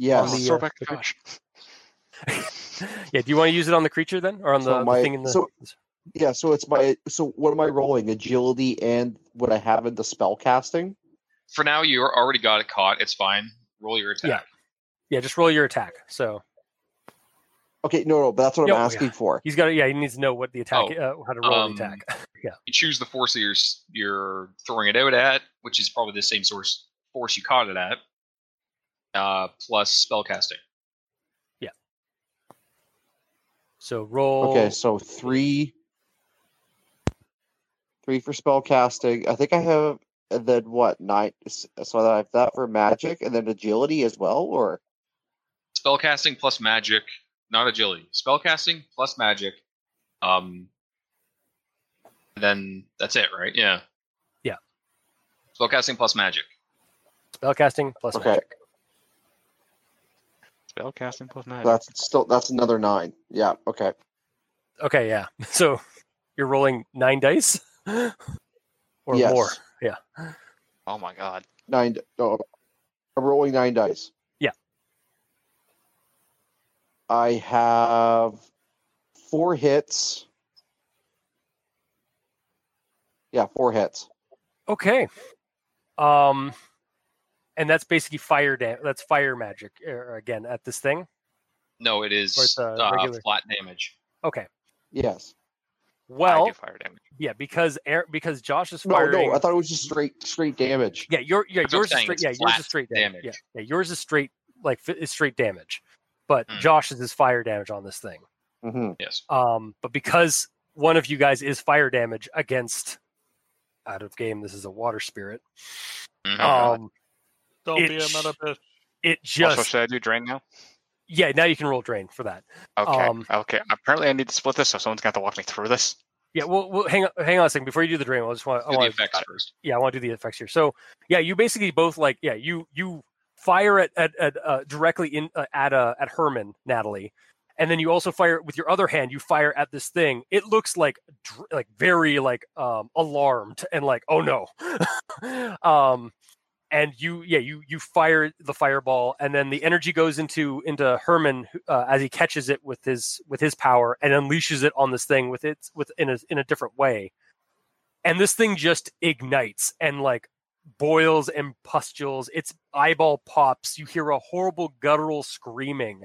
S7: yes.
S2: on the,
S3: so
S2: uh,
S3: back
S2: the
S3: to Josh.
S2: [laughs] Yeah, do you want to use it on the creature then, or on the,
S7: So
S2: the
S7: my-
S2: thing in the?
S7: so- yeah. So it's my. So what am I rolling? Agility and what I have in the spell casting.
S5: For now, you already got it caught. It's fine. Roll your attack.
S2: Yeah, just roll your attack. So
S7: Okay. No, no. But that's what
S2: Yep,
S7: I'm asking for.
S2: he's got to yeah he needs to know what the attack
S3: Oh,
S2: uh, how to roll
S5: um,
S2: the attack. [laughs]
S5: you choose the force that you're s- you're throwing it out at, which is probably the same source force you caught it at, uh, plus spellcasting.
S2: So roll.
S7: Okay. So three. Three for spell casting. I think I have. And then what? Nine. So I have that for magic, and then agility as well, or
S5: Spellcasting plus magic, not agility. Spellcasting plus magic. Um, then that's it, right? Yeah.
S2: Yeah.
S5: Spellcasting plus magic.
S2: spellcasting plus
S7: Okay.
S2: magic.
S3: Spellcasting plus nine.
S7: that's still that's another nine. Yeah. Okay.
S2: Okay, yeah. [laughs] So you're rolling nine dice [laughs] or
S7: Yes.
S2: more. Yeah.
S3: Oh my god.
S7: Nine. No, I'm rolling nine dice.
S2: Yeah.
S7: I have four hits. Yeah, four hits.
S2: Okay. Um, and that's basically fire. Da- that's fire magic er, again at this thing.
S5: No, it is
S2: Or it's, uh,
S5: uh,
S2: regular.
S5: flat damage.
S2: Okay.
S7: Yes.
S2: Well,
S3: I do fire damage.
S2: yeah, because air because Josh is
S7: No,
S2: firing.
S7: no. I thought it was just straight straight damage.
S2: Yeah, your yeah,
S5: That's what I'm
S2: yours is
S5: saying,
S2: straight.
S5: it's
S2: Yeah, yours
S5: flat
S2: is straight damage.
S5: damage.
S2: Yeah, yeah, yours is straight like fi- is straight damage, but
S5: Mm.
S2: Josh's is fire damage on this thing.
S7: hmm
S5: Yes.
S2: Um, but because one of you guys is fire damage against out of game, this is a water spirit.
S5: Mhm.
S2: Um,
S11: Don't be a
S2: It's-
S11: meta bitch.
S2: it
S3: also,
S2: just
S3: should I do drain now?
S2: yeah. Now you can roll drain for that.
S3: Okay.
S2: Um,
S3: okay. Apparently, I need to split this, so someone's got to walk me through this.
S2: Yeah, well, well hang on, hang on a second before you do the drain. oh, I just want I
S5: Do the
S2: want
S5: effects first.
S2: yeah I want to do the effects here. So yeah, you basically both like yeah you you fire at at, at uh, directly in uh, at uh, at Herman, Natalie, and then you also fire with your other hand. You fire at this thing. It looks like dr- like very like um, alarmed and like oh no, [laughs] um, and you yeah you you fire the fireball, and then the energy goes into into Herman who- uh, as he catches it with his with his power and unleashes it on this thing with its with in a in a different way, and this thing just ignites and like boils and pustules. Its eyeball pops. You hear a horrible guttural screaming,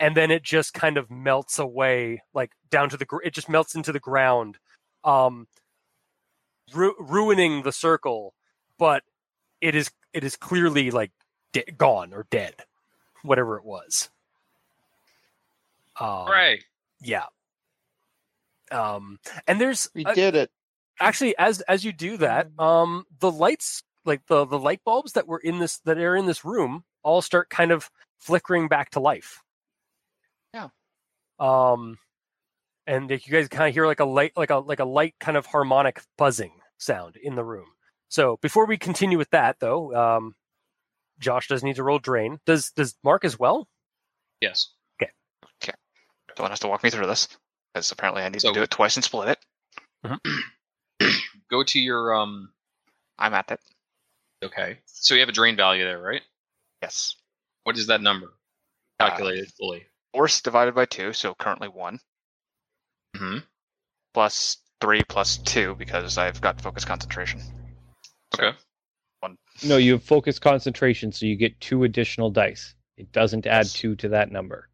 S2: and then it just kind of melts away, like down to the. gr- It just melts into the ground, um, ru- ruining the circle. But it is it is clearly like de- gone or dead, whatever it was. Um,
S5: Hooray!
S2: Yeah. Um, and there's
S6: We
S2: uh,
S6: did it. Mm-hmm.
S2: actually as as you do that um the lights like the the light bulbs that were in this that are in this room all start kind of flickering back to life
S3: Yeah.
S2: um and like, you guys kind of hear like a light like a like a light kind of harmonic buzzing sound in the room so before we continue with that though um josh does need to roll drain does does mark as well
S5: Yes.
S3: Someone has to walk me through this because apparently I need
S5: So-
S3: to do it twice and split it.
S5: Go to your um.
S3: I'm at it.
S5: Okay. So you have a drain value there, right?
S3: Yes.
S5: What is that number?
S3: Uh,
S5: Calculated fully.
S3: Force divided by two, so currently one.
S4: Mm-hmm.
S5: Mhm.
S3: Plus three plus two because I've got focus concentration.
S5: Okay.
S4: No, you have focus concentration, so you get two additional dice. It doesn't add two to that number.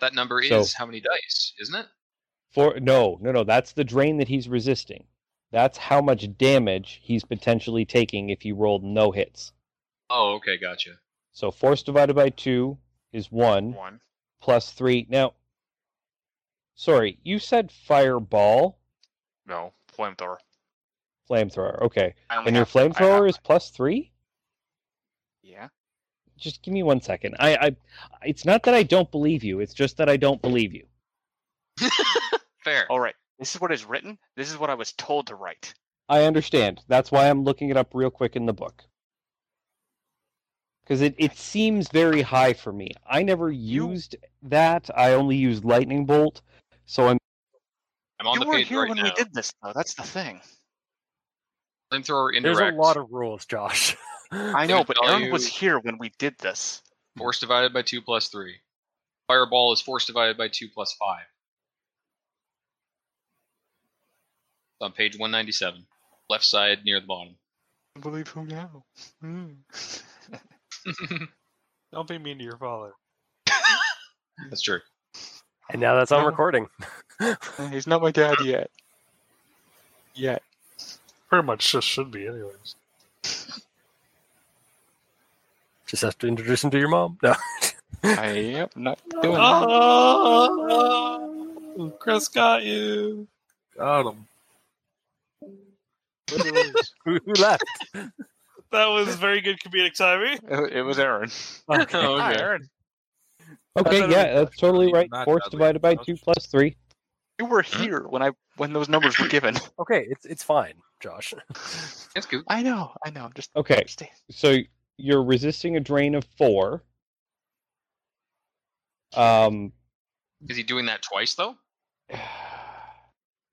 S5: That number is
S4: So-
S5: how many dice, isn't it?
S4: For no, no, no. That's the drain that he's resisting. That's how much damage he's potentially taking if he rolled no hits.
S5: Oh, okay, gotcha.
S4: So force divided by two is one
S3: One.
S4: plus three. Now, sorry, you said fireball
S3: No. Flamethrower.
S4: flamethrower. Okay,
S3: I only
S4: and your
S3: have- I have-
S4: flamethrower is plus three.
S3: Yeah.
S4: Just give me one second. I, I, it's not that I don't believe you. It's just that I don't believe you.
S5: Fair.
S3: All right. This is what is written. This is what I was told to write.
S4: I understand. That's why I'm looking it up real quick in the book. Because it, it seems very high for me. I never used that. I only used Lightning Bolt. So I'm.
S5: I'm on
S3: you
S5: the
S3: were
S5: page
S3: here
S5: right
S3: when
S5: now.
S3: we did this, though. That's the thing.
S5: Flamethrower indirect.
S2: there's a lot of rules josh [laughs]
S3: I know, but Aaron
S5: value-
S3: was here when we did this.
S5: force divided by two plus three. Fireball is force divided by two plus five. It's on page 197, left side near the bottom.
S3: Believe who now?
S8: Don't be mean to your father.
S5: That's [laughs] true.
S2: and now that's on recording
S3: He's not my dad yet. Yet.
S8: Pretty much just should be, anyways.
S2: just have to introduce him to your mom no [laughs]
S3: I am [laughs] not doing that.
S11: Uh,
S8: Oh, Chris got you.
S10: Got him.
S2: who, who left
S11: That was very good comedic timing.
S3: It, it was Aaron.
S5: Oh,
S3: Hi, Aaron.
S4: Okay,
S2: thought it
S4: yeah, that's totally
S10: Not
S4: right. Force
S10: badly
S4: divided by
S10: touched.
S4: 2 plus 3.
S3: You were
S4: Mm-hmm.
S3: here when I when those numbers were
S4: [coughs]
S3: given.
S2: okay it's it's fine josh [laughs]
S5: That's good.
S3: I know, I know. I'm just
S4: Okay,
S3: stay-
S4: so you're resisting a drain of 4. Um,
S5: Is he doing that twice though?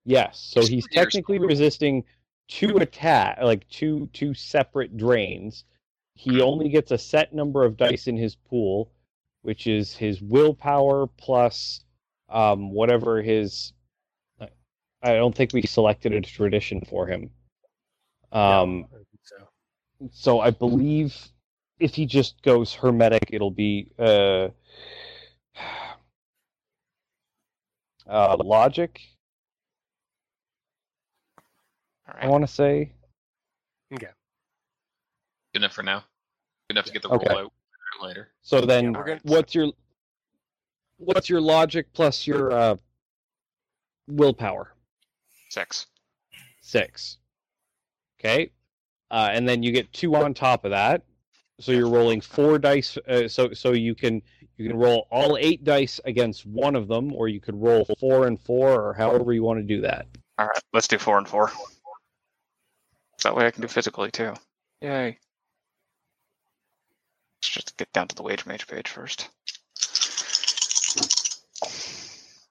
S4: yes, so he's
S5: You're
S4: technically resisting two attack, like two two separate drains. He only gets a set number of dice in his pool, which is his willpower plus um, whatever his. I- I don't think we selected a tradition for him. Um,
S2: so
S4: so I believe if he just goes hermetic, it'll be uh, [sighs] uh, logic.
S3: All
S4: I
S3: right.
S4: want to say.
S5: Good enough for now. Good enough to get the
S4: Okay.
S5: roll out later.
S4: So then,
S2: we're gonna-
S4: what's your what's your logic plus your uh, willpower?
S3: Six.
S4: Six. Okay, uh, and then you get two on top of that. So you're rolling four dice. Uh, so so you can you can roll all eight dice against one of them, or you could roll four and four, or however you want to do that.
S3: All right, let's do four and four. That way I can do physically too. Yay. just get down to the wage mage page first.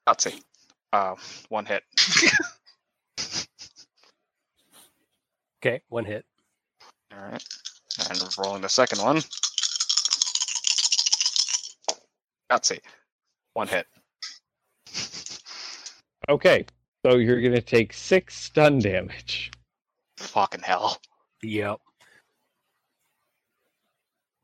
S3: Let's see. Uh, one hit.
S2: Okay, one hit.
S3: All right. And rolling the second one. Let's see. One hit.
S4: Okay, so you're gonna take six stun damage.
S3: Fucking hell.
S2: Yep.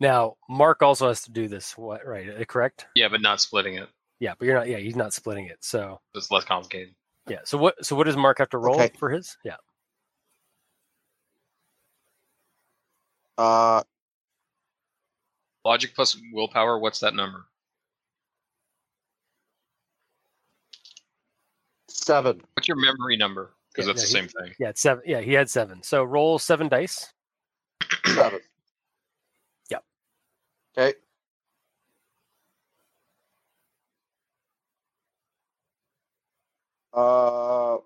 S2: Now, Mark also has to do this, what right? eh, Correct?
S5: Yeah, but not splitting it.
S2: Yeah, but you're not. Yeah, he's not splitting it. So
S5: It's less complicated.
S2: yeah. So what? So what does Mark have to roll
S7: Okay.
S2: for his? Yeah.
S7: Uh,
S5: Logic plus willpower. What's that number?
S2: [clears throat]
S7: seven.
S5: What's your memory number? Because
S2: Yeah,
S5: that's
S2: no,
S5: the
S2: he-
S5: same thing.
S2: Yeah, it's seven. Yeah, he had seven. So roll seven dice.
S7: Seven.
S2: Yep.
S7: Okay. Uh,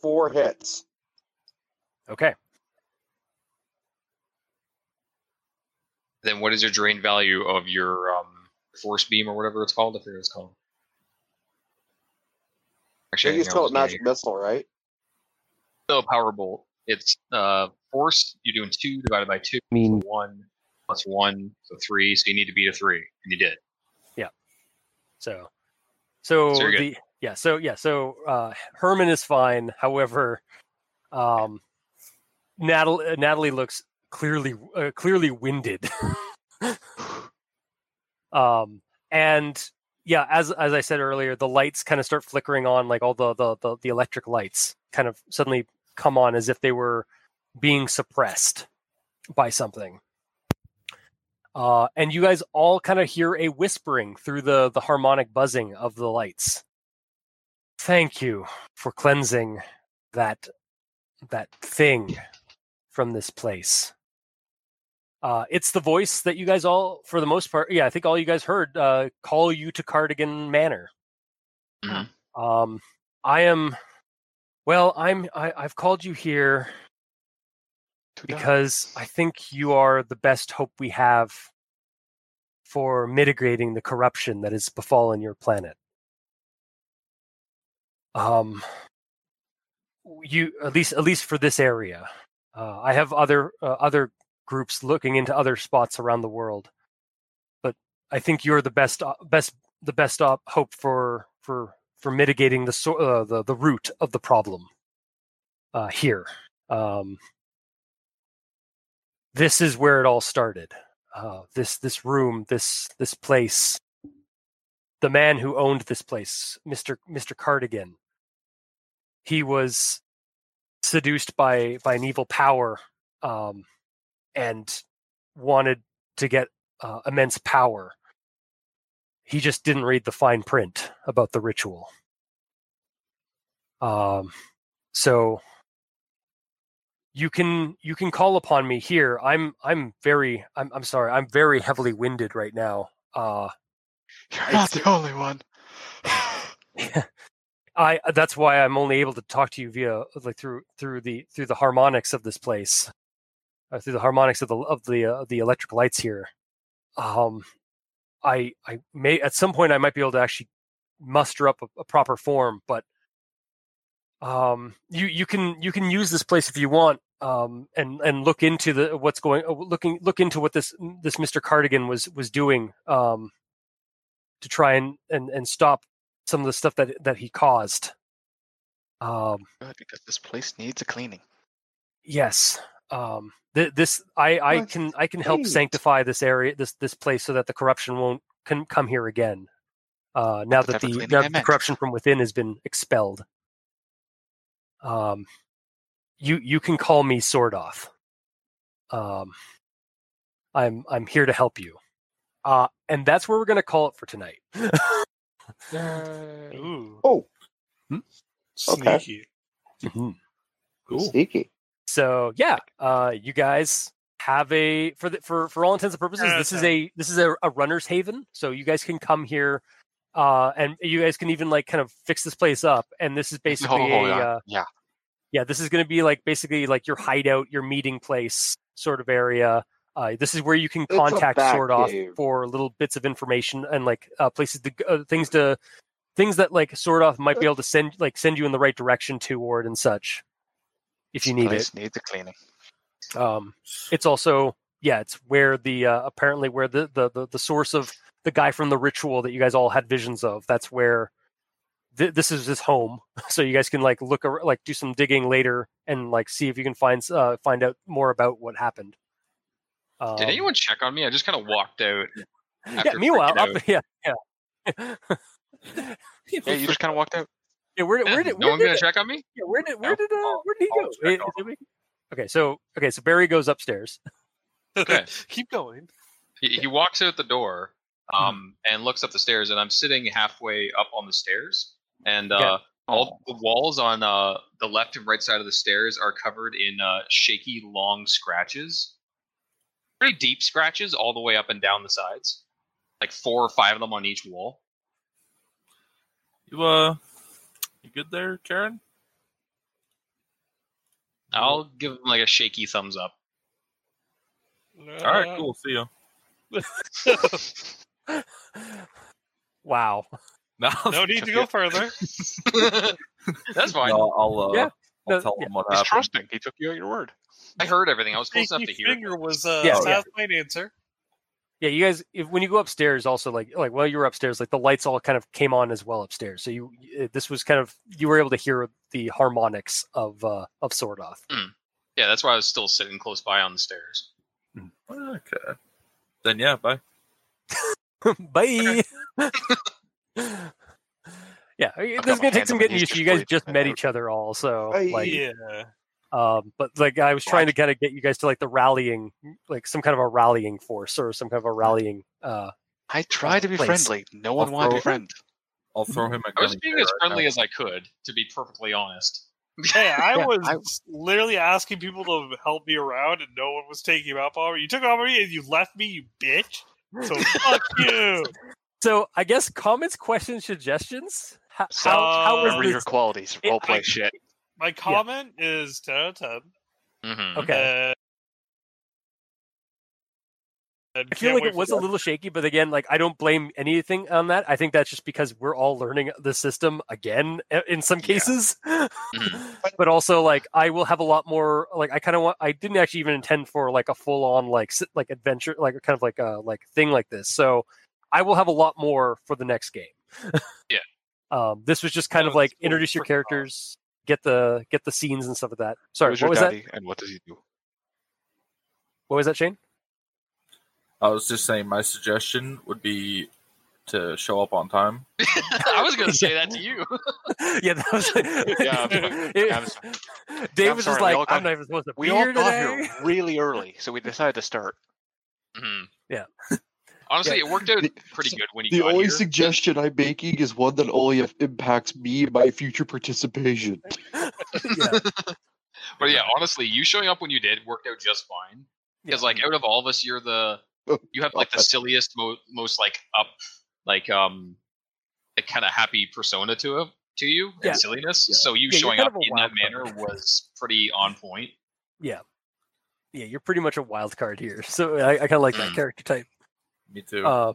S7: four hits.
S2: Okay.
S5: Then what is your drain value of your um, force beam or whatever it's called? I forget what it's called.
S7: You
S5: Actually,
S7: just
S5: I
S7: call it
S5: was getting-
S7: magic missile, right?
S5: No power bolt. It's uh force. You're doing two divided by two.
S4: Mean.
S5: so one plus one, so three. So you need to beat a three, and you did.
S2: So, so,
S5: So you're
S2: the yeah. So yeah. So uh, Herman is fine. However, um, Natalie Natalie looks clearly uh, clearly winded. [laughs] um, and yeah, as as I said earlier, the lights kind of start flickering on, like all the the the, the electric lights kind of suddenly come on as if they were being suppressed by something. Uh, and you guys all kind of hear a whispering through the the harmonic buzzing of the lights. Thank you for cleansing that that thing from this place. Uh, it's the voice that you guys all, for the most part, yeah, I think all you guys heard uh, call you to Cardigan Manor.
S5: Mhm.
S2: Um, I am, well, I'm, I, I've called you here
S3: Two down.
S2: because I think you are the best hope we have for mitigating the corruption that has befallen your planet. Um, you at least at least for this area. Uh, I have other uh, other groups looking into other spots around the world, but I think you're the best op- best the best op- hope for for for mitigating the so- uh, the the root of the problem uh, here. Um, this is where it all started. Uh, this this room, this this place. The man who owned this place, Mister Mister Cardigan. He was seduced by by an evil power, um, and wanted to get uh, immense power. He just didn't read the fine print about the ritual. Um, so you can you can call upon me here i'm i'm very i'm, I'm sorry i'm very heavily winded right now uh
S3: You're not the only one. [sighs]
S2: i uh, that's why i'm only able to talk to you via like through through the through the harmonics of this place uh, through the harmonics of the of the uh, the electric lights here um i i may at some point i might be able to actually muster up a, a proper form but um you you can you can use this place if you want um and and look into the what's going uh, looking look into what this this mr cardigan was was doing um to try and and and stop some of the stuff that that he caused um
S3: Good, because this place needs a cleaning.
S2: yes um th- this i i
S7: Let's
S2: can i can help
S7: see.
S2: sanctify this area this this place so that the corruption won't can come here again uh now
S3: the
S2: that
S3: type of
S2: the,
S3: cleaning
S2: now
S3: I
S2: that the
S3: meant.
S2: corruption from within has been expelled um you you can call me Sordoff. um i'm i'm here to help you uh and that's where we're going to call it for tonight [laughs]
S11: Ooh.
S7: Oh, Okay.
S11: Sneaky.
S7: sneaky.
S2: so yeah uh you guys have a for the, for for all intents and purposes
S11: Yeah,
S2: this is
S11: yeah.
S2: a this is a, a runner's haven so you guys can come here uh and you guys can even like kind of fix this place up and this is basically
S3: hold
S2: a
S3: on.
S2: uh,
S3: Yeah.
S2: yeah this is going to be like basically like your hideout your meeting place sort of area Uh, this is where you can
S7: It's a
S2: contact
S7: back
S2: Sword Off
S7: cave.
S2: for little bits of information and like uh, places to g- uh, things to things that like Sword Off
S7: Uh
S2: might be able to send like send you in the right direction toward and such if you need it.
S3: Place needs a cleaning.
S2: Um, it's also yeah, it's where the uh, apparently where the, the the the source of the guy from the ritual that you guys all had visions of. That's where th- this is his home. [laughs] So you guys can like look ar- like do some digging later and like see if you can find s- uh, find out more about what happened. Um,
S5: Did anyone check on me? I just kind of walked out.
S2: Yeah.
S5: after
S2: Meanwhile,
S5: freaking
S2: up, [laughs]
S5: out.
S2: yeah, yeah.
S3: Yeah, you just kind of walked out.
S2: [laughs] Yeah, where, where did
S5: no
S2: where
S5: one's gonna
S2: did-
S5: check on me.
S2: Yeah, where did where did uh, where did he go? Is- is it me? Okay, so okay, so Barry goes upstairs. [laughs]
S5: Okay.
S11: [laughs] Keep going.
S5: He, he walks out the door um, and looks up the stairs, and I'm sitting halfway up on the stairs, and uh,
S2: Yeah.
S5: all the walls on uh, the left and right side of the stairs are covered in uh, shaky, long scratches, pretty deep scratches all the way up and down the sides, like four or five of them on each wall.
S10: You uh, you good there, Karen?
S5: I'll give him like a shaky thumbs up. Uh,
S10: All right, cool. See ya. [laughs]
S2: Wow.
S10: No,
S11: Uh, No need to go
S2: [laughs]
S11: further.
S5: That's fine.
S10: No, I'll uh,
S2: Yeah.
S10: I'll
S2: No,
S10: tell him what
S3: He's
S10: happened.
S3: trusting. He took you at your word.
S5: I heard everything. I was close enough
S11: Sneaky
S5: to hear.
S11: finger was uh,
S2: Yeah,
S11: yeah,
S2: oh, yeah.
S11: my
S2: [laughs]
S11: answer.
S2: Yeah, you guys. If, when you go upstairs, also like like while you were upstairs, like the lights all kind of came on as well upstairs. So you you- this was kind of you were able to hear the harmonics of uh of Sordoth.
S5: Yeah, that's why I was still sitting close by on the stairs.
S10: Okay. Then yeah, bye.
S2: [laughs]
S3: [laughs]
S2: Bye. yeah, this is
S3: got
S2: gonna
S3: my hand
S2: take
S3: on
S2: some
S3: my
S2: getting used
S3: knees
S2: to.
S3: just
S2: You
S3: for
S2: guys
S3: you.
S2: just met each other all, so like
S11: Yeah.
S2: um, but like I was trying to kind of get you guys to like the rallying, like some kind of a rallying force or some kind of a rallying. uh
S3: I tried to be
S2: Place.
S3: friendly. No one
S10: I'll
S3: wanted to be
S10: throw-
S3: friend.
S10: I'll throw him a
S5: I was
S10: gummy
S5: being
S10: bear
S5: as
S10: right
S5: friendly
S10: now.
S5: as I could, to be perfectly honest.
S11: Hey, I
S2: Yeah,
S11: was
S3: I-
S11: literally asking people to help me around, and no one was taking up on me. You took up on me, and you left me, you bitch.
S2: [laughs]
S11: So fuck you.
S2: So I guess comments, questions, suggestions. How,
S3: So,
S2: how, how
S11: uh,
S3: What are
S2: was
S3: your
S2: this?
S3: qualities?
S2: it-
S3: Roleplay
S11: I-
S3: shit.
S11: My comment is ten out of ten.
S5: Mhm.
S2: Okay.
S11: Uh, and
S2: I feel
S11: can't
S2: like
S11: wait
S2: it
S11: for
S2: was a little shaky, but again, like I don't blame anything on that. I think that's just because we're all learning the system again i- in some
S5: Yeah.
S2: cases. [laughs] but also, like I will have a lot more. Like I kind of want. I didn't actually even intend for like a full on like s- like adventure, like kind of like a like thing like this. So I will have a lot more for the next game.
S5: Yeah.
S2: [laughs] Um, this was just kind
S11: No,
S2: of like
S11: that's cool.
S2: introduce your
S11: Freaking awesome.
S2: characters, get the get the scenes and stuff like that. Sorry,
S3: Who's
S2: what
S3: your
S2: was that?
S3: daddy and what does he do?
S2: What was that, Shane?
S10: I was just saying my suggestion would be to show up on time.
S5: [laughs] I was gonna say that to you.
S2: [laughs] yeah, that was. [laughs]
S3: Yeah,
S2: It-
S3: I'm
S2: Dave
S3: I'm
S2: was just
S3: sorry, we all
S2: like,
S3: got-
S2: I'm not even supposed to
S3: We
S2: be
S3: all
S2: here
S3: got
S2: today.
S3: here really early, so we decided to [sighs] start.
S5: [laughs] Mhm.
S2: Yeah.
S5: Honestly,
S2: Yeah.
S5: it worked out
S7: The-
S5: pretty
S7: so-
S5: good when you
S7: The
S5: got
S7: only
S5: here.
S7: suggestion I'm making is one that only impacts me and my future [gasps] participation.
S2: [laughs] yeah,
S5: but yeah, honestly, you showing up when you did worked out just fine. Because
S2: Yeah.
S5: like out of all of us, you're the
S7: Oh,
S5: you have like the silliest, mo- most like up, like um, like kind of happy persona to it to you
S2: Yeah.
S5: and silliness.
S2: Yeah.
S5: So you
S2: Yeah, you're
S5: showing
S2: kind
S5: up
S2: of a
S5: in that
S2: wild card.
S5: manner was pretty on point.
S2: [laughs] yeah, yeah. You're pretty much a wild card here, so I, I kind of like that
S5: Mm.
S2: character type.
S10: Me too.
S2: Uh,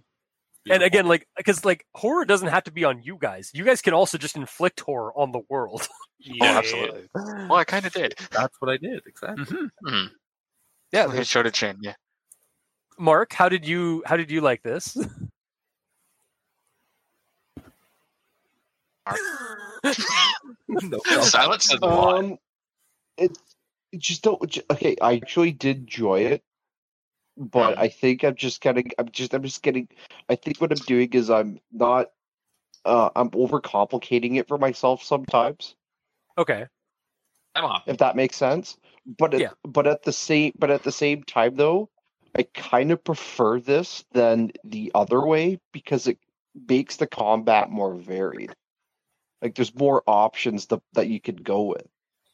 S2: and again, like, because like horror doesn't have to be on you guys. You guys can also just inflict horror on the world. [laughs]
S11: Yeah.
S3: Oh, absolutely. Well, I kind of did.
S10: that's what I did exactly.
S3: Yeah,
S7: Um,
S3: they showed a chain. Yeah.
S2: Mark, how did you how did you like this? [laughs]
S5: Mm-hmm.
S10: [laughs] No,
S5: [laughs]
S10: no.
S5: Silence says a
S2: Oh.
S5: lot.
S7: Um, it, it just don't. j- Okay, I actually did enjoy it, but I think I'm just kind of. I'm just. I'm just getting. I think what I'm doing is I'm not. Uh, I'm overcomplicating it for myself sometimes,
S2: okay,
S5: I'm off.
S7: if that makes sense. But at,
S2: Yeah.
S7: but at the same but at the same time though, I kind of prefer this than the other way because it makes the combat more varied. Like there's more options th- that you could go with.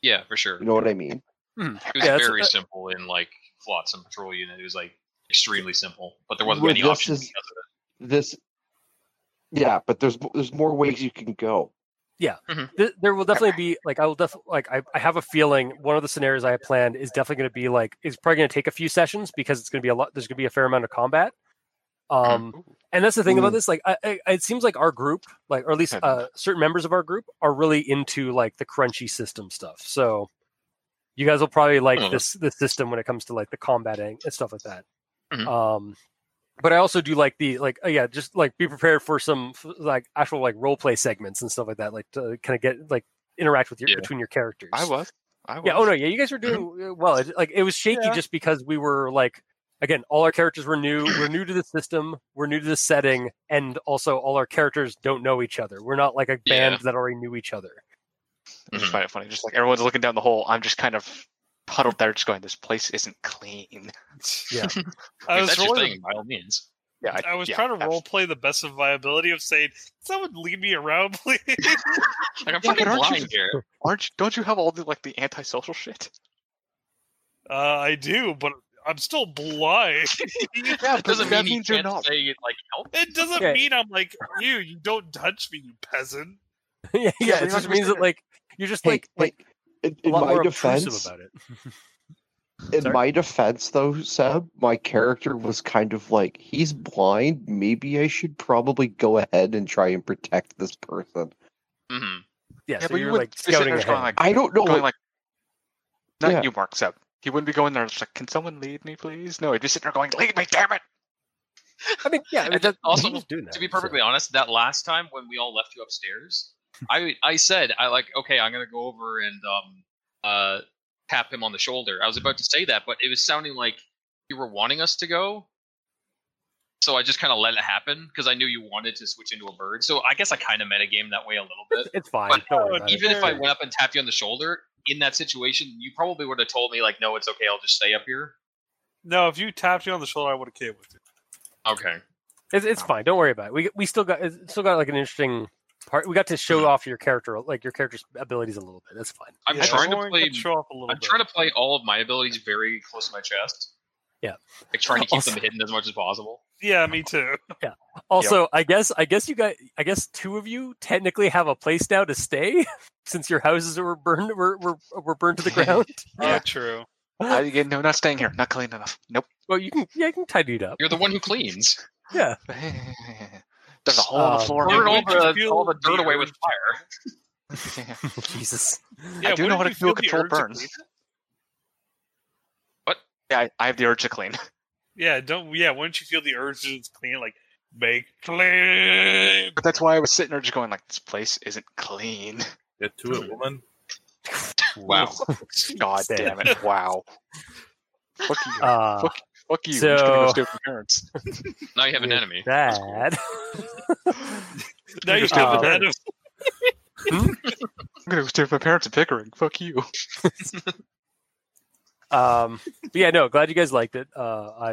S5: Yeah, for sure.
S7: You know what I mean?
S5: It was
S2: Yeah, that's-
S5: very
S2: uh,
S5: simple in like Flotsam Patrol Unit. It was like extremely simple, but there wasn't
S7: Well,
S5: many
S7: this
S5: options
S7: is-
S5: because of
S7: This, yeah, but there's there's more ways you can go.
S2: yeah,
S5: Mhm.
S2: Th- there will definitely be like I will def like I, I have a feeling one of the scenarios I have planned is definitely going to be like it's probably going to take a few sessions because it's going to be a lot. There's going to be a fair amount of combat. Um, and that's the thing about this. Like, I, I, it seems like our group, like or at least uh, certain members of our group, are really into like the crunchy system stuff. So you guys will probably like
S5: Mhm.
S2: this this system when it comes to like the combating and stuff like that.
S5: Mhm.
S2: Um, but I also do like the like uh, yeah, just like be prepared for some f- like actual like role play segments and stuff like that, like to kind of get like interact with your
S5: Yeah.
S2: between your characters.
S3: I was. I was.
S2: Yeah. Oh no. Yeah. You guys were doing uh, well. It, like it was shaky
S11: Yeah.
S2: just because we were like, again, all our characters were new. we're new to the system. We're new to the setting, and also all our characters don't know each other. We're not like a band
S5: Yeah.
S2: that already knew each other. [laughs]
S3: I just find it funny. Just like everyone's looking down the hole. I'm just kind of huddled there, just going, "This place isn't [laughs] clean."
S2: Yeah.
S11: I
S5: if
S11: was
S5: that's your
S11: rolling-
S5: thing, by all means.
S3: Yeah.
S11: I was
S3: yeah,
S11: trying to
S3: I've-
S11: role play the best of my ability of saying, "Someone lead me around, [laughs] please."
S5: Like I'm
S3: Yeah,
S5: fucking
S3: but aren't you-
S5: blind here.
S3: Aren't you, don't you have all the like the antisocial
S5: [laughs]
S3: shit?
S11: uh, I do, but I'm still blind. [laughs]
S3: Yeah,
S5: That doesn't
S3: that
S5: mean you
S3: means you're
S5: can't
S3: not.
S5: say it like help.
S11: It doesn't
S2: Okay.
S11: mean I'm like you. You don't touch me, you peasant.
S2: yeah.
S3: Yeah,
S2: Yeah.
S3: we're
S2: It
S3: not
S2: just
S3: gonna
S2: means
S3: sit
S2: that
S3: there.
S2: like you're just
S7: Hey,
S2: like
S7: hey,
S2: like
S7: in,
S2: a
S7: in
S2: lot
S7: my
S2: more
S7: defense,
S2: obtrusive about it.
S7: in
S2: Sorry?
S7: my defense, though, Seb, my character was kind of like, he's blind. Maybe I should probably go ahead and try and protect this person.
S5: hmm
S2: Yeah.
S3: yeah,
S2: so
S3: but you
S2: you're like
S3: wouldn't be sitting
S2: scouting
S3: there just going
S2: ahead.
S3: like,
S7: I don't know.
S3: going
S7: like,
S3: like, not
S7: Yeah.
S3: you, Mark Seb. He wouldn't be going there. Just like, can someone lead me, please? No, he'd be sitting there going, "Lead me, damn it!"
S2: I mean, yeah. I mean,
S5: And then
S2: that,
S5: also,
S2: he was doing that,
S5: To be
S2: so-
S5: perfectly honest, that last time when we all left you upstairs,
S2: [laughs]
S5: I I said I like okay, I'm gonna go over and um uh tap him on the shoulder. I was about to say that, but it was sounding like you were wanting us to go. So I just kind of let it happen because I knew you wanted to switch into a bird. So I guess I kind of metagame that way a little bit.
S2: it's fine.
S5: But
S2: Don't worry about it.
S5: Even if I went up and tapped you on the shoulder in that situation, you probably would have told me like, no, it's okay, I'll just stay up here.
S11: No, if you tapped me on the shoulder, I would have came with you.
S5: Okay.
S2: It's, it's fine. Don't worry about it. We we still got it's still got like an interesting part. We got to show off your character, like your character's abilities a little bit. That's fine.
S5: I'm
S11: Yeah,
S5: trying to
S11: Lauren
S5: play
S11: could show off a little
S5: I'm
S11: bit.
S5: trying to play all of my abilities very close to my chest.
S2: Yeah.
S5: Like trying to keep
S2: Also-
S5: them hidden as much as possible.
S11: Yeah, me too.
S2: Also, I guess I guess you got I guess two of you technically have a place now to stay [laughs] since your houses were burned were were, were burned to the ground.
S11: Yeah, true.
S3: I, yeah, no, not staying here. Not clean enough. Nope. [laughs]
S2: well, you can yeah, you can tidy it up.
S5: You're the one who cleans.
S3: There's a hole in
S2: Um,
S3: the floor. [laughs]
S11: Yeah,
S5: Burn all
S11: wouldn't you
S5: the,
S11: feel
S5: all the dirt
S11: the
S5: away with
S11: urge-
S5: fire.
S2: [laughs] Jesus.
S11: Yeah,
S3: I do know
S11: wouldn't
S3: how to
S11: you
S3: do a
S11: feel the
S3: controlled
S11: urge to
S3: burn.
S11: clean it?
S3: Yeah, I, I have the urge to clean. [laughs]
S11: Yeah, don't. Yeah, wouldn't you feel the urge to just clean? Like make clean.
S3: But that's why I was sitting there just going like, this place isn't clean. [laughs]
S10: Get to it, woman.
S5: Wow.
S3: God
S2: [laughs]
S3: damn it! Wow. Fuck you.
S2: Uh,
S3: fuck, fuck you. I'm just gonna
S2: so-
S3: go stay with my parents.
S5: Now you have an
S2: Yeah.
S5: enemy.
S2: bad. [laughs]
S11: Now you
S3: Just
S11: have
S2: do
S11: an enemy.
S3: I'm gonna go stay with my parents in Pickering. Fuck you.
S2: Uh. um but yeah no glad you guys liked it uh i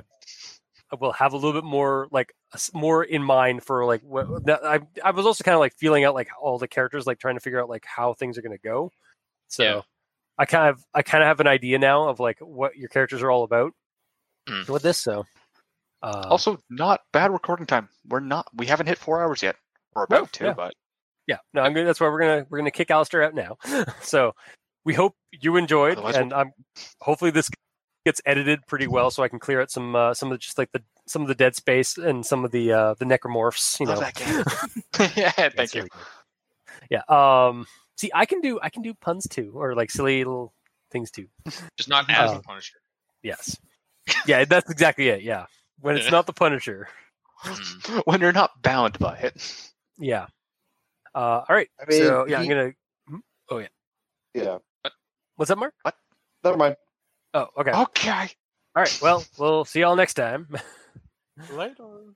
S2: i will have a little bit more like s- more in mind for like what that- i i was also kind of like feeling out like all the characters like trying to figure out like how things are going to go so
S5: Yeah.
S2: i kind of i kind of have an idea now of like what your characters are all about
S5: Mm.
S2: with this so uh
S3: Also, not bad recording time. We're not. We haven't hit four hours yet. We're about to,
S2: yeah.
S3: but
S2: yeah no i'm gonna that's why we're gonna we're gonna kick Alistair out now [laughs] so we hope you enjoyed
S3: Otherwise
S2: and i'm hopefully this gets edited pretty well so i can clear out some uh, some of just like the some of the dead space and some of the uh the necromorphs you
S3: love
S2: know [laughs]
S3: that game. [laughs] yeah, thank
S2: It's
S3: you.
S2: really good. yeah um see i can do i can do puns too or like silly little things too
S5: Just not as
S2: Uh,
S5: the Punisher.
S3: [laughs]
S2: yes yeah that's exactly it yeah when it's
S5: Yeah.
S2: not the punisher
S5: Mm.
S3: [laughs] When you're not bound by it.
S2: yeah uh all right
S7: I mean,
S2: so yeah i'm
S7: he-
S2: gonna hmm? Oh,
S7: yeah.
S2: what's up mark
S7: Never mind.
S2: oh okay
S3: Okay.
S2: all right well we'll see y'all next time
S11: Later.